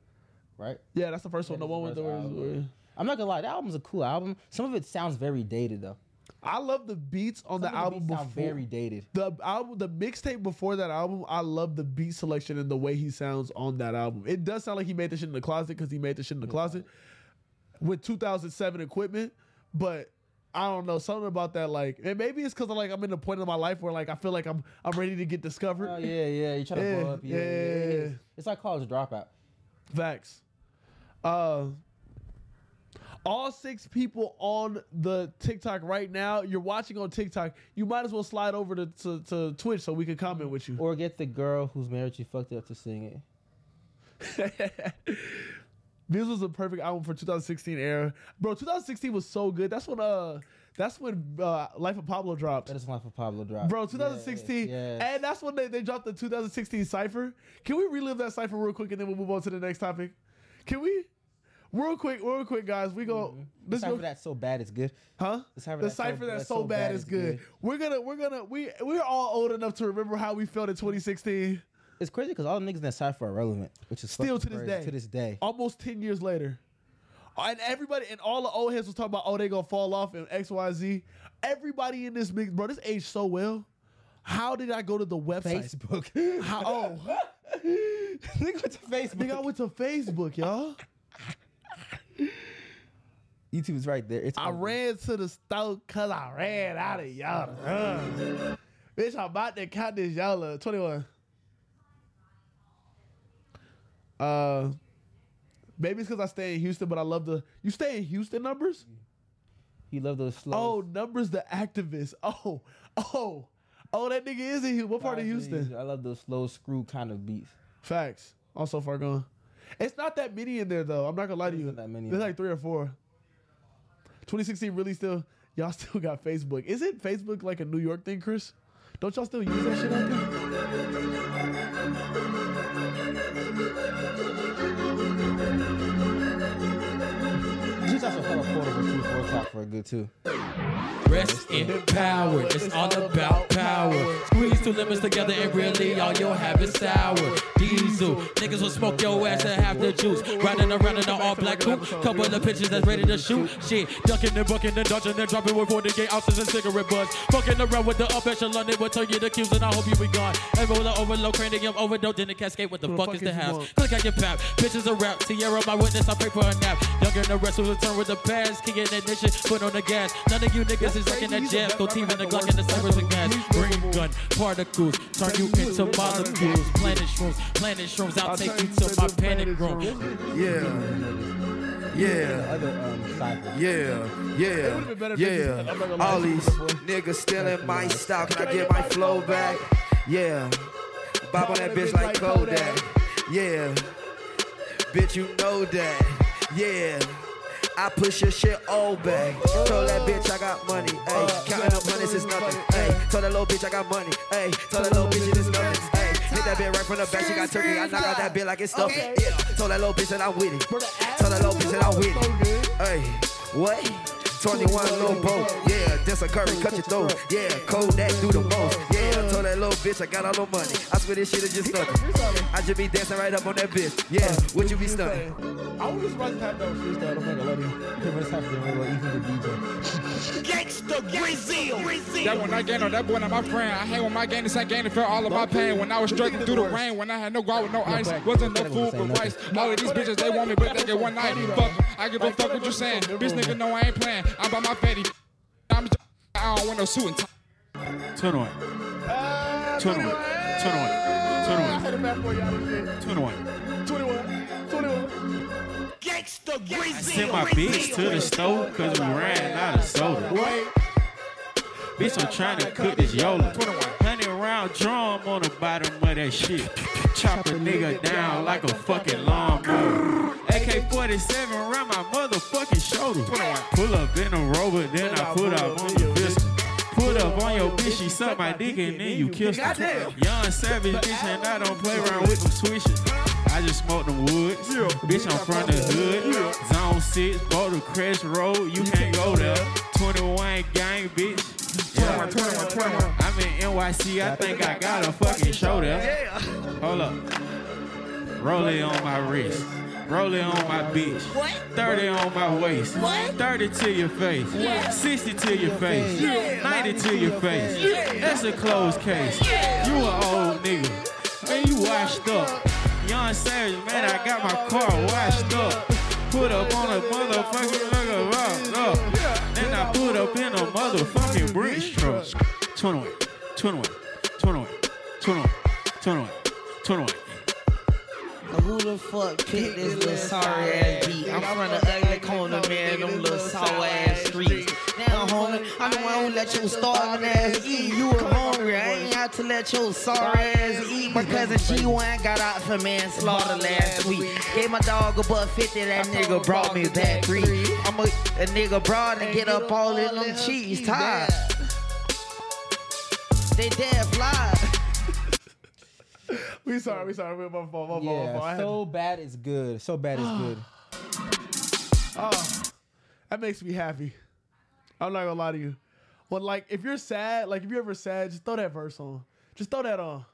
[SPEAKER 2] right?
[SPEAKER 1] yeah, that's the first one. The
[SPEAKER 2] That
[SPEAKER 1] one
[SPEAKER 2] is
[SPEAKER 1] with
[SPEAKER 2] the
[SPEAKER 1] the
[SPEAKER 2] first album. I'm not gonna lie, that album's a cool album. Some of it sounds very dated though.
[SPEAKER 1] I love the beats on
[SPEAKER 2] Some
[SPEAKER 1] the
[SPEAKER 2] of
[SPEAKER 1] album
[SPEAKER 2] beats
[SPEAKER 1] before.
[SPEAKER 2] sound very dated.
[SPEAKER 1] the album, the mixtape before that album, I love the beat selection and the way he sounds on that album. It does sound like he made this shit in the closet because he made this shit in the closet with 2007 equipment, but I don't know something about that. Like, and maybe it's because like I'm in the point of my life where like I feel like I'm I'm ready to get discovered.
[SPEAKER 2] Oh yeah, yeah. You try to
[SPEAKER 1] Yeah,
[SPEAKER 2] blow up. Yeah, yeah, yeah,
[SPEAKER 1] yeah,
[SPEAKER 2] yeah.
[SPEAKER 1] yeah.
[SPEAKER 2] It's like college dropout.
[SPEAKER 1] Facts. Uh, all six people on the TikTok right now. You're watching on TikTok. You might as well slide over to, to, to Twitch so we can comment with you. [LAUGHS]
[SPEAKER 2] Or get the girl whose marriage you fucked up to sing it.
[SPEAKER 1] This was a perfect album for 2016 era, bro. 2016 was so good. That's when uh, that's when uh, Life of Pablo dropped.
[SPEAKER 2] That is life of Pablo dropped.
[SPEAKER 1] Bro, 2016,
[SPEAKER 2] Yes, yes.
[SPEAKER 1] and that's when they, they dropped the 2016 cipher. Can we relive that cipher real quick and then we'll move on to the next topic? Can we? Real quick, real quick, guys. We go.
[SPEAKER 2] Mm-hmm. the
[SPEAKER 1] Let's
[SPEAKER 2] cipher
[SPEAKER 1] go.
[SPEAKER 2] that's so bad it's good.
[SPEAKER 1] Huh?
[SPEAKER 2] The cipher
[SPEAKER 1] The
[SPEAKER 2] that's so-
[SPEAKER 1] cipher that's so, bad, is good. We're gonna we're gonna we we're all old enough to remember how we felt in 2016.
[SPEAKER 2] It's crazy because all the niggas in that cipher are relevant, which is
[SPEAKER 1] Still
[SPEAKER 2] fucking
[SPEAKER 1] to this
[SPEAKER 2] crazy.
[SPEAKER 1] day.
[SPEAKER 2] To this day,
[SPEAKER 1] Almost 10 years later. And everybody and all the old heads was talking about, oh, they gonna fall off and XYZ. Everybody in this mix, bro, this aged so well. How did I go to the website?
[SPEAKER 2] Facebook. [LAUGHS]
[SPEAKER 1] How, oh, [LAUGHS]
[SPEAKER 2] Nigga went to Facebook.
[SPEAKER 1] nigga, I went to Facebook, y'all.
[SPEAKER 2] YouTube is right there. It's
[SPEAKER 1] I
[SPEAKER 2] over.
[SPEAKER 1] ran to the store cause I ran out of y'all. Uh, bitch, I'm about to count this y'all up. 21. Uh maybe it's cause I stay in Houston, but I love the you stay in Houston numbers?
[SPEAKER 2] He loved those
[SPEAKER 1] Oh,
[SPEAKER 2] slow.
[SPEAKER 1] numbers the activist. [LAUGHS] Oh, oh, oh, that nigga is in Houston. What part of Houston?
[SPEAKER 2] I love those slow screw kind of beats.
[SPEAKER 1] Facts. I'm so far gone. It's not that many in there though. I'm not gonna lie to you.
[SPEAKER 2] isn't that many in
[SPEAKER 1] There's
[SPEAKER 2] there.
[SPEAKER 1] like three or four. 2016 really still y'all still got Facebook. Isn't Facebook like a New York thing, Chris? Don't y'all still use that shit out there?
[SPEAKER 2] Shout out to Portable Truth works out for a good too.
[SPEAKER 7] Rest in power, it's all about power. Squeeze two lemons together and really all you'll have is sour. Diesel, niggas will smoke your ass and have the juice. Riding around in an all black coupe, couple of pitches that's ready to shoot. Shit, ducking and bucking and dodging and dropping with 48 ounces and cigarette butts. Fucking around with the up echelon, it will turn you to cubes and I hope you be gone. Everyone overload, cranium overdose, then the cascade. What the
[SPEAKER 1] Who the
[SPEAKER 7] fuck,
[SPEAKER 1] fuck
[SPEAKER 7] is
[SPEAKER 1] is
[SPEAKER 7] the
[SPEAKER 1] you
[SPEAKER 7] house?
[SPEAKER 1] want?
[SPEAKER 7] Click on your pap, bitches a rap. Tierra, my witness, I pray for a nap. Younger the rest will return with the past. Kicking ignition, foot on the gas. None of you niggas is
[SPEAKER 1] crazy.
[SPEAKER 7] sucking that
[SPEAKER 1] He's a
[SPEAKER 7] jab. Go
[SPEAKER 1] backpacker
[SPEAKER 7] team in the
[SPEAKER 1] at the
[SPEAKER 7] Glock and the
[SPEAKER 1] worst.
[SPEAKER 7] cybers with gas.
[SPEAKER 1] He's
[SPEAKER 7] Green
[SPEAKER 1] miserable.
[SPEAKER 7] gun, particles, turn you
[SPEAKER 1] Turn you
[SPEAKER 7] into
[SPEAKER 1] into
[SPEAKER 7] molecules.
[SPEAKER 1] molecules.
[SPEAKER 7] Planet shrooms, planet shrooms, I'll take you
[SPEAKER 1] the
[SPEAKER 7] to my panic room.
[SPEAKER 8] Yeah. Yeah.
[SPEAKER 2] Other um, disciples.
[SPEAKER 8] Yeah,
[SPEAKER 1] been better
[SPEAKER 8] yeah,
[SPEAKER 1] if they just- I'm not
[SPEAKER 8] yeah.
[SPEAKER 1] gonna lie.
[SPEAKER 8] All these niggas stealing my stock, and I get my flow back. Yeah, bob on that bitch like Kodak. Yeah, bitch, you know that. Yeah. I push your shit all back. Told that bitch I got money, ayy. Counting up hundreds is nothing, ayy. Told that little bitch I got money, ayy. Told that little bitch it is nothing, ayy. Hit that bitch right from the back, she got turkey. I knock out that bitch like it's stuffing. Yeah. Told that little bitch that I'm with it. Told that little bitch that I'm with it. Ayy, what? 21 little boat, yeah, that's a curry, cut your throat, yeah, cold that do the most, yeah, I told that little bitch I got all the money, I swear this shit is just nothing, I just be dancing right up on that bitch, yeah, would you be stunning?
[SPEAKER 1] I was just about to have that freestyle. I'm not gonna let you.
[SPEAKER 2] Different types of people, even the DJ.
[SPEAKER 9] That one I gained on that boy, not my friend. I hate when my game is I gained and felt all of my pain. When I was struggling through the rain, when I had no guard with no ice,
[SPEAKER 2] back.
[SPEAKER 9] wasn't no
[SPEAKER 2] Back
[SPEAKER 9] food
[SPEAKER 2] to
[SPEAKER 9] but
[SPEAKER 2] say
[SPEAKER 9] rice. All of these bitches, they want me, but they get one night. Fuck 'em. I give a fuck what you saying. Bitch nigga, no, I ain't playing. I buy my fatty. I'm just, I don't want no suit and tie.
[SPEAKER 7] Turn on, turn on, turn on, turn on,
[SPEAKER 1] had it back for y'all and shit.
[SPEAKER 7] turn on.
[SPEAKER 1] 21, 21.
[SPEAKER 7] I sent my bitch to the stove because we ran out of soda.
[SPEAKER 1] Wait.
[SPEAKER 7] Bitch, I'm trying to cook this Yola. 100 round drum on the bottom of that shit. Chop a nigga down like a fucking lawnmower. AK 47 around my motherfucking shoulder. Pull up in a rover, then I put up on your pistol. Put up on your bitch, she suck my dick and then you kiss her.
[SPEAKER 8] Goddamn.
[SPEAKER 7] Young savage bitch, and I don't play around with them swishes. I just smoke them woods. Bitch, I'm from the hood. Zone 6, Boulder Crest Road, you, can't go there. 21 gang, bitch. Yeah.
[SPEAKER 9] 21, 21, 21.
[SPEAKER 7] I'm in NYC, I think I got a fucking shoulder.
[SPEAKER 8] Yeah,
[SPEAKER 7] Hold up. Roll it on my wrist. Roll it on my bitch.
[SPEAKER 6] What?
[SPEAKER 7] 30 on my waist.
[SPEAKER 6] What?
[SPEAKER 7] 30 to your face.
[SPEAKER 6] Yeah.
[SPEAKER 7] 60 to your face.
[SPEAKER 2] Yeah.
[SPEAKER 7] 90 to your face.
[SPEAKER 6] Yeah.
[SPEAKER 7] That's a closed case.
[SPEAKER 6] Yeah.
[SPEAKER 7] You an old nigga. Man, you washed up. Young Savage, man, I got my car washed up. Put up on a motherfucking nigga rock up. Then I put up in a motherfucking brick truck. 21, 21, 21, 21, 21, 21.
[SPEAKER 10] Who the fuck picked this little sorry ass beat? I'm from the ugly corner, man, them little sour ass streets. Now, homie, I'm the one who let your starving ass eat. You were hungry, I ain't out to let your sorry ass eat. My cousin G1 got out for manslaughter last week. Gave my dog a buck 50, that nigga brought me back three. I'm a, a nigga broad and get up all in them cheese tied. They dead fly.
[SPEAKER 1] We sorry, we sorry. We my fault, my fault, my fault. I
[SPEAKER 2] Yeah,
[SPEAKER 1] had-
[SPEAKER 2] so bad it's good. So bad it's
[SPEAKER 10] [SIGHS]
[SPEAKER 2] good.
[SPEAKER 1] that makes me happy. I'm not gonna lie to you. But like, if you're sad, like if you're ever sad, just throw that verse on. Just throw that on.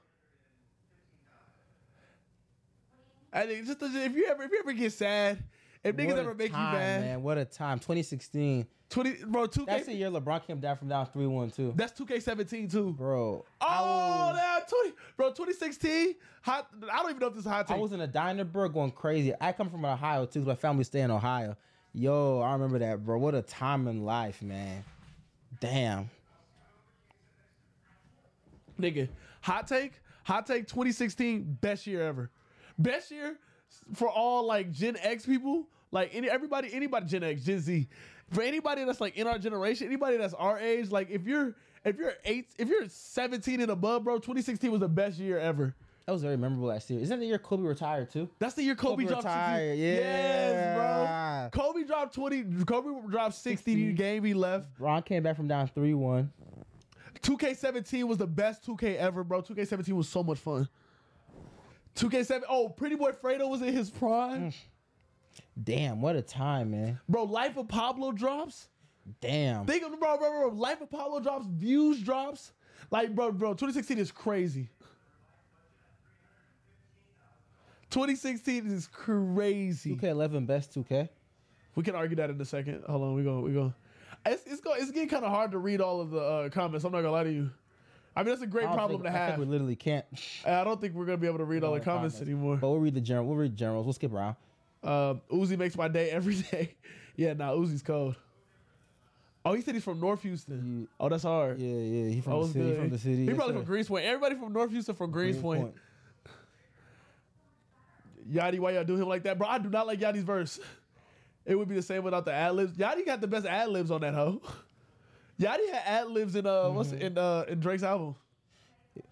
[SPEAKER 1] I think just if you ever if you ever get sad, if niggas
[SPEAKER 2] What a
[SPEAKER 1] ever make
[SPEAKER 2] time,
[SPEAKER 1] you mad,
[SPEAKER 2] man. What a time. 2016.
[SPEAKER 1] twenty bro two
[SPEAKER 2] That's the
[SPEAKER 1] K
[SPEAKER 2] year LeBron came down from down 3 1 too.
[SPEAKER 1] that's two K seventeen too.
[SPEAKER 2] Bro, I
[SPEAKER 1] Oh,
[SPEAKER 2] was-
[SPEAKER 1] that twenty bro twenty sixteen hot. I don't even know if this is a hot
[SPEAKER 2] I
[SPEAKER 1] take.
[SPEAKER 2] was in a diner, bro, going crazy. I come from Ohio too, 'cause my family stay in Ohio. Yo, I remember that, bro. What a time in life, man. Damn.
[SPEAKER 1] Nigga, hot take, hot take 2016, best year ever. Best year for all like Gen X people, like any everybody, anybody Gen X, Gen Z. For anybody that's like in our generation, anybody that's our age, like if you're if you're eight, if you're 17 and above, bro, 2016 was the best year ever.
[SPEAKER 2] That was very memorable last year. Isn't that the year Kobe retired too?
[SPEAKER 1] That's the year Kobe,
[SPEAKER 2] Kobe
[SPEAKER 1] dropped 60.
[SPEAKER 2] retired, yeah.
[SPEAKER 1] Yes, bro. Kobe dropped 20, Kobe dropped 60 game he left.
[SPEAKER 2] Ron came back from down 3 1.
[SPEAKER 1] 2K17 was the best 2K ever, bro. 2K17 was
[SPEAKER 2] Mm.
[SPEAKER 1] so much fun. 2K7. Oh, Pretty Boy Fredo was in his prime.
[SPEAKER 2] Damn, what a time, man.
[SPEAKER 1] Bro, Life of Pablo drops.
[SPEAKER 2] Damn.
[SPEAKER 1] Think of bro, bro, bro, bro. Life of Pablo drops, views drops. Like, bro, bro, 2016 is crazy. 2016 is crazy.
[SPEAKER 2] 2K11 best 2K.
[SPEAKER 1] We can argue that in a second. Hold on, we going we going. It's it's going it's getting kind of hard to read all of the uh, comments. I'm not gonna lie to you. I mean, that's a great
[SPEAKER 2] I don't
[SPEAKER 1] problem
[SPEAKER 2] think-
[SPEAKER 1] to
[SPEAKER 2] I
[SPEAKER 1] have.
[SPEAKER 2] think we literally can't
[SPEAKER 1] I don't think we're gonna be able to read all the comments, anymore.
[SPEAKER 2] But we'll read the general. We'll read generals. We'll skip around.
[SPEAKER 1] Um, Uzi makes my day every [LAUGHS] day. yeah, nah, Uzi's cold. Oh, he said he's from North Houston. Oh, that's hard.
[SPEAKER 2] Yeah, yeah. He from
[SPEAKER 1] Oh,
[SPEAKER 2] the
[SPEAKER 1] it's
[SPEAKER 2] city. He
[SPEAKER 1] good.
[SPEAKER 2] from the city.
[SPEAKER 1] He
[SPEAKER 2] yes,
[SPEAKER 1] probably
[SPEAKER 2] sir.
[SPEAKER 1] from Greens Point. Everybody from North Houston from Greens Point. Yachty, why y'all do him like that, bro? I do not like Yachty's verse. It would be the same without the ad libs. Yachty got the best ad libs on that hoe. [LAUGHS] Yachty had ad libs in uh what's
[SPEAKER 2] Mm-hmm.
[SPEAKER 1] in uh in Drake's album.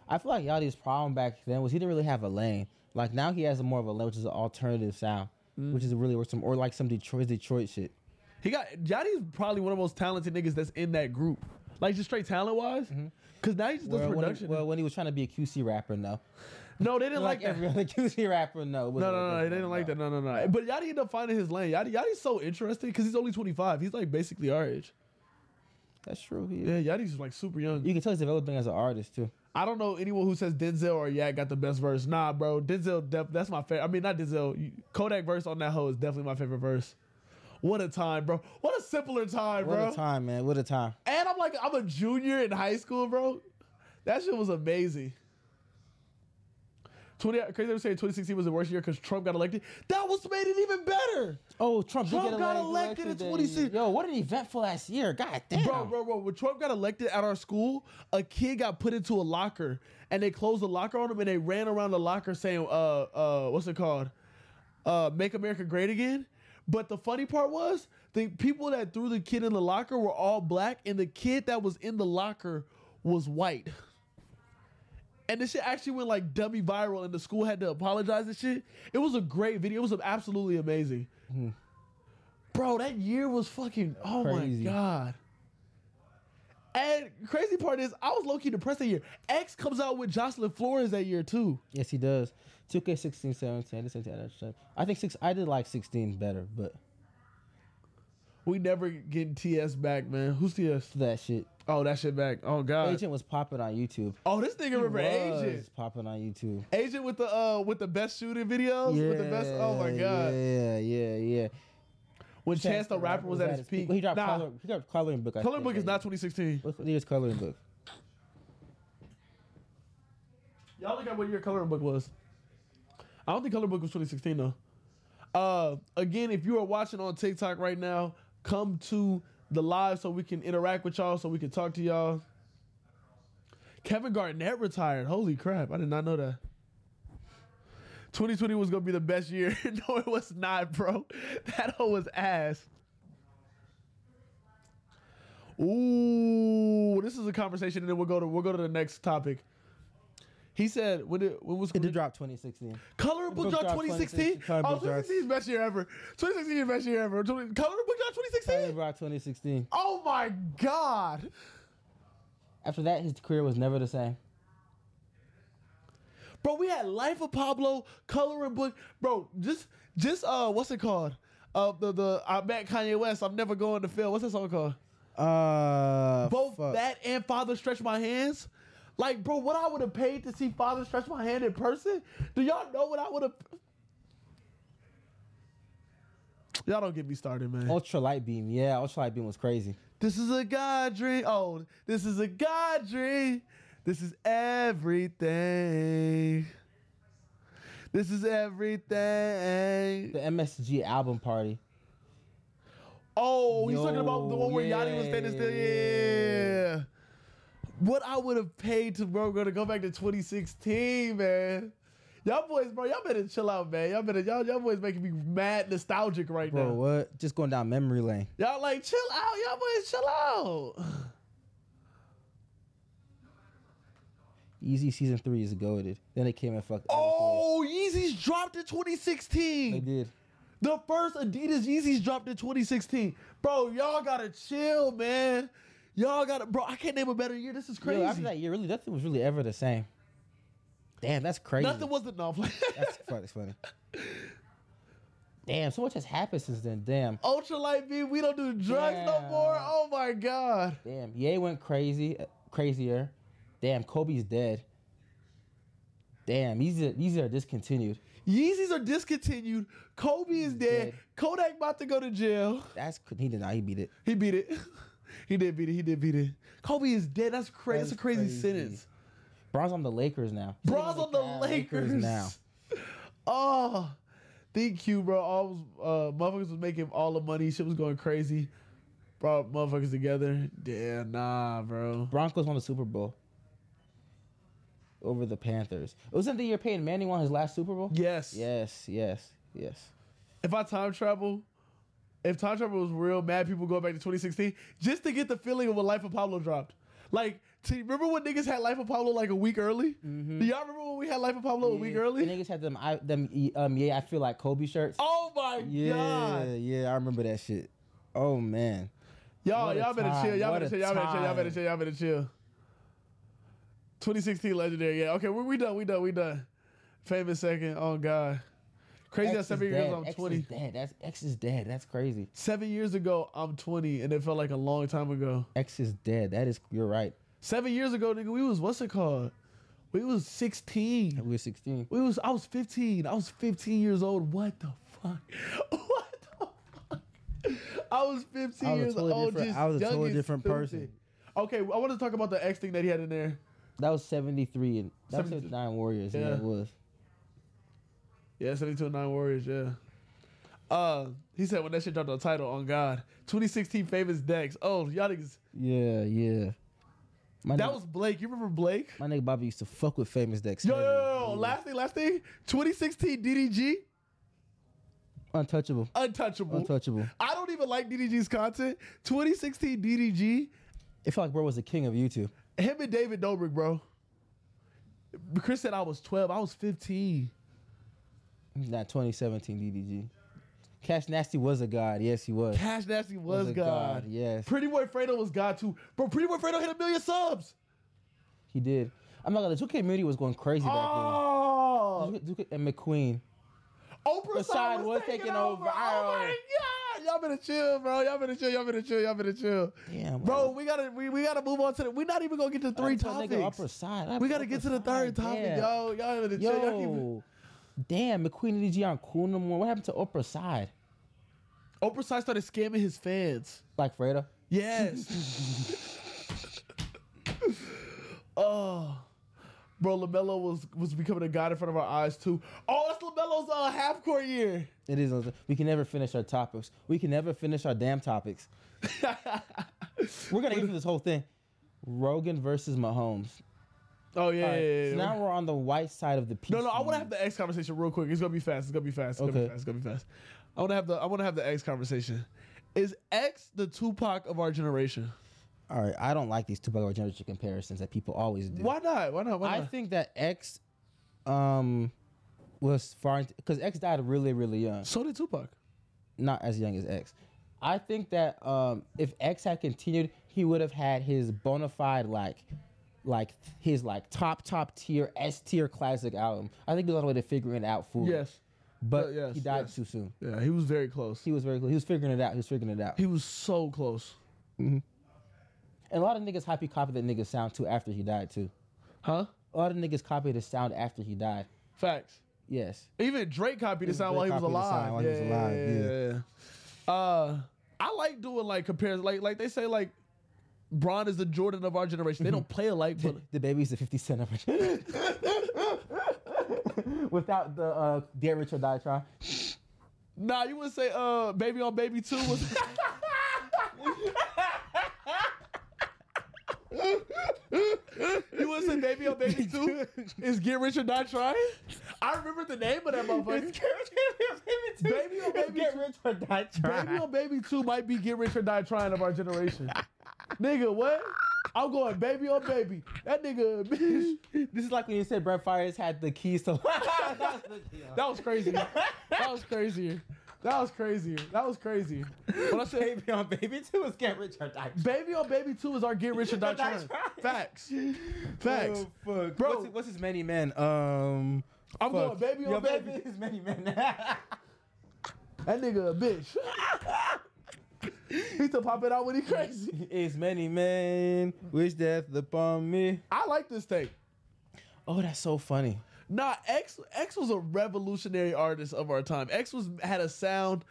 [SPEAKER 2] I feel like Yachty's problem back then was he didn't really have a lane. Like now he has a more of a lane, which is an alternative sound, which is really worth some or like some Detroit Detroit shit.
[SPEAKER 1] He got Yachty's probably one of the most talented niggas that's in that group. Like just straight talent wise. Cause now he just does
[SPEAKER 2] Mm-hmm. Well, when he,
[SPEAKER 1] production.
[SPEAKER 2] well, when he was trying to be a QC
[SPEAKER 1] [LAUGHS]
[SPEAKER 2] rapper, no.
[SPEAKER 1] no, they didn't like,
[SPEAKER 2] Like
[SPEAKER 1] that.
[SPEAKER 2] every other QC rapper, no. it
[SPEAKER 1] No,
[SPEAKER 2] wasn't
[SPEAKER 1] no,
[SPEAKER 2] like
[SPEAKER 1] no,
[SPEAKER 2] that.
[SPEAKER 1] they didn't like that. No, no, no. But Yachty ended up finding his lane. Yachty, Yachty's so interesting because he's only 25. He's like basically our age.
[SPEAKER 2] That's true. He
[SPEAKER 1] Yeah, Yachty's like super young.
[SPEAKER 2] You can tell he's developing as an artist too.
[SPEAKER 1] I don't know anyone who says Denzel or Yak got the best verse. Nah, bro, Denzel, def- that's my favorite. I mean, not Denzel. you- Kodak verse on that hoe is definitely my favorite verse. What a time, bro. What a simpler time,
[SPEAKER 2] What
[SPEAKER 1] bro.
[SPEAKER 2] a time, man. What a time.
[SPEAKER 1] And I'm like, I'm a junior in high school, bro. That shit was amazing. 20, crazy to say 2016 was the worst year because Trump got elected. That was made it even better.
[SPEAKER 2] Oh, Trump, did
[SPEAKER 1] Trump
[SPEAKER 2] get
[SPEAKER 1] got
[SPEAKER 2] elect-
[SPEAKER 1] elected in
[SPEAKER 2] that
[SPEAKER 1] 26.
[SPEAKER 2] year. Yo, what an eventful ass year. God damn.
[SPEAKER 1] Bro, bro, bro. When Trump got elected at our school, a kid got put into a locker and they closed the locker on him and they ran around the locker saying, uh, uh, what's it called? Uh, make America great again. But the funny part was the people that threw the kid in the locker were all black and the kid that was in the locker was white. And this shit actually went like dummy viral and the school had to apologize and shit. It was a great video. It was absolutely amazing. Bro, that year was fucking, oh
[SPEAKER 2] Crazy.
[SPEAKER 1] my God. And crazy part is, I was low key depressed that year. X comes out with Jocelyn Flores that year too.
[SPEAKER 2] Yes, he does. 2K16, 17, I just said that. I think six. I did like 16 better, but
[SPEAKER 1] We never getting TS back, man. Who's TS?
[SPEAKER 2] that shit.
[SPEAKER 1] Oh, that shit back. Oh God.
[SPEAKER 2] Agent was popping on YouTube.
[SPEAKER 1] Oh, this nigga remember
[SPEAKER 2] was
[SPEAKER 1] Agent.
[SPEAKER 2] popping on YouTube.
[SPEAKER 1] Agent with the uh with the best shooting videos. with the best. Oh my
[SPEAKER 2] Yeah,
[SPEAKER 1] God.
[SPEAKER 2] Yeah, yeah, yeah.
[SPEAKER 1] When Chance the Rapper was at his peak.
[SPEAKER 2] He dropped,
[SPEAKER 1] nah,
[SPEAKER 2] color, he dropped coloring book. I
[SPEAKER 1] Coloring
[SPEAKER 2] think,
[SPEAKER 1] Book is
[SPEAKER 2] that
[SPEAKER 1] not 2016.
[SPEAKER 2] year. What year is coloring book?
[SPEAKER 1] Y'all look at what your coloring book was. I don't think coloring book was 2016 though. Uh, again, if you are watching on TikTok right now, come to the live so we can interact with y'all, so we can talk to y'all. Kevin Garnett retired. Holy crap! I did not know that. 2020 was gonna be the best year. [LAUGHS] no, it was not, bro. That hoe was ass. Ooh, this is a conversation, and then we'll go to we'll go to the next topic. He said, "When did when was
[SPEAKER 2] It did drop 2016.
[SPEAKER 1] Coloring Book
[SPEAKER 2] Book
[SPEAKER 1] Drop
[SPEAKER 2] Drop
[SPEAKER 1] 2016?
[SPEAKER 2] 2016.
[SPEAKER 1] Oh,
[SPEAKER 2] Coloring Book Drop.
[SPEAKER 1] 2016 is best year ever. 2016 is best year ever. 20, Coloring Book Drop
[SPEAKER 2] It
[SPEAKER 1] 2016?
[SPEAKER 2] dropped 2016.
[SPEAKER 1] Oh my God.
[SPEAKER 2] After that, his career was never the same.
[SPEAKER 1] Bro, we had Life of Pablo, Coloring Book. Bro, just, just uh, what's it called? Uh, the, the, I met Kanye West. I'm never going to fail. What's that song called?
[SPEAKER 2] Uh,
[SPEAKER 1] Both
[SPEAKER 2] fuck.
[SPEAKER 1] that and Father Stretch My Hands. Like, bro, what I would have paid to see Father Stretch My Hand in person? Do y'all know what I would have? Y'all don't get me started, man.
[SPEAKER 2] Ultra light beam. Yeah, ultra light beam was crazy.
[SPEAKER 1] This is a God dream. Oh, this is a God dream. This is everything. This is everything.
[SPEAKER 2] The MSG album party.
[SPEAKER 1] Oh, he's talking about the
[SPEAKER 2] Yo,
[SPEAKER 1] one where Yachty was standing still. Yeah. What I would have paid to bro, bro to go back to 2016, man. Y'all boys, bro, y'all better chill out, man. Y'all better, y'all, y'all boys making me mad nostalgic right
[SPEAKER 2] Bro,
[SPEAKER 1] now.
[SPEAKER 2] what? Just going down memory lane.
[SPEAKER 1] Y'all like chill out, y'all boys, chill out.
[SPEAKER 2] Easy season three is goaded. Then it came and fucked. everything
[SPEAKER 1] Oh, Yeezys dropped in 2016.
[SPEAKER 2] up. they did.
[SPEAKER 1] The first Adidas Yeezys dropped in 2016. Bro, y'all gotta chill, man. Y'all gotta, bro. I can't name a better year. This is crazy.
[SPEAKER 2] Yo, after that year, really, nothing was really ever the same. Damn, that's
[SPEAKER 1] [LAUGHS]
[SPEAKER 2] crazy.
[SPEAKER 1] Nothing was the novel.
[SPEAKER 2] That's funny. That's funny. Damn, so much has happened since then. Damn.
[SPEAKER 1] Ultralight beam. We don't do drugs no more. Oh my god.
[SPEAKER 2] Damn, Ye went crazy, uh, crazier. Damn, Kobe's dead. Damn, these are, these are discontinued.
[SPEAKER 1] Yeezys are discontinued. Kobe is dead. Kodak about to go to jail.
[SPEAKER 2] That's cr- he did not. He beat it.
[SPEAKER 1] He beat it. [LAUGHS] he did beat it. He did beat it. Kobe is dead. That's crazy. That's, a crazy, sentence.
[SPEAKER 2] Bron's on the Lakers now.
[SPEAKER 1] Bron's on the Lakers. [LAUGHS]
[SPEAKER 2] now.
[SPEAKER 1] Oh, thank you, bro. All was, uh, motherfuckers was making all the money. Shit was going crazy. Brought motherfuckers together. Damn, nah, bro.
[SPEAKER 2] Broncos won the Super Bowl over the Panthers. Wasn't the year Peyton Manning won his last Super Bowl?
[SPEAKER 1] Yes.
[SPEAKER 2] Yes, yes, yes.
[SPEAKER 1] If I time travel, if time travel was real, mad people go back to 2016 just to get the feeling of when Life of Pablo dropped. Like, to, remember when niggas had Life of Pablo like a week early? Do y'all remember when we had Life of Pablo a week
[SPEAKER 2] Mm-hmm. Yeah,
[SPEAKER 1] early?
[SPEAKER 2] The niggas had them, I, them, e- um, yeah, I feel like Kobe shirts.
[SPEAKER 1] Oh my
[SPEAKER 2] yeah,
[SPEAKER 1] god.
[SPEAKER 2] yeah, I remember that shit. Oh man,
[SPEAKER 1] Y'all,
[SPEAKER 2] What a
[SPEAKER 1] y'all better
[SPEAKER 2] time.
[SPEAKER 1] chill. Y'all
[SPEAKER 2] What
[SPEAKER 1] better
[SPEAKER 2] a
[SPEAKER 1] chill. Y'all better chill. Y'all better
[SPEAKER 2] time.
[SPEAKER 1] chill. Y'all better chill. 2016 legendary. Yeah. Okay, we, we done. We done. We done. Famous second. Oh God. Crazy how
[SPEAKER 2] X is
[SPEAKER 1] seven years
[SPEAKER 2] dead.
[SPEAKER 1] I'm
[SPEAKER 2] X
[SPEAKER 1] 20.
[SPEAKER 2] Is dead. That's X is dead. That's crazy.
[SPEAKER 1] Seven years ago, I'm 20, and it felt like a long time ago.
[SPEAKER 2] X is dead. That is you're right.
[SPEAKER 1] Seven years ago, nigga, we was what's it called? We was 16.
[SPEAKER 2] We were 16.
[SPEAKER 1] We was I was 15. I was 15 years old. What the fuck? [LAUGHS] What the fuck? I was 15
[SPEAKER 2] I was a
[SPEAKER 1] years
[SPEAKER 2] totally
[SPEAKER 1] old.
[SPEAKER 2] different-
[SPEAKER 1] just
[SPEAKER 2] I was a
[SPEAKER 1] young
[SPEAKER 2] totally
[SPEAKER 1] and
[SPEAKER 2] different
[SPEAKER 1] stupid.
[SPEAKER 2] person.
[SPEAKER 1] Okay, I want to talk about the X thing that he had in there.
[SPEAKER 2] That was 73 and that was
[SPEAKER 1] 73.
[SPEAKER 2] 79 Warriors. Yeah,
[SPEAKER 1] Yeah.
[SPEAKER 2] it was.
[SPEAKER 1] Yeah, 72 and 9 Warriors, yeah. Uh, he said when that shit dropped on title on God. 2016 famous Dex. Oh, y'all niggas.
[SPEAKER 2] Yeah, yeah. My
[SPEAKER 1] That
[SPEAKER 2] nigga-
[SPEAKER 1] was Blake. You remember Blake?
[SPEAKER 2] my nigga Bobby used to fuck with famous Dex.
[SPEAKER 1] Yo, yo,
[SPEAKER 2] heavy.
[SPEAKER 1] yo, yo, last thing, last thing. 2016 DDG,
[SPEAKER 2] Untouchable.
[SPEAKER 1] untouchable.
[SPEAKER 2] Untouchable.
[SPEAKER 1] I don't even like DDG's content. 2016 DDG,
[SPEAKER 2] It felt like bro was the king of YouTube.
[SPEAKER 1] him and David Dobrik, bro. Chris said I was 12. I was 15.
[SPEAKER 2] Not 2017 DDG. Cash Nasty was a god. Yes, he was.
[SPEAKER 1] Cash Nasty was,
[SPEAKER 2] a
[SPEAKER 1] God.
[SPEAKER 2] god, yes.
[SPEAKER 1] Pretty Boy Fredo was God too. Bro, Pretty Boy Fredo hit a million subs.
[SPEAKER 2] He did. I'm not gonna. 2K community was going crazy
[SPEAKER 1] Oh.
[SPEAKER 2] back then. 2K and McQueen.
[SPEAKER 1] Oprah
[SPEAKER 2] side
[SPEAKER 1] side was, taking, over. Oh my god! Y'all better chill, bro. Y'all better chill. Y'all better chill. Y'all better chill.
[SPEAKER 2] Damn,
[SPEAKER 1] bro. We gotta we, we gotta move on to the. We're not even gonna get to three
[SPEAKER 2] That's my nigga Upper
[SPEAKER 1] topics.
[SPEAKER 2] side.
[SPEAKER 1] We gotta get to the
[SPEAKER 2] Upper
[SPEAKER 1] third topic,
[SPEAKER 2] yeah.
[SPEAKER 1] yo. Y'all better chill. Y'all keep,
[SPEAKER 2] Yo, damn, McQueen and DG on cool no more. What happened to Oprah Side?
[SPEAKER 1] Oprah side started scamming his fans.
[SPEAKER 2] Like Freda?
[SPEAKER 1] Yes. oh. Bro, LaMelo was was becoming a god in front of our eyes too. Oh, that's LaMelo's uh, half court year. [LAUGHS]
[SPEAKER 2] It is. We can never finish our topics. We can never finish our damn topics. We're gonna get through this whole thing. Rogan versus Mahomes.
[SPEAKER 1] Oh yeah,
[SPEAKER 2] All
[SPEAKER 1] yeah,
[SPEAKER 2] right,
[SPEAKER 1] yeah, yeah.
[SPEAKER 2] So now we're on the white side of the piece.
[SPEAKER 1] No, no, I want to have the X conversation real quick. It's gonna be fast. It's gonna be fast. It's gonna be
[SPEAKER 2] Okay.
[SPEAKER 1] fast. It's gonna be fast. I want to have the I want to have the X conversation. Is X the Tupac of our generation?
[SPEAKER 2] All right, I don't like these two by generation comparisons that people always do.
[SPEAKER 1] Why not? Why not? Why
[SPEAKER 2] I
[SPEAKER 1] not?
[SPEAKER 2] think that X, um, was far because X died really, really young.
[SPEAKER 1] so did Tupac.
[SPEAKER 2] not as young as X. I think that um, if X had continued, he would have had his bona fide like, like his like top top tier S tier classic album. I think he was on the way to figuring it out fully.
[SPEAKER 1] Yes.
[SPEAKER 2] but
[SPEAKER 1] Uh, yes,
[SPEAKER 2] he died
[SPEAKER 1] yes.
[SPEAKER 2] too soon.
[SPEAKER 1] Yeah, he was very close.
[SPEAKER 2] He was very close. He was figuring it out. He was figuring it out.
[SPEAKER 1] He was so close.
[SPEAKER 2] and a lot of niggas happy copied that nigga's sound too after he died too.
[SPEAKER 1] Huh?
[SPEAKER 2] A lot of niggas copied his sound after he died.
[SPEAKER 1] Facts.
[SPEAKER 2] Yes.
[SPEAKER 1] Even Drake copied the sound while he
[SPEAKER 2] Drake
[SPEAKER 1] was
[SPEAKER 2] copied the sound
[SPEAKER 1] alive.
[SPEAKER 2] while he
[SPEAKER 1] yeah,
[SPEAKER 2] was alive,
[SPEAKER 1] yeah, yeah, yeah. Uh, I like doing like comparisons. Like like they say like. Bron is the Jordan of our generation. They
[SPEAKER 2] [LAUGHS]
[SPEAKER 1] don't play alike, but
[SPEAKER 2] The baby's the 50 cent number. [LAUGHS] Without the uh, Dare Rich or Die Try.
[SPEAKER 1] nah, you would say uh, baby on baby too. Was-
[SPEAKER 2] [LAUGHS]
[SPEAKER 1] You want to say Baby on Baby
[SPEAKER 2] [LAUGHS]
[SPEAKER 1] too? Is Get Rich or Die Trying? I remember the name of that motherfucker. Baby on Baby
[SPEAKER 2] Get
[SPEAKER 1] Two.
[SPEAKER 2] Rich or Die Try.
[SPEAKER 1] Baby on Baby 2 might be Get Rich or Die Trying of our generation. nigga, what? I'm going Baby on Baby. That nigga, [LAUGHS] bitch.
[SPEAKER 2] This is like when you said Brett Fires had the
[SPEAKER 1] [LAUGHS]
[SPEAKER 2] keys [LAUGHS] to.
[SPEAKER 1] That was crazy. That was crazier. That was crazier. That was crazy. When I said
[SPEAKER 2] baby on baby two is get rich or die.
[SPEAKER 1] Baby on Baby 2 is our Get Rich or Die
[SPEAKER 2] Die
[SPEAKER 1] Trying.
[SPEAKER 2] Trying.
[SPEAKER 1] Facts. Facts.
[SPEAKER 2] Oh, fuck.
[SPEAKER 1] Bro.
[SPEAKER 2] Bro, what's, what's his many men? Um,
[SPEAKER 1] I'm
[SPEAKER 2] fuck.
[SPEAKER 1] going Baby
[SPEAKER 2] Yo,
[SPEAKER 1] on Baby.
[SPEAKER 2] is many men.
[SPEAKER 1] That nigga a bitch. [LAUGHS] he to pop it out when he crazy.
[SPEAKER 2] [LAUGHS] It's many men wish death upon me.
[SPEAKER 1] I like this tape.
[SPEAKER 2] Oh, that's so funny.
[SPEAKER 1] Nah, X X was a revolutionary artist of our time. X was had a sound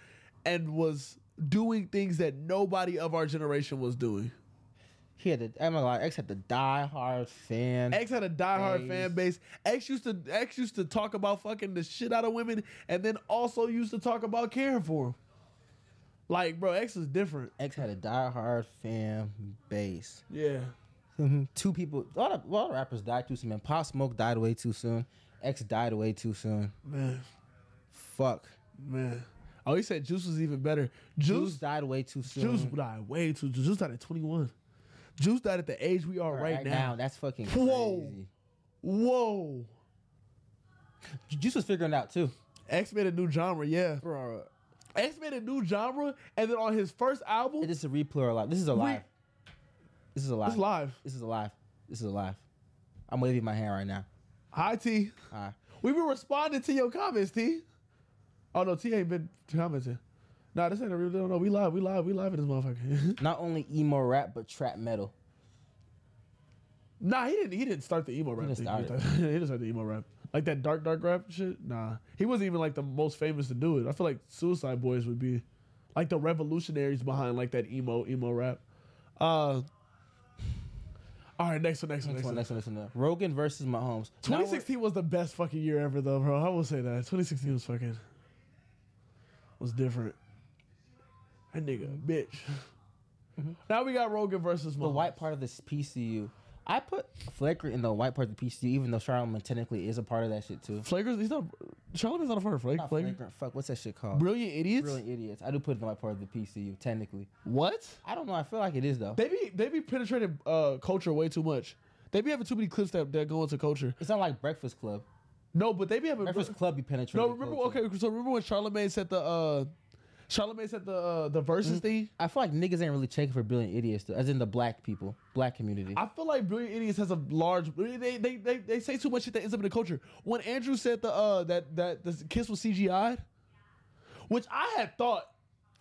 [SPEAKER 1] and was doing things that nobody of our generation was doing.
[SPEAKER 2] He had the I'm not gonna lie, X had the die hard fan.
[SPEAKER 1] X had a diehard
[SPEAKER 2] Nice.
[SPEAKER 1] fan base. X used to X used to talk about fucking the shit out of women, and then also used to talk about caring for them. Like, bro, X is different.
[SPEAKER 2] X had a die hard fan base.
[SPEAKER 1] Yeah,
[SPEAKER 2] Two people, a lot of, a lot of rappers died too soon. Man, Pop Smoke died away too soon. X died away too soon.
[SPEAKER 1] man,
[SPEAKER 2] Fuck.
[SPEAKER 1] man. Oh, he said Juice was even better.
[SPEAKER 2] Juice,
[SPEAKER 1] Juice,
[SPEAKER 2] died away too soon.
[SPEAKER 1] Juice died way too. Juice died at twenty one. Juice died at the age we are right, now.
[SPEAKER 2] That's fucking
[SPEAKER 1] Whoa.
[SPEAKER 2] crazy.
[SPEAKER 1] Whoa.
[SPEAKER 2] Juice was figuring it out too.
[SPEAKER 1] X made a new genre. Yeah,
[SPEAKER 2] Bro,
[SPEAKER 1] X made a new genre, and then on his first album,
[SPEAKER 2] this is a replay or live. This is a live. This is a live.
[SPEAKER 1] it's live.
[SPEAKER 2] This is a live. This is a live. I'm waving my hand right now.
[SPEAKER 1] Hi T.
[SPEAKER 2] Hi.
[SPEAKER 1] We been responding to your comments, T. Oh no, T ain't been commenting. Nah, this ain't a real deal. No, we live, we live, we live in this motherfucker. [LAUGHS]
[SPEAKER 2] Not only emo rap, but trap metal.
[SPEAKER 1] nah, he didn't. He didn't start the emo rap.
[SPEAKER 2] didn't
[SPEAKER 1] thing.
[SPEAKER 2] start it.
[SPEAKER 1] [LAUGHS] he didn't start the emo rap. Like that dark, dark rap shit. Nah, he wasn't even like the most famous to do it. I feel like Suicide Boys would be like the revolutionaries behind like that emo emo rap. Uh. All right, next one, next one, next
[SPEAKER 2] Next one,
[SPEAKER 1] one.
[SPEAKER 2] next one, next one. Rogan versus Mahomes. Now we're-
[SPEAKER 1] 2016 was the best fucking year ever, though, bro. I will say that. 2016 was fucking was different. That nigga, a bitch. Now we got Rogan versus Mahomes.
[SPEAKER 2] Mm-hmm. the white part of this PCU. I put Flecker in the white part of the PCU, even though Charlamagne technically is a part of that shit too.
[SPEAKER 1] Flakers. He's not. Charlamagne's not a part of Flake.
[SPEAKER 2] Not
[SPEAKER 1] Flaker.
[SPEAKER 2] flagrant. Fuck, what's that shit called?
[SPEAKER 1] Brilliant idiots.
[SPEAKER 2] Brilliant idiots. I do put it in the white part of the PCU, technically.
[SPEAKER 1] What?
[SPEAKER 2] I don't know. I feel like it is though.
[SPEAKER 1] They be they be penetrating uh, culture way too much. They be having too many clips that, that go into culture.
[SPEAKER 2] It's not like Breakfast Club.
[SPEAKER 1] No, but they be having
[SPEAKER 2] Breakfast Club be penetrated.
[SPEAKER 1] No, remember
[SPEAKER 2] culture.
[SPEAKER 1] okay. So remember when Charlamagne said the uh, Charlamagne said the uh, the versus
[SPEAKER 2] Mm-hmm.
[SPEAKER 1] thing.
[SPEAKER 2] I feel like niggas ain't really checking for brilliant idiots, though, as in the black people, black community.
[SPEAKER 1] I feel like Brilliant Idiots has a large. They they, they they say too much shit that ends up in the culture. When Andrew said the uh that that the kiss was CGI'd, which I had thought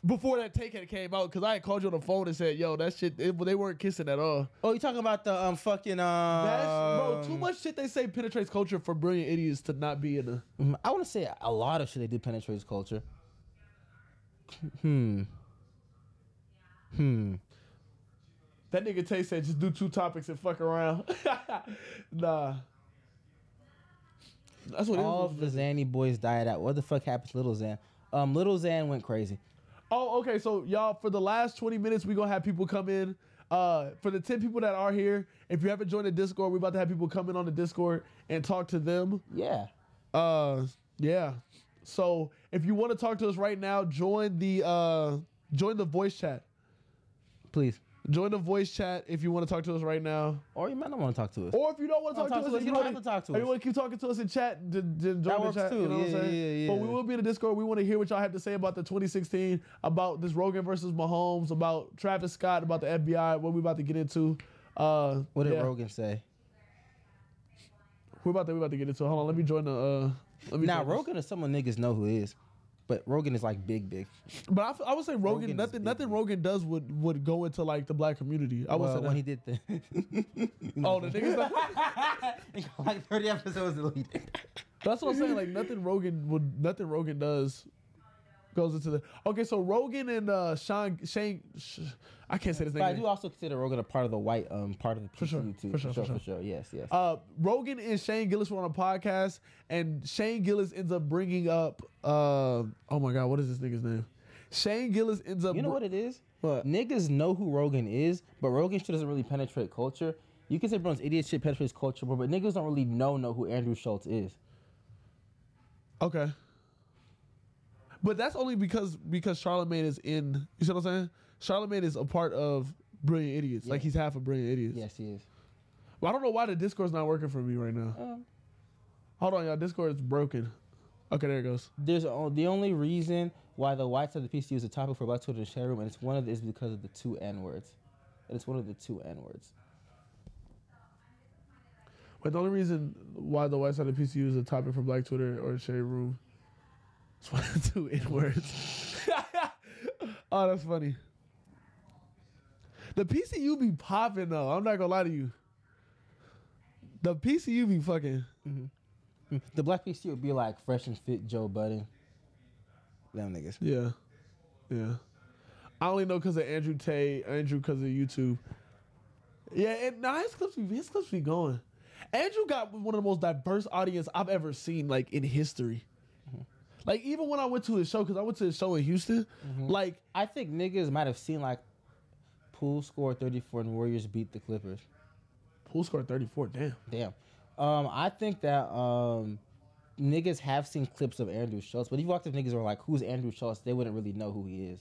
[SPEAKER 1] before that take had came out because I had called you on the phone and said, "Yo, that shit, it, they weren't kissing at all."
[SPEAKER 2] oh, you talking about the um fucking um?
[SPEAKER 1] That's bro. Too much shit they say penetrates culture for Brilliant Idiots to not be in the.
[SPEAKER 2] Mm, I want to say a lot of shit they did penetrate his culture.
[SPEAKER 1] That nigga Tay said, "Just do two topics and fuck around." [LAUGHS] nah. That's what
[SPEAKER 2] All
[SPEAKER 1] it
[SPEAKER 2] of
[SPEAKER 1] was.
[SPEAKER 2] the Zanny boys died out. What the fuck happened to Little Zan? Um, Little Zan went crazy.
[SPEAKER 1] Oh, okay. So y'all, for the last 20 minutes, we're gonna have people come in. Uh, for the 10 people that are here, if you haven't joined the Discord, we're about to have people come in on the Discord and talk to them.
[SPEAKER 2] Yeah.
[SPEAKER 1] Uh, yeah. So if you want to talk to us right now, join the uh, join the voice chat.
[SPEAKER 2] Please.
[SPEAKER 1] Join the voice chat if you want to talk to us right now.
[SPEAKER 2] Or you might not want to talk to us.
[SPEAKER 1] Or if you don't want to
[SPEAKER 2] Don't
[SPEAKER 1] talk, to us, and
[SPEAKER 2] You don't have to talk to
[SPEAKER 1] and
[SPEAKER 2] us.
[SPEAKER 1] You want to keep talking to us in chat? d- d- join the
[SPEAKER 2] works
[SPEAKER 1] chat,
[SPEAKER 2] too.
[SPEAKER 1] You know what I'm
[SPEAKER 2] Yeah,
[SPEAKER 1] saying?
[SPEAKER 2] yeah, yeah.
[SPEAKER 1] But we will be in the Discord. We want to hear what y'all have to say about the 2016, about this Rogan versus Mahomes, about Travis Scott, about the FBI, what we about to get into. Uh,
[SPEAKER 2] What did
[SPEAKER 1] yeah.
[SPEAKER 2] Rogan say?
[SPEAKER 1] We're about to we about to get into. it. Hold on, let me join the. Uh, let me
[SPEAKER 2] Now
[SPEAKER 1] join this.
[SPEAKER 2] Rogan is someone niggas know who he is, but Rogan is like big, big.
[SPEAKER 1] But I, f- I would say Rogan.
[SPEAKER 2] Rogan is
[SPEAKER 1] nothing
[SPEAKER 2] big.
[SPEAKER 1] nothing Rogan does would would go into like the black community. I would
[SPEAKER 2] Well,
[SPEAKER 1] say that.
[SPEAKER 2] when he did the
[SPEAKER 1] [LAUGHS]
[SPEAKER 2] [LAUGHS]
[SPEAKER 1] oh, the niggas. that-
[SPEAKER 2] like thirty episodes deleted.
[SPEAKER 1] That's what I'm saying.
[SPEAKER 2] [LAUGHS]
[SPEAKER 1] Like nothing Rogan would, nothing Rogan does goes into the. Okay, so Rogan and uh, Sean Shane, sh- I can't say this
[SPEAKER 2] But I
[SPEAKER 1] name.
[SPEAKER 2] do also consider Rogan a part of the white um part of the
[SPEAKER 1] sure,
[SPEAKER 2] PCU too.
[SPEAKER 1] for sure, for
[SPEAKER 2] for sure. Yes, yes.
[SPEAKER 1] Uh, Rogan and Shane Gillis were on a podcast, and Shane Gillis ends up bringing up. Uh, oh my God, what is this nigga's name? Shane Gillis ends up.
[SPEAKER 2] You know
[SPEAKER 1] br-
[SPEAKER 2] what it is?
[SPEAKER 1] What?
[SPEAKER 2] Niggas know who Rogan is, but Rogan shit doesn't really penetrate culture. You can say Brown's idiot shit penetrates culture, bro, but niggas don't really know know who Andrew Schultz is.
[SPEAKER 1] Okay. But that's only because because Charlemagne is in. You see what I'm saying? Charlemagne is a part of Brilliant Idiots. Like he's half of Brilliant Idiots.
[SPEAKER 2] Yes, he is.
[SPEAKER 1] Well, I don't know why the Discord's not working for me right now. Hold on, y'all. Discord is broken. Okay, there it goes.
[SPEAKER 2] There's o- the only reason why the whites of the PCU is a topic for Black Twitter in the chat room, and it's one of the, is because of the two N words. And it's one of the two N words.
[SPEAKER 1] But the only reason why the white side of PCU is a topic for Black Twitter or share room is one of two N words. Oh, that's funny. The PCU be popping though. I'm not gonna lie to you. The PCU be fucking.
[SPEAKER 2] The black PC would be like fresh and fit Joe Budden. Them niggas.
[SPEAKER 1] Yeah, yeah. I only know because of Andrew Tate, Andrew because of YouTube. Yeah, and nah, his clips be his clips be going. Andrew got one of the most diverse audience I've ever seen, like in history.
[SPEAKER 2] Mm-hmm.
[SPEAKER 1] Like even when I went to his show, because I went to his show in Houston,
[SPEAKER 2] Mm-hmm.
[SPEAKER 1] like
[SPEAKER 2] I think niggas might have seen like Pool scored 34 and Warriors beat the Clippers.
[SPEAKER 1] Pool scored 34, damn.
[SPEAKER 2] Damn. Um, I think that um, niggas have seen clips of Andrew Schultz, but if you walked up to niggas and were like, who's Andrew Schultz? They wouldn't really know who he is.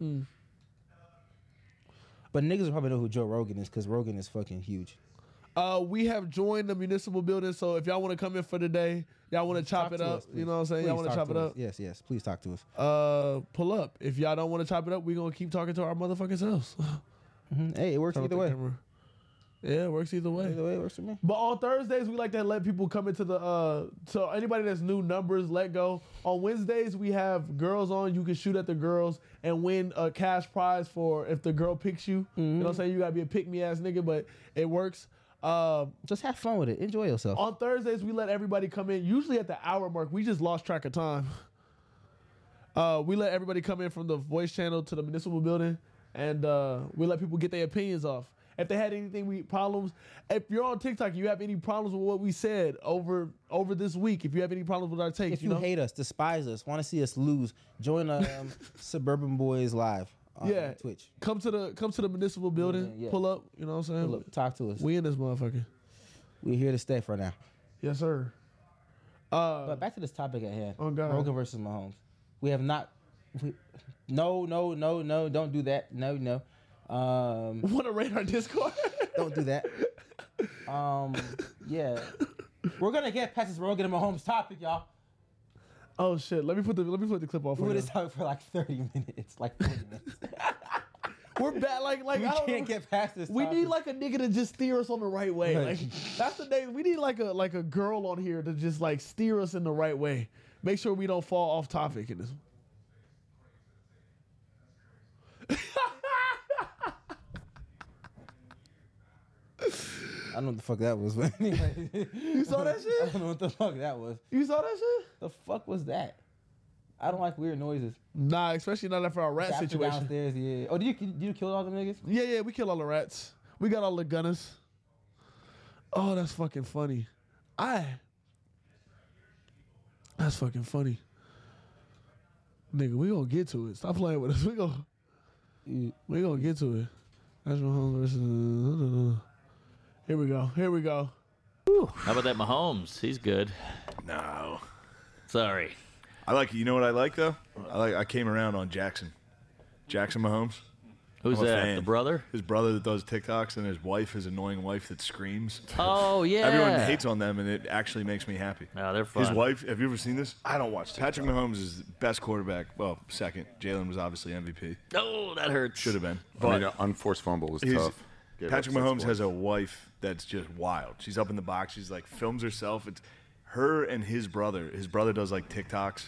[SPEAKER 1] Hmm.
[SPEAKER 2] But niggas would probably know who Joe Rogan is because Rogan is fucking huge.
[SPEAKER 1] Uh, we have joined the municipal building, so if y'all want to come in for the day, y'all want to chop
[SPEAKER 2] Talk
[SPEAKER 1] it
[SPEAKER 2] to
[SPEAKER 1] up.
[SPEAKER 2] us,
[SPEAKER 1] you know what I'm
[SPEAKER 2] please.
[SPEAKER 1] saying? y'all
[SPEAKER 2] Please
[SPEAKER 1] want to
[SPEAKER 2] talk
[SPEAKER 1] chop it
[SPEAKER 2] us.
[SPEAKER 1] up?
[SPEAKER 2] Yes, yes. Please talk to us.
[SPEAKER 1] Uh, pull up. If y'all don't want to chop it up, we gonna keep talking to our motherfucking selves. [LAUGHS]
[SPEAKER 2] Mhm. Hey, it works
[SPEAKER 1] Turn
[SPEAKER 2] either
[SPEAKER 1] off the
[SPEAKER 2] way.
[SPEAKER 1] camera. Yeah, it works either way.
[SPEAKER 2] Either way, it works for me.
[SPEAKER 1] But on Thursdays, we like to let people come into the. uh So anybody that's new, numbers let go. On Wednesdays, we have girls on. You can shoot at the girls and win a cash prize for if the girl picks you. You know what I'm saying? You gotta be a pick me ass nigga, but it works. Um,
[SPEAKER 2] Just have fun with it. Enjoy yourself.
[SPEAKER 1] on Thursdays, we let everybody come in. Usually at the hour mark, we just lost track of time. Uh, we let everybody come in from the voice channel to the municipal building, and uh, we let people get their opinions off. If they had anything we problems, if you're on TikTok, you have any problems with what we said over over this week. If you have any problems with our takes,
[SPEAKER 2] if you
[SPEAKER 1] know,
[SPEAKER 2] hate us, despise us, want to see us lose, join
[SPEAKER 1] [LAUGHS]
[SPEAKER 2] um, Suburban Boys Live on
[SPEAKER 1] yeah,
[SPEAKER 2] Twitch.
[SPEAKER 1] come to the come to the municipal building,
[SPEAKER 2] Yeah, yeah.
[SPEAKER 1] pull up. You know what I'm saying?
[SPEAKER 2] Pull up, talk to us.
[SPEAKER 1] We in this motherfucker.
[SPEAKER 2] We're here to stay for now.
[SPEAKER 1] Yes, sir. Uh, [LAUGHS]
[SPEAKER 2] But back to this topic at hand.
[SPEAKER 1] Oh, God.
[SPEAKER 2] Rogan versus Mahomes. We have not. We, no, no, no, no. Don't do that. No, no. Um, [LAUGHS]
[SPEAKER 1] want to rate our Discord?
[SPEAKER 2] don't do that. Um, yeah. We're gonna get past this Rogan and Mahomes topic, y'all.
[SPEAKER 1] oh shit! Let me put the let me put the clip off.
[SPEAKER 2] We were
[SPEAKER 1] right
[SPEAKER 2] just
[SPEAKER 1] now.
[SPEAKER 2] talking for like thirty minutes, like forty
[SPEAKER 1] [LAUGHS]
[SPEAKER 2] minutes.
[SPEAKER 1] We're bad. Like like
[SPEAKER 2] we
[SPEAKER 1] I don't
[SPEAKER 2] can't get past this.
[SPEAKER 1] We need like
[SPEAKER 2] topic.
[SPEAKER 1] a nigga to just steer us on the right way.
[SPEAKER 2] Right. [LAUGHS]
[SPEAKER 1] Like that's the day we need like a like a girl on here to just like steer us in the right way. Make sure we don't fall off topic in this. one.
[SPEAKER 2] I don't know what the fuck that was, but anyway.
[SPEAKER 1] You saw
[SPEAKER 2] [LAUGHS]
[SPEAKER 1] that
[SPEAKER 2] I
[SPEAKER 1] shit?
[SPEAKER 2] don't know what the fuck that was.
[SPEAKER 1] You saw that shit?
[SPEAKER 2] The fuck was that? I don't like weird noises.
[SPEAKER 1] Nah, especially not after our rat
[SPEAKER 2] After
[SPEAKER 1] situation.
[SPEAKER 2] Downstairs, yeah. Oh, did you did you kill all them niggas?
[SPEAKER 1] Yeah, yeah, we kill all the rats. We got all the gunners. Oh, that's fucking funny. I. That's fucking funny. Nigga, we gonna get to it. Stop playing with us. We gonna. We gonna get to it. That's Mahomes versus. Here we go. Here we go.
[SPEAKER 11] How about that Mahomes? He's good.
[SPEAKER 12] No.
[SPEAKER 11] Sorry.
[SPEAKER 12] I like you know what I like though? I like I came around on Jackson. Jackson Mahomes.
[SPEAKER 11] Who's
[SPEAKER 12] I'm a
[SPEAKER 11] that?
[SPEAKER 12] fan.
[SPEAKER 11] The brother?
[SPEAKER 12] His brother that does TikToks and his wife, his annoying wife that screams.
[SPEAKER 11] Oh,
[SPEAKER 12] Everyone
[SPEAKER 11] yeah.
[SPEAKER 12] hates on them and it actually makes me happy.
[SPEAKER 11] No, they're
[SPEAKER 12] His
[SPEAKER 11] fun.
[SPEAKER 12] wife, have you ever seen this? I don't watch Patrick Mahomes is the best quarterback. Well, second. Jalen was obviously MVP.
[SPEAKER 11] Oh, that hurts.
[SPEAKER 12] Should have been.
[SPEAKER 13] I mean,
[SPEAKER 12] But-
[SPEAKER 13] an unforced fumble was
[SPEAKER 12] He's-
[SPEAKER 13] tough. Gave up
[SPEAKER 12] Patrick
[SPEAKER 13] six
[SPEAKER 12] Mahomes
[SPEAKER 13] points.
[SPEAKER 12] has a wife that's just wild. She's up in the box. She's like films herself. It's her and his brother. His brother does like TikToks,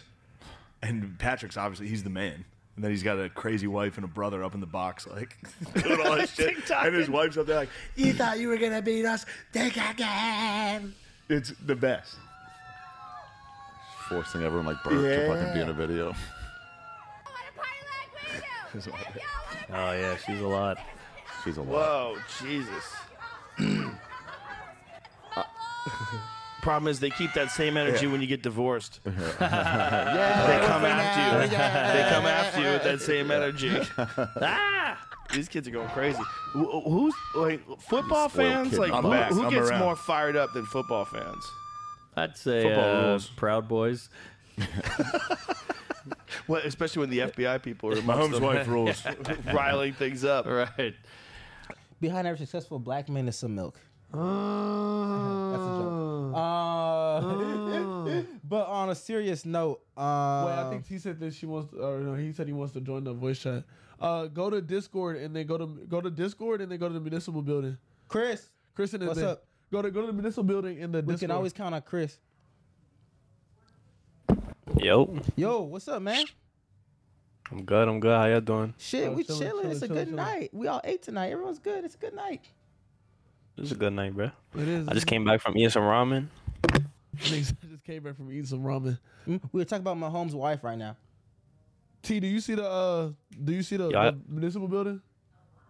[SPEAKER 12] and Patrick's obviously he's the man. And then he's got a crazy wife and a brother up in the box, like doing all this shit. And his wife's up there, like you thought you were gonna beat us. Think again. It's the best.
[SPEAKER 13] forcing everyone like Bert to fucking be in a video.
[SPEAKER 11] Oh yeah, she's a lot.
[SPEAKER 13] She's a
[SPEAKER 12] Whoa, Jesus.
[SPEAKER 14] Problem is, they keep that same energy
[SPEAKER 13] Yeah.
[SPEAKER 14] when you get divorced.
[SPEAKER 13] Yeah,
[SPEAKER 14] they come
[SPEAKER 13] we're
[SPEAKER 14] after you.
[SPEAKER 13] now, yeah.
[SPEAKER 14] They come after you with that same energy. ah! These kids are going crazy. Wh- Who's like football
[SPEAKER 11] You spoiled
[SPEAKER 14] fans?
[SPEAKER 11] kid.
[SPEAKER 14] Like
[SPEAKER 11] I'm
[SPEAKER 14] who,
[SPEAKER 11] back.
[SPEAKER 14] who
[SPEAKER 11] I'm
[SPEAKER 14] gets
[SPEAKER 11] around.
[SPEAKER 14] more fired up than football fans?
[SPEAKER 11] I'd say
[SPEAKER 14] Football
[SPEAKER 11] uh,
[SPEAKER 14] rules.
[SPEAKER 11] Proud Boys.
[SPEAKER 14] [LAUGHS] Well, especially when the FBI people are amongst
[SPEAKER 11] Mahomes'
[SPEAKER 14] them, [LAUGHS]
[SPEAKER 11] wife rules.
[SPEAKER 14] riling things up.
[SPEAKER 11] Right.
[SPEAKER 2] Behind every successful black man is some milk.
[SPEAKER 1] Oh.
[SPEAKER 2] [LAUGHS] That's a joke. Uh, [LAUGHS] but on a serious note, uh,
[SPEAKER 1] Wait, Oh, I think he said that she wants, or no, he said he wants to join the voice chat. Uh, go to Discord and then go to go to Discord and then go to the municipal building.
[SPEAKER 2] Chris,
[SPEAKER 1] Chris and
[SPEAKER 2] What's
[SPEAKER 1] then
[SPEAKER 2] up?
[SPEAKER 1] Go to go to the municipal building in the.
[SPEAKER 2] we can always count on Chris.
[SPEAKER 14] Yo.
[SPEAKER 2] Yo, what's up, man?
[SPEAKER 11] I'm good. I'm good. How y'all doing?
[SPEAKER 2] Shit, we chilling. it's a
[SPEAKER 1] chilling,
[SPEAKER 2] good
[SPEAKER 1] chilling.
[SPEAKER 2] night. We all ate tonight. Everyone's good. It's a good night.
[SPEAKER 11] This is a good night, bro.
[SPEAKER 1] It is.
[SPEAKER 11] I just came back from eating some ramen.
[SPEAKER 1] Niggas, [LAUGHS] I just came back from eating some ramen.
[SPEAKER 2] Mm, We were talking about Mahomes' wife right now.
[SPEAKER 1] T, do you see the uh do you see the,
[SPEAKER 11] Yeah, I-
[SPEAKER 1] the municipal building?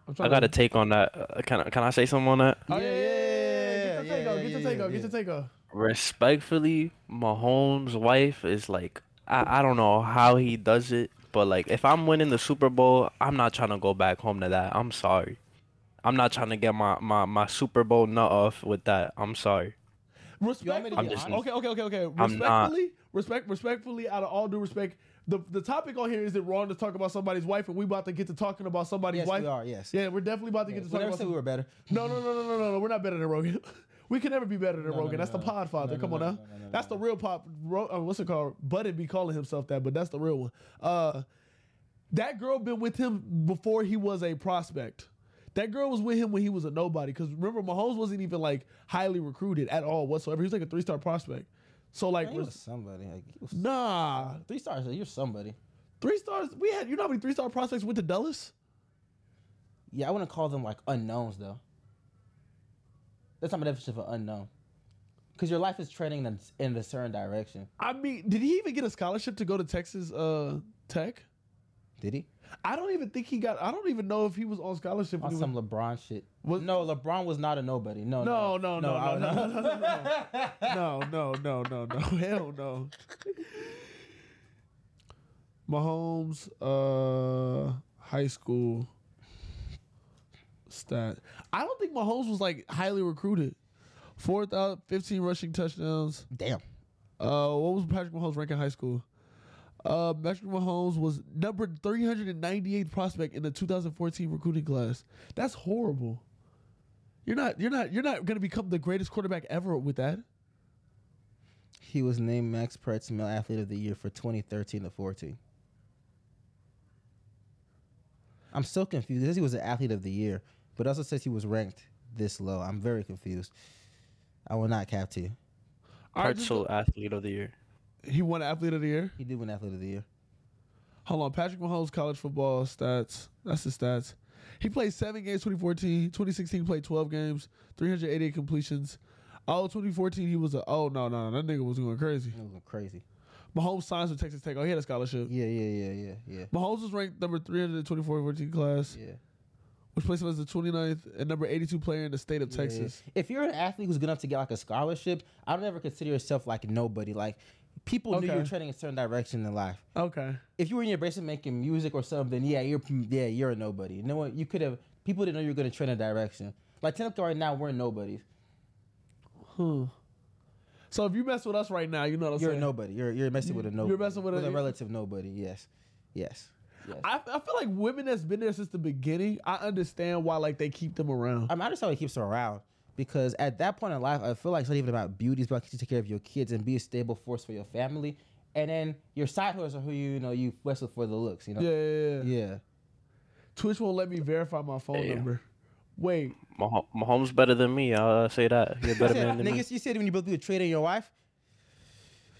[SPEAKER 1] I'm
[SPEAKER 11] I
[SPEAKER 1] trying
[SPEAKER 11] got
[SPEAKER 1] to-
[SPEAKER 11] a take on that. Uh, can I, can I say something on that?
[SPEAKER 1] Oh yeah, yeah, yeah, yeah, yeah, Get your takeoff, get your takeoff, get your takeoff.
[SPEAKER 11] Respectfully, Mahomes' wife is like, I, I don't know how he does it, but like, if I'm winning the Super Bowl, I'm not trying to go back home to that. I'm sorry. I'm not trying to get my, my, my Super Bowl nut off with that. I'm sorry.
[SPEAKER 1] Respectfully,
[SPEAKER 11] I'm just-
[SPEAKER 1] okay, okay, okay, okay.
[SPEAKER 11] not-
[SPEAKER 1] Respectfully, respect, respectfully. Out of all due respect, the the topic on here is it wrong to talk about somebody's wife, and we about to get to talking about somebody's
[SPEAKER 2] Yes,
[SPEAKER 1] wife.
[SPEAKER 2] we are, yes.
[SPEAKER 1] yeah, we're definitely about to get to
[SPEAKER 2] we
[SPEAKER 1] talking
[SPEAKER 2] never
[SPEAKER 1] about.
[SPEAKER 2] said we were better.
[SPEAKER 1] No, no, no, no, no, no, no. We're not better than Rogan. [LAUGHS] We can never be better than Rogan. that's the pod father. Come on now. that's the real pop. Ro- uh, what's it called? Budden be calling himself that, but that's the real one. Uh, that girl been with him before he was a prospect. That girl was with him when he was a nobody. Because remember, Mahomes wasn't even like highly recruited at all whatsoever. He was like a three star prospect. So like,
[SPEAKER 2] Man, he
[SPEAKER 1] res-
[SPEAKER 2] was somebody. Like, he was
[SPEAKER 1] nah,
[SPEAKER 2] three stars. You're somebody.
[SPEAKER 1] three stars. We had you know how many three star prospects went to Dallas?
[SPEAKER 2] Yeah, I wouldn't call them like unknowns though. That's not my definition of an unknown. Because your life is trending in a, in a certain direction.
[SPEAKER 1] I mean, did he even get a scholarship to go to Texas uh, Tech?
[SPEAKER 2] Did he?
[SPEAKER 1] I don't even think he got. I don't even know if he was on scholarship. when
[SPEAKER 2] On
[SPEAKER 1] he was-
[SPEAKER 2] some LeBron shit. no, LeBron was not a nobody. No,
[SPEAKER 1] No,
[SPEAKER 2] no,
[SPEAKER 1] no, no, no,
[SPEAKER 2] I-
[SPEAKER 1] no, no, no, no, no, no, no, [LAUGHS] no, hell no. Mahomes, uh, high school stat. I don't think Mahomes was like highly recruited. 4,015 rushing touchdowns.
[SPEAKER 2] [LAUGHS] Damn.
[SPEAKER 1] Uh, what was Patrick Mahomes rank in high school? Uh, Patrick Mahomes was numbered 398th prospect in the 2014 recruiting class. That's horrible. You're not. You're not. You're not going to become the greatest quarterback ever with that.
[SPEAKER 2] He was named Max Preps Male Athlete of the Year for 2013 to 14. I'm so confused. It says he was an athlete of the year, but it also says he was ranked this low. I'm very confused. I will not cap to you.
[SPEAKER 1] All right, just
[SPEAKER 11] Partial athlete of the year.
[SPEAKER 1] He won athlete of the year.
[SPEAKER 2] He did win athlete of the year.
[SPEAKER 1] Hold on, Patrick Mahomes college football stats. That's his stats. He played seven games 2014. 2016 played 12 games, 388 completions. Oh, 2014 he was a oh no no no, that nigga was going crazy.
[SPEAKER 2] He was going crazy.
[SPEAKER 1] Mahomes signs with Texas Tech. Oh, he had a scholarship.
[SPEAKER 2] Yeah, yeah, yeah, yeah, yeah.
[SPEAKER 1] Mahomes was ranked number 324 14 class.
[SPEAKER 2] Yeah.
[SPEAKER 1] Which placed him as the 29th and number 82 player in the state of
[SPEAKER 2] Yeah, yeah.
[SPEAKER 1] Texas.
[SPEAKER 2] If you're an athlete who's good enough to get like a scholarship, I don't ever consider yourself like nobody. Like people knew you were
[SPEAKER 1] Okay.
[SPEAKER 2] trending in a certain direction in life.
[SPEAKER 1] Okay.
[SPEAKER 2] If you were in your basement making music or something, yeah, you're yeah, you're a nobody. No one you could have people didn't know you were gonna trend in a direction. Like technically right now we're nobodies.
[SPEAKER 1] Huh. So if you mess with us right now, you know what I'm
[SPEAKER 2] You're a
[SPEAKER 1] saying.
[SPEAKER 2] nobody. You're you're messing with a
[SPEAKER 1] You're
[SPEAKER 2] nobody.
[SPEAKER 1] messing with a-
[SPEAKER 2] relative nobody, yes. Yes. Yes.
[SPEAKER 1] I, I feel like women that's been there since the beginning. I understand why like they keep them around.
[SPEAKER 2] I mean, I just how he keeps her around because at that point in life, I feel like it's not even about beauty. It's about you take care of your kids and be a stable force for your family. And then your side hustles are who you, you know you wrestle for the looks. You know.
[SPEAKER 1] Yeah, yeah, yeah.
[SPEAKER 2] Yeah.
[SPEAKER 1] Twitch won't let me verify my phone
[SPEAKER 11] Yeah.
[SPEAKER 1] number. Wait,
[SPEAKER 11] Mah- Mahomes better than me. I'll say that. He's a
[SPEAKER 2] You
[SPEAKER 1] [LAUGHS]
[SPEAKER 11] better
[SPEAKER 2] said,
[SPEAKER 11] man than me.
[SPEAKER 2] niggas, you said when you both do a trade on your wife.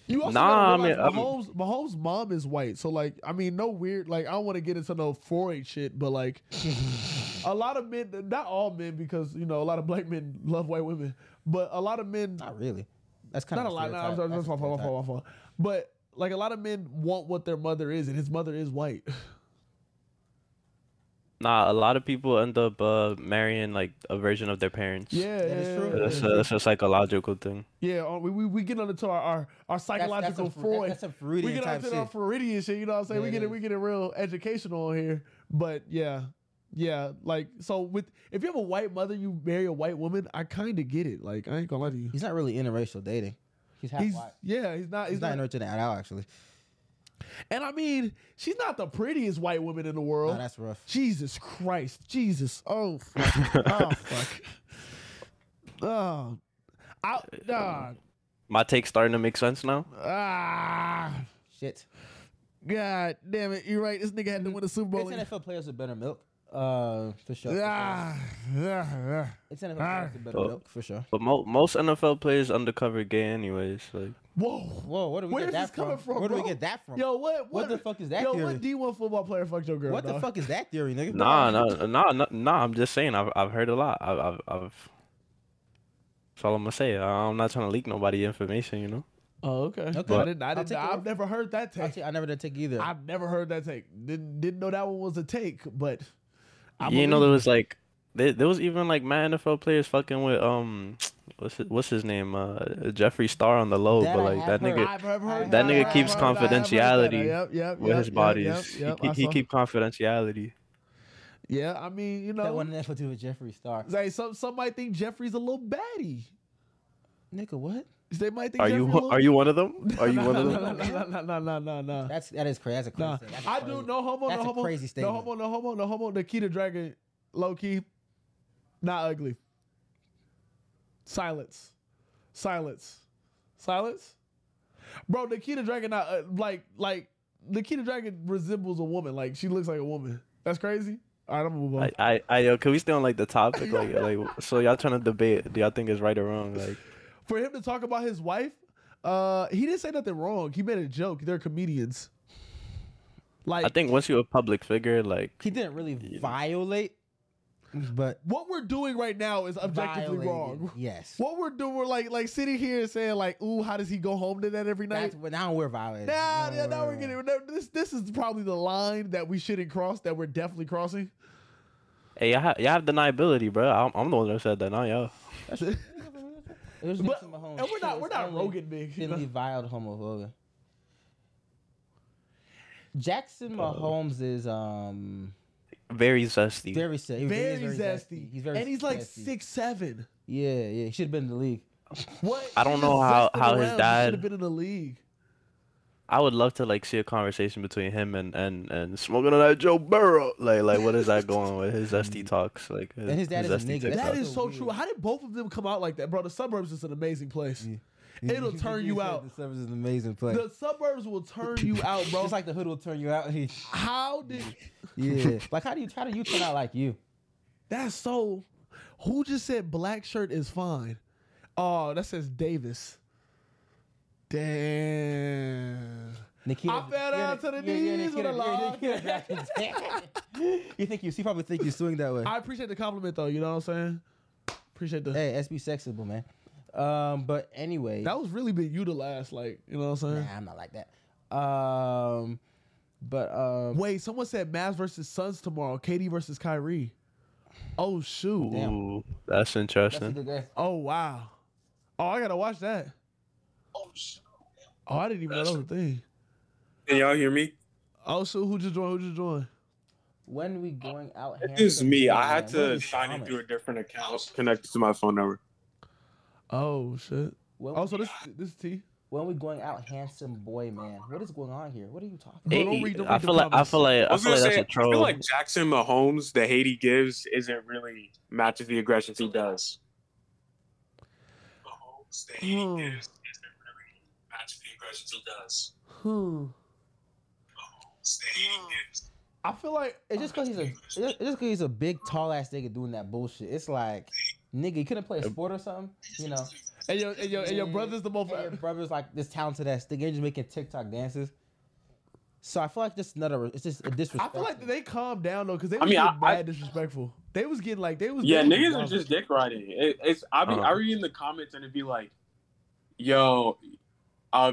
[SPEAKER 1] you also
[SPEAKER 11] Nah,
[SPEAKER 1] gotta
[SPEAKER 11] I mean,
[SPEAKER 1] realize
[SPEAKER 11] I'm-
[SPEAKER 1] Mahomes, Mahomes' mom is white, so like, I mean, no weird. Like, I don't want to get into no 4-H shit,
[SPEAKER 11] [LAUGHS]
[SPEAKER 1] but like, a lot of men, not all men, because you know, a lot of black men love white women, but a lot of men,
[SPEAKER 2] Not really. That's kind
[SPEAKER 1] not
[SPEAKER 2] of
[SPEAKER 1] a lot. Nah, I'm sorry, that's my fault, my fault, my fault. But like, a lot of men want what their mother is, and his mother is white.
[SPEAKER 11] Nah, a lot of people end up uh, marrying like a version of their parents.
[SPEAKER 1] Yeah, That is yeah, true. yeah,
[SPEAKER 11] That's
[SPEAKER 1] yeah.
[SPEAKER 11] a, that's a psychological thing.
[SPEAKER 1] Yeah, uh, we, we we get onto our our, our psychological
[SPEAKER 2] Fre-
[SPEAKER 1] Freud.
[SPEAKER 2] that's a Freudian
[SPEAKER 1] we get
[SPEAKER 2] type
[SPEAKER 1] onto our
[SPEAKER 2] shit.
[SPEAKER 1] Freudian shit. You know what I'm saying?
[SPEAKER 2] Yeah,
[SPEAKER 1] we
[SPEAKER 2] it
[SPEAKER 1] get it. We get it real educational on here. But yeah, yeah. Like so, with if you have a white mother, you marry a white woman. I kind of get it. Like I ain't gonna lie to you.
[SPEAKER 2] He's not really interracial dating. He's half
[SPEAKER 1] He's
[SPEAKER 2] white.
[SPEAKER 1] yeah. He's not. He's,
[SPEAKER 2] He's not interracial dating at all, actually.
[SPEAKER 1] And I mean, she's not the prettiest white woman in the world.
[SPEAKER 2] Nah, that's rough.
[SPEAKER 1] Jesus Christ, Jesus. Oh, fuck. oh fuck.
[SPEAKER 2] [LAUGHS]
[SPEAKER 1] Oh, I, nah,
[SPEAKER 11] My take's starting to make sense now.
[SPEAKER 1] Uh, ah,
[SPEAKER 2] Shit.
[SPEAKER 1] God damn it! You're right. This nigga had to win a Super
[SPEAKER 2] His
[SPEAKER 1] Bowl.
[SPEAKER 2] NFL players with better milk. Uh, for sure.
[SPEAKER 1] Yeah, yeah,
[SPEAKER 2] It's an it's a better
[SPEAKER 11] But-
[SPEAKER 2] milk for sure.
[SPEAKER 11] But mo- most NFL players undercover gay, anyways. Like,
[SPEAKER 1] Whoa,
[SPEAKER 2] whoa! Where do we
[SPEAKER 1] Where's
[SPEAKER 2] get that
[SPEAKER 1] this coming from?
[SPEAKER 2] Where do we
[SPEAKER 1] bro?
[SPEAKER 2] get that from?
[SPEAKER 1] Yo, what, what?
[SPEAKER 2] What the fuck is that
[SPEAKER 1] Yo,
[SPEAKER 2] theory?
[SPEAKER 1] what D1 football player fucked your girl?
[SPEAKER 2] What the
[SPEAKER 1] dog?
[SPEAKER 2] fuck is that theory, nigga?
[SPEAKER 11] nah, nah, nah, nah, nah. I'm just saying. I've I've heard a lot. I've I've, I've that's all I'm gonna say. I- I'm not trying to leak nobody information. You know.
[SPEAKER 1] Oh, okay.
[SPEAKER 11] Okay.
[SPEAKER 1] I didn't. I
[SPEAKER 11] I'll
[SPEAKER 1] didn't.
[SPEAKER 11] take your
[SPEAKER 1] I've never heard that take.
[SPEAKER 2] I never did take either.
[SPEAKER 1] I've never heard that take. Didn't didn't know that one was a take, but I
[SPEAKER 11] you didn't know there
[SPEAKER 1] believe-
[SPEAKER 11] was like there, there was even like mad NFL players fucking with um what's his, what's his name uh Jeffree Star on the low,
[SPEAKER 1] That
[SPEAKER 11] but
[SPEAKER 1] I
[SPEAKER 11] like that
[SPEAKER 1] have heard.
[SPEAKER 11] nigga
[SPEAKER 1] I've heard-
[SPEAKER 11] that
[SPEAKER 1] heard that,
[SPEAKER 11] nigga
[SPEAKER 1] I've
[SPEAKER 11] keeps
[SPEAKER 1] heard that, I've heard that.
[SPEAKER 11] confidentiality
[SPEAKER 1] Yep, yep,
[SPEAKER 11] with
[SPEAKER 1] yep,
[SPEAKER 11] his
[SPEAKER 1] yep,
[SPEAKER 11] bodies.
[SPEAKER 1] yep, yep,
[SPEAKER 11] he
[SPEAKER 1] I
[SPEAKER 11] he, he
[SPEAKER 1] saw.
[SPEAKER 11] keep confidentiality.
[SPEAKER 1] yeah. I mean, you know,
[SPEAKER 2] That one that's what do with Jeffree Star.
[SPEAKER 1] Like some some might think Jeffrey's a little baddie.
[SPEAKER 2] Nigga, what?
[SPEAKER 1] They might think
[SPEAKER 11] Are
[SPEAKER 1] Jeffrey
[SPEAKER 11] you
[SPEAKER 1] a
[SPEAKER 11] one-
[SPEAKER 1] little-
[SPEAKER 11] are you one of them? Are you
[SPEAKER 1] [LAUGHS]
[SPEAKER 11] one of
[SPEAKER 1] No,
[SPEAKER 11] them?
[SPEAKER 1] no, no, no, no, no, no.
[SPEAKER 2] That's that is crazy. That's a crazy.
[SPEAKER 1] Nah,
[SPEAKER 2] statement. That's
[SPEAKER 1] I
[SPEAKER 2] crazy.
[SPEAKER 1] do no homo,
[SPEAKER 2] That's
[SPEAKER 1] no
[SPEAKER 2] a
[SPEAKER 1] homo,
[SPEAKER 2] crazy
[SPEAKER 1] no
[SPEAKER 2] statement.
[SPEAKER 1] homo, no homo, no homo. Nikita Dragon, low key, not ugly. Silence, silence, silence. Bro, Nikita Dragon, not uh, like like Nikita Dragon resembles a woman. Like she looks like a woman. That's crazy. All right, I'm gonna move on.
[SPEAKER 11] I, I, I, yo, can we stay on like the
[SPEAKER 1] [LAUGHS]
[SPEAKER 11] topic? Like, like, so y'all trying to debate? Do y'all think it's right or wrong? Like,
[SPEAKER 1] For him to talk about his wife, uh, he didn't say nothing wrong. He made a joke. They're comedians. Like,
[SPEAKER 11] I think once you're a public figure, like,
[SPEAKER 2] He didn't really violate, but
[SPEAKER 1] what we're doing right now is objectively
[SPEAKER 2] Violated,
[SPEAKER 1] wrong.
[SPEAKER 2] yes.
[SPEAKER 1] What we're doing, we're like like sitting here and saying like, "Ooh, how does he go home to that every night?"
[SPEAKER 2] that's what now we're violating.
[SPEAKER 1] Nah, yeah, now we're getting no, this. This is probably the line that we shouldn't cross. That we're definitely crossing.
[SPEAKER 11] hey, y'all have, y'all have deniability, bro. I'm, I'm the one that said that, not y'all.
[SPEAKER 2] It was
[SPEAKER 1] But-
[SPEAKER 2] Nixon Mahomes.
[SPEAKER 1] and we're not- we're not Rogan big, you
[SPEAKER 2] Didn't
[SPEAKER 1] know?
[SPEAKER 2] be vile homophobic. Jackson Mahomes is um
[SPEAKER 11] Very zesty.
[SPEAKER 2] very sa- he was- he is
[SPEAKER 1] [LAUGHS] Very,
[SPEAKER 2] very
[SPEAKER 1] zesty.
[SPEAKER 2] He's very
[SPEAKER 1] and he's like
[SPEAKER 2] zesty.
[SPEAKER 1] six seven.
[SPEAKER 2] Yeah, yeah. He should have been in the league.
[SPEAKER 1] What?
[SPEAKER 11] I don't know how- how his dad-
[SPEAKER 1] should have been in the league.
[SPEAKER 11] I would love to like see a conversation between him and and and smoking on that Joe Burrow. Like, like, what is that going with his zesty talks? Like,
[SPEAKER 2] And his dad is a
[SPEAKER 11] zesty
[SPEAKER 2] nigga.
[SPEAKER 11] TikToks.
[SPEAKER 1] That is so true. How did both of them come out like that, bro? The suburbs is an amazing place. It'll turn you
[SPEAKER 2] said
[SPEAKER 1] out.
[SPEAKER 2] The service is an amazing play.
[SPEAKER 1] The suburbs will turn you out, bro.
[SPEAKER 2] Just like the hood will turn you
[SPEAKER 1] [LAUGHS]
[SPEAKER 2] out. [LAUGHS] He-
[SPEAKER 1] How did?
[SPEAKER 2] yeah. like how do you how do you turn out like you?
[SPEAKER 1] That's so. Who just said black shirt is fine? Oh, that says Davis. Damn.
[SPEAKER 2] Nikita,
[SPEAKER 1] I fell down to the knees with a log. [LAUGHS]
[SPEAKER 2] [LAUGHS] You think you? She probably think you swing that way.
[SPEAKER 1] I appreciate the compliment though. You know what I'm saying? Appreciate the.
[SPEAKER 2] [LAUGHS] Hey, SB sexable man. Um, but anyway,
[SPEAKER 1] That was really been utilized, like you know what I'm saying?
[SPEAKER 2] nah, I'm not like that. Um, but um,
[SPEAKER 1] Wait, someone said Mavs versus Suns tomorrow. KD versus Kyrie. Oh shoot.
[SPEAKER 11] Ooh, that's
[SPEAKER 2] that's a
[SPEAKER 11] interesting.
[SPEAKER 2] good game.
[SPEAKER 1] Oh wow. Oh, I gotta watch that. Oh, I didn't even know that was a thing.
[SPEAKER 15] Can y'all hear me?
[SPEAKER 1] Oh shoot, who just joined? Who just joined?
[SPEAKER 2] When we going out?
[SPEAKER 15] Excuse
[SPEAKER 2] handsome
[SPEAKER 15] me.
[SPEAKER 2] today,
[SPEAKER 15] I had
[SPEAKER 2] man? What are
[SPEAKER 15] to
[SPEAKER 2] you
[SPEAKER 15] sign in
[SPEAKER 2] promised?
[SPEAKER 15] through a different account connected to my phone number.
[SPEAKER 1] Oh shit.
[SPEAKER 2] When,
[SPEAKER 1] Oh, so this this is T.
[SPEAKER 2] when we going out, handsome boy, man? What is going on here? What are you talking?
[SPEAKER 11] Hey,
[SPEAKER 2] about?
[SPEAKER 11] Don't read- don't I read the feel like- I comments. feel like- I
[SPEAKER 15] was
[SPEAKER 11] feel
[SPEAKER 15] gonna
[SPEAKER 11] like that's
[SPEAKER 15] say,
[SPEAKER 11] a troll.
[SPEAKER 15] I feel like Jackson Mahomes, the hate he gives, isn't really matches the aggression he does. Mahomes, the hate he gives, isn't really matches the aggression he does.
[SPEAKER 1] Hmm. I feel like
[SPEAKER 2] It's just cause he's a it's just it's just cause he's a big tall ass nigga doing that bullshit. It's like nigga, you couldn't play a sport or something, you know.
[SPEAKER 1] And your and your and your brother's the most
[SPEAKER 2] And your brother's like this talented ass nigga, just making TikTok dances. So I feel like this is another it's just a
[SPEAKER 1] I
[SPEAKER 2] disrespect.
[SPEAKER 1] feel like they calmed down though, cause they
[SPEAKER 15] I
[SPEAKER 1] was
[SPEAKER 15] mean,
[SPEAKER 1] getting
[SPEAKER 15] I- I-
[SPEAKER 1] mad disrespectful. They was getting like they was
[SPEAKER 15] Yeah,
[SPEAKER 1] they was
[SPEAKER 15] niggas are
[SPEAKER 1] wild.
[SPEAKER 15] just dick riding. It, it's I be I
[SPEAKER 1] Uh-huh.
[SPEAKER 15] read in the comments and it'd be like, "Yo, uh,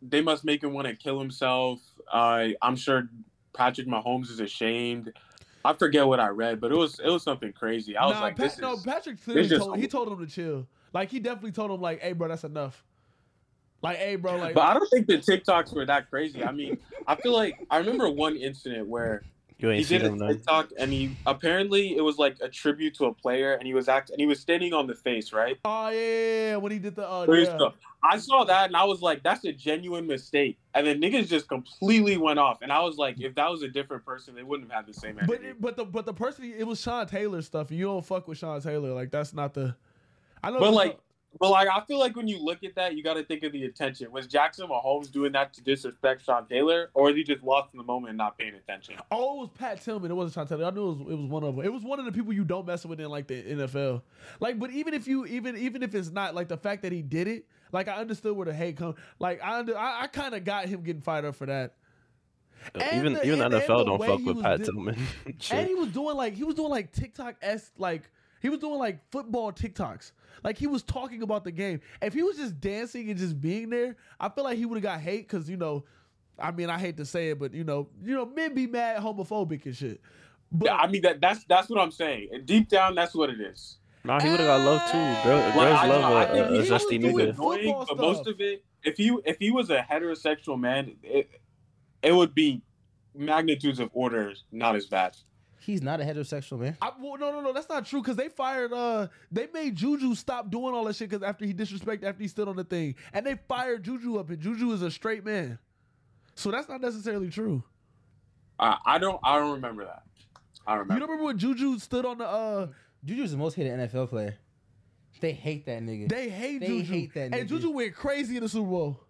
[SPEAKER 15] they must make him want to kill himself." Uh, I'm sure Patrick Mahomes is ashamed. I forget what I read, but it was it was something crazy. I was
[SPEAKER 1] nah,
[SPEAKER 15] like,
[SPEAKER 1] Pat,
[SPEAKER 15] "This
[SPEAKER 1] no,
[SPEAKER 15] is."
[SPEAKER 1] Patrick clearly
[SPEAKER 15] just-
[SPEAKER 1] told he told him to chill. Like he definitely told him like, hey bro, that's enough. Like, hey bro, like
[SPEAKER 15] But I don't think the TikToks were that crazy. I mean, I feel like I remember one incident where
[SPEAKER 11] You
[SPEAKER 15] he
[SPEAKER 11] ain't seen
[SPEAKER 15] did a
[SPEAKER 11] him, though.
[SPEAKER 15] TikTok and he apparently it was like a tribute to a player and he was act and he was standing on the face, right?
[SPEAKER 1] Oh yeah, yeah, yeah, when he did the uh,
[SPEAKER 15] Free
[SPEAKER 1] yeah.
[SPEAKER 15] stuff. I saw that and I was like, that's a genuine mistake. And then niggas just completely went off. And I was like, if that was a different person, they wouldn't have had the same energy.
[SPEAKER 1] But but the but the person it was Sean Taylor stuff. and You don't fuck with Sean Taylor. Like that's not the. I know.
[SPEAKER 15] But, like, But like, I feel like when you look at that, you got to think of the attention. Was Jackson Mahomes doing that to disrespect Sean Taylor, or is he just lost in the moment and not paying attention?
[SPEAKER 1] Oh, it was Pat Tillman. It wasn't Chantel. I knew it was, it was one of them. It was one of the people you don't mess with in like the NFL. Like, but even if you even even if it's not like the fact that he did it, like I understood where the hate come. Like I under, I, I kind of got him getting fired up for that. And
[SPEAKER 11] even
[SPEAKER 1] the-
[SPEAKER 11] even the
[SPEAKER 1] and- and
[SPEAKER 11] NFL
[SPEAKER 1] the
[SPEAKER 11] don't
[SPEAKER 1] way
[SPEAKER 11] fuck
[SPEAKER 1] he
[SPEAKER 11] with
[SPEAKER 1] was
[SPEAKER 11] Pat
[SPEAKER 1] di-
[SPEAKER 11] Tillman. Shit.
[SPEAKER 1] [LAUGHS] And he was doing like he was doing like TikTok esque like he was doing like football TikToks. Like he was talking about the game. If he was just dancing and just being there, I feel like he would have got hate because you know, I mean I hate to say it, but you know, you know men be mad homophobic and shit. But
[SPEAKER 15] yeah, I mean that that's that's what I'm saying. And deep down, that's what it is.
[SPEAKER 11] Nah, he would have got love too. Girl,
[SPEAKER 15] Like,
[SPEAKER 11] girls
[SPEAKER 15] I- I
[SPEAKER 11] love uh, a,
[SPEAKER 15] think
[SPEAKER 11] a, a
[SPEAKER 15] he was
[SPEAKER 11] zesty
[SPEAKER 15] doing
[SPEAKER 11] nigga.
[SPEAKER 15] annoying,
[SPEAKER 1] Football
[SPEAKER 15] but most
[SPEAKER 1] stuff.
[SPEAKER 15] of it, if you if he was a heterosexual man, it it would be magnitudes of orders not as bad.
[SPEAKER 2] He's not a heterosexual man.
[SPEAKER 1] I, well, no, no, no, that's not true. Because they fired, uh, they made Juju stop doing all that shit. Because after he disrespected, after he stood on the thing, and they fired Juju up, and Juju is a straight man, so that's not necessarily true.
[SPEAKER 15] I, I don't I don't remember that. I remember.
[SPEAKER 1] You don't remember when Juju stood on the uh
[SPEAKER 2] Juju's the most hated NFL player. They hate that nigga.
[SPEAKER 1] They hate
[SPEAKER 2] They
[SPEAKER 1] Juju.
[SPEAKER 2] hate that
[SPEAKER 1] And
[SPEAKER 2] nigga.
[SPEAKER 1] Juju went crazy in the Super Bowl.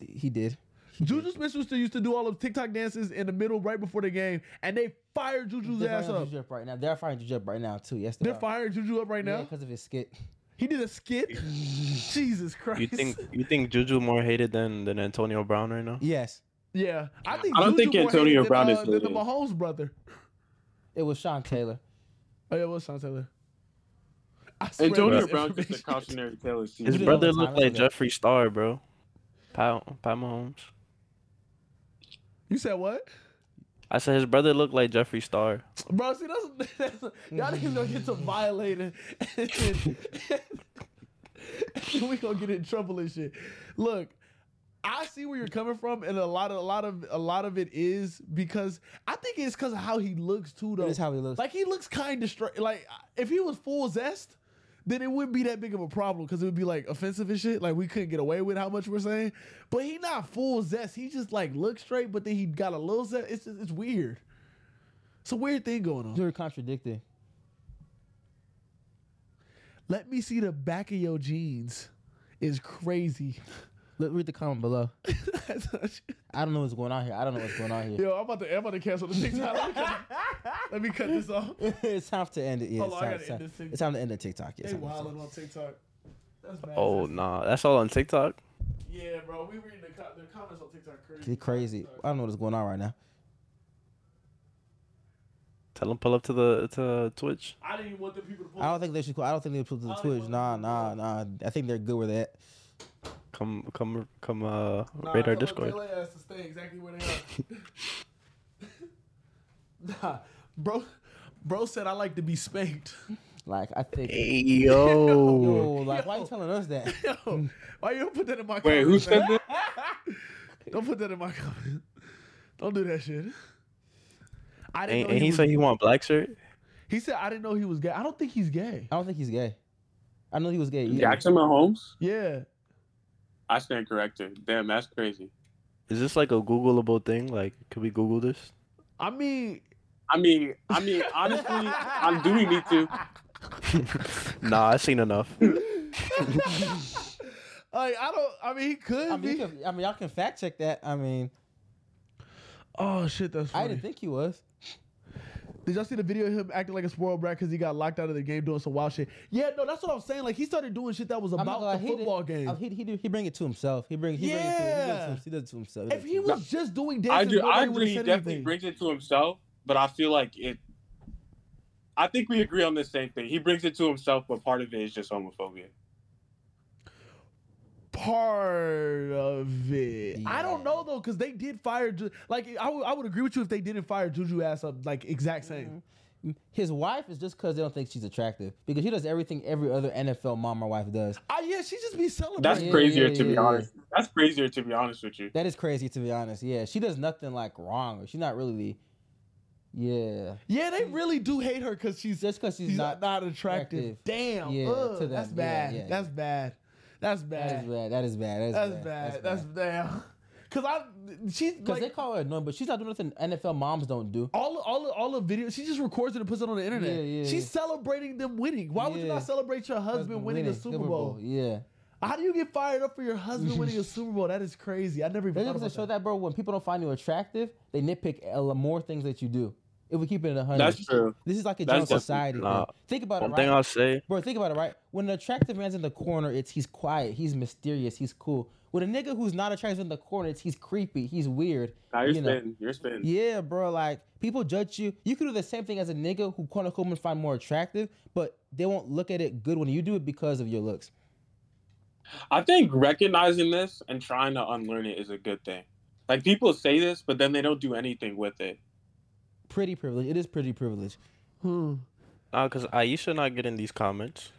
[SPEAKER 2] He did.
[SPEAKER 1] Juju Smith Schuster used to do all of TikTok dances in the middle right before the game, and they fired Juju's
[SPEAKER 2] They're
[SPEAKER 1] ass
[SPEAKER 2] firing
[SPEAKER 1] up.
[SPEAKER 2] Juju up right now. They're firing Juju up right now too. Yes,
[SPEAKER 1] They're firing Juju up right now.
[SPEAKER 2] because of his skit.
[SPEAKER 1] He did a skit. Jesus Christ.
[SPEAKER 11] You think you think Juju more hated than than Antonio Brown right now?
[SPEAKER 2] Yes.
[SPEAKER 1] [LAUGHS] Yeah, I think.
[SPEAKER 11] I don't
[SPEAKER 1] Juju
[SPEAKER 11] think
[SPEAKER 1] more
[SPEAKER 11] Antonio
[SPEAKER 1] hated than,
[SPEAKER 11] Brown is
[SPEAKER 1] uh, than the
[SPEAKER 11] hated.
[SPEAKER 1] Mahomes brother.
[SPEAKER 2] It was Sean Taylor.
[SPEAKER 1] Oh yeah, what's Sean Taylor? I swear
[SPEAKER 15] Antonio
[SPEAKER 1] this
[SPEAKER 15] Brown
[SPEAKER 1] information-
[SPEAKER 15] just a cautionary tale. is-
[SPEAKER 11] His brother looked like Jeffree Star, bro. Pat Pat Mahomes.
[SPEAKER 1] You said what?
[SPEAKER 11] I said his brother looked like Jeffree Star.
[SPEAKER 1] Bro, see that's, [LAUGHS] that's y'all niggas gonna get to violating. [LAUGHS] we gonna get in trouble and shit. Look, I see where you're coming from, and a lot of a lot of a lot of it is because I think it's because of how he looks too. Though
[SPEAKER 2] is how he looks.
[SPEAKER 1] Like he looks kind of straight. Like if he was full zest, then it wouldn't be that big of a problem because it would be like offensive and shit. Like we couldn't get away with how much we're saying. But he not full zest. He just like looks straight, but then he got a little zest. It's just, it's weird. It's a weird thing going on.
[SPEAKER 2] You're contradicting.
[SPEAKER 1] Let me see the back of your jeans. Is crazy.
[SPEAKER 2] Look, read the comment below. I don't know what's going on here. I don't know what's going on here.
[SPEAKER 1] [LAUGHS] Yo, I'm about to I'm about to cancel the TikTok. Let me cut, let me cut this off.
[SPEAKER 2] [LAUGHS] it's time to end it. Yeah,
[SPEAKER 1] Hold on, Oh, I gotta
[SPEAKER 2] it's time, it's
[SPEAKER 1] end
[SPEAKER 2] time-
[SPEAKER 1] this thing.
[SPEAKER 2] it's time to end the TikTok. Yeah, it's
[SPEAKER 1] They
[SPEAKER 2] time to end the TikTok.
[SPEAKER 1] wilding on TikTok. That's bad.
[SPEAKER 11] Oh nah, that's all on TikTok.
[SPEAKER 1] Yeah, bro. We reading the, co- the comments on TikTok crazy.
[SPEAKER 2] Get crazy. I don't know what's going on right now.
[SPEAKER 11] Tell him pull up to the to Twitch.
[SPEAKER 1] I didn't even want the people to
[SPEAKER 2] I don't think they should. I don't think they put to the Twitch. Nah, nah, nah. I think they're good where they at.
[SPEAKER 11] Come come come uh raid our Discord.
[SPEAKER 1] Nah, tell Taylor ass to stay exactly where they are. [LAUGHS] nah, bro. Bro said I like to be spanked. [LAUGHS]
[SPEAKER 2] Like I think.
[SPEAKER 11] Hey, yo.
[SPEAKER 2] Yo, like why you telling us that?
[SPEAKER 1] Yo, why you don't put that in my
[SPEAKER 2] Wait, who
[SPEAKER 1] comments,
[SPEAKER 2] said
[SPEAKER 1] man? [LAUGHS] don't put that in my comments. Don't do that shit. I didn't
[SPEAKER 11] And, and
[SPEAKER 1] know he,
[SPEAKER 11] he
[SPEAKER 1] was,
[SPEAKER 11] said he want black shirt.
[SPEAKER 1] he said I didn't know he was gay. I don't think he's gay.
[SPEAKER 2] I don't think he's gay. I know he was gay. either.
[SPEAKER 15] Jackson Mahomes.
[SPEAKER 1] Yeah.
[SPEAKER 15] I stand corrected. Damn, that's crazy.
[SPEAKER 11] Is this like a Googleable thing? Like, could we Google [LAUGHS] this?
[SPEAKER 1] I mean,
[SPEAKER 15] I mean, I mean,
[SPEAKER 1] [LAUGHS]
[SPEAKER 15] honestly, I do we need to?
[SPEAKER 11] nah, I seen enough.
[SPEAKER 1] Like I don't. I mean, he could.
[SPEAKER 2] I mean, you can- I mean, y'all can fact check that. I mean,
[SPEAKER 1] oh shit, that's.
[SPEAKER 2] I didn't think he was.
[SPEAKER 1] Did y'all see the video of him acting like a spoiled brat because he got locked out of the game doing some wild shit? Yeah, no, that's what I'm saying. Like he started doing shit that was
[SPEAKER 2] I'm not
[SPEAKER 1] about
[SPEAKER 2] gonna
[SPEAKER 1] the
[SPEAKER 2] lie, Oh he did-
[SPEAKER 1] football game.
[SPEAKER 2] uh, He, he, do- he bring it to himself. He bring he bring it to- he does it to,
[SPEAKER 1] Yeah.
[SPEAKER 2] himself. He does it to himself.
[SPEAKER 1] if he was just doing dances,
[SPEAKER 15] I do. I
[SPEAKER 1] nobody would've
[SPEAKER 15] agree. He
[SPEAKER 1] said
[SPEAKER 15] definitely
[SPEAKER 1] anything.
[SPEAKER 15] brings it to himself, but I feel like it. I think we agree on the same thing. He brings it to himself, but part of it is just homophobia.
[SPEAKER 1] part of it. I don't know though, because they did fire. Ju- like I would- I would agree with you if they didn't fire Juju ass up like exact same.
[SPEAKER 2] Mm-hmm. His wife is just because they don't think she's attractive because she does everything every other NFL mom or wife does.
[SPEAKER 1] Ah, yeah, she just be celebrating.
[SPEAKER 15] That's
[SPEAKER 2] Yeah,
[SPEAKER 15] crazier
[SPEAKER 2] yeah,
[SPEAKER 15] to be
[SPEAKER 2] yeah,
[SPEAKER 15] honest. That's crazier to be honest with you.
[SPEAKER 2] That is crazy to be honest. Yeah, she does nothing like wrong. She's not really. Yeah.
[SPEAKER 1] Yeah, they really do hate her because she's
[SPEAKER 2] just because she's,
[SPEAKER 1] not, not attractive.
[SPEAKER 2] attractive.
[SPEAKER 1] Damn,
[SPEAKER 2] Yeah,
[SPEAKER 1] ugh,
[SPEAKER 2] to
[SPEAKER 1] that's
[SPEAKER 2] them. Yeah,
[SPEAKER 1] bad.
[SPEAKER 2] yeah,
[SPEAKER 1] that's bad. That's
[SPEAKER 2] That
[SPEAKER 1] bad.
[SPEAKER 2] is bad. That is bad. That is
[SPEAKER 1] That's bad.
[SPEAKER 2] bad.
[SPEAKER 1] That's damn. [LAUGHS] Cause I, she's
[SPEAKER 2] because they call her annoying, but she's not doing nothing NFL moms don't do.
[SPEAKER 1] All all all the videos she just records it and puts it on the internet.
[SPEAKER 2] Yeah, yeah.
[SPEAKER 1] She's celebrating them winning. Why would you
[SPEAKER 2] Yeah.
[SPEAKER 1] not celebrate your husband, winning the Super Bowl?
[SPEAKER 2] Yeah.
[SPEAKER 1] How do you get fired up for your husband winning
[SPEAKER 2] [LAUGHS]
[SPEAKER 1] a Super Bowl? That is crazy. I never even
[SPEAKER 2] They
[SPEAKER 1] thought
[SPEAKER 2] just
[SPEAKER 1] about
[SPEAKER 2] show that. bro. When people don't find you attractive, they nitpick a lot more things that you do. If we keep it in a hundred,
[SPEAKER 11] That's true.
[SPEAKER 2] This is like a
[SPEAKER 11] That's
[SPEAKER 2] general
[SPEAKER 11] definitely-
[SPEAKER 2] society.
[SPEAKER 11] nah.
[SPEAKER 2] bro. Think about
[SPEAKER 11] One
[SPEAKER 2] it.
[SPEAKER 11] thing
[SPEAKER 2] right?
[SPEAKER 11] I'll say-
[SPEAKER 2] bro. Think about it. Right, when an attractive man's in the corner, it's he's quiet, he's mysterious, he's cool. With a nigga who's not attractive in the corner, it's he's creepy, he's weird.
[SPEAKER 15] Nah, you're
[SPEAKER 2] you know.
[SPEAKER 15] spitting. You're spitting.
[SPEAKER 2] Yeah, bro. Like people judge you. You could do the same thing as a nigga who quote unquote women find more attractive, but they won't look at it good when you do it because of your looks.
[SPEAKER 15] I think recognizing this and trying to unlearn it is a good thing. Like people say this, but then they don't do anything with it.
[SPEAKER 2] Pretty privilege. It is pretty privilege.
[SPEAKER 1] Hmm.
[SPEAKER 11] Nah, cause Aisha not getting these comments.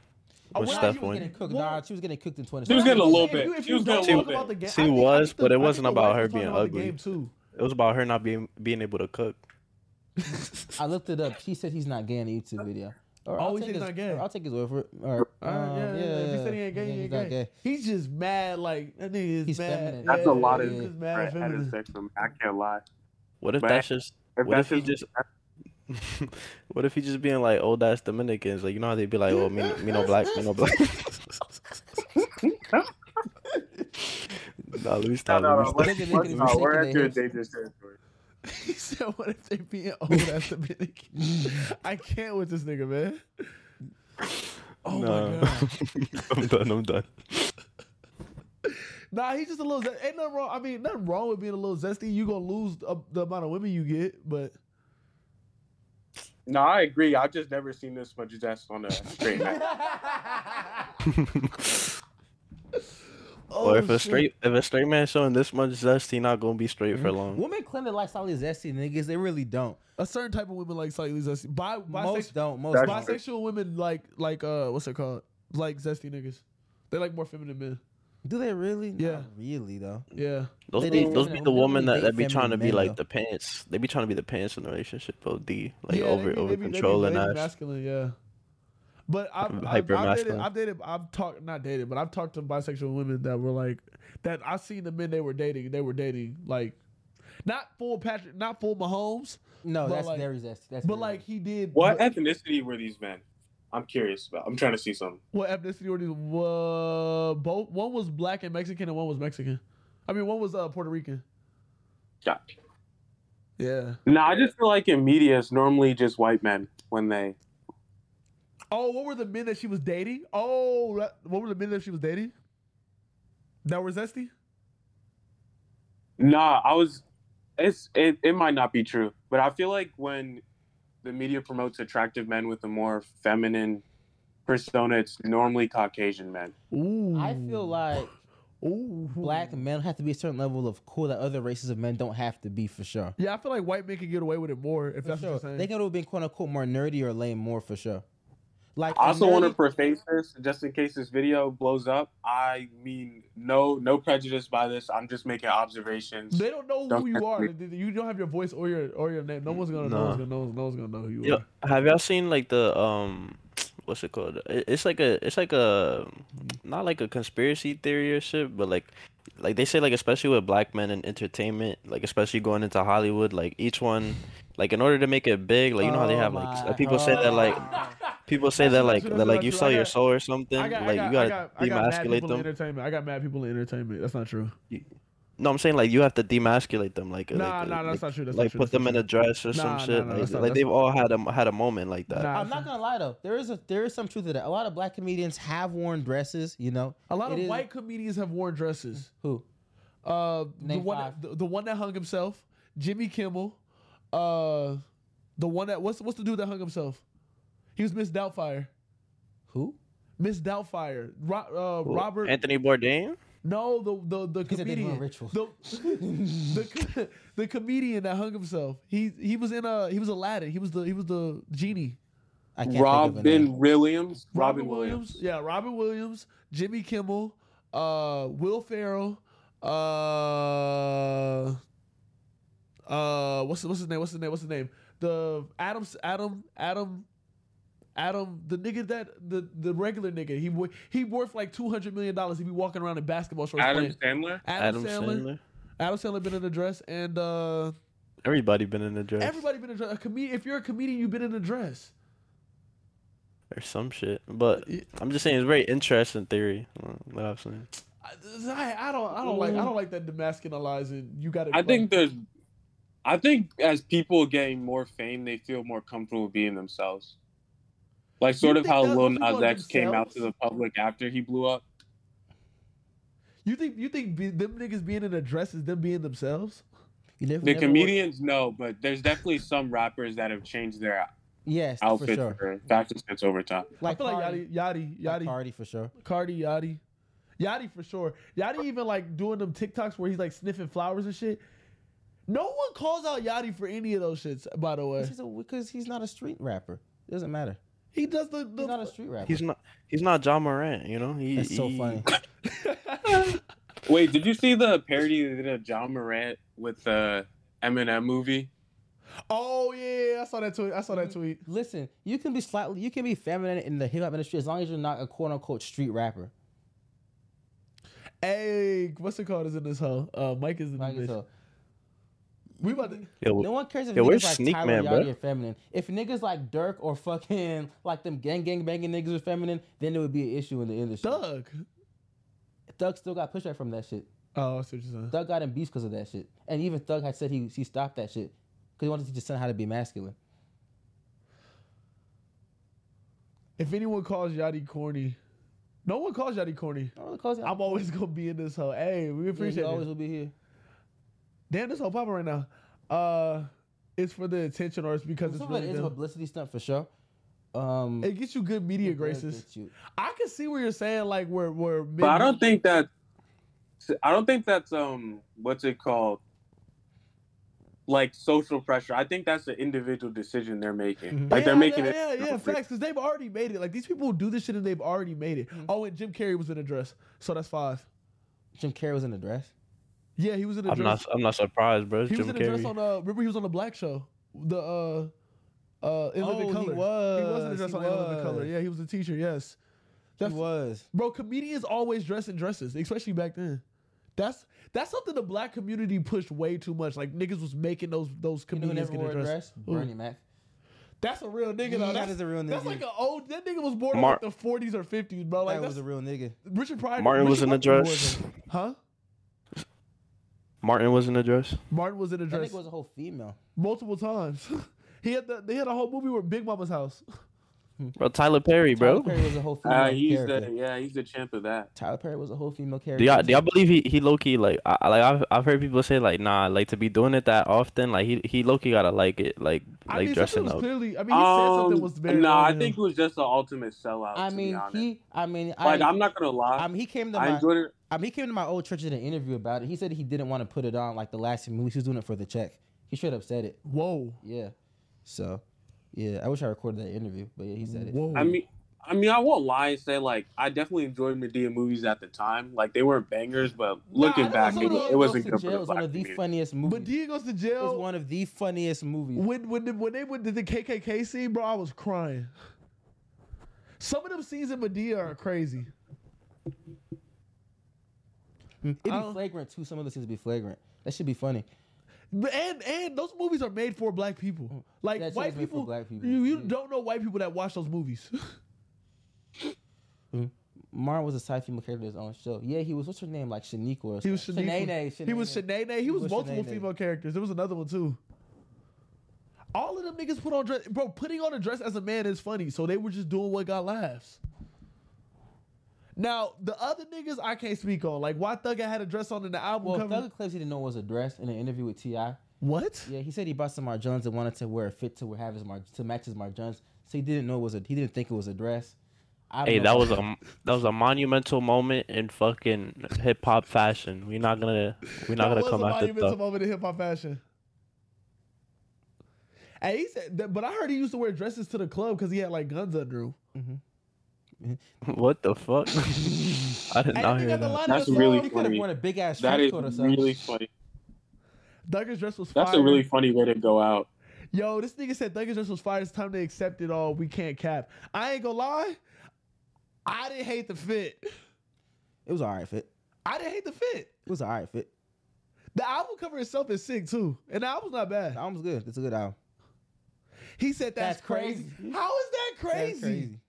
[SPEAKER 1] Uh,
[SPEAKER 11] With Steph
[SPEAKER 2] she was
[SPEAKER 11] went.
[SPEAKER 2] getting cooked. Nah, she was getting cooked in twenty.
[SPEAKER 11] She was getting a little
[SPEAKER 1] If you-
[SPEAKER 11] bit.
[SPEAKER 1] if
[SPEAKER 11] She
[SPEAKER 1] you
[SPEAKER 11] was
[SPEAKER 1] don't
[SPEAKER 11] getting a
[SPEAKER 1] talk
[SPEAKER 11] little
[SPEAKER 1] about the game,
[SPEAKER 11] She
[SPEAKER 1] I think- I
[SPEAKER 11] was,
[SPEAKER 1] think the-
[SPEAKER 11] but
[SPEAKER 1] I
[SPEAKER 11] it
[SPEAKER 1] think
[SPEAKER 11] wasn't
[SPEAKER 1] the
[SPEAKER 11] about
[SPEAKER 1] wife
[SPEAKER 11] her
[SPEAKER 1] was talking
[SPEAKER 11] being
[SPEAKER 1] about the
[SPEAKER 11] ugly.
[SPEAKER 1] game, too.
[SPEAKER 11] It was about her not being being able to cook.
[SPEAKER 2] I looked it up. She said he's not gay in the YouTube video. Or
[SPEAKER 1] Oh,
[SPEAKER 2] I'll
[SPEAKER 1] he
[SPEAKER 2] take
[SPEAKER 1] said he's
[SPEAKER 2] his-
[SPEAKER 1] not gay.
[SPEAKER 2] I'll take his word for it. Or,
[SPEAKER 1] All right,
[SPEAKER 2] um,
[SPEAKER 1] Uh, yeah, yeah, If he said he ain't gay,
[SPEAKER 2] yeah,
[SPEAKER 1] he
[SPEAKER 2] he's
[SPEAKER 1] ain't
[SPEAKER 2] not
[SPEAKER 1] gay.
[SPEAKER 11] [LAUGHS]
[SPEAKER 1] He's just mad. Like that nigga is
[SPEAKER 2] He's
[SPEAKER 1] mad.
[SPEAKER 2] feminine.
[SPEAKER 15] That's a lot
[SPEAKER 1] he's
[SPEAKER 15] of
[SPEAKER 1] just mad feminine.
[SPEAKER 15] sex for me. I can't lie.
[SPEAKER 11] What if
[SPEAKER 15] But
[SPEAKER 11] that's just?
[SPEAKER 15] if
[SPEAKER 11] What if
[SPEAKER 15] that's
[SPEAKER 11] he
[SPEAKER 15] his-
[SPEAKER 11] just? [LAUGHS] What if he just being like old ass Dominicans? Like you know how they be like, oh me, me no black, me no
[SPEAKER 1] [LAUGHS]
[SPEAKER 11] black. [LAUGHS] nah, let me stop.
[SPEAKER 15] No,
[SPEAKER 11] let me
[SPEAKER 15] no,
[SPEAKER 11] stop.
[SPEAKER 15] let's- let's not. We're into a dangerous territory.
[SPEAKER 1] He said, "What if they being old ass Dominican?" [LAUGHS] I can't with this nigga, man. Oh my
[SPEAKER 11] Nah.
[SPEAKER 1] god.
[SPEAKER 11] [LAUGHS] I'm done. I'm done.
[SPEAKER 1] Nah, he's just a little. Zest- ain't nothing wrong. I mean, nothing wrong with being a little zesty. You gonna lose uh, the amount of women you get, but
[SPEAKER 15] No, I agree. I've just never seen this much zest on a straight
[SPEAKER 1] [LAUGHS]
[SPEAKER 15] man.
[SPEAKER 11] or if
[SPEAKER 2] Oh,
[SPEAKER 11] a
[SPEAKER 2] shit.
[SPEAKER 11] straight if a straight man showing this much zest, he not gonna be straight
[SPEAKER 1] Mm.
[SPEAKER 11] for long.
[SPEAKER 2] Women claim their lifestyle is zesty, niggas. They really don't.
[SPEAKER 1] a certain type of women like slightly zesty. Bi-
[SPEAKER 2] Most
[SPEAKER 1] bisex-
[SPEAKER 2] don't, most don't.
[SPEAKER 1] bisexual women like like uh what's it called? Like zesty niggas. They like more feminine men.
[SPEAKER 2] Do they really?
[SPEAKER 1] Yeah.
[SPEAKER 2] really though.
[SPEAKER 1] Yeah.
[SPEAKER 11] Those
[SPEAKER 2] They
[SPEAKER 11] be,
[SPEAKER 2] date
[SPEAKER 11] those be the
[SPEAKER 2] feminine- they don't
[SPEAKER 11] woman
[SPEAKER 2] really
[SPEAKER 11] that, that
[SPEAKER 2] date
[SPEAKER 11] be trying to
[SPEAKER 2] feminine
[SPEAKER 11] be
[SPEAKER 2] men,
[SPEAKER 11] like
[SPEAKER 2] though.
[SPEAKER 11] the pants. They be trying to be the pants in the relationship. Od like
[SPEAKER 1] Yeah, they
[SPEAKER 11] over
[SPEAKER 1] be- they
[SPEAKER 11] over
[SPEAKER 1] be- they be-
[SPEAKER 11] controlling
[SPEAKER 1] they be
[SPEAKER 11] ass.
[SPEAKER 1] masculine, yeah. But I've, I've, I've, dated,
[SPEAKER 11] Hyper-masculine.
[SPEAKER 1] I've dated, I've talked, not dated, but I've talked to bisexual women that were like, that I've seen the men they were dating, they were dating like, not full Patrick, not full Mahomes.
[SPEAKER 2] No,
[SPEAKER 1] but
[SPEAKER 2] that's
[SPEAKER 1] like,
[SPEAKER 2] very zesty. That's
[SPEAKER 1] But like he did.
[SPEAKER 15] What
[SPEAKER 1] but-
[SPEAKER 15] ethnicity were these men? I'm curious about. I'm trying to see something.
[SPEAKER 1] what ethnicity were these? Uh, both one was black and Mexican, and one was Mexican. I mean, one was uh, Puerto Rican.
[SPEAKER 15] Yeah.
[SPEAKER 1] Yeah.
[SPEAKER 15] No, I just feel like in media, it's normally just white men when they.
[SPEAKER 1] Oh, what were the men that she was dating? Oh, that- what were the men that she was dating? That were zesty.
[SPEAKER 15] Nah, I was. It's it, it might not be true, but I feel like when the media promotes attractive men with a more feminine persona, it's normally Caucasian men.
[SPEAKER 2] I
[SPEAKER 1] Hmm.
[SPEAKER 2] feel
[SPEAKER 1] [SIGHS]
[SPEAKER 2] like black men have to be a certain level of cool that other races of men don't have to be for sure.
[SPEAKER 1] Yeah, I feel like white men can get away with it more if that's what you're saying.
[SPEAKER 2] They could have been quote unquote more nerdy or lame more for sure. Like
[SPEAKER 15] I also
[SPEAKER 2] a
[SPEAKER 15] want to
[SPEAKER 2] nerdy-
[SPEAKER 15] preface this, just in case this video blows up. I mean, no, no prejudice by this. I'm just making observations.
[SPEAKER 1] They don't know who
[SPEAKER 15] Don't
[SPEAKER 1] you
[SPEAKER 15] ask
[SPEAKER 1] are.
[SPEAKER 15] me.
[SPEAKER 1] They- they- You don't have your voice or your or your name. No one's gonna know.
[SPEAKER 11] Nah.
[SPEAKER 1] No one's gonna know. No one's gonna know who you
[SPEAKER 11] Yo,
[SPEAKER 1] are.
[SPEAKER 11] have y'all seen like the um what's it called? It- It's like a it's like a not like a conspiracy theory or shit, but like like they say like especially with black men in entertainment, like especially going into Hollywood, like each one like in order to make it big, like you know how they have like s- people say that like people say that like
[SPEAKER 1] Oh That's true,
[SPEAKER 11] that
[SPEAKER 1] that's
[SPEAKER 11] like
[SPEAKER 1] true,
[SPEAKER 11] you
[SPEAKER 1] that's
[SPEAKER 11] sell
[SPEAKER 1] true. I
[SPEAKER 11] your
[SPEAKER 1] got-
[SPEAKER 11] soul or something,
[SPEAKER 1] I got, I
[SPEAKER 11] like
[SPEAKER 1] got,
[SPEAKER 11] you
[SPEAKER 1] I
[SPEAKER 11] gotta
[SPEAKER 1] got, I got mad
[SPEAKER 11] demasculate
[SPEAKER 1] people in
[SPEAKER 11] them.
[SPEAKER 1] entertainment. I got mad people in entertainment. That's not true.
[SPEAKER 11] No, I'm saying like you have to demasculate them, like
[SPEAKER 1] Nah,
[SPEAKER 11] like,
[SPEAKER 1] nah, that's
[SPEAKER 11] like,
[SPEAKER 1] not true, that's not
[SPEAKER 11] like
[SPEAKER 1] true,
[SPEAKER 11] put
[SPEAKER 1] that's not
[SPEAKER 11] them in
[SPEAKER 1] true.
[SPEAKER 11] a dress or
[SPEAKER 1] Nah,
[SPEAKER 11] some
[SPEAKER 1] nah,
[SPEAKER 11] shit.
[SPEAKER 1] nah,
[SPEAKER 11] like
[SPEAKER 1] that's not-
[SPEAKER 11] like
[SPEAKER 1] that's
[SPEAKER 11] they've all had a had a moment like that.
[SPEAKER 2] I'm not gonna lie though, there is a there is some truth to that. A lot of black comedians have worn dresses, you know.
[SPEAKER 1] A lot
[SPEAKER 2] It
[SPEAKER 1] of
[SPEAKER 2] is-
[SPEAKER 1] white comedians have worn dresses.
[SPEAKER 2] Who?
[SPEAKER 1] Uh, the
[SPEAKER 2] Name
[SPEAKER 1] one,
[SPEAKER 2] five.
[SPEAKER 1] That, the, the one that hung himself, Jimmy Kimmel. Uh, the one that what's what's the dude that hung himself? He was Miss Doubtfire.
[SPEAKER 2] Who?
[SPEAKER 1] Miss Doubtfire. Ro- uh,
[SPEAKER 11] Who,
[SPEAKER 1] Robert.
[SPEAKER 11] Anthony Bourdain.
[SPEAKER 1] No, the the the
[SPEAKER 2] He said they
[SPEAKER 1] comedian.
[SPEAKER 2] were rituals.
[SPEAKER 1] The, the, [LAUGHS] co- the comedian that hung himself. He he was in a he was Aladdin. He was the he was the genie.
[SPEAKER 2] I can't think of a name.
[SPEAKER 15] Robin Williams. Robin, Williams.
[SPEAKER 1] Yeah, Robin Williams, Jimmy Kimmel, uh, Will Ferrell, uh, uh, what's what's his name? What's his name? What's his name? The Adam Adam Adam Adam the nigga that the the regular nigga he wo- he worth like two hundred million dollars. He be walking around in basketball shorts.
[SPEAKER 15] Adam
[SPEAKER 1] playing.
[SPEAKER 15] Sandler?
[SPEAKER 1] Adam,
[SPEAKER 11] Adam
[SPEAKER 1] Sandler.
[SPEAKER 11] Sandler.
[SPEAKER 1] Adam Sandler been in a dress, and uh,
[SPEAKER 11] Everybody been in the dress
[SPEAKER 1] everybody been in a dress. A comedian, if you're a comedian, you've been in a dress.
[SPEAKER 11] or some shit, but I'm just saying it's very interesting theory. uh, What I'm saying.
[SPEAKER 1] I, I don't, I don't like, I don't like that demasculinizing. You got to.
[SPEAKER 15] I think there's, I think as people getting more fame, they feel more comfortable being themselves. Like sort of
[SPEAKER 1] think
[SPEAKER 15] how
[SPEAKER 1] that's
[SPEAKER 15] Lil
[SPEAKER 1] what people
[SPEAKER 15] Nas
[SPEAKER 1] are
[SPEAKER 15] X came out to the
[SPEAKER 1] themselves?
[SPEAKER 15] public after he blew up.
[SPEAKER 1] You think you think be, them niggas being in a dress is them being themselves?
[SPEAKER 2] You
[SPEAKER 1] never,
[SPEAKER 15] The comedians, no, but there's definitely some rappers that have changed their
[SPEAKER 2] Yes, for
[SPEAKER 15] outfits
[SPEAKER 2] sure.
[SPEAKER 15] or fashion sense over time.
[SPEAKER 1] I feel like Yachty, Yachty, Yachty,
[SPEAKER 2] Cardi for sure.
[SPEAKER 1] Cardi, Yachty, Yachty for sure. Yachty even like doing them TikToks where he's like sniffing flowers and shit. No one calls out Yachty for any of those shits. By the way,
[SPEAKER 2] because he's not a street rapper. Doesn't matter.
[SPEAKER 1] He does the. the
[SPEAKER 2] not a street rapper.
[SPEAKER 11] He's not. He's not John Morant. You know. He,
[SPEAKER 2] That's so
[SPEAKER 11] he-
[SPEAKER 2] funny.
[SPEAKER 1] [LAUGHS]
[SPEAKER 15] Wait, did you see the parody they did of John Morant with the Eminem movie?
[SPEAKER 1] Oh yeah, I saw that tweet. I saw that tweet.
[SPEAKER 2] Listen, you can be slightly, you can be feminine in the hip hop industry as long as you're not a quote unquote street rapper.
[SPEAKER 1] Hey, what's it called? Is in this hoe? Uh, Mike is in this. bitch. We about to.
[SPEAKER 11] [LAUGHS] Yo,
[SPEAKER 2] No one cares if
[SPEAKER 11] yo, where's
[SPEAKER 2] niggas like
[SPEAKER 11] Sneak
[SPEAKER 2] Tyler
[SPEAKER 11] Man,
[SPEAKER 2] Yachty
[SPEAKER 11] bruh?
[SPEAKER 2] are feminine. If niggas like Dirk or fucking [LAUGHS] like them gang gang banging niggas are feminine, then it would be an issue in the industry.
[SPEAKER 1] Thug.
[SPEAKER 2] Thug still got pushback from that shit.
[SPEAKER 1] Oh, I see what you're saying.
[SPEAKER 2] Thug got in beefs because of that shit, and even Thug had said he he stopped that shit because he wanted to teach his son how to be masculine.
[SPEAKER 1] If anyone calls Yachty corny, no one calls Yachty corny.
[SPEAKER 2] No one calls Yachty
[SPEAKER 1] I'm always gonna be in this hoe. Hey, we appreciate
[SPEAKER 2] you
[SPEAKER 1] it.
[SPEAKER 2] always will be here.
[SPEAKER 1] Damn, this whole popping right now. Uh, it's for the attention, or it's because it's
[SPEAKER 2] Some of
[SPEAKER 1] really
[SPEAKER 2] it is a
[SPEAKER 1] them.
[SPEAKER 2] publicity stunt for sure. Um,
[SPEAKER 1] It gets you good media
[SPEAKER 2] it does
[SPEAKER 1] graces.
[SPEAKER 2] get you-
[SPEAKER 1] I can see where you're saying like where where.
[SPEAKER 15] But I don't think that I don't think that's um what's it called? Like social pressure. I think that's an individual decision they're making. Like they're
[SPEAKER 1] Mm-hmm. Yeah,
[SPEAKER 15] making
[SPEAKER 1] yeah,
[SPEAKER 15] it.
[SPEAKER 1] Yeah, yeah, facts. Because they've already made it. Like these people do this shit and they've already made it.
[SPEAKER 2] Mm-hmm.
[SPEAKER 1] Oh, and Jim Carrey was in a dress, so that's five.
[SPEAKER 2] Jim Carrey was in a dress.
[SPEAKER 1] Yeah, he was in a
[SPEAKER 11] I'm
[SPEAKER 1] dress.
[SPEAKER 11] not. I'm not surprised, bro. It's
[SPEAKER 1] he was
[SPEAKER 11] Jim
[SPEAKER 1] in a dress
[SPEAKER 11] Carrey.
[SPEAKER 1] on uh remember he was on the Black Show. The uh uh in
[SPEAKER 2] Oh,
[SPEAKER 1] Living
[SPEAKER 2] he
[SPEAKER 1] Color. He was in a
[SPEAKER 2] was,
[SPEAKER 1] dress
[SPEAKER 2] he
[SPEAKER 1] on In Living Color.
[SPEAKER 2] was.
[SPEAKER 1] Yeah, he was a teacher, yes. That's,
[SPEAKER 2] was.
[SPEAKER 1] Bro, comedians always dress in dresses, especially back then. That's that's something the black community pushed way too much. Like niggas was making those those
[SPEAKER 2] You know who
[SPEAKER 1] comedians
[SPEAKER 2] never
[SPEAKER 1] get in
[SPEAKER 2] wore a dress?
[SPEAKER 1] dress. Ooh.
[SPEAKER 2] Bernie Mac.
[SPEAKER 1] That's a real nigga
[SPEAKER 2] Yeah,
[SPEAKER 1] though.
[SPEAKER 2] that
[SPEAKER 1] That's,
[SPEAKER 2] is a real
[SPEAKER 1] That's
[SPEAKER 2] nigga.
[SPEAKER 1] like an old that nigga was born in
[SPEAKER 11] Mar-
[SPEAKER 1] like the forties or fifties, bro. Like
[SPEAKER 2] that
[SPEAKER 1] that's
[SPEAKER 2] was a real nigga.
[SPEAKER 1] Richard Pryor.
[SPEAKER 11] Martin was
[SPEAKER 1] Richard
[SPEAKER 11] in a
[SPEAKER 1] Pryor
[SPEAKER 11] dress.
[SPEAKER 1] wore a- Huh?
[SPEAKER 11] Martin was in a dress.
[SPEAKER 1] Martin was in a
[SPEAKER 2] That
[SPEAKER 1] dress
[SPEAKER 2] nigga was a whole female.
[SPEAKER 1] multiple times. [LAUGHS] he had the, they had a whole movie with Big Mama's house.
[SPEAKER 11] Bro, Tyler Perry, bro.
[SPEAKER 2] Tyler Perry was a whole female
[SPEAKER 15] Uh, he's
[SPEAKER 2] character.
[SPEAKER 15] the yeah, he's the champ of that.
[SPEAKER 2] Tyler Perry was a whole female character.
[SPEAKER 11] Do y'all, do y'all believe he, he low key like I I- like I've I've heard people say like nah like to be doing it that often like he he low key gotta like it like like
[SPEAKER 1] I mean, something
[SPEAKER 11] dressing
[SPEAKER 1] was
[SPEAKER 11] up.
[SPEAKER 1] clearly. I mean, he said
[SPEAKER 2] Um,
[SPEAKER 1] something was very. um,
[SPEAKER 15] No,
[SPEAKER 1] wrong
[SPEAKER 15] Um, I
[SPEAKER 1] with
[SPEAKER 15] think
[SPEAKER 1] him.
[SPEAKER 15] it was just the ultimate sellout.
[SPEAKER 2] I
[SPEAKER 15] to be
[SPEAKER 2] mean,
[SPEAKER 15] honest.
[SPEAKER 2] he. I mean, I.
[SPEAKER 15] like I, am not gonna lie.
[SPEAKER 2] Um, he came to
[SPEAKER 15] I
[SPEAKER 2] my.
[SPEAKER 15] enjoyed it.
[SPEAKER 2] I mean, he came to my old church in an interview about it. He said he didn't want to put it on like the last few movies. He was doing it for the check. He straight up said it.
[SPEAKER 1] Whoa.
[SPEAKER 2] Yeah. So, yeah, I wish I recorded that interview, but yeah, he said it.
[SPEAKER 1] Whoa.
[SPEAKER 15] I mean, I mean, I won't lie and say like I definitely enjoyed Medea movies at the time. Like they weren't bangers, but looking back, it, it wasn't good for
[SPEAKER 2] It
[SPEAKER 15] the
[SPEAKER 2] was one
[SPEAKER 15] black
[SPEAKER 2] of the
[SPEAKER 15] community.
[SPEAKER 2] funniest movies.
[SPEAKER 1] But Dia goes to
[SPEAKER 2] It was
[SPEAKER 1] jail.
[SPEAKER 2] one of the funniest movies.
[SPEAKER 1] When when the, when they went to the KKK scene, bro, I was crying. Some of them scenes in Medea are crazy.
[SPEAKER 2] It'd be
[SPEAKER 1] I don't-
[SPEAKER 2] flagrant too. Some of the scenes be flagrant. That should be funny.
[SPEAKER 1] But- And and those movies are made for black people. Like
[SPEAKER 2] That shit
[SPEAKER 1] white
[SPEAKER 2] was made Mm. for
[SPEAKER 1] people,
[SPEAKER 2] black people.
[SPEAKER 1] You, you don't know white people that watch those movies. [LAUGHS]
[SPEAKER 2] Martin was a side female character in his own show. Yeah, he was. What's her name? Like Shaniqua. Or
[SPEAKER 1] he was
[SPEAKER 2] something.
[SPEAKER 1] Shanae.
[SPEAKER 2] Shanae,
[SPEAKER 1] He was
[SPEAKER 2] Shanae.
[SPEAKER 1] Shanae. He was
[SPEAKER 2] was
[SPEAKER 1] multiple
[SPEAKER 2] Shanae.
[SPEAKER 1] female characters. There was another one too. All of them niggas put on dress, bro. Putting on a dress as a man is funny, so they were just doing what got laughs. Now the other niggas I can't speak on, like why Thugger had a dress on in the album
[SPEAKER 2] Well,
[SPEAKER 1] cover.
[SPEAKER 2] Thugger claims he didn't know it was a dress in an interview with Ti.
[SPEAKER 1] what?
[SPEAKER 2] Yeah, he said he bought some Marjones and wanted to wear a fit to have his Mar- to match his Marjones. So he didn't know it was a he didn't think it was a dress. I don't
[SPEAKER 11] Hey,
[SPEAKER 2] know
[SPEAKER 11] that
[SPEAKER 2] why-
[SPEAKER 11] was a that was a monumental moment in fucking hip hop fashion. We're not gonna we're not gonna
[SPEAKER 1] that was
[SPEAKER 11] come
[SPEAKER 1] a
[SPEAKER 11] after
[SPEAKER 1] monumental
[SPEAKER 11] Thug.
[SPEAKER 1] moment in hip hop fashion. Hey, he said, that, but I heard he used to wear dresses to the club because he had like guns under him.
[SPEAKER 11] What the
[SPEAKER 2] [LAUGHS]
[SPEAKER 11] fuck? [LAUGHS] I did
[SPEAKER 1] Hey,
[SPEAKER 11] not
[SPEAKER 1] they
[SPEAKER 11] hear
[SPEAKER 1] got the
[SPEAKER 11] that.
[SPEAKER 1] lineup,
[SPEAKER 15] That's
[SPEAKER 1] y'all.
[SPEAKER 15] really
[SPEAKER 2] He could have
[SPEAKER 15] funny.
[SPEAKER 2] worn a big ass
[SPEAKER 15] That
[SPEAKER 2] trench
[SPEAKER 15] is
[SPEAKER 2] coat or something.
[SPEAKER 15] really funny.
[SPEAKER 1] Thugger's dress was fire.
[SPEAKER 15] That's a really funny way to go out.
[SPEAKER 1] Yo, this nigga said Thugger's dress was fire. It's time to accept it all. We can't cap. I ain't gonna lie. I didn't hate the fit.
[SPEAKER 2] It was alright fit.
[SPEAKER 1] I didn't hate the fit.
[SPEAKER 2] It was alright fit.
[SPEAKER 1] The album cover itself is sick too, and the album's not bad. The
[SPEAKER 2] album's good. It's a good album.
[SPEAKER 1] He said that's,
[SPEAKER 2] That's
[SPEAKER 1] crazy. How is that crazy?
[SPEAKER 2] crazy.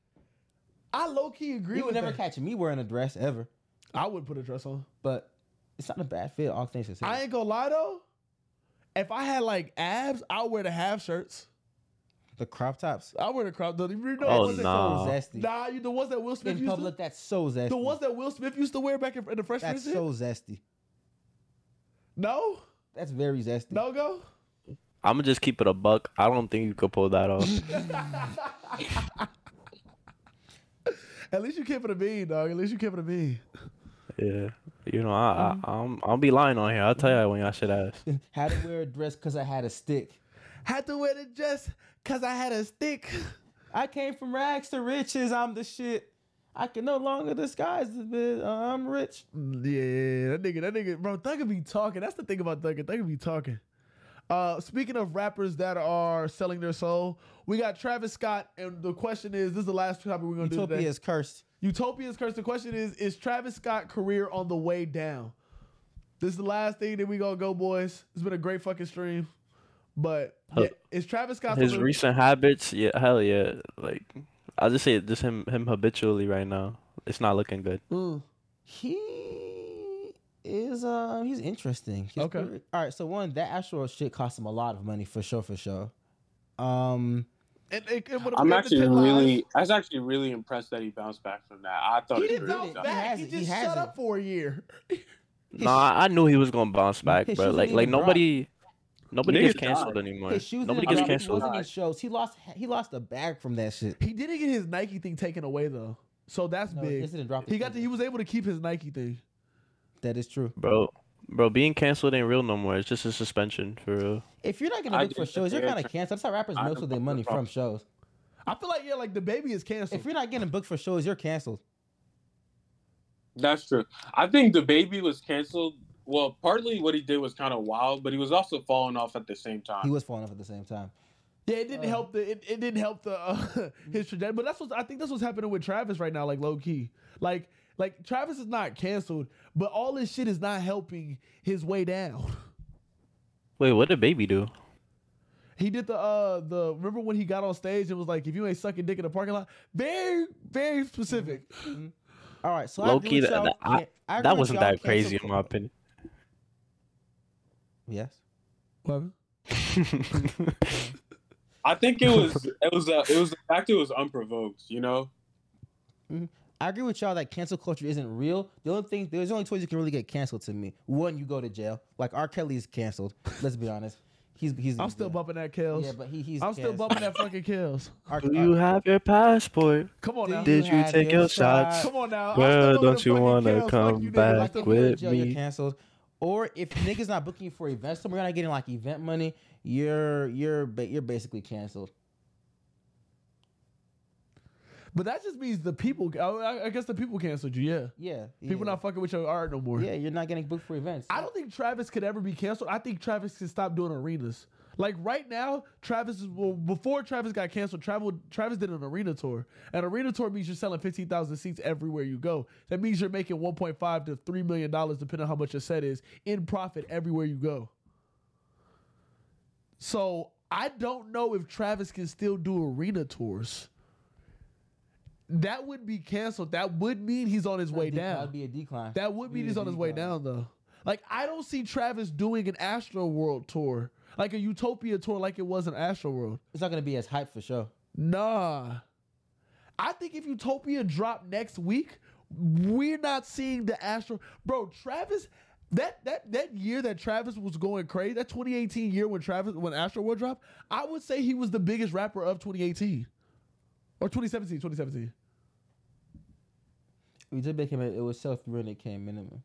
[SPEAKER 1] I low key agree.
[SPEAKER 2] You would
[SPEAKER 1] with
[SPEAKER 2] never
[SPEAKER 1] that.
[SPEAKER 2] catch me wearing a dress ever.
[SPEAKER 1] I would put a dress on,
[SPEAKER 2] but it's not a bad fit. All things considered,
[SPEAKER 1] I ain't gonna lie though. If I had like abs, I would wear the half shirts.
[SPEAKER 2] the crop tops
[SPEAKER 1] I wear the crop. though. You know
[SPEAKER 2] Oh,
[SPEAKER 1] the ones that-
[SPEAKER 2] nah. Zesty.
[SPEAKER 1] Nah, you the ones that Will Smith
[SPEAKER 2] in
[SPEAKER 1] used
[SPEAKER 2] public.
[SPEAKER 1] to.
[SPEAKER 2] That's so zesty.
[SPEAKER 1] The ones that Will Smith used to wear back in, in the Fresh
[SPEAKER 2] that's
[SPEAKER 1] Prince.
[SPEAKER 2] so zesty.
[SPEAKER 1] No,
[SPEAKER 2] that's very zesty.
[SPEAKER 1] No go.
[SPEAKER 11] I'm gonna just keep it a buck. I don't think you could pull that
[SPEAKER 2] [LAUGHS]
[SPEAKER 11] off.
[SPEAKER 1] At least you kept it a bean, dog. At least you kept it a bean.
[SPEAKER 11] yeah, you know, I, I
[SPEAKER 2] Um,
[SPEAKER 11] I'm I'll be lying on here. I'll tell you when y'all should ask.
[SPEAKER 2] [LAUGHS] Had to wear a dress because I had a stick.
[SPEAKER 1] Had to wear the dress because I had a stick.
[SPEAKER 2] I came from rags to riches. I'm the shit. I can no longer disguise this. Bitch. I'm rich.
[SPEAKER 1] Mm, Yeah, that nigga, that nigga, bro, Thugger be talking. That's the thing about Thugger. Thugger be talking. Uh, speaking of rappers that are selling their soul, we got Travis Scott, and the question is, this is the last topic we're gonna do
[SPEAKER 2] Utopia
[SPEAKER 1] today.
[SPEAKER 2] is cursed.
[SPEAKER 1] Utopia is cursed. The question is, is Travis Scott career on the way down? This is the last thing that we gonna go, boys. It's been a great fucking stream, but
[SPEAKER 11] Huh.
[SPEAKER 1] yeah, is Travis Scott
[SPEAKER 11] His recent habits, yeah, hell yeah. Like I'll just say it, just him him habitually right now. It's not looking good.
[SPEAKER 2] He is uh he's interesting. He's
[SPEAKER 1] Okay.
[SPEAKER 2] pretty- all right. So one that actual shit cost him a lot of money for sure, for sure. Um,
[SPEAKER 1] And, and, and what-
[SPEAKER 15] I'm
[SPEAKER 1] the
[SPEAKER 15] actually
[SPEAKER 1] 10 lives-
[SPEAKER 15] really, I was actually really impressed that he bounced back from that. I thought
[SPEAKER 1] He
[SPEAKER 15] it was
[SPEAKER 1] didn't
[SPEAKER 15] really
[SPEAKER 1] bounce
[SPEAKER 15] tough.
[SPEAKER 1] back. He, just shut up for a year.
[SPEAKER 11] No, I, I knew he was gonna bounce back,
[SPEAKER 2] [LAUGHS] his
[SPEAKER 11] bro.
[SPEAKER 2] shoes
[SPEAKER 11] Like
[SPEAKER 2] didn't
[SPEAKER 11] like
[SPEAKER 2] even drop.
[SPEAKER 11] nobody, nobody
[SPEAKER 2] Niggas
[SPEAKER 11] gets canceled
[SPEAKER 2] died.
[SPEAKER 11] anymore.
[SPEAKER 2] His shoes
[SPEAKER 11] Nobody gets
[SPEAKER 2] didn't drop. It
[SPEAKER 11] canceled.
[SPEAKER 2] wasn't his shows. He lost. He lost a bag from that shit.
[SPEAKER 1] He didn't get his Nike thing taken away though, so that's big.
[SPEAKER 2] this didn't drop
[SPEAKER 1] he got to, he was able to keep his Nike thing.
[SPEAKER 2] That is true,
[SPEAKER 11] bro. Bro, being canceled ain't real no more. It's just a suspension for real.
[SPEAKER 2] If you're not gonna
[SPEAKER 11] I
[SPEAKER 2] look for
[SPEAKER 11] just-
[SPEAKER 2] shows, you're kind of canceled. That's how rappers
[SPEAKER 11] I
[SPEAKER 2] most of their
[SPEAKER 11] don't-
[SPEAKER 2] money from shows.
[SPEAKER 1] I feel like yeah, like the baby is canceled.
[SPEAKER 2] If you're not getting booked for shows, you're canceled.
[SPEAKER 15] That's true. I think the baby was canceled. Well, partly what he did was kind of wild, but he was also falling off at the same time.
[SPEAKER 2] He was falling off at the same time.
[SPEAKER 1] Yeah, it
[SPEAKER 2] Uh.
[SPEAKER 1] didn't help the it, it didn't help the uh, [LAUGHS] his trajectory. But that's what I think that's what's happening with Travis right now, like low key. Like like Travis is not canceled, but all this shit is not helping his way down. [LAUGHS]
[SPEAKER 11] Wait, what did baby do?
[SPEAKER 1] He did the uh the remember when he got on stage and was like, if you ain't sucking dick in the parking lot, very, very specific.
[SPEAKER 2] All right, so
[SPEAKER 11] Low key, that, that, I, that wasn't that crazy in my opinion.
[SPEAKER 2] Yes.
[SPEAKER 1] What?
[SPEAKER 11] [LAUGHS]
[SPEAKER 15] I think it was it was uh, it was the fact it was unprovoked. You know,
[SPEAKER 2] Mhm. I agree with y'all that cancel culture isn't real. The only thing, there's only two ways you can really get canceled to me. One, you go to jail. Like R. Kelly is canceled. Let's be honest. He's he's.
[SPEAKER 1] I'm still bumping that Kels.
[SPEAKER 2] Yeah, but he- he's
[SPEAKER 1] I'm still
[SPEAKER 2] Kels.
[SPEAKER 1] bumping that fucking Kels.
[SPEAKER 11] Do you have your passport?
[SPEAKER 1] Come on
[SPEAKER 11] Do
[SPEAKER 1] now.
[SPEAKER 11] Did you take your shots?
[SPEAKER 1] Come on now. I'm
[SPEAKER 11] Girl,
[SPEAKER 1] still bumping
[SPEAKER 11] don't you
[SPEAKER 1] fucking
[SPEAKER 11] wanna
[SPEAKER 1] Kels, fuck
[SPEAKER 11] come
[SPEAKER 1] you, nigga.
[SPEAKER 11] back
[SPEAKER 1] Like,
[SPEAKER 2] If you go to
[SPEAKER 11] with
[SPEAKER 2] jail, you're
[SPEAKER 11] me?
[SPEAKER 2] canceled. Or if niggas not booking you for events, somewhere you're not getting like event money. You're you're ba- you're basically canceled.
[SPEAKER 1] But that just means the people. I- I, I guess the people canceled you. Yeah.
[SPEAKER 2] Yeah,
[SPEAKER 1] People not fucking with your art no more.
[SPEAKER 2] Yeah, you're not getting booked for events.
[SPEAKER 1] I don't think Travis could ever be canceled. I think Travis can stop doing arenas. Like right now, Travis is well before Travis got canceled. Travel Travis did an arena tour. An arena tour means you're selling fifteen thousand seats everywhere you go. That means you're making one point five to three million dollars, depending on how much your set is, in profit everywhere you go. So I don't know if Travis can still do arena tours. That would be canceled. That would mean he's on his way down.
[SPEAKER 2] That'd be a decline.
[SPEAKER 1] That would mean
[SPEAKER 2] Be a
[SPEAKER 1] he's on his way
[SPEAKER 2] decline.
[SPEAKER 1] down though. Like I don't see Travis doing an Astro World tour, like a Utopia tour, like it was an Astro World.
[SPEAKER 2] It's not gonna be as hype for sure.
[SPEAKER 1] Nah, I think if Utopia dropped next week, we're not seeing the Astro. Bro, Travis, that that that year that Travis was going crazy, that 2018 year when Travis when Astro World dropped, I would say he was the biggest rapper of 2018 or 2017, 2017.
[SPEAKER 2] We did make him. It was self ruin. It came minimum.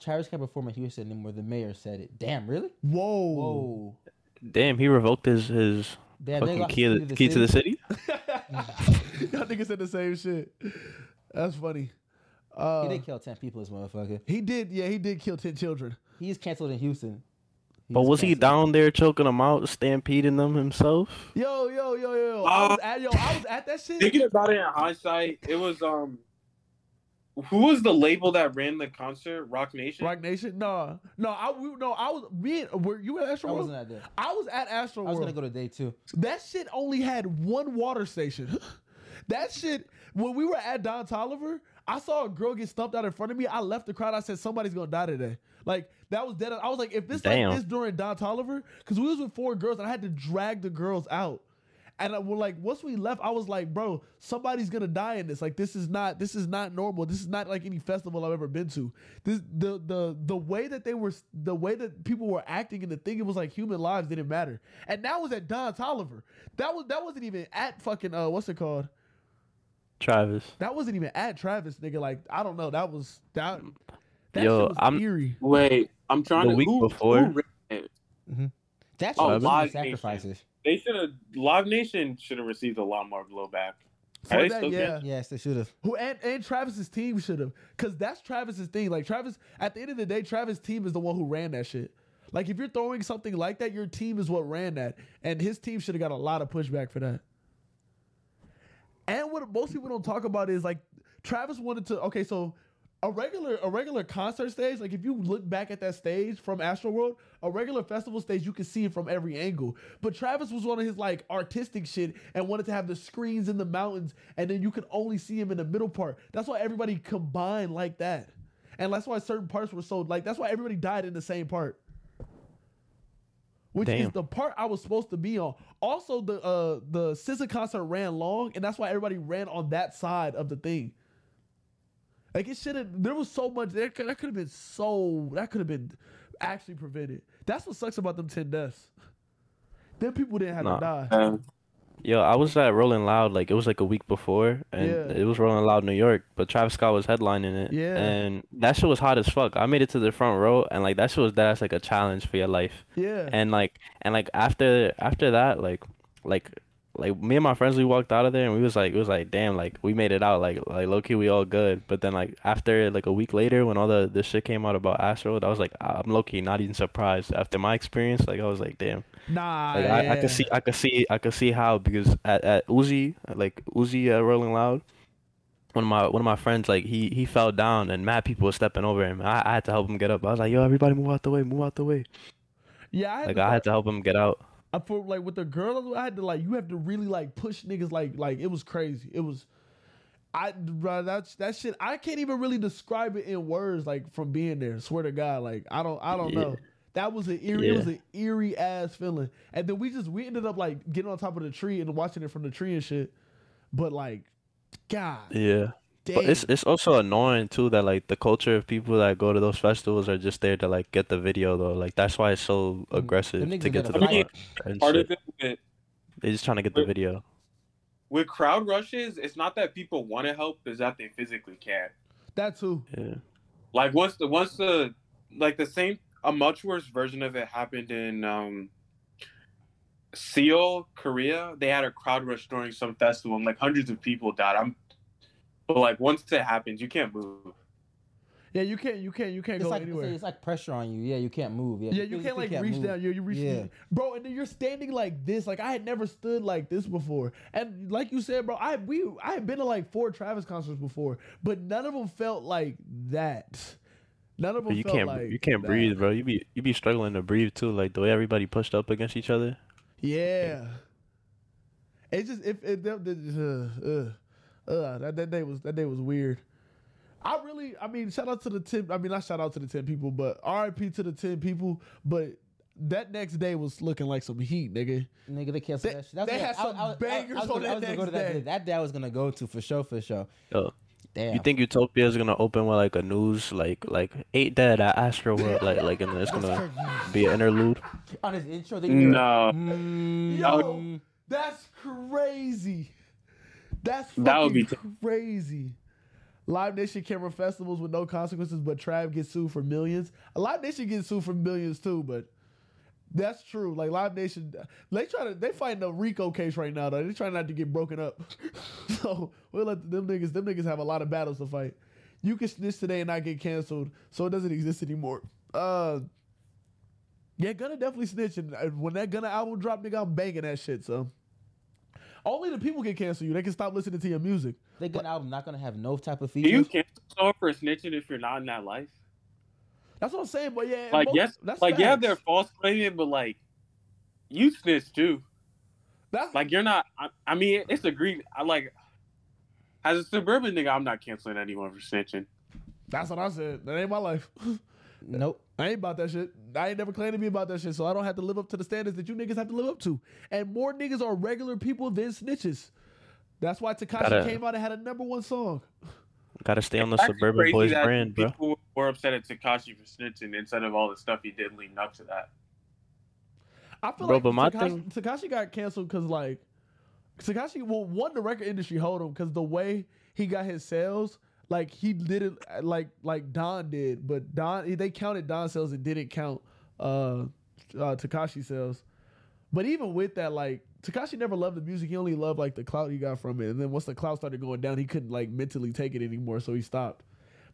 [SPEAKER 2] Travis can't perform in Houston anymore. The mayor said it. Damn, really?
[SPEAKER 1] Whoa.
[SPEAKER 2] Whoa.
[SPEAKER 11] Damn, he revoked his his
[SPEAKER 2] Damn,
[SPEAKER 11] fucking
[SPEAKER 2] they lost
[SPEAKER 11] key,
[SPEAKER 2] the
[SPEAKER 11] to the, key to the city.
[SPEAKER 1] [LAUGHS] Y'all niggas said the same shit. That's funny. Uh,
[SPEAKER 2] he did kill ten people, this motherfucker.
[SPEAKER 1] He did, yeah, he did kill ten children.
[SPEAKER 2] He is canceled in Houston.
[SPEAKER 11] But was he down there choking them out, stampeding them himself?
[SPEAKER 1] Yo, yo, yo, yo. I was at yo, I was at that shit.
[SPEAKER 15] thinking about it in hindsight, it was um, who was the label that ran the concert? Rock Nation.
[SPEAKER 1] Rock Nation? No, no, I we- no, I was me. and- Were you at Astro
[SPEAKER 2] I
[SPEAKER 1] World?
[SPEAKER 2] wasn't at that.
[SPEAKER 1] I was at Astro
[SPEAKER 2] I was
[SPEAKER 1] World.
[SPEAKER 2] gonna go to day two.
[SPEAKER 1] That shit only had one water station. [LAUGHS] that shit, when we were at Don Tolliver, I saw a girl get stumped out in front of me. I left the crowd. I said, somebody's gonna die today. Like, that was dead. I was like, if this
[SPEAKER 11] Damn.
[SPEAKER 1] like this during Don Tolliver, because we was with four girls and I had to drag the girls out. And I, well, like once we left, I was like, bro, somebody's gonna die in this. Like this is not this is not normal. This is not like any festival I've ever been to. This the the the way that they were the way that people were acting and the thing it was like human lives didn't matter. And that was at Don Tolliver. That was that wasn't even at fucking uh what's it called?
[SPEAKER 11] Travis.
[SPEAKER 1] That wasn't even at Travis, nigga. Like I don't know. That was that. that
[SPEAKER 11] Yo,
[SPEAKER 1] shit was
[SPEAKER 11] I'm-
[SPEAKER 1] eerie.
[SPEAKER 15] Wait, I'm trying
[SPEAKER 11] The
[SPEAKER 15] to.
[SPEAKER 11] week
[SPEAKER 15] who,
[SPEAKER 11] before?
[SPEAKER 15] Who ran it?
[SPEAKER 2] That's
[SPEAKER 15] Oh,
[SPEAKER 2] oh,
[SPEAKER 15] Live
[SPEAKER 2] sacrifices.
[SPEAKER 15] They should have. Live Nation should have received a lot more blowback.
[SPEAKER 1] For
[SPEAKER 15] Are they
[SPEAKER 1] that,
[SPEAKER 15] still
[SPEAKER 1] yeah.
[SPEAKER 15] good?
[SPEAKER 2] [LAUGHS] Yes, they should have.
[SPEAKER 1] Who and, and Travis's team should have, because that's Travis's thing. Like Travis, at the end of the day, Travis' team is the one who ran that shit. Like if you're throwing something like that, your team is what ran that, and his team should have got a lot of pushback for that. And what most people don't talk about is like Travis wanted to. Okay, so a regular a regular concert stage, like if you look back at that stage from Astro World, a regular festival stage, you can see it from every angle. But Travis was one of his like artistic shit and wanted to have the screens in the mountains, and then you could only see him in the middle part. That's why everybody combined like that, and that's why certain parts were sold. Like that's why everybody died in the same part which is
[SPEAKER 11] Damn.
[SPEAKER 1] the part I was supposed to be on. Also, the uh the SZA concert ran long, and that's why everybody ran on that side of the thing. Like it should have. There was so much there. could- That could have been so. That could have been actually prevented. That's what sucks about them ten deaths. Then people didn't have
[SPEAKER 11] Nah.
[SPEAKER 1] to die.
[SPEAKER 15] Uh,
[SPEAKER 11] Yo, I was at Rolling Loud like it was like a week before, and
[SPEAKER 1] Yeah.
[SPEAKER 11] it was Rolling Loud New York, but Travis Scott was headlining it,
[SPEAKER 1] Yeah.
[SPEAKER 11] and that shit was hot as fuck. I made it to the front row, and like that shit was that's like a challenge for your life.
[SPEAKER 1] Yeah.
[SPEAKER 11] And like and like after after that, like like like me and my friends we walked out of there and we was like it was like damn like we made it out like like low key we all good. But then like after like a week later when all the this shit came out about Astro, I was like I'm low key not even surprised after my experience. Like I was like damn.
[SPEAKER 1] Nah,
[SPEAKER 11] Like, I, I
[SPEAKER 1] Ah, yeah.
[SPEAKER 11] could see, I could see, I could see how because at, at Uzi, like Uzi at Rolling Loud, one of my one of my friends, like he he fell down and mad people were stepping over him. I, I had to help him get up. I was like, yo, everybody move out the way, move out the way.
[SPEAKER 1] Yeah, I had
[SPEAKER 11] Like
[SPEAKER 1] to
[SPEAKER 11] I had to help him get out.
[SPEAKER 1] I feel like with the girl, I had to like you have to really like push niggas like like it was crazy. It was, I bro, that that shit I can't even really describe it in words like from being there. Swear to God, like I don't I don't
[SPEAKER 11] Yeah.
[SPEAKER 1] know. That was an eerie. It
[SPEAKER 11] Yeah.
[SPEAKER 1] was an eerie ass feeling. And then we just we ended up like getting on top of the tree and watching it from the tree and shit. But like, God,
[SPEAKER 11] Yeah. But it's it's also annoying too that like the culture of people that go to those festivals are just there to like get the video though. Like that's why it's so aggressive
[SPEAKER 15] niggas
[SPEAKER 11] to get
[SPEAKER 15] gotta
[SPEAKER 11] to the
[SPEAKER 15] fight.
[SPEAKER 11] front and
[SPEAKER 15] Part
[SPEAKER 11] shit.
[SPEAKER 15] of it with,
[SPEAKER 11] They're just trying to get the video.
[SPEAKER 15] with crowd rushes, it's not that people want to help, it's that they physically can't.
[SPEAKER 1] that too.
[SPEAKER 11] Yeah.
[SPEAKER 15] Like once the once the like the same a much worse version of it happened in um Seoul, Korea. They had a crowd rush during some festival and like hundreds of people died. I'm but like once it happens, you can't move.
[SPEAKER 1] Yeah, you can't you can't you can't
[SPEAKER 2] It's
[SPEAKER 1] go
[SPEAKER 2] like
[SPEAKER 1] anywhere.
[SPEAKER 2] it's like pressure on you. Yeah, you can't move. Yeah,
[SPEAKER 1] Yeah, you can't like reach
[SPEAKER 2] move.
[SPEAKER 1] down. Yeah, you reach.
[SPEAKER 2] Yeah.
[SPEAKER 1] Bro, and then you're standing like this. Like I had never stood like this before. And like you said, bro, I we I had been to like four Travis concerts before, but none of them felt like that. None of
[SPEAKER 11] But
[SPEAKER 1] them.
[SPEAKER 11] you
[SPEAKER 1] felt
[SPEAKER 11] can't,
[SPEAKER 1] like
[SPEAKER 11] you can't
[SPEAKER 1] that.
[SPEAKER 11] breathe, bro. You be, you be struggling to breathe too. Like the way everybody pushed up against each other.
[SPEAKER 1] Yeah. It just if it, that- that- uh, uh, uh, that that day was that day was weird. I really, I mean, shout out to the ten. I mean, not shout out to the ten people, but R.I.P. to the ten people. But that next day was looking like some heat, nigga.
[SPEAKER 2] Nigga, they canceled that shit. That's
[SPEAKER 1] they
[SPEAKER 2] what-
[SPEAKER 1] had some bangers
[SPEAKER 2] I was
[SPEAKER 1] on
[SPEAKER 2] gonna- I
[SPEAKER 1] that
[SPEAKER 2] was gonna go
[SPEAKER 1] next
[SPEAKER 2] to that,
[SPEAKER 1] day.
[SPEAKER 2] That day I was gonna go to for sure, for sure.
[SPEAKER 11] Yo,
[SPEAKER 2] Damn.
[SPEAKER 11] You think Utopia is gonna open with like a news, like like eight dead at Astro World, like like, and then it's gonna be an interlude.
[SPEAKER 2] On his intro, they do that.
[SPEAKER 15] No.
[SPEAKER 1] Yo, that's crazy. That's fucking
[SPEAKER 15] That would be
[SPEAKER 1] crazy. Live Nation camera festivals with no consequences, but Trav gets sued for millions. Live Nation gets sued for millions too, but that's true. Like Live Nation, they try to they fighting a Rico case right now though. They trying not to get broken up. [LAUGHS] so we'll let them niggas. Them niggas have a lot of battles to fight. You can snitch today and not get canceled, so it doesn't exist anymore. Uh, yeah, Gunna definitely snitching. Uh, When that Gunna album dropped, nigga, I'm banging that shit. So only the people can cancel you. They can stop listening to your music.
[SPEAKER 2] They got an album not gonna have no type of
[SPEAKER 15] Do you
[SPEAKER 2] features.
[SPEAKER 15] cancel off for snitching if you're not in that life?
[SPEAKER 1] That's what I'm saying. But yeah,
[SPEAKER 15] Like
[SPEAKER 1] most-
[SPEAKER 15] yes,
[SPEAKER 1] that's
[SPEAKER 15] like yeah,
[SPEAKER 1] facts.
[SPEAKER 15] they're false claiming, but like you snitch too. like you're not. I, I mean, it's agreed. I like as a suburban nigga, I'm not canceling anyone for snitching.
[SPEAKER 1] That's what I said. That ain't my life. [LAUGHS]
[SPEAKER 2] Nope.
[SPEAKER 1] I ain't about that shit. I ain't never claimed to be about that shit, so I don't have to live up to the standards that you niggas have to live up to. And more niggas are regular people than snitches. That's why Takashi
[SPEAKER 11] Gotta-
[SPEAKER 1] came out and had a number one song.
[SPEAKER 11] Gotta stay on the
[SPEAKER 15] It's actually
[SPEAKER 11] Suburban
[SPEAKER 15] crazy
[SPEAKER 11] Boys
[SPEAKER 15] that
[SPEAKER 11] brand, bro.
[SPEAKER 15] People were upset at Takashi for snitching instead of all the stuff he did leading up to that.
[SPEAKER 1] I feel
[SPEAKER 11] Bro,
[SPEAKER 1] like
[SPEAKER 11] but my thing-
[SPEAKER 1] Takashi, Takashi got canceled because like Takashi well one the record industry hold him because the way he got his sales like he did it uh, like like Don did but Don they counted Don sales and didn't count uh, uh Takashi sales but even with that like Takashi never loved the music he only loved like the clout he got from it and then once the clout started going down he couldn't like mentally take it anymore so he stopped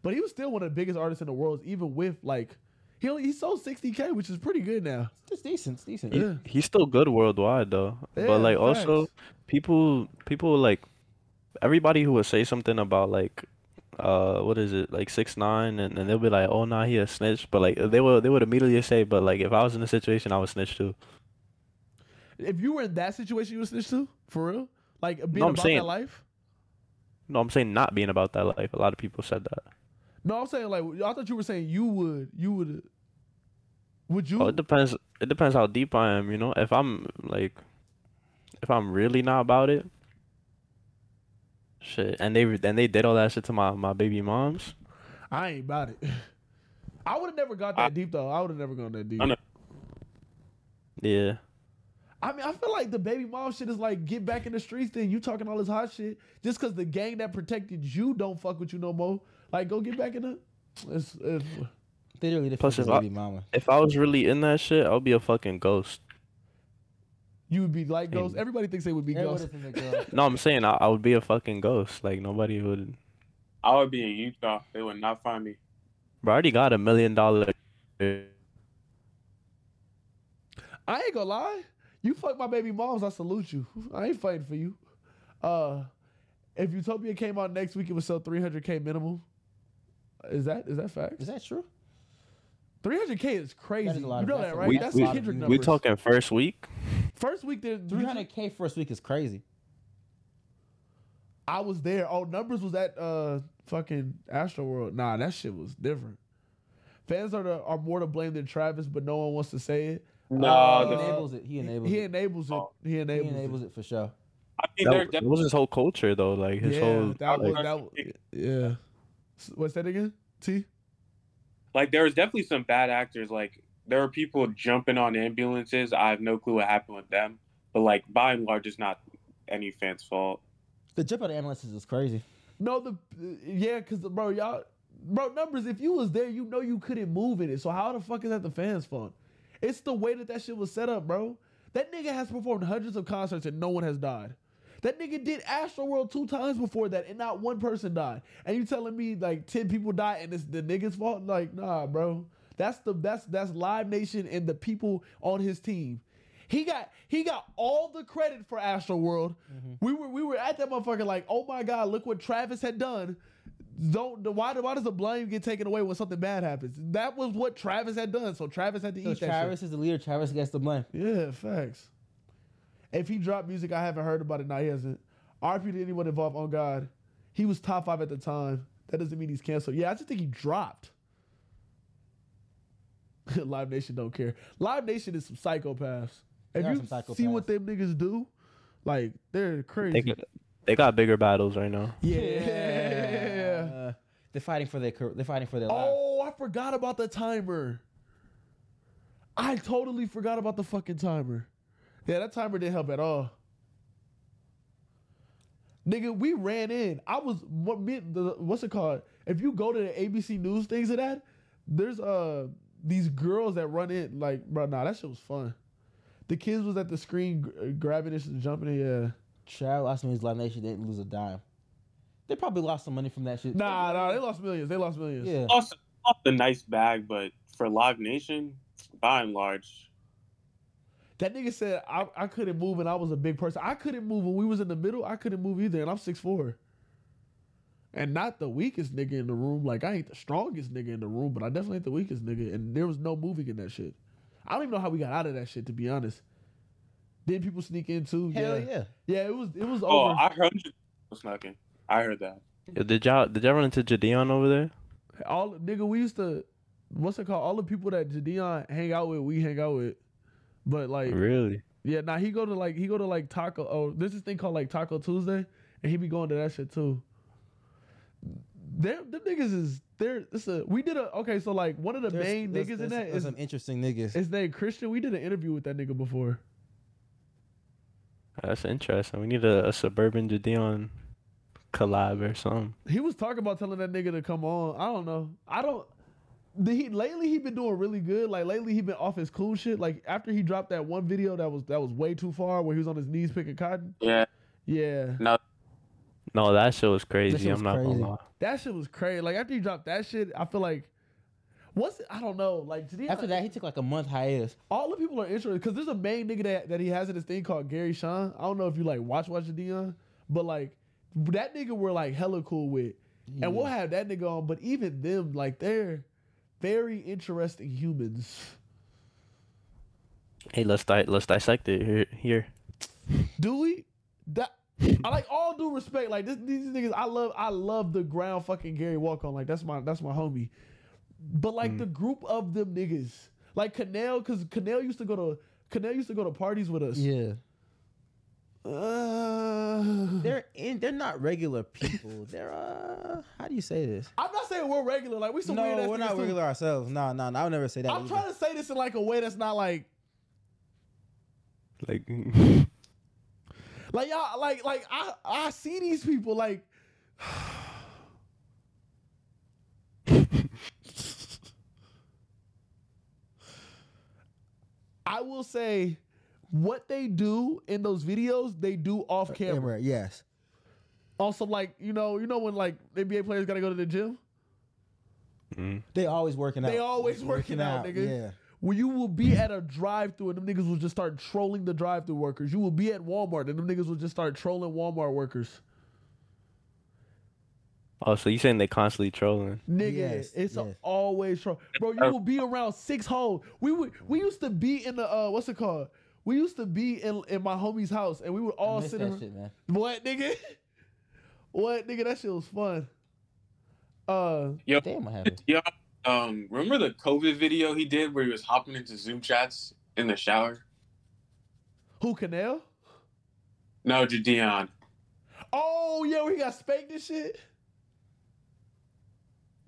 [SPEAKER 1] but he was still one of the biggest artists in the world even with like he only he sold 60k which is pretty good now
[SPEAKER 2] it's decent it's decent
[SPEAKER 11] He- he's still good worldwide though.
[SPEAKER 1] Yeah,
[SPEAKER 11] but like also people people like everybody who would say something about like uh what is it like six nine and, and they'll be like oh nah he a snitch but like they will they would immediately say but like if I was in the situation I would snitch too.
[SPEAKER 1] If you were in that situation, you would snitch too, for real. Like being
[SPEAKER 11] No, I'm
[SPEAKER 1] about
[SPEAKER 11] saying-
[SPEAKER 1] that life.
[SPEAKER 11] No, I'm saying not being about that life. A lot of people said that.
[SPEAKER 1] No, I'm saying like I thought you were saying you would, you would. Would you?
[SPEAKER 11] Oh, it depends. It depends how deep I am. You know, if I'm like, if I'm really not about it, shit. And they and they did all that shit to my my baby moms.
[SPEAKER 1] I ain't about it. [LAUGHS] I would have never got that deep though. I would have never gone that deep. I,
[SPEAKER 11] Yeah.
[SPEAKER 1] mean, I feel like the baby mom shit is like get back in the streets. Then you talking all this hot shit just because the gang that protected you don't fuck with you no more. Like go get back in the. It's, it's,
[SPEAKER 2] Literally, the
[SPEAKER 11] Plus,
[SPEAKER 2] fucking
[SPEAKER 11] if I,
[SPEAKER 2] baby mama.
[SPEAKER 11] if I was really in that shit, I'll be a fucking ghost.
[SPEAKER 1] you would be like ghosts. Everybody thinks they would be
[SPEAKER 2] Everybody
[SPEAKER 1] ghosts.
[SPEAKER 11] No, I'm saying I, I would be a fucking ghost. Like nobody would.
[SPEAKER 15] I would be in Utah. They would not find me.
[SPEAKER 11] Bro, I already got a million dollar.
[SPEAKER 1] I ain't gonna lie. You fuck my baby moms, I salute you. I ain't fighting for you. Uh, if Utopia came out next week, it would sell 300k minimum. Is that is that fact? Is [LAUGHS]
[SPEAKER 2] that true?
[SPEAKER 1] 300k is crazy. you know that, right?
[SPEAKER 11] We,
[SPEAKER 1] that's
[SPEAKER 11] we,
[SPEAKER 1] Kendrick
[SPEAKER 11] we
[SPEAKER 1] numbers.
[SPEAKER 11] talking first
[SPEAKER 1] [LAUGHS]
[SPEAKER 11] week.
[SPEAKER 1] First week, there
[SPEAKER 2] 300k first week is crazy.
[SPEAKER 1] I was there. Oh, numbers was at uh fucking Astro World. Nah, that shit was different. Fans are the, are more to blame than Travis, but no one wants to say it.
[SPEAKER 2] No,
[SPEAKER 1] Uh,
[SPEAKER 2] he enables it. He enables
[SPEAKER 1] He
[SPEAKER 2] it.
[SPEAKER 1] enables it. He enables,
[SPEAKER 2] he enables it. for sure.
[SPEAKER 11] That, w- that was his whole culture though. Like his
[SPEAKER 1] yeah,
[SPEAKER 11] whole.
[SPEAKER 1] that was
[SPEAKER 11] like-
[SPEAKER 1] that. Was, yeah. S- What's that again? T.
[SPEAKER 15] Like there was definitely some bad actors. Like there were people jumping on ambulances. I have no clue what happened with them. But like by and large, it's not any fan's fault.
[SPEAKER 2] The jump out of ambulances is crazy.
[SPEAKER 1] No, the yeah, cause bro, y'all, bro, numbers. If you was there, you know you couldn't move in it. So how the fuck is that the fans' fault? It's the way that that shit was set up, bro. That nigga has performed hundreds of concerts and no one has died. That nigga did Astro World two times before that and not one person died. And you telling me like ten people died and it's the nigga's fault? Like, nah, bro. That's the that's that's Live Nation and the people on his team. He got he got all the credit for Astro World.
[SPEAKER 2] Mm-hmm.
[SPEAKER 1] We were we were at that motherfucker like, oh my god, look what Travis had done. Don't the- why why does the blame get taken away when something bad happens? That was what Travis had done, so Travis had to
[SPEAKER 2] So
[SPEAKER 1] eat that.
[SPEAKER 2] Travis
[SPEAKER 1] shit.
[SPEAKER 2] is the leader. Travis gets the blame.
[SPEAKER 1] Yeah, facts. If he dropped music, I haven't heard about it. Now he hasn't. RP to anyone involved on God. He was top five at the time. That doesn't mean he's canceled. Yeah, I just think he dropped. [LAUGHS] Live Nation don't care. Live Nation is some psychopaths.
[SPEAKER 2] They
[SPEAKER 1] If
[SPEAKER 2] are
[SPEAKER 1] you
[SPEAKER 2] some
[SPEAKER 1] see what them niggas do, like they're
[SPEAKER 11] They,
[SPEAKER 1] crazy.
[SPEAKER 11] got- they got bigger battles right now.
[SPEAKER 1] [LAUGHS] Yeah.
[SPEAKER 2] Uh, they're fighting for their. car- They're fighting for their. lives.
[SPEAKER 1] Oh, I forgot about the timer. I totally forgot about the fucking timer. Yeah, that timer didn't help at all. Nigga, we ran in. I was what me, the, what's it called? If you go to the ABC News things of that, there's uh these girls that run in like, bro, nah, that shit was fun. The kids was at the screen gr- grabbing and shit, jumping. in, Yeah,
[SPEAKER 2] Child, last means Live Nation didn't lose a dime. They probably lost some money from that shit.
[SPEAKER 1] nah, nah, they lost millions. They lost millions.
[SPEAKER 2] Yeah.
[SPEAKER 15] Lost, lost a nice bag, but for Live Nation, by and large,
[SPEAKER 1] That nigga said I, I couldn't move and I was a big person. I couldn't move when we was in the middle. I couldn't move either, and I'm 6'4". and not the weakest nigga in the room. Like I ain't the strongest nigga in the room, but I definitely ain't the weakest nigga. And there was no moving in that shit. I don't even know how we got out of that shit. To be honest, did people sneak in too?
[SPEAKER 2] Hell
[SPEAKER 1] yeah, yeah. It was it was
[SPEAKER 15] Oh,
[SPEAKER 1] over.
[SPEAKER 15] I heard you was knocking. I heard that.
[SPEAKER 11] Yo, did y'all did y'all run into Jadeon over there?
[SPEAKER 1] All nigga, we used to what's it called? All the people that Jadeon hang out with, we hang out with. But like
[SPEAKER 11] Really?
[SPEAKER 1] Yeah, now he go to like he go to like taco. Oh, there's this thing called like Taco Tuesday, and he be going to that shit too. They're, the niggas is there. It's a we did a okay. So like one of the
[SPEAKER 2] There's-
[SPEAKER 1] main
[SPEAKER 2] there's-
[SPEAKER 1] niggas in
[SPEAKER 2] there's-
[SPEAKER 1] that
[SPEAKER 2] there's
[SPEAKER 1] is
[SPEAKER 2] some interesting niggas.
[SPEAKER 1] His name Christian. We did an interview with that nigga before.
[SPEAKER 11] That's interesting. We need a, a suburban Jadeon collab or something.
[SPEAKER 1] He was talking about telling that nigga to come on. I don't know. I don't. The, he lately he been doing really good. Like lately he been off his cool shit. Like after he dropped that one video that was that was way too far where he was on his knees picking cotton.
[SPEAKER 15] Yeah.
[SPEAKER 1] Yeah.
[SPEAKER 15] No.
[SPEAKER 11] No, that shit was crazy.
[SPEAKER 1] shit was
[SPEAKER 11] I'm not
[SPEAKER 1] crazy.
[SPEAKER 11] gonna lie.
[SPEAKER 1] That shit was crazy. Like after he dropped that shit, I feel like what's it? I don't know. Like did he
[SPEAKER 2] After that, he took like a month hiatus.
[SPEAKER 1] all the people are interested because there's a main nigga that, that he has in this thing called Gary Sean. I don't know if you like watch Watch the Dion, but like that nigga we're like hella cool with, and we'll have that nigga on. But even them, like they're very interesting humans.
[SPEAKER 11] Hey, let's di- let's dissect it here. here.
[SPEAKER 1] Do we? That I like all due respect. Like this, these niggas, I love I love the ground fucking Gary Walk on. Like that's my that's my homie. But like
[SPEAKER 2] Mm.
[SPEAKER 1] the group of them niggas, like Canal, because Canal used to go to Canal used to go to parties with us.
[SPEAKER 2] Yeah.
[SPEAKER 1] Uh,
[SPEAKER 2] they're in. They're not
[SPEAKER 1] [LAUGHS]
[SPEAKER 2] regular people. they're uh. How do you say this?
[SPEAKER 1] I'm not saying we're regular. Like we some weird
[SPEAKER 2] no,
[SPEAKER 1] ass
[SPEAKER 2] we're
[SPEAKER 1] niggas
[SPEAKER 2] not
[SPEAKER 1] too.
[SPEAKER 2] regular ourselves. No, no, no. I would never say that.
[SPEAKER 1] I'm
[SPEAKER 2] either.
[SPEAKER 1] trying to say this in like a way that's not like
[SPEAKER 11] Like, [LAUGHS]
[SPEAKER 1] like y'all like like I I see these people like [SIGHS] I will say what they do in those videos, they do
[SPEAKER 2] Uh,
[SPEAKER 1] off camera.
[SPEAKER 2] yes.
[SPEAKER 1] Also, like you know, you know when like NBA players gotta go to the gym,
[SPEAKER 2] They always working out.
[SPEAKER 1] they always working, out, nigga.
[SPEAKER 2] Yeah.
[SPEAKER 1] Where you will be at a drive-through and them niggas will just start trolling the drive-through workers. You will be at Walmart and them niggas will just start trolling Walmart workers.
[SPEAKER 11] oh, so you saying they constantly trolling?
[SPEAKER 1] Nigga, it's a always true. Bro, you will be around six hoes. We would we used to be in the uh what's it called? We used to be in in my homie's house and we would all
[SPEAKER 2] miss
[SPEAKER 1] sit
[SPEAKER 2] that
[SPEAKER 1] around-
[SPEAKER 2] shit, man.
[SPEAKER 1] What nigga? [LAUGHS] what nigga, that shit was fun. Uh
[SPEAKER 15] Yo,
[SPEAKER 2] Damn, I have
[SPEAKER 15] Yeah. Um, remember the COVID video he did where he was hopping into Zoom chats in the shower?
[SPEAKER 1] who Canal?
[SPEAKER 15] No, Jadeon.
[SPEAKER 1] Oh yeah, where he got spanked and shit.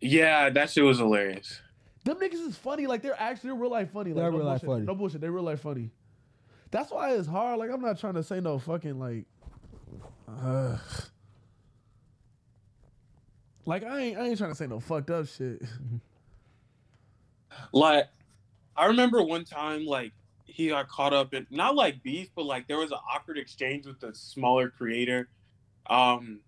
[SPEAKER 15] Yeah, that shit was hilarious.
[SPEAKER 1] Them niggas is funny, like they're actually they're real life funny. Like,
[SPEAKER 2] They're
[SPEAKER 1] no
[SPEAKER 2] real life
[SPEAKER 1] bullshit.
[SPEAKER 2] funny.
[SPEAKER 1] No bullshit, they're real life funny. That's why it's hard. Like I'm not trying to say no fucking like Ugh. Like I ain't I ain't trying to say no fucked up shit.
[SPEAKER 2] Mm-hmm.
[SPEAKER 15] Like, I remember one time, like, he got caught up in not like beef, but like there was an awkward exchange with the smaller creator. Um,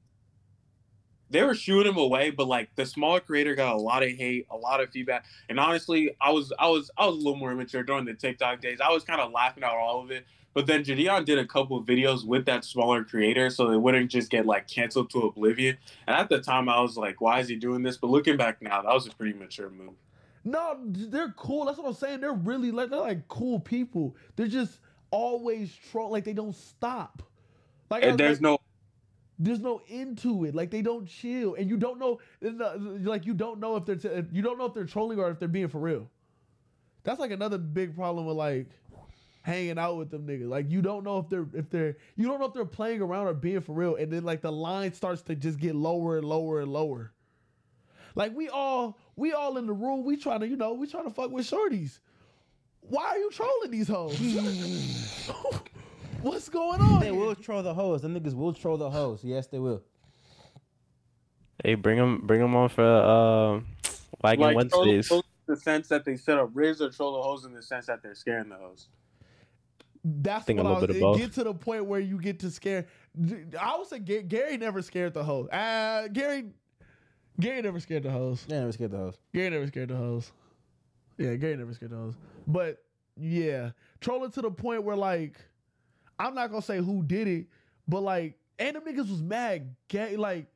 [SPEAKER 15] they were shooing him away, but like the smaller creator got a lot of hate, a lot of feedback. And honestly, I was, I was, I was a little more immature during the TikTok days. I was kind of laughing at all of it. But then Jadeon did a couple of videos with that smaller creator, so they wouldn't just get like canceled to oblivion. And at the time, I was like, "Why is he doing this?" But looking back now, that was a pretty mature move.
[SPEAKER 1] No, they're cool. That's what I'm saying. They're really like they're like cool people. They're just always troll. Like they don't stop. Like I
[SPEAKER 15] and
[SPEAKER 1] was
[SPEAKER 15] there's
[SPEAKER 1] like-
[SPEAKER 15] no
[SPEAKER 1] there's no end to it. Like they don't chill, and you don't know. there's no- Like you don't know if they're t- you don't know if they're trolling or if they're being for real. That's like another big problem with like hanging out with them niggas. Like you don't know if they're if they're you don't know if they're playing around or being for real, and then like the line starts to just get lower and lower and lower. Like we all we all in the room, we trying to you know we trying to fuck with shorties. Why are you trolling these hoes? [LAUGHS] What's going on?
[SPEAKER 2] They will troll the hoes. Them niggas will troll the hoes. Yes, they will.
[SPEAKER 11] Hey, bring them bring them on for uh, Wagon
[SPEAKER 15] like troll the
[SPEAKER 11] Wednesdays.
[SPEAKER 15] hoes in the sense that they set up rigs or troll the hoes in the sense that they're scaring the hoes.
[SPEAKER 1] That's
[SPEAKER 11] Think a
[SPEAKER 1] what I
[SPEAKER 11] little
[SPEAKER 1] was,
[SPEAKER 11] bit of
[SPEAKER 1] it
[SPEAKER 11] both.
[SPEAKER 1] get to the point where you get to scare. I would say Ga- Gary never scared the hoes. Uh, Gary, Gary never scared the hoes.
[SPEAKER 2] Yeah, never scared the hoes.
[SPEAKER 1] Gary never scared the hoes. Yeah, Gary never scared the hoes. But yeah, trolling to the point where like, I'm not gonna say who did it, but like, and them niggas was mad. Gay, like,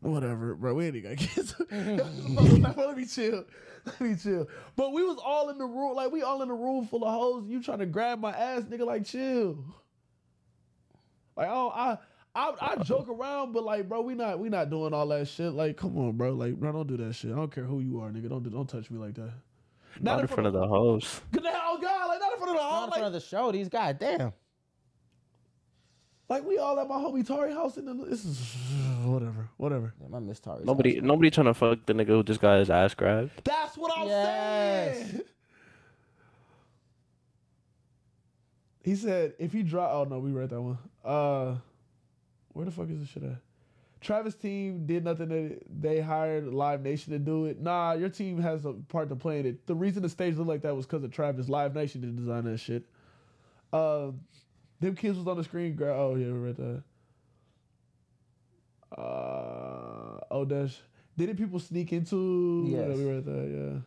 [SPEAKER 1] Whatever, bro. We ain't even gonna get to it. Let me chill. Let me chill. But we was all in the room, like we all in the room full of hoes. You trying to grab my ass, nigga? Like chill. Like oh, I, I, I joke around, but like, bro, we not, we not doing all that shit. Like, come on, bro. Like, bro, don't do that shit. I don't care who you are, nigga. Don't, do, don't touch me like that.
[SPEAKER 11] Not, in front of the hoes.
[SPEAKER 1] Oh God, like not in front of the hall,
[SPEAKER 2] in front of the show. These goddamn.
[SPEAKER 1] Like we all at my homie Tari house in the. This is whatever, whatever.
[SPEAKER 2] Damn, I miss Tari's.
[SPEAKER 11] Nobody, nobody trying to fuck the nigga who just got his ass grabbed.
[SPEAKER 1] That's what I'm saying. [LAUGHS] He said if he drop. Oh no, we read that one. Uh, where the fuck is this shit at? Travis team did nothing that they hired Live Nation to do it. Nah, your team has a part to play in it. The reason the stage looked like that was because of Travis. Live Nation didn't design that shit. Um, them kids was on the screen. Gra- oh yeah, we read that. Uh, oh dash. Didn't people sneak into? Yeah,
[SPEAKER 2] Yes.
[SPEAKER 1] we read that.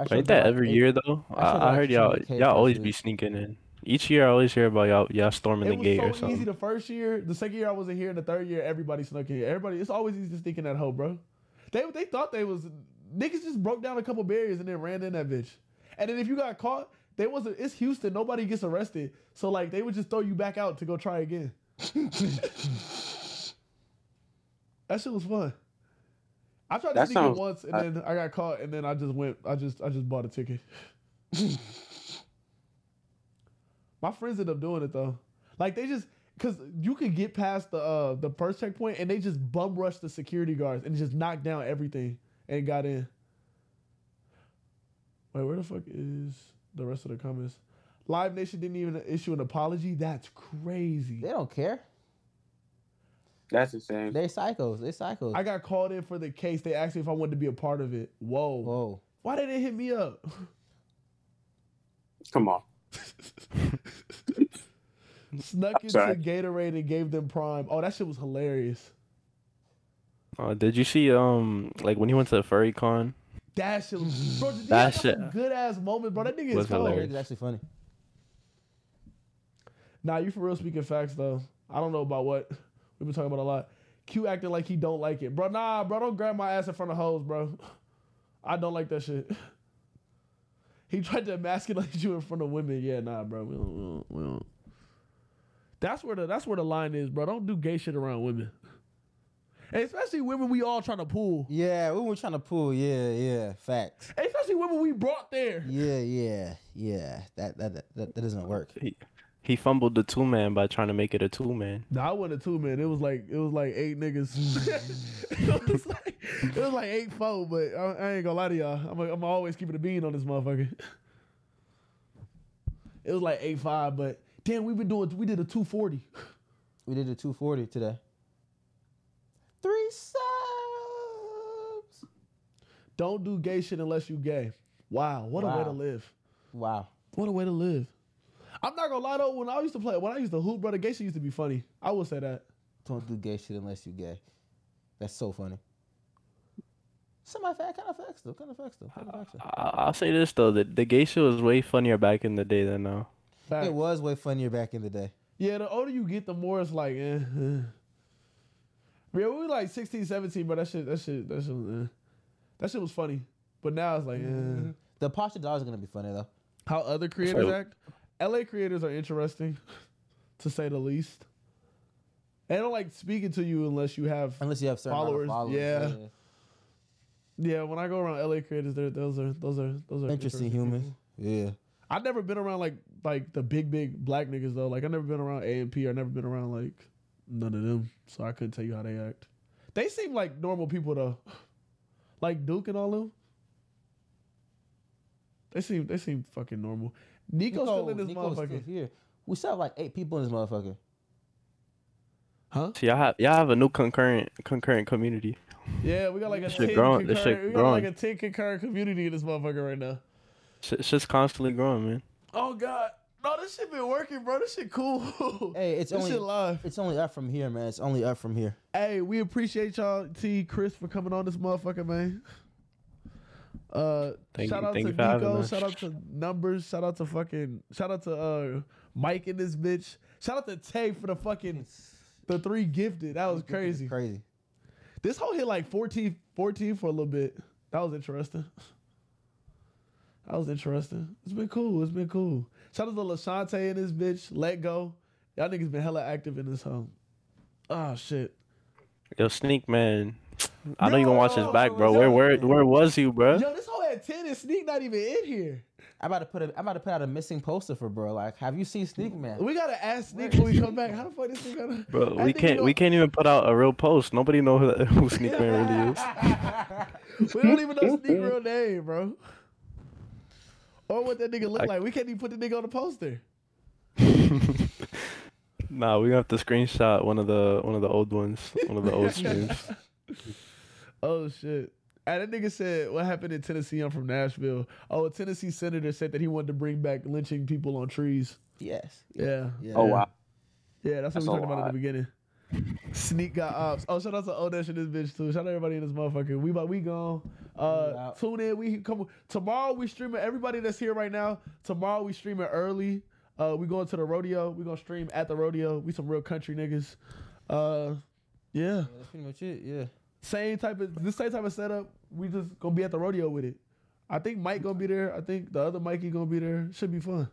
[SPEAKER 1] Yeah.
[SPEAKER 11] Ain't that every year though? I, I heard y'all, y'all always be sneaking in. Each year, I always hear about y'all, y'all storming
[SPEAKER 1] It
[SPEAKER 11] the gate or
[SPEAKER 1] was so easy
[SPEAKER 11] something.
[SPEAKER 1] the first year. The second year I wasn't here, and the third year everybody snuck in. Everybody, it's always easy to sneak in that hoe, bro. They they thought they was niggas just broke down a couple barriers and then ran in that bitch. And then if you got caught, they wasn't. It's Houston, nobody gets arrested, so like they would just throw you back out to go try again. that shit was fun. I tried to
[SPEAKER 15] That
[SPEAKER 1] sneak
[SPEAKER 15] sounds-
[SPEAKER 1] in once, and
[SPEAKER 15] I-
[SPEAKER 1] then I got caught, and then I just went. I just I just bought
[SPEAKER 15] [LAUGHS]
[SPEAKER 1] a ticket. My friends end up doing it though. Like they just because you could get past the uh, the first checkpoint and they just bum rushed the security guards and just knocked down everything and got in. Wait, where the fuck is the rest of the comments? Live Nation didn't even issue an apology. That's crazy.
[SPEAKER 2] They don't care.
[SPEAKER 15] That's insane.
[SPEAKER 2] They psychos. They psychos.
[SPEAKER 1] I got called in for the case. They asked me if I wanted to be a part of it. Whoa.
[SPEAKER 2] Whoa.
[SPEAKER 1] Why did they hit me up? [LAUGHS]
[SPEAKER 15] Come on.
[SPEAKER 1] Snuck into
[SPEAKER 11] Sorry.
[SPEAKER 1] Gatorade and gave them prime. Oh, that shit was hilarious.
[SPEAKER 11] Uh, did you see um like when he went to the furry con?
[SPEAKER 1] That shit was bro, did
[SPEAKER 11] That
[SPEAKER 1] that shit.
[SPEAKER 11] shit
[SPEAKER 1] good ass moment, bro. That nigga is
[SPEAKER 11] was
[SPEAKER 1] cold.
[SPEAKER 11] hilarious.
[SPEAKER 2] actually funny.
[SPEAKER 1] Nah, you for real speaking facts though. I don't know about what we've been talking about a lot. Q acting like he don't like it, bro. Nah, bro, don't grab my ass in front of hoes, bro. I don't like that shit. He tried to emasculate [LAUGHS] you in front of women. Yeah, nah, bro. We don't, we don't, we don't. That's where the that's where the line is, bro. Don't do gay shit around women, And especially women we all trying to pull.
[SPEAKER 2] Yeah, we were trying to pull. Yeah, yeah. Facts.
[SPEAKER 1] especially women we brought there.
[SPEAKER 2] Yeah, yeah, yeah. That that that, that doesn't work.
[SPEAKER 11] He fumbled the two man by trying to make it a two man.
[SPEAKER 1] Nah, I wasn't a two man. It was like it was like eight niggas. [LAUGHS] it, was like, it was like eight four, but I, I ain't gonna lie to y'all. I'm a, I'm always keeping a bean on this motherfucker. [LAUGHS] It was like eight five, but damn, we've been doing we did a two forty.
[SPEAKER 2] We did a two forty today. Three subs.
[SPEAKER 1] Don't do gay shit unless you gay. Wow, what a way to
[SPEAKER 2] Wow.
[SPEAKER 1] live.
[SPEAKER 2] Wow.
[SPEAKER 1] What a way to live. I'm not gonna lie though, when I used to play, when I used to hoop, brother, gay shit used to be funny. I will say that.
[SPEAKER 2] Don't do gay shit unless you gay. That's so funny. Semi fact, kind of facts though. Kind of facts though. Kind of facts. though.
[SPEAKER 11] I- I'll say this though, the the gay shit was way funnier back in the day than now.
[SPEAKER 2] It was way funnier back in the day.
[SPEAKER 1] Yeah, the older you get, the more it's like, eh. eh. Yeah, we were like 16, 17, but that shit, that shit, that shit, was, eh. that shit was funny. But now it's like, eh.
[SPEAKER 2] The posture is always gonna be funny though.
[SPEAKER 1] How other creators
[SPEAKER 2] So-
[SPEAKER 1] act? LA creators are interesting, [LAUGHS] to say the least. They don't like speaking to you unless you have
[SPEAKER 2] unless you have certain amount of
[SPEAKER 1] followers.
[SPEAKER 2] followers,
[SPEAKER 1] Yeah. yeah, When I go around LA creators, they're- those are those are those are
[SPEAKER 2] Interesting human. Yeah.
[SPEAKER 1] I've never been around like like the big big black niggas though. Like I've never been around A and P. I've never been around like none of them. So I couldn't tell you how they act. They seem like normal people though. [SIGHS] Like Duke and all them. They seem they seem fucking normal. Nico's still in this
[SPEAKER 2] Nico's still
[SPEAKER 1] motherfucker.
[SPEAKER 2] here. We still have like eight people in this motherfucker.
[SPEAKER 1] Huh?
[SPEAKER 11] So y'all have y'all have a new concurrent concurrent community.
[SPEAKER 1] Yeah, we got like a
[SPEAKER 11] This shit
[SPEAKER 1] 10
[SPEAKER 11] growing- this
[SPEAKER 1] concurrent-
[SPEAKER 11] shit
[SPEAKER 1] we got like
[SPEAKER 11] growing.
[SPEAKER 1] a 10 concurrent community in this motherfucker right now.
[SPEAKER 11] Shit, shit's constantly growing, man.
[SPEAKER 1] Oh god. No, this shit been working, bro. This shit cool. [LAUGHS]
[SPEAKER 2] Hey, it's
[SPEAKER 1] this
[SPEAKER 2] only
[SPEAKER 1] shit live.
[SPEAKER 2] it's only up from here, man. It's only up from here.
[SPEAKER 1] Hey, we appreciate y'all, T. Chris, for coming on this motherfucker, man. Uh,
[SPEAKER 11] Thank
[SPEAKER 1] shout
[SPEAKER 11] you-
[SPEAKER 1] out
[SPEAKER 11] thank
[SPEAKER 1] to
[SPEAKER 11] you for having
[SPEAKER 1] Nico.
[SPEAKER 11] us.
[SPEAKER 1] Shout out to Numbers. Shout out to fucking. Shout out to uh Mike in this bitch. Shout out to Tay for the fucking the three gifted. That was crazy.
[SPEAKER 2] Crazy.
[SPEAKER 1] This whole hit like 14, 14 for a little bit. That was interesting. That was interesting. It's been cool. It's been cool. Shout out to Lashante and this bitch. Let go. Y'all niggas been hella active in this home. Oh shit.
[SPEAKER 11] Yo, Sneak Man. I know you gonna watch his back, bro. Where where where was you, bro?
[SPEAKER 1] Yo, this whole at ten and Sneak not even in here.
[SPEAKER 2] I'm about to put a, I'm about to put out a missing poster for bro. Like, have you seen Sneak Man?
[SPEAKER 1] We gotta ask Sneak when we come back. How the fuck this thing gonna?
[SPEAKER 11] Bro,
[SPEAKER 1] I
[SPEAKER 11] we
[SPEAKER 1] think
[SPEAKER 11] can't we can't even put out a real post. Nobody know who, [LAUGHS] who Sneak Man
[SPEAKER 1] [LAUGHS]
[SPEAKER 11] really is.
[SPEAKER 1] We don't even know Sneak real name, bro. Or what that nigga look
[SPEAKER 11] I-
[SPEAKER 1] like. We can't even put the nigga on the poster.
[SPEAKER 11] Nah, we gonna have to screenshot one of the one of the old ones, one of the old streams.
[SPEAKER 1] [LAUGHS] Oh shit. And that nigga said, "What happened in Tennessee? I'm from Nashville. Oh, a Tennessee senator said that he wanted to bring back lynching people on trees.
[SPEAKER 2] Yes.
[SPEAKER 1] Yeah.
[SPEAKER 2] Yeah.
[SPEAKER 1] yeah.
[SPEAKER 2] Oh, wow.
[SPEAKER 1] Yeah, that's what
[SPEAKER 2] That's
[SPEAKER 1] we
[SPEAKER 2] a
[SPEAKER 1] talked about in
[SPEAKER 2] lot.
[SPEAKER 1] the beginning. Sneak got ops. Oh, shout out to Odesh and this bitch too. Shout out everybody in this motherfucker. We about we gone. Uh, tune in. We can come tomorrow. We streaming everybody that's here right now. Tomorrow we streaming early. Uh, we going to the rodeo. We gonna stream at the rodeo. We some real country niggas. Uh, yeah.
[SPEAKER 2] That's pretty much it. Yeah.
[SPEAKER 1] Same type of this same type of setup. We just gonna be at the rodeo with it. I think Mike gonna be there. I think the other Mikey gonna be there. Should be fun.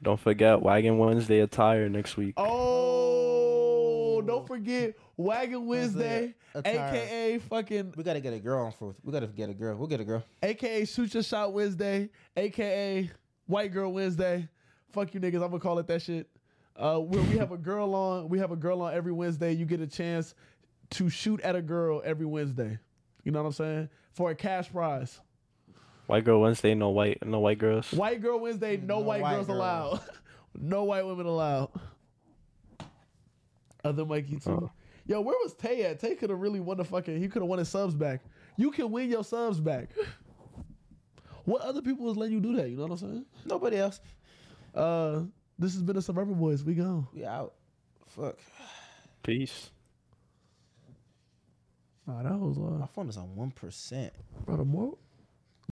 [SPEAKER 11] Don't forget Wagon Wednesday attire next week.
[SPEAKER 1] Oh, don't forget Wagon Wednesday,
[SPEAKER 2] attire.
[SPEAKER 1] aka fucking,
[SPEAKER 2] We gotta get a girl on for. We gotta get a girl. We'll get a girl.
[SPEAKER 1] aka Shoot Your Shot Wednesday, aka White Girl Wednesday. Fuck you niggas, I'm gonna call it that shit. Uh, where we have a girl on, we have a girl on every Wednesday. You get a chance to shoot at a girl every Wednesday. You know what I'm saying? For a cash prize.
[SPEAKER 11] White Girl Wednesday, no white no white girls.
[SPEAKER 1] White Girl Wednesday, no, white,
[SPEAKER 2] white
[SPEAKER 1] girls,
[SPEAKER 2] girls.
[SPEAKER 1] allowed. [LAUGHS] no white women allowed. Other Mikey too. Yo, where was Tay at? Tay could have really won the fucking. He could have won his subs back. You can win your subs back. What other people was letting you do that? You know what I'm saying?
[SPEAKER 2] Nobody else.
[SPEAKER 1] Uh, this has been the Suburban Boys. We go.
[SPEAKER 2] We out. Fuck.
[SPEAKER 11] Peace.
[SPEAKER 1] Nah, that was
[SPEAKER 2] My
[SPEAKER 1] uh,
[SPEAKER 2] uh, phone is on one percent.
[SPEAKER 1] brother. More